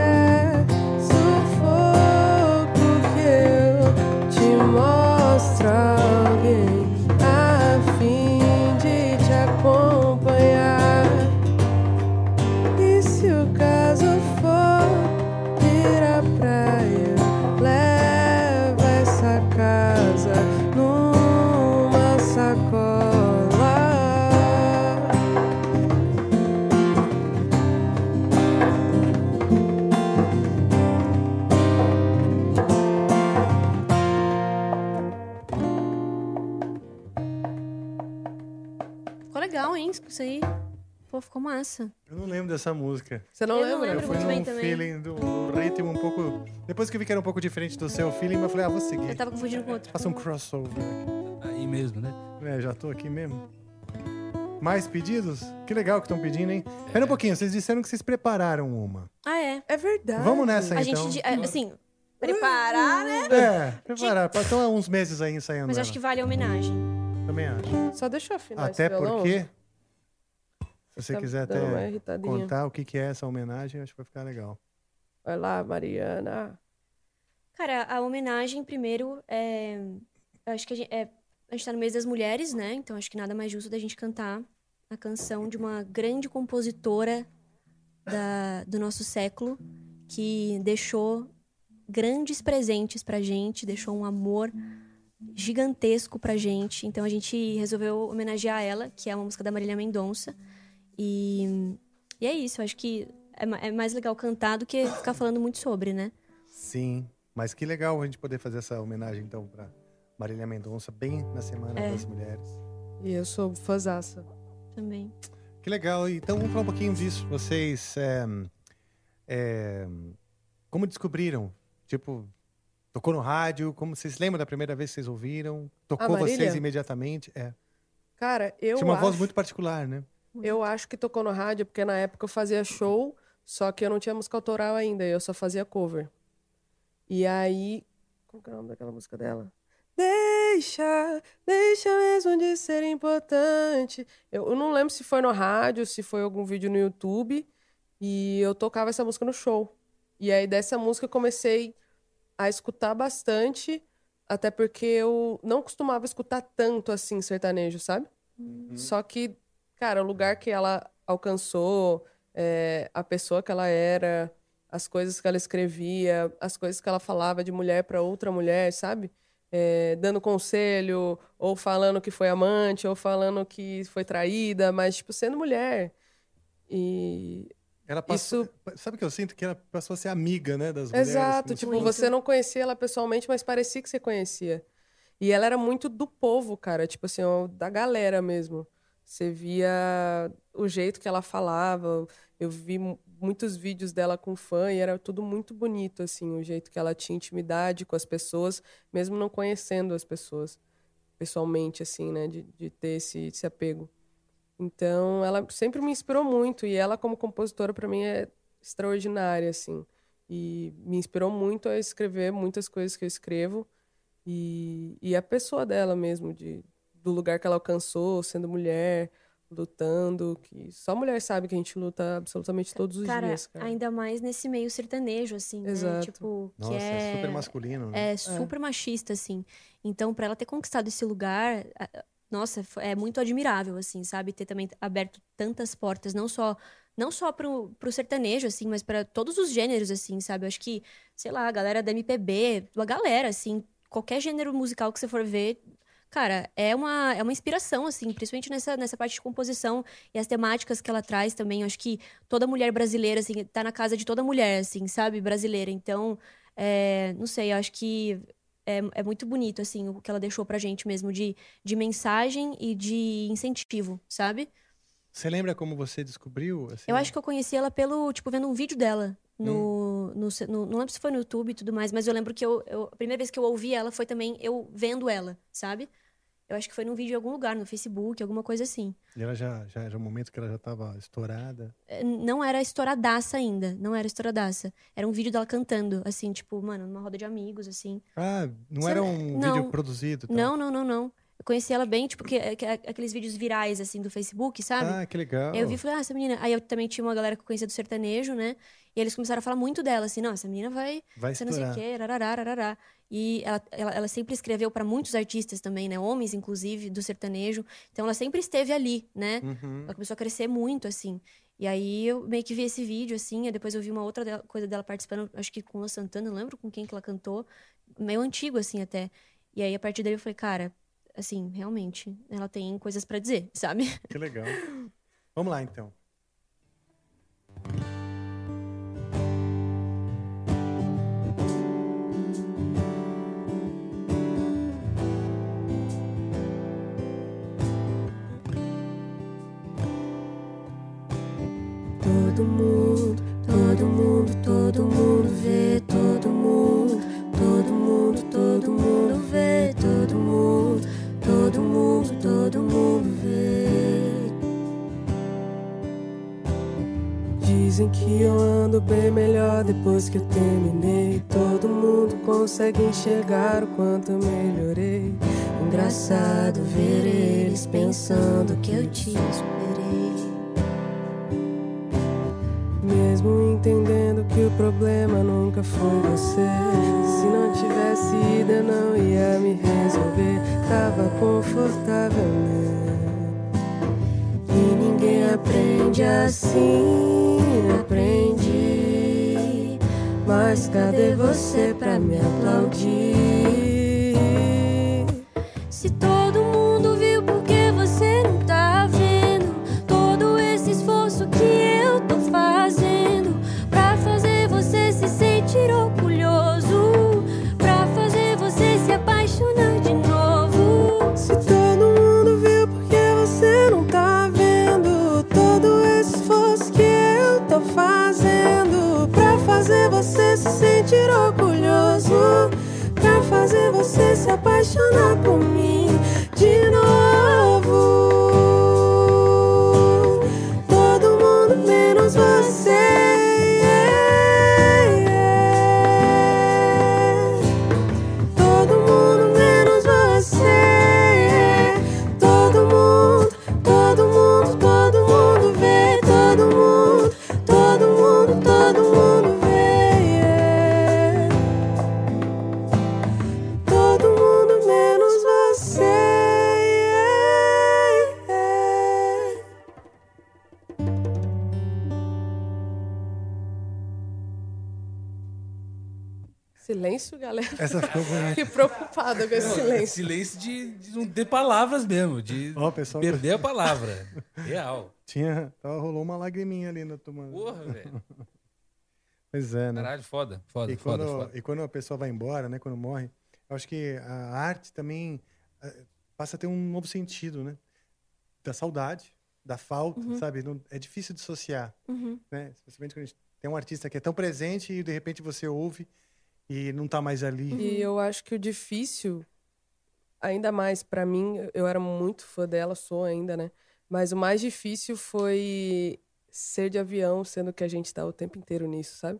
Speaker 12: sufoco que eu te mostro alguém a fim de te acompanhar e se o caso for ir à praia, leva essa casa numa sacola.
Speaker 5: Ficou legal, hein? Isso aí. Pô, ficou massa.
Speaker 3: Eu não lembro dessa música.
Speaker 12: Você não
Speaker 5: Eu
Speaker 12: lembra?
Speaker 5: não lembro
Speaker 3: Eu fui
Speaker 5: muito bem
Speaker 3: num
Speaker 5: também.
Speaker 3: feeling do, do ritmo um pouco. Depois que eu vi que era um pouco diferente do seu feeling, eu falei, ah, vou seguir.
Speaker 5: Eu tava confundindo com outro.
Speaker 3: Faça um crossover.
Speaker 6: Aí mesmo, né?
Speaker 3: É, já tô aqui mesmo. Mais pedidos? Que legal que estão pedindo, hein?
Speaker 6: É.
Speaker 3: Pera um pouquinho, vocês disseram que vocês prepararam uma.
Speaker 5: Ah, é.
Speaker 12: É verdade. Uh.
Speaker 3: Vamos nessa,
Speaker 5: a
Speaker 3: então.
Speaker 5: Gente, di- é, assim, preparar, né?
Speaker 3: É, prepararam. Estão há uns meses aí ensaiando.
Speaker 5: Mas eu
Speaker 3: ela.
Speaker 5: acho que vale a homenagem.
Speaker 3: Também acho.
Speaker 12: Só deixa eu afinar
Speaker 3: Até
Speaker 12: esse violão.
Speaker 3: porque, se você
Speaker 12: Tá
Speaker 3: quiser até
Speaker 12: dando uma irritadinha.
Speaker 3: contar o que que é essa homenagem, acho que vai ficar legal.
Speaker 12: Vai
Speaker 4: Ah,
Speaker 12: lá, Mariana.
Speaker 5: Cara, a homenagem, primeiro, é. eu Acho que a gente, é, a gente tá no mês das mulheres, né? Então acho que nada mais justo da gente cantar a canção de uma grande compositora da, do nosso século que deixou grandes presentes pra gente, deixou um amor gigantesco pra gente. Então a gente resolveu homenagear ela, que é uma música da Marília Mendonça. E, e é isso, eu acho que é, ma- é mais legal cantar do que ficar falando muito sobre, né?
Speaker 3: Sim, mas que legal a gente poder fazer essa homenagem então para Marília Mendonça bem na Semana
Speaker 4: É.
Speaker 3: das Mulheres.
Speaker 4: E eu sou fãzaça.
Speaker 5: Também.
Speaker 3: Que legal. Então vamos falar um pouquinho disso. Vocês é, é, como descobriram? Tipo, tocou no rádio? Como vocês lembram da primeira vez que vocês ouviram? Tocou
Speaker 4: Marília?
Speaker 3: vocês imediatamente? É.
Speaker 4: Cara, eu
Speaker 3: Tinha uma
Speaker 4: acho...
Speaker 3: voz muito particular, né?
Speaker 4: Eu acho que tocou no rádio, porque na época eu fazia show, só que eu não tinha música autoral ainda, eu só fazia cover. E aí. Como que é o nome daquela música dela? Deixa, deixa mesmo de ser importante. Eu, eu não lembro se foi no rádio, se foi algum vídeo no YouTube, e eu tocava essa música no show. E aí dessa música eu comecei a escutar bastante, até porque eu não costumava escutar tanto assim sertanejo, sabe?
Speaker 12: Uhum.
Speaker 4: Só que, cara, o lugar que ela alcançou, é, a pessoa que ela era, as coisas que ela escrevia, as coisas que ela falava de mulher para outra mulher, sabe? É, dando conselho, ou falando que foi amante, ou falando que foi traída, mas, tipo, sendo mulher. E
Speaker 3: Ela passou. Sabe o que eu sinto? Que ela passou a ser amiga, né? Das mulheres.
Speaker 4: Exato,
Speaker 3: não
Speaker 4: tipo,
Speaker 3: sei como-
Speaker 4: você não conhecia ela pessoalmente, mas parecia que você conhecia. E ela era muito do povo, cara, tipo assim, ó, da galera mesmo. Você via o jeito que ela falava, eu vi mu- muitos vídeos dela com fã e era tudo muito bonito, assim, o jeito que ela tinha intimidade com as pessoas, mesmo não conhecendo as pessoas pessoalmente, assim, né, de, de ter esse, esse apego. Então, ela sempre me inspirou muito e ela como compositora para mim é extraordinária assim. E me inspirou muito a escrever muitas coisas que eu escrevo e, e a pessoa dela mesmo de do lugar que ela alcançou, sendo mulher, lutando, que só mulher sabe que a gente luta absolutamente todos os
Speaker 5: Cara,
Speaker 4: dias, cara.
Speaker 5: ainda mais nesse meio sertanejo, assim, né?
Speaker 4: Exato.
Speaker 5: Tipo,
Speaker 3: Nossa,
Speaker 5: que
Speaker 3: é
Speaker 5: é...
Speaker 3: super masculino, né?
Speaker 5: É super machista, assim. Então, pra ela ter conquistado esse lugar, a- a- nossa, fo- é muito admirável, assim, sabe? Ter também aberto tantas portas, não só não só pro, pro sertanejo, assim, mas para todos os gêneros, assim, sabe? Eu acho que, sei lá, a galera da MPB, a galera, assim, qualquer gênero musical que você for ver, cara, é uma, é uma inspiração, assim, principalmente nessa, nessa parte de composição e as temáticas que ela traz também. Eu acho que toda mulher brasileira, assim, tá na casa de toda mulher, assim, sabe? Brasileira. Então, é, não sei, eu acho que é, é muito bonito, assim, o que ela deixou pra gente mesmo de, de mensagem e de incentivo, sabe?
Speaker 3: Você lembra como você descobriu? assim?
Speaker 5: Eu acho que eu conheci ela pelo, tipo, vendo um vídeo dela. No, no, ce- no- não lembro se foi no YouTube e tudo mais, mas eu lembro que eu, eu- a primeira vez que eu ouvi ela foi também eu vendo ela, sabe? Eu acho que foi num vídeo em algum lugar, no Facebook, alguma coisa assim.
Speaker 3: E ela já, já era um momento que ela já estava estourada.
Speaker 5: Eh, Não era estouradaça ainda, não era estouradaça. Era um vídeo dela cantando, assim, tipo, mano, numa roda de amigos, assim.
Speaker 3: Ah, não
Speaker 5: Você
Speaker 3: era
Speaker 5: não-
Speaker 3: um
Speaker 5: não.
Speaker 3: vídeo produzido? e tal?
Speaker 5: Não, não, não, não. Eu conheci ela bem, tipo, que, que- aqueles vídeos virais, assim, do Facebook, sabe?
Speaker 3: Ah, que legal.
Speaker 5: Aí Eu vi e falei, ah, essa menina. Aí eu também tinha uma galera que eu conhecia do sertanejo, né? E eles começaram a falar muito dela, assim, não, essa menina vai.
Speaker 3: Vai
Speaker 5: ser não sei o
Speaker 3: estourar.
Speaker 5: quê, rarará, rarará. E ela, ela, ela sempre escreveu para muitos artistas também, né? Homens, inclusive, do sertanejo. Então ela sempre esteve ali, né?
Speaker 11: Uhum.
Speaker 5: Ela começou a crescer muito, assim. E aí eu meio que vi esse vídeo, assim, e depois eu vi uma outra dela- coisa dela participando, acho que com o Santana, não lembro com quem que ela cantou, meio antigo, assim, até. E aí, a partir daí, eu falei, cara, assim, realmente, ela tem coisas pra dizer, sabe?
Speaker 3: Que legal. Vamos lá, então.
Speaker 11: Todo mundo, todo mundo, todo mundo vê, todo mundo, todo mundo, todo mundo vê, todo mundo, todo mundo, todo mundo vê.
Speaker 12: Dizem que eu ando bem melhor depois que eu terminei. Todo mundo consegue enxergar o quanto eu melhorei.
Speaker 11: Engraçado ver eles pensando que eu te esperei.
Speaker 12: Mesmo entendendo que o problema nunca foi você. Se não tivesse ido, eu não ia me resolver. Tava confortável, né?
Speaker 11: E ninguém aprende assim, aprendi. Mas cadê você pra me aplaudir? Se todo mundo viu, por que você não tá vendo? Todo esse esforço que eu tô fazendo.
Speaker 19: tá você se sentir orgulhoso. Pra fazer você se apaixonar por mim de novo. Todo mundo menos você. Todo mundo menos você. Todo mundo, todo mundo, todo mundo vê. Todo mundo, todo mundo, todo mundo vê. yeah. Todo mundo menos você. yeah.
Speaker 4: Silêncio, galera.
Speaker 6: Essa ficou bonita.
Speaker 4: Fiquei preocupada com esse
Speaker 6: Silêncio, silêncio
Speaker 4: silêncio.
Speaker 6: de, de não ter palavras mesmo, de
Speaker 3: Ó, pessoal-
Speaker 6: perder a palavra. Real.
Speaker 3: Tinha, tava- rolou uma lagriminha ali na tomada.
Speaker 6: Porra, velho.
Speaker 3: Pois é, né?
Speaker 6: Caralho, foda, foda,
Speaker 3: e
Speaker 6: foda,
Speaker 3: quando,
Speaker 6: foda.
Speaker 3: E quando a pessoa vai embora, né? Quando morre, eu acho que a arte também eh, passa a ter um novo sentido, né? Da saudade, da falta,
Speaker 20: Uhum.
Speaker 3: sabe? Não, é difícil dissociar,
Speaker 20: Uhum.
Speaker 3: né? Especialmente quando a gente tem um artista que é tão presente e de repente você ouve e não tá mais ali.
Speaker 4: Uhum. E eu acho que o difícil, ainda mais pra mim, eu era muito fã dela, sou ainda, né? Mas o mais difícil foi ser de avião, sendo que a gente tá o tempo inteiro nisso, sabe?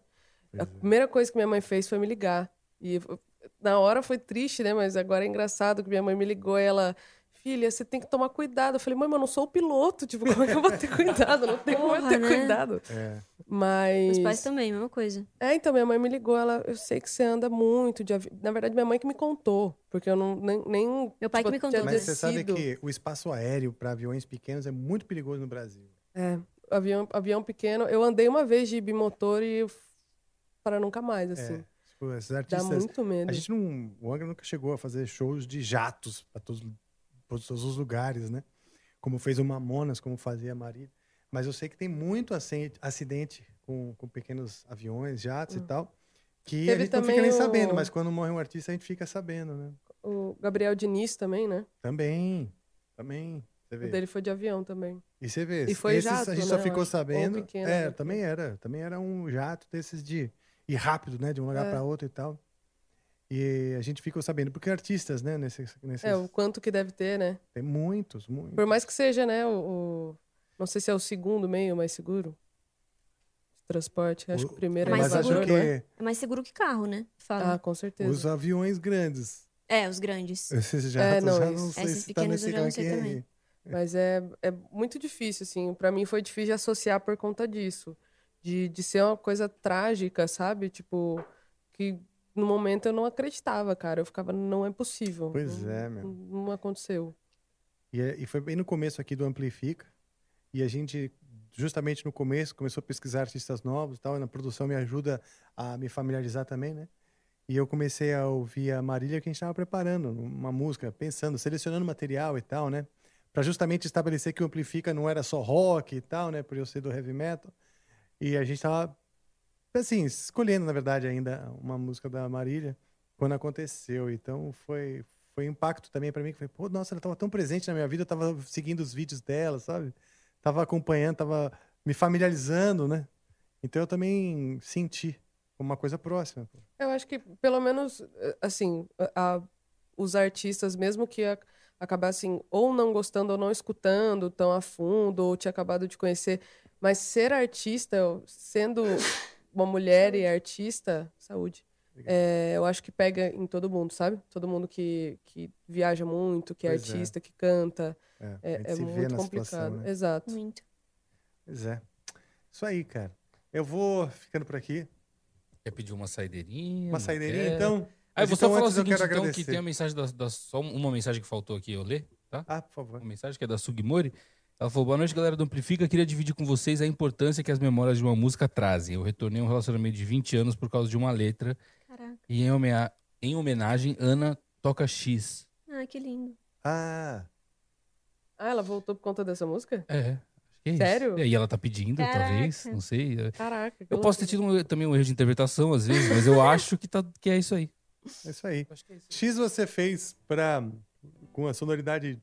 Speaker 6: Uhum.
Speaker 4: A primeira coisa que minha mãe fez foi me ligar. E eu- na hora foi triste, né? Mas agora é engraçado que minha mãe me ligou e ela. Filha, você tem que tomar cuidado. Eu falei, mãe, mas eu não sou o piloto. Tipo, como é que eu vou ter cuidado? Não tem como eu
Speaker 5: Porra,
Speaker 4: ter
Speaker 5: né?
Speaker 4: cuidado.
Speaker 3: É,
Speaker 4: Mas.
Speaker 5: Os pais também, mesma coisa.
Speaker 4: É, então, minha mãe me ligou, ela, eu sei que você anda muito de avi... Na verdade, minha mãe que me contou, porque eu não, nem... nem
Speaker 5: Meu pai que
Speaker 4: tipo,
Speaker 5: me
Speaker 4: tinha
Speaker 5: contou.
Speaker 3: Mas você sabe
Speaker 4: descido.
Speaker 3: que o espaço aéreo para aviões pequenos é muito perigoso no Brasil.
Speaker 4: É, avião, avião pequeno. Eu andei uma vez de bimotor e... f- Para nunca mais, assim.
Speaker 3: É, tipo, esses artistas,
Speaker 4: muito medo.
Speaker 3: A gente não, o Angra nunca chegou a fazer shows de jatos para todos, pra todos os lugares, né? Como fez o Mamonas, como fazia a Marília. Mas eu sei que tem muito acen- acidente com, com pequenos aviões, jatos e tal, que a
Speaker 4: Ah. Teve
Speaker 3: gente não fica
Speaker 4: também
Speaker 3: nem
Speaker 4: o-
Speaker 3: sabendo, mas quando morre um artista a gente fica sabendo, né?
Speaker 4: O Gabriel Diniz também, né?
Speaker 3: Também, também. Você
Speaker 4: O
Speaker 3: vê.
Speaker 4: dele foi de avião também.
Speaker 3: E você vê,
Speaker 4: E foi
Speaker 3: esses
Speaker 4: jato,
Speaker 3: a gente
Speaker 4: né,
Speaker 3: só
Speaker 4: eu
Speaker 3: ficou
Speaker 4: acho. Ou
Speaker 3: sabendo.
Speaker 4: pequeno,
Speaker 3: é,
Speaker 4: né?
Speaker 3: também era. Também era um jato desses de ir rápido, né? De um lugar
Speaker 4: É.
Speaker 3: pra outro e tal. E a gente ficou sabendo, porque artistas, né? Nesses, nesses,
Speaker 4: É, o quanto que deve ter, né?
Speaker 3: Tem muitos, muitos.
Speaker 4: Por mais que seja, né, o... o- Não sei se é o segundo meio mais seguro. de Transporte, acho que o primeiro é
Speaker 3: mas acho
Speaker 4: elevador, não é?
Speaker 3: que
Speaker 5: É mais seguro que carro, né? Fala.
Speaker 4: Ah, com certeza.
Speaker 3: os aviões grandes.
Speaker 5: É, os grandes.
Speaker 3: Esses jatos,
Speaker 4: é, não,
Speaker 3: já não
Speaker 4: isso.
Speaker 3: sei se tá nesse ranking aí.
Speaker 4: Mas é, é muito difícil, assim. Pra mim foi difícil de associar por conta disso. De, de ser uma coisa trágica, sabe? Tipo, que no momento eu não acreditava, cara. Eu ficava, não é possível.
Speaker 3: Pois
Speaker 4: Não-
Speaker 3: é, meu.
Speaker 4: Não aconteceu.
Speaker 3: E, é- e foi bem no começo aqui do Amplifica. E a gente, justamente no começo, começou a pesquisar artistas novos e tal. E na produção me ajuda a me familiarizar também, né? E eu comecei a ouvir a Marília que a gente estava preparando uma música, pensando, selecionando material e tal, né? Para justamente estabelecer que o Amplifica não era só rock e tal, né? Por eu ser do heavy metal. E a gente estava, assim, escolhendo, na verdade, ainda uma música da Marília quando aconteceu. Então foi foi um impacto também para mim que foi, pô, nossa, ela estava tão presente na minha vida, eu tava seguindo os vídeos dela, sabe? Tava acompanhando, tava me familiarizando, né? Então eu também senti como uma coisa próxima. pô.
Speaker 4: Eu acho que, pelo menos, eh, assim, a- a- os artistas, mesmo que a- acabassem ou não gostando ou não escutando tão a fundo, ou tinha acabado de conhecer, mas ser artista, eu- sendo uma mulher e artista, saúde, eh, eu acho que pega em todo mundo, sabe? Todo mundo que, que viaja muito, que é
Speaker 3: Pois é.
Speaker 4: artista, que canta.
Speaker 3: É,
Speaker 4: É,
Speaker 3: a gente
Speaker 4: é
Speaker 3: se vê
Speaker 4: muito
Speaker 3: na
Speaker 4: complicado.
Speaker 3: situação, né?
Speaker 4: Exato.
Speaker 3: Pois é. Isso aí, cara. Eu vou ficando por aqui.
Speaker 6: Quer pedir uma saideirinha?
Speaker 3: Uma
Speaker 6: Não
Speaker 3: saideirinha,
Speaker 6: quer?
Speaker 3: então?
Speaker 6: É. Aí
Speaker 3: Mas
Speaker 6: vou só
Speaker 3: então
Speaker 6: falar o
Speaker 3: antes eu
Speaker 6: seguinte,
Speaker 3: quero
Speaker 6: então, que
Speaker 3: agradecer.
Speaker 6: tem a mensagem da, da- só uma mensagem que faltou aqui, eu ler, tá?
Speaker 3: Ah, por favor.
Speaker 6: Uma mensagem que é da Sugimori. Ela falou, boa noite, galera do Amplifica. Queria dividir com vocês a importância que as memórias de uma música trazem. Eu retornei a um relacionamento de 20 anos por causa de uma letra.
Speaker 5: Caraca.
Speaker 6: E em, homea- em homenagem, Ana toca X.
Speaker 5: Ah, que lindo.
Speaker 3: Ah,
Speaker 4: Ah, ela voltou por conta dessa música?
Speaker 6: É, acho que é isso.
Speaker 4: Sério?
Speaker 6: E aí ela tá pedindo, talvez,
Speaker 4: Caraca.
Speaker 6: não sei. É.
Speaker 4: Caraca. que
Speaker 6: Eu posso ter tido um- também um erro de interpretação, às vezes, mas eu acho que, tá, que é isso aí.
Speaker 3: é isso aí. X você fez pra, com a sonoridade.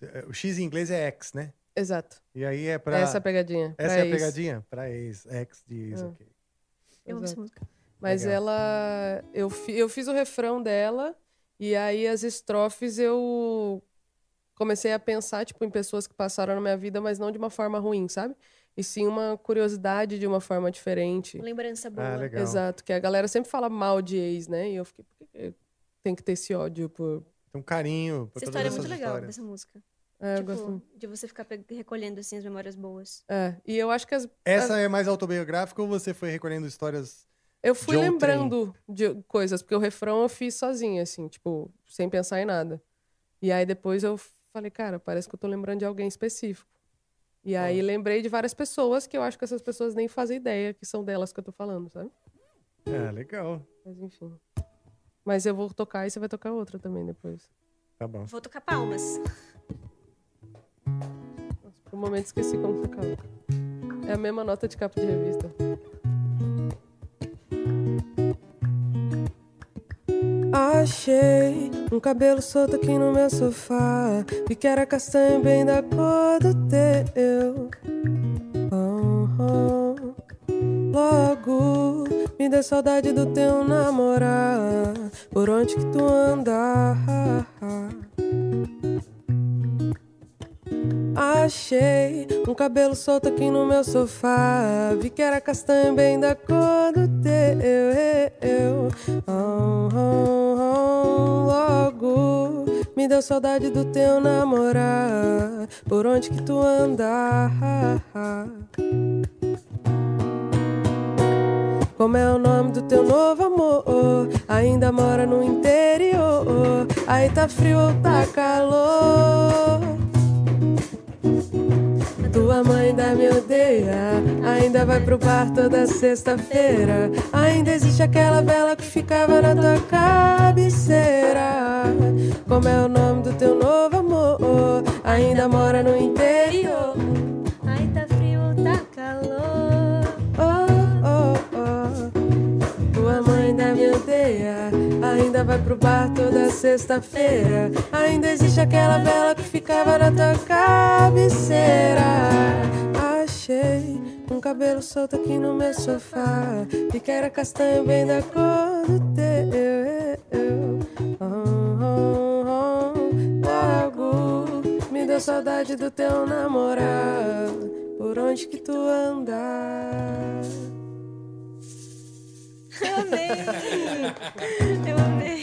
Speaker 3: eh, O X em inglês é X, né?
Speaker 4: Exato.
Speaker 3: E aí é pra.
Speaker 4: Essa é a pegadinha,
Speaker 3: Essa
Speaker 4: pra
Speaker 3: é a
Speaker 4: ex.
Speaker 3: pegadinha? Pra ex. X de ex,
Speaker 4: É.
Speaker 3: ok.
Speaker 5: Eu amo essa
Speaker 4: Exato.
Speaker 5: música. Mas ela. Eu, fi- eu fiz o refrão dela, e aí as estrofes eu comecei a pensar, tipo, em pessoas que passaram na minha vida, mas não de uma forma ruim, sabe? E sim uma curiosidade de uma forma diferente.
Speaker 11: Lembrança boa.
Speaker 3: Ah, legal.
Speaker 5: Exato, que a galera sempre fala mal de ex, né? E eu fiquei, por que que tem que ter esse ódio por.
Speaker 3: Tem um carinho. Pra todas
Speaker 11: Essa história é muito
Speaker 3: essas
Speaker 11: legal
Speaker 3: histórias.
Speaker 11: dessa música.
Speaker 5: É, eu
Speaker 11: tipo,
Speaker 5: gosto muito.
Speaker 11: de você ficar pe- recolhendo assim as memórias boas.
Speaker 5: É, e eu acho que as.
Speaker 3: Essa é mais autobiográfica ou você foi recolhendo histórias?
Speaker 5: Eu fui
Speaker 3: de outrem?
Speaker 5: lembrando de coisas, porque o refrão eu fiz sozinha, assim, tipo, sem pensar em nada. E aí depois eu falei, cara, parece que eu tô lembrando de alguém específico. E aí lembrei de várias pessoas que eu acho que essas pessoas nem fazem ideia que são delas que eu tô falando, sabe?
Speaker 3: É, legal.
Speaker 5: Mas enfim. Mas eu vou tocar e você vai tocar outra também depois.
Speaker 3: Tá bom.
Speaker 11: Vou tocar palmas.
Speaker 5: Por um momento esqueci como tocava. É a mesma nota de capa de revista.
Speaker 4: Achei um cabelo solto aqui no meu sofá. Vi que era castanho bem da cor do teu. Oh, oh. Logo me deu saudade do teu namorar. Por onde que tu anda? Achei um cabelo solto aqui no meu sofá. Vi que era castanho bem da cor do teu. Oh, oh, oh. Logo me deu saudade do teu namorar. Por onde que tu anda? Como é o nome do teu novo amor? Ainda mora no interior. Aí tá frio ou tá calor? Tua mãe ainda me odeia, ainda vai pro bar toda sexta-feira. Ainda existe aquela vela que ficava na tua cabeceira. Como é o nome do teu novo amor? Ainda mora no interior.
Speaker 11: Ai, tá frio, tá calor.
Speaker 4: Oh, oh, oh. Tua mãe ainda me odeia, ainda vai pro bar toda sexta-feira. Ainda existe aquela vela que ficava na tua cabeceira. Achei um cabelo solto aqui no meu sofá, e que era castanho bem da cor do teu. Oh, oh, oh. Logo me deu saudade do teu namorado. Por onde que tu andas?
Speaker 11: Eu amei.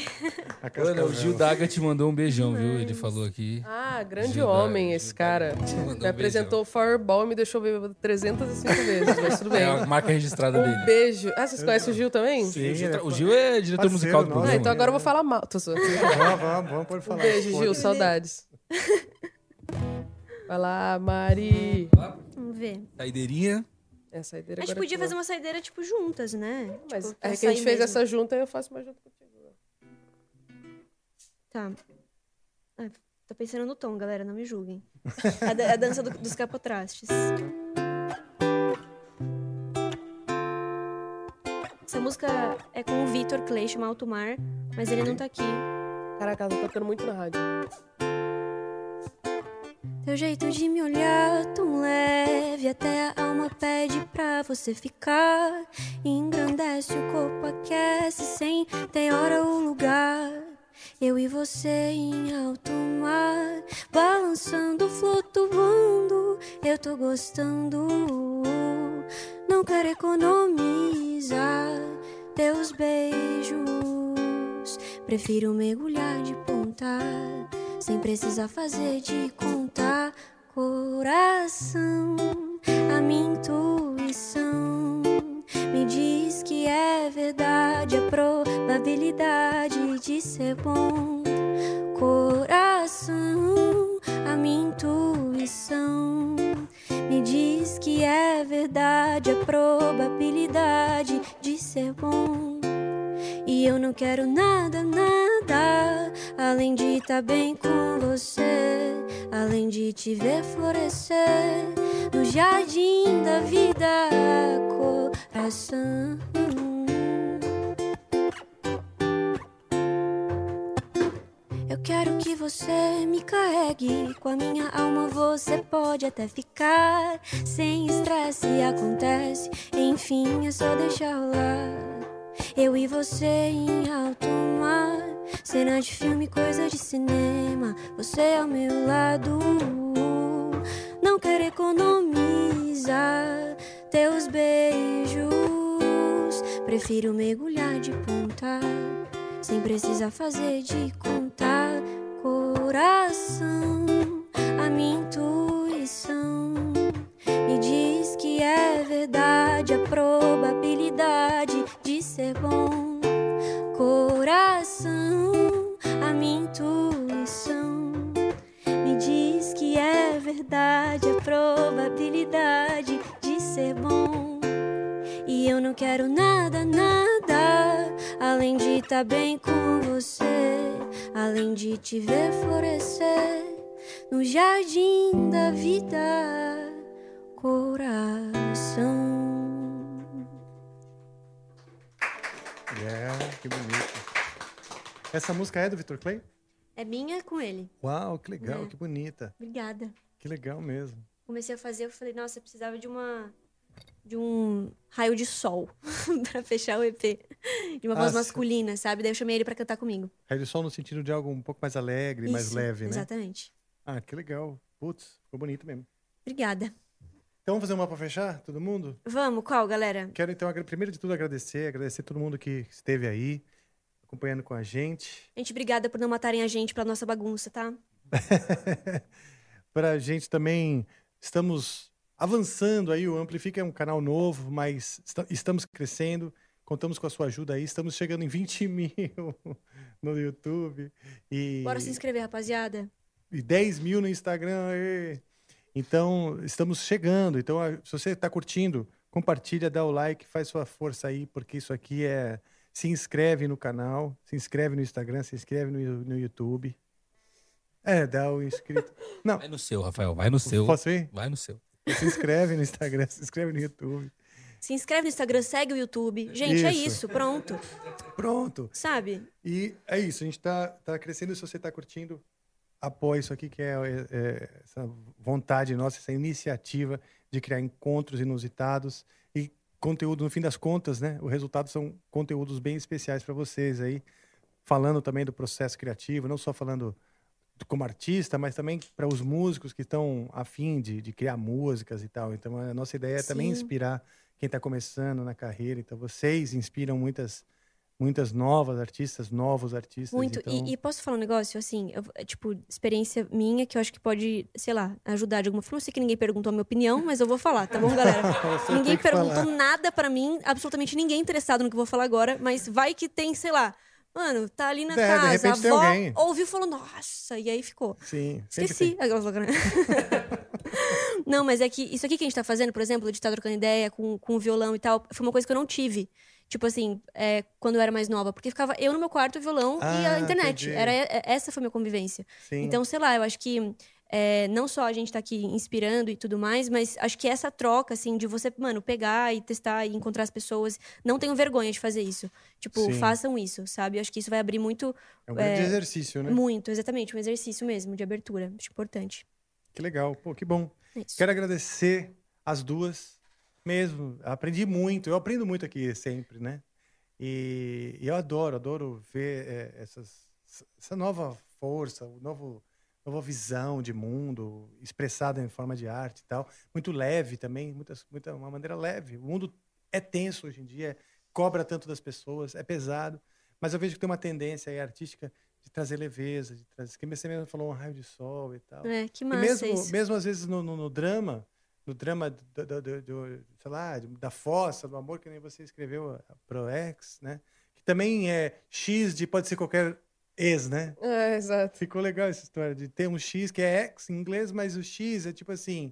Speaker 6: Ana, o Gil Daga te mandou um beijão, viu? Ele falou aqui.
Speaker 5: Ah, grande homem esse cara.
Speaker 6: um
Speaker 5: Me apresentou o Fireball e me deixou bêbado 305 vezes, mas tudo bem.
Speaker 6: É a marca registrada dele.
Speaker 5: Um beijo. Ah, vocês conhecem o Gil também?
Speaker 6: Sim, o Gil tra- o Gil é diretor Parceiro musical do né? nosso. programa.
Speaker 5: Ah, então agora eu vou falar mal. Tô zoando.
Speaker 6: Vamos, vamos, vamos, pode falar.
Speaker 5: Um beijo, Gil.
Speaker 11: Pode.
Speaker 5: Saudades. Vai lá, Mari.
Speaker 11: Vamos ver.
Speaker 6: Saideirinha.
Speaker 5: É,
Speaker 11: A
Speaker 5: saideira
Speaker 11: gente
Speaker 5: agora
Speaker 11: podia
Speaker 5: que eu-
Speaker 11: fazer uma saideira, tipo, juntas, né?
Speaker 5: Mas
Speaker 11: Tipo, pra
Speaker 5: é que a gente
Speaker 11: sair
Speaker 5: fez
Speaker 11: mesmo.
Speaker 5: essa junta eu faço mais junto contigo.
Speaker 11: Tá. Ah, tô pensando no tom, galera, não me julguem. É a, da- é a dança do- dos capotrastes. Essa música é com o Vitor Clay, chama Alto Mar, mas ele não tá aqui.
Speaker 5: Caraca, ela tá tocando muito na rádio.
Speaker 11: Teu jeito de me olhar tão leve Até a alma pede pra você ficar Engrandece o corpo, aquece Sem ter hora ou lugar Eu e você em alto mar Balançando, flutuando Eu tô gostando Não quero economizar Teus beijos Prefiro mergulhar de ponta sem precisar fazer de conta. Coração, a minha intuição me diz que é verdade a probabilidade de ser bom. Coração, a minha intuição me diz que é verdade a probabilidade de ser bom. E eu não quero nada, nada Além de estar bem com você Além de te ver florescer No jardim da vida Coração Eu quero que você me carregue. Com a minha alma você pode até ficar. Sem estresse acontece. Enfim, é só deixar rolar. Eu e você em alto mar. Cena de filme, coisa de cinema. Você ao meu lado. Não quero economizar teus beijos. Prefiro mergulhar de ponta. Sem precisar fazer de contar. Coração, a minha intuição me diz que é verdade a probabilidade de ser bom. Coração, a minha intuição me diz que é verdade a probabilidade de ser bom. E eu não quero nada, nada além de estar bem com você, além de te ver florescer no jardim da vida coração.
Speaker 3: Yeah, que bonito. Essa música é do Vitor Clay?
Speaker 5: É minha com ele.
Speaker 3: Uau, que legal,
Speaker 5: É.
Speaker 3: que bonita.
Speaker 5: Obrigada.
Speaker 3: Que legal mesmo.
Speaker 5: Comecei a fazer, eu falei, nossa, eu precisava de uma. De um raio de sol pra fechar o EP. De uma voz
Speaker 3: Ah, sim.
Speaker 5: masculina, sabe? Daí eu chamei ele pra cantar comigo.
Speaker 3: Raio de sol no sentido de algo um pouco mais alegre, mais
Speaker 5: Isso,
Speaker 3: leve, né?
Speaker 5: Exatamente.
Speaker 3: Ah, que legal. Putz, ficou bonito mesmo.
Speaker 5: Obrigada.
Speaker 3: Então vamos fazer uma pra fechar, todo mundo?
Speaker 5: Vamos, qual, galera?
Speaker 3: Quero então, agra- primeiro de tudo, agradecer, agradecer todo mundo que esteve aí, acompanhando com a gente.
Speaker 5: Gente, obrigada por não matarem a gente pela nossa bagunça, tá?
Speaker 3: Pra gente também, estamos avançando aí, o Amplifica é um canal novo, mas esta- estamos crescendo, contamos com a sua ajuda aí, estamos chegando em 20 mil no YouTube e,
Speaker 5: Bora se inscrever, rapaziada.
Speaker 3: e 10 mil no Instagram. aê. Então, estamos chegando. Então, a- se você está curtindo, compartilha, dá o like, faz sua força aí, porque isso aqui é. Se inscreve no canal, se inscreve no Instagram, se inscreve no, no YouTube. É, dá o inscrito. Não.
Speaker 6: Vai no seu, Rafael, vai no seu.
Speaker 3: Posso ir?
Speaker 6: Vai no seu.
Speaker 3: Se inscreve no Instagram, se inscreve no YouTube.
Speaker 5: Se inscreve no Instagram, segue o YouTube. Gente, é
Speaker 3: Isso.
Speaker 5: isso, pronto.
Speaker 3: Pronto.
Speaker 5: Sabe?
Speaker 3: E é isso, a gente tá, tá crescendo. Se você tá curtindo, apoia isso aqui, que é, é, é essa vontade nossa, essa iniciativa de criar encontros inusitados e conteúdo, no fim das contas, né? O resultado são conteúdos bem especiais para vocês aí, falando também do processo criativo, não só falando do- como artista, mas também para os músicos que estão afim de, de criar músicas e tal. Então, a nossa ideia é também
Speaker 20: Sim.
Speaker 3: inspirar quem está começando na carreira. Então, vocês inspiram muitas muitas novas artistas, novos artistas.
Speaker 5: Muito.
Speaker 3: Então,
Speaker 5: E, e posso falar um negócio, assim, eu- é, tipo, experiência minha que eu acho que pode, sei lá, ajudar de alguma forma. Eu sei que ninguém perguntou a minha opinião, mas eu vou falar, tá bom, galera?
Speaker 3: Você tem
Speaker 5: ninguém
Speaker 3: que
Speaker 5: perguntou
Speaker 3: falar.
Speaker 5: nada pra mim, absolutamente ninguém interessado no que eu vou falar agora, mas vai que tem, sei lá, mano, tá ali na
Speaker 3: É, de
Speaker 5: casa, a
Speaker 3: repente tem
Speaker 5: avó
Speaker 3: alguém.
Speaker 5: ouviu e falou, nossa, e aí ficou.
Speaker 3: Sim, sempre
Speaker 5: Esqueci. Aquelas loucas, né? não, mas é que isso aqui que a gente tá fazendo, por exemplo, de estar trocando ideia com, com o violão e tal, foi uma coisa que eu não tive. Tipo assim, é, quando eu era mais nova. Porque ficava eu no meu quarto, o violão e
Speaker 11: Ah,
Speaker 5: a internet.
Speaker 11: entendi.
Speaker 5: Era, é- essa foi a minha convivência.
Speaker 11: Sim.
Speaker 5: Então, sei lá, eu acho que é, não só a gente tá aqui inspirando e tudo mais, mas acho que essa troca, assim, de você, mano, pegar e testar e encontrar as pessoas. Não tenho vergonha de fazer isso. Tipo,
Speaker 3: Sim.
Speaker 5: façam isso, sabe? Eu acho que isso vai abrir muito.
Speaker 3: É um grande exercício, né?
Speaker 5: Muito, exatamente. Um exercício mesmo de abertura. Acho é importante.
Speaker 3: que legal, pô, que bom.
Speaker 5: É isso.
Speaker 3: Quero agradecer as duas, mesmo. Aprendi muito, eu aprendo muito aqui sempre, né? E, e eu adoro, adoro ver é, essas, essa nova força, o novo, nova visão de mundo expressada em forma de arte e tal. Muito leve também, muitas, muita, uma maneira leve. O mundo é tenso hoje em dia, cobra tanto das pessoas, é pesado. Mas eu vejo que tem uma tendência aí artística de trazer leveza, de trazer. Que você mesmo falou um raio de sol e tal.
Speaker 5: É, que
Speaker 3: E
Speaker 5: massa
Speaker 3: mesmo,
Speaker 5: isso.
Speaker 3: mesmo às vezes no, no- no drama, no drama do, do- do- do- sei lá, da fossa, do amor, que nem você escreveu pro ex, né? Que também é X de pode ser qualquer ex, né?
Speaker 4: É, exato.
Speaker 3: Ficou legal essa história de ter um X que é ex em inglês, mas o X é tipo assim,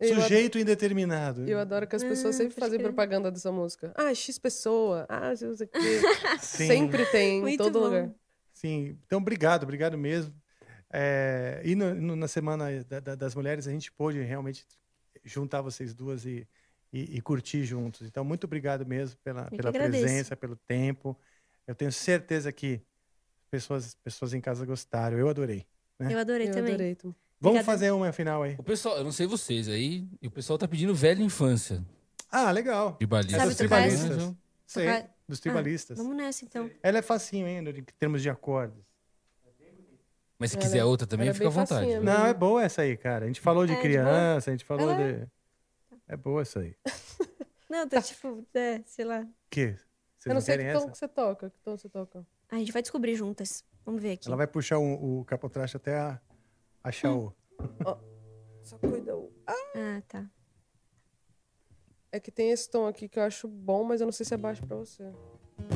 Speaker 4: Eu
Speaker 3: sujeito indeterminado.
Speaker 4: E eu adoro que as pessoas
Speaker 3: Ah,
Speaker 4: sempre fazem propaganda dessa música. Ah, X pessoa. Ah, não sei o quê.
Speaker 3: Sim.
Speaker 4: Sempre tem, em todo lugar.
Speaker 3: Sim, então obrigado, obrigado mesmo. É, e no- no- na Semana da- da- das Mulheres a gente pôde realmente juntar vocês duas e, e- e curtir juntos. Então, muito obrigado mesmo pela,
Speaker 21: que
Speaker 3: pela
Speaker 21: agradeço.
Speaker 3: presença, pelo tempo. Eu tenho certeza que pessoas, pessoas em casa gostaram. Eu adorei. né?
Speaker 5: Eu adorei
Speaker 4: Eu
Speaker 5: também.
Speaker 4: adorei também.
Speaker 3: Vamos fazer uma final aí.
Speaker 6: O pessoal, eu não sei vocês aí, e o pessoal tá pedindo velha infância.
Speaker 3: Ah, legal.
Speaker 5: Oh.
Speaker 6: Tribalistas.
Speaker 3: Essas
Speaker 6: Sabe tocar
Speaker 3: tribalistas.
Speaker 6: essa?
Speaker 3: Sei.
Speaker 5: Tocar-
Speaker 3: dos tribalistas.
Speaker 5: Ah, vamos nessa, então.
Speaker 3: Ela é facinho ainda, em termos de acordes.
Speaker 6: Mas se quiser outra também, fica à vontade.
Speaker 3: Não, é boa essa aí, cara. A gente falou de
Speaker 5: É, de
Speaker 3: criança,
Speaker 5: boa.
Speaker 3: a gente falou
Speaker 5: Ela
Speaker 3: de. É boa essa aí.
Speaker 5: Não, tá tipo, é, sei lá.
Speaker 3: Que? Vocês
Speaker 4: Eu não sei
Speaker 3: querem
Speaker 4: que
Speaker 3: essa?
Speaker 4: tom que você toca. Que tom você toca?
Speaker 5: Ah, A gente vai descobrir juntas. Vamos ver aqui.
Speaker 3: Ela vai puxar o, o capotraste até a- achar o.
Speaker 4: Só cuida o...
Speaker 5: Ah, tá.
Speaker 4: É que tem esse tom aqui que eu acho bom, mas eu não sei se é baixo pra você.
Speaker 5: Ah,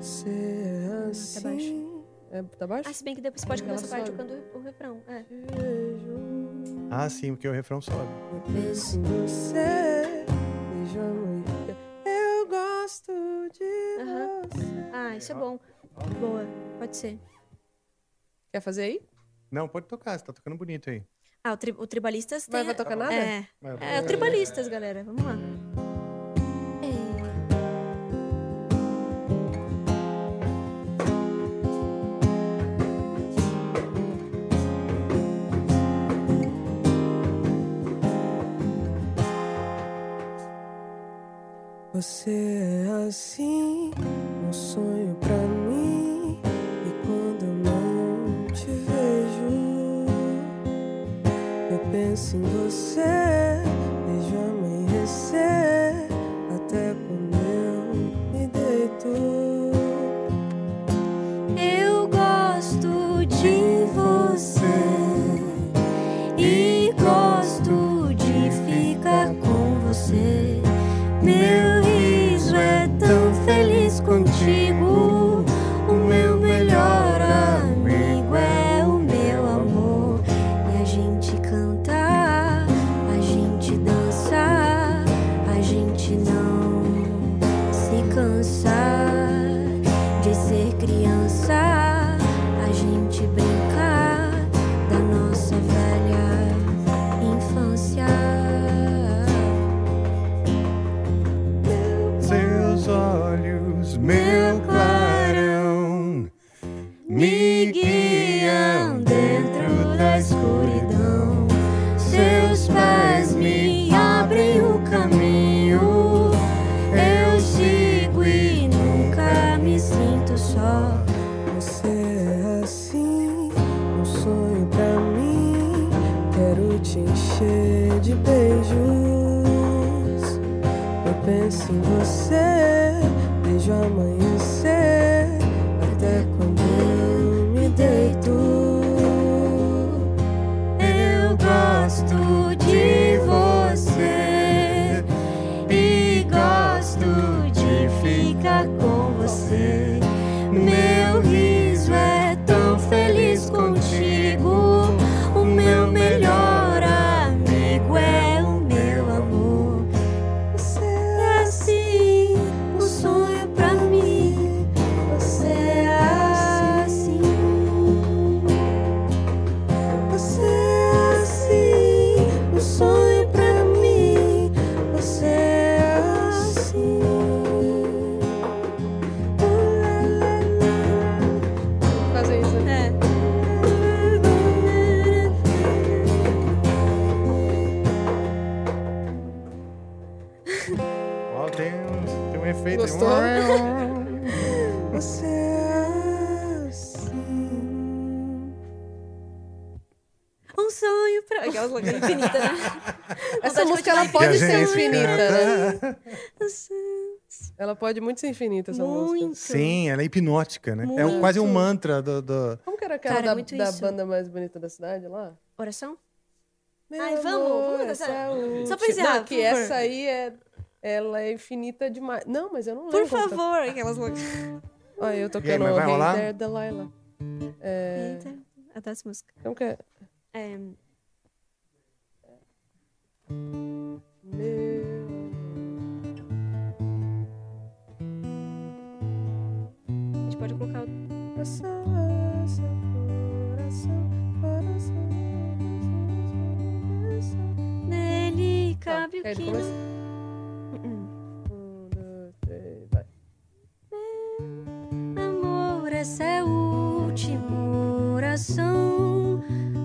Speaker 4: Você é
Speaker 5: Tá baixo.
Speaker 4: É, tá baixo?
Speaker 5: Ah, se bem que depois pode
Speaker 4: Ela
Speaker 5: começar parte
Speaker 4: sobe.
Speaker 5: tocando o refrão. É.
Speaker 3: Ah, sim, porque o refrão sobe.
Speaker 4: Penso em você, beijo a mulher. Eu gosto de você.
Speaker 5: Ah, isso é bom. Boa, pode ser.
Speaker 4: Quer fazer aí?
Speaker 3: Não, pode tocar, você tá tocando bonito aí.
Speaker 5: Ah, o, tri o Tribalistas tem...
Speaker 4: Vai- vai tocar nada?
Speaker 5: É.
Speaker 3: Vai- vai
Speaker 5: É, o
Speaker 3: tocar.
Speaker 5: Tribalistas, galera. Vamos lá.
Speaker 12: Você é assim, um sonho pra mim. E quando eu não te vejo, eu penso em você, desde o amanhecer até quando eu me deito.
Speaker 11: Eu gosto de você e gosto de ficar com você. Meu riso é tão feliz contigo. O meu melhor amigo é o meu amor. E a gente canta, a gente dança, a gente não se cansa de ser criança, a gente brincar da nossa velha infância.
Speaker 3: Seus olhos, meu clarão, me guiam
Speaker 11: dentro da escuridão. Seus pés me abrem o caminho. Eu sigo e nunca me sinto só.
Speaker 12: Você é assim, um sonho pra mim. Quero te encher de beijos. Eu penso em você, desde o amanhecer até quando eu me deito.
Speaker 11: Eu gosto de você e gosto de ficar com você. Meu riso é tão feliz contigo. O meu melhor amigo é o meu amor. Você é assim, um sonho pra mim. Você é assim.
Speaker 12: Você é assim, um sonho pra mim. Você é assim.
Speaker 4: Fazer isso.
Speaker 5: É.
Speaker 3: Ó, tem, um- tem um efeito. aí.
Speaker 12: Gostou? Você é assim.
Speaker 5: Um sonho pra... Aquelas loucas infinitas, né? Vontade
Speaker 4: Essa
Speaker 5: de
Speaker 4: música ela
Speaker 5: continuar
Speaker 4: pode ser
Speaker 5: cantando.
Speaker 4: infinita, né?
Speaker 5: Nossa.
Speaker 4: Ela pode muito ser infinita, essa música.
Speaker 3: Sim, ela é hipnótica, né? É um- quase um
Speaker 4: Muito.
Speaker 3: mantra do. do-
Speaker 4: Como que era aquela
Speaker 5: Cara, é
Speaker 4: da,
Speaker 5: muito
Speaker 4: da
Speaker 5: isso.
Speaker 4: banda mais bonita da cidade lá?
Speaker 5: Oração?
Speaker 4: Meu
Speaker 5: Ai, vamos, vamos dançar.
Speaker 4: essa é última-
Speaker 5: Só pra encerrar,
Speaker 4: Não, que
Speaker 5: por favor.
Speaker 4: essa aí é. Ela é infinita demais. Não, mas eu não lembro. tá-
Speaker 5: Por favor, aquelas loucas.
Speaker 4: Olha, eu
Speaker 5: tô
Speaker 4: tocando
Speaker 5: E aí, mas vai
Speaker 4: Hey
Speaker 5: rolar?
Speaker 4: There, Delilah. É...
Speaker 5: Adoro essa música.
Speaker 4: Como que é?
Speaker 5: É,
Speaker 4: A
Speaker 5: gente pode colocar o.
Speaker 4: Coração, coração, coração, coração,
Speaker 5: Nele cabe
Speaker 4: Quer
Speaker 5: o
Speaker 4: ir do
Speaker 5: que...
Speaker 4: começo?
Speaker 5: não-
Speaker 4: Um, dois, três, vai.
Speaker 11: Amor, essa é a última oração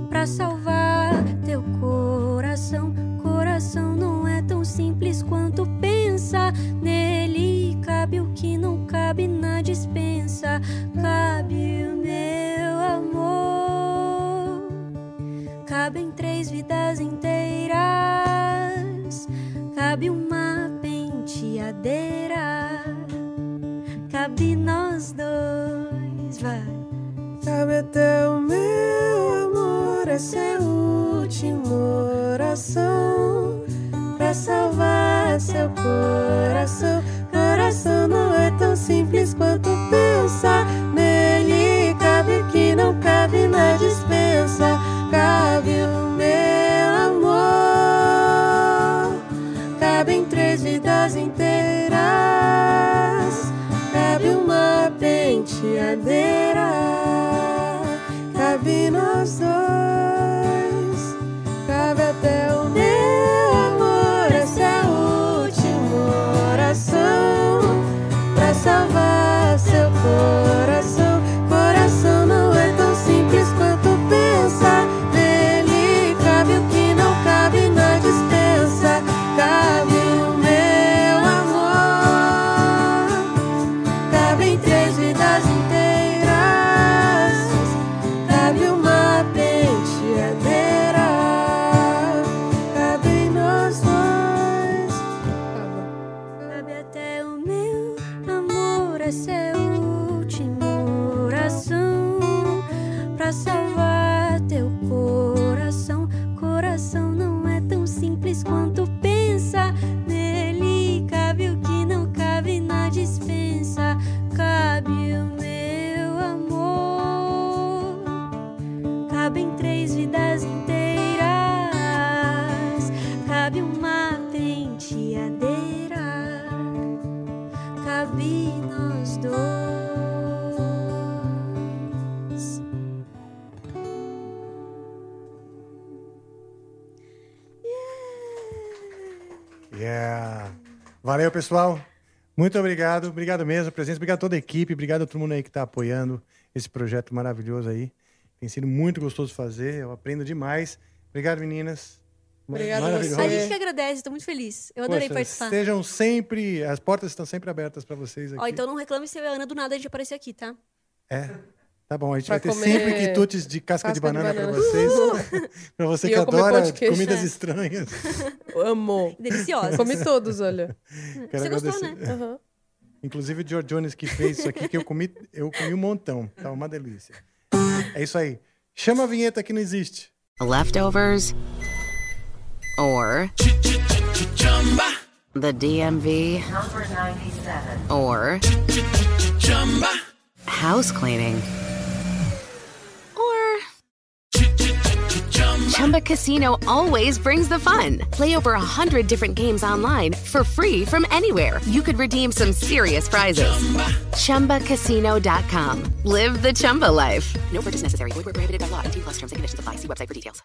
Speaker 11: pra pra salvar teu coração. Coração não é tão simples quanto pensa. Nele cabe o que não cabe na dispensa. Cabe o meu amor. Cabem três vidas inteiras. Cabe uma penteadeira. Cabe nós dois, vai.
Speaker 12: Cabe até o meu amor, essa é a última oração pra salvar seu coração. Coração não é tão simples quanto pensa. Nele cabe o que não cabe na dispensa. Cabe o meu amor, cabem três vidas inteiras. Cabe uma penteadeira. Cabe nós dois. Cabe até o meu amor. Essa é a última oração. Pra salvar seu coração. Coração não é tão simples quanto pensa. Nele cabe o que não cabe na dispensa. Cabe o meu amor. Cabem três vidas inteiras. Cabe uma penteadeira. Cabem nós dois.
Speaker 11: Cabe até o meu amor, essa é a última oração pra salvar teu coração. Coração não é tão simples quanto pensa. Nele cabe o que não cabe na dispensa. Cabe o meu amor. Cabem três vidas inteiras. Cabe uma penteadeira. Cabe nós dois.
Speaker 3: Yeah. Valeu, pessoal. Muito obrigado. Obrigado mesmo, presença. Obrigado a toda a equipe. Obrigado a todo mundo aí que está apoiando esse projeto maravilhoso aí. Tem sido muito gostoso fazer. Eu aprendo demais. Obrigado, meninas.
Speaker 5: Obrigada a
Speaker 3: Maravilhoso.
Speaker 5: você. A gente que agradece, tô muito feliz. Eu adorei
Speaker 3: Poxa,
Speaker 5: participar.
Speaker 3: Sejam sempre. As portas estão sempre abertas para vocês aqui.
Speaker 5: Ó, então não reclame se a Ana do nada a gente aparecer aqui, tá?
Speaker 3: É. Tá bom, a gente
Speaker 5: Pra
Speaker 3: vai ter
Speaker 5: comer
Speaker 3: sempre quitutes de casca, de
Speaker 5: casca de
Speaker 3: banana,
Speaker 5: banana.
Speaker 3: para vocês. para você que adora comidas
Speaker 5: né?
Speaker 4: É.
Speaker 3: estranhas.
Speaker 4: Amo.
Speaker 5: Deliciosa.
Speaker 4: Comi todos, olha.
Speaker 3: Quero agradecer.
Speaker 4: né? Aham.
Speaker 3: Inclusive o George Jones que fez isso aqui, que eu comi, eu comi um montão. Tá uma delícia. É isso aí. Chama a vinheta que não existe.
Speaker 7: Leftovers or the DMV
Speaker 19: Number 97.
Speaker 7: or house cleaning or Chumba Casino always brings the fun. Play over a hundred different games online for free from anywhere. You could redeem some serious prizes. ChumbaCasino.com. Live the Chumba life. No purchase necessary. Void where prohibited by law. 18 plus terms and conditions apply. See website for details.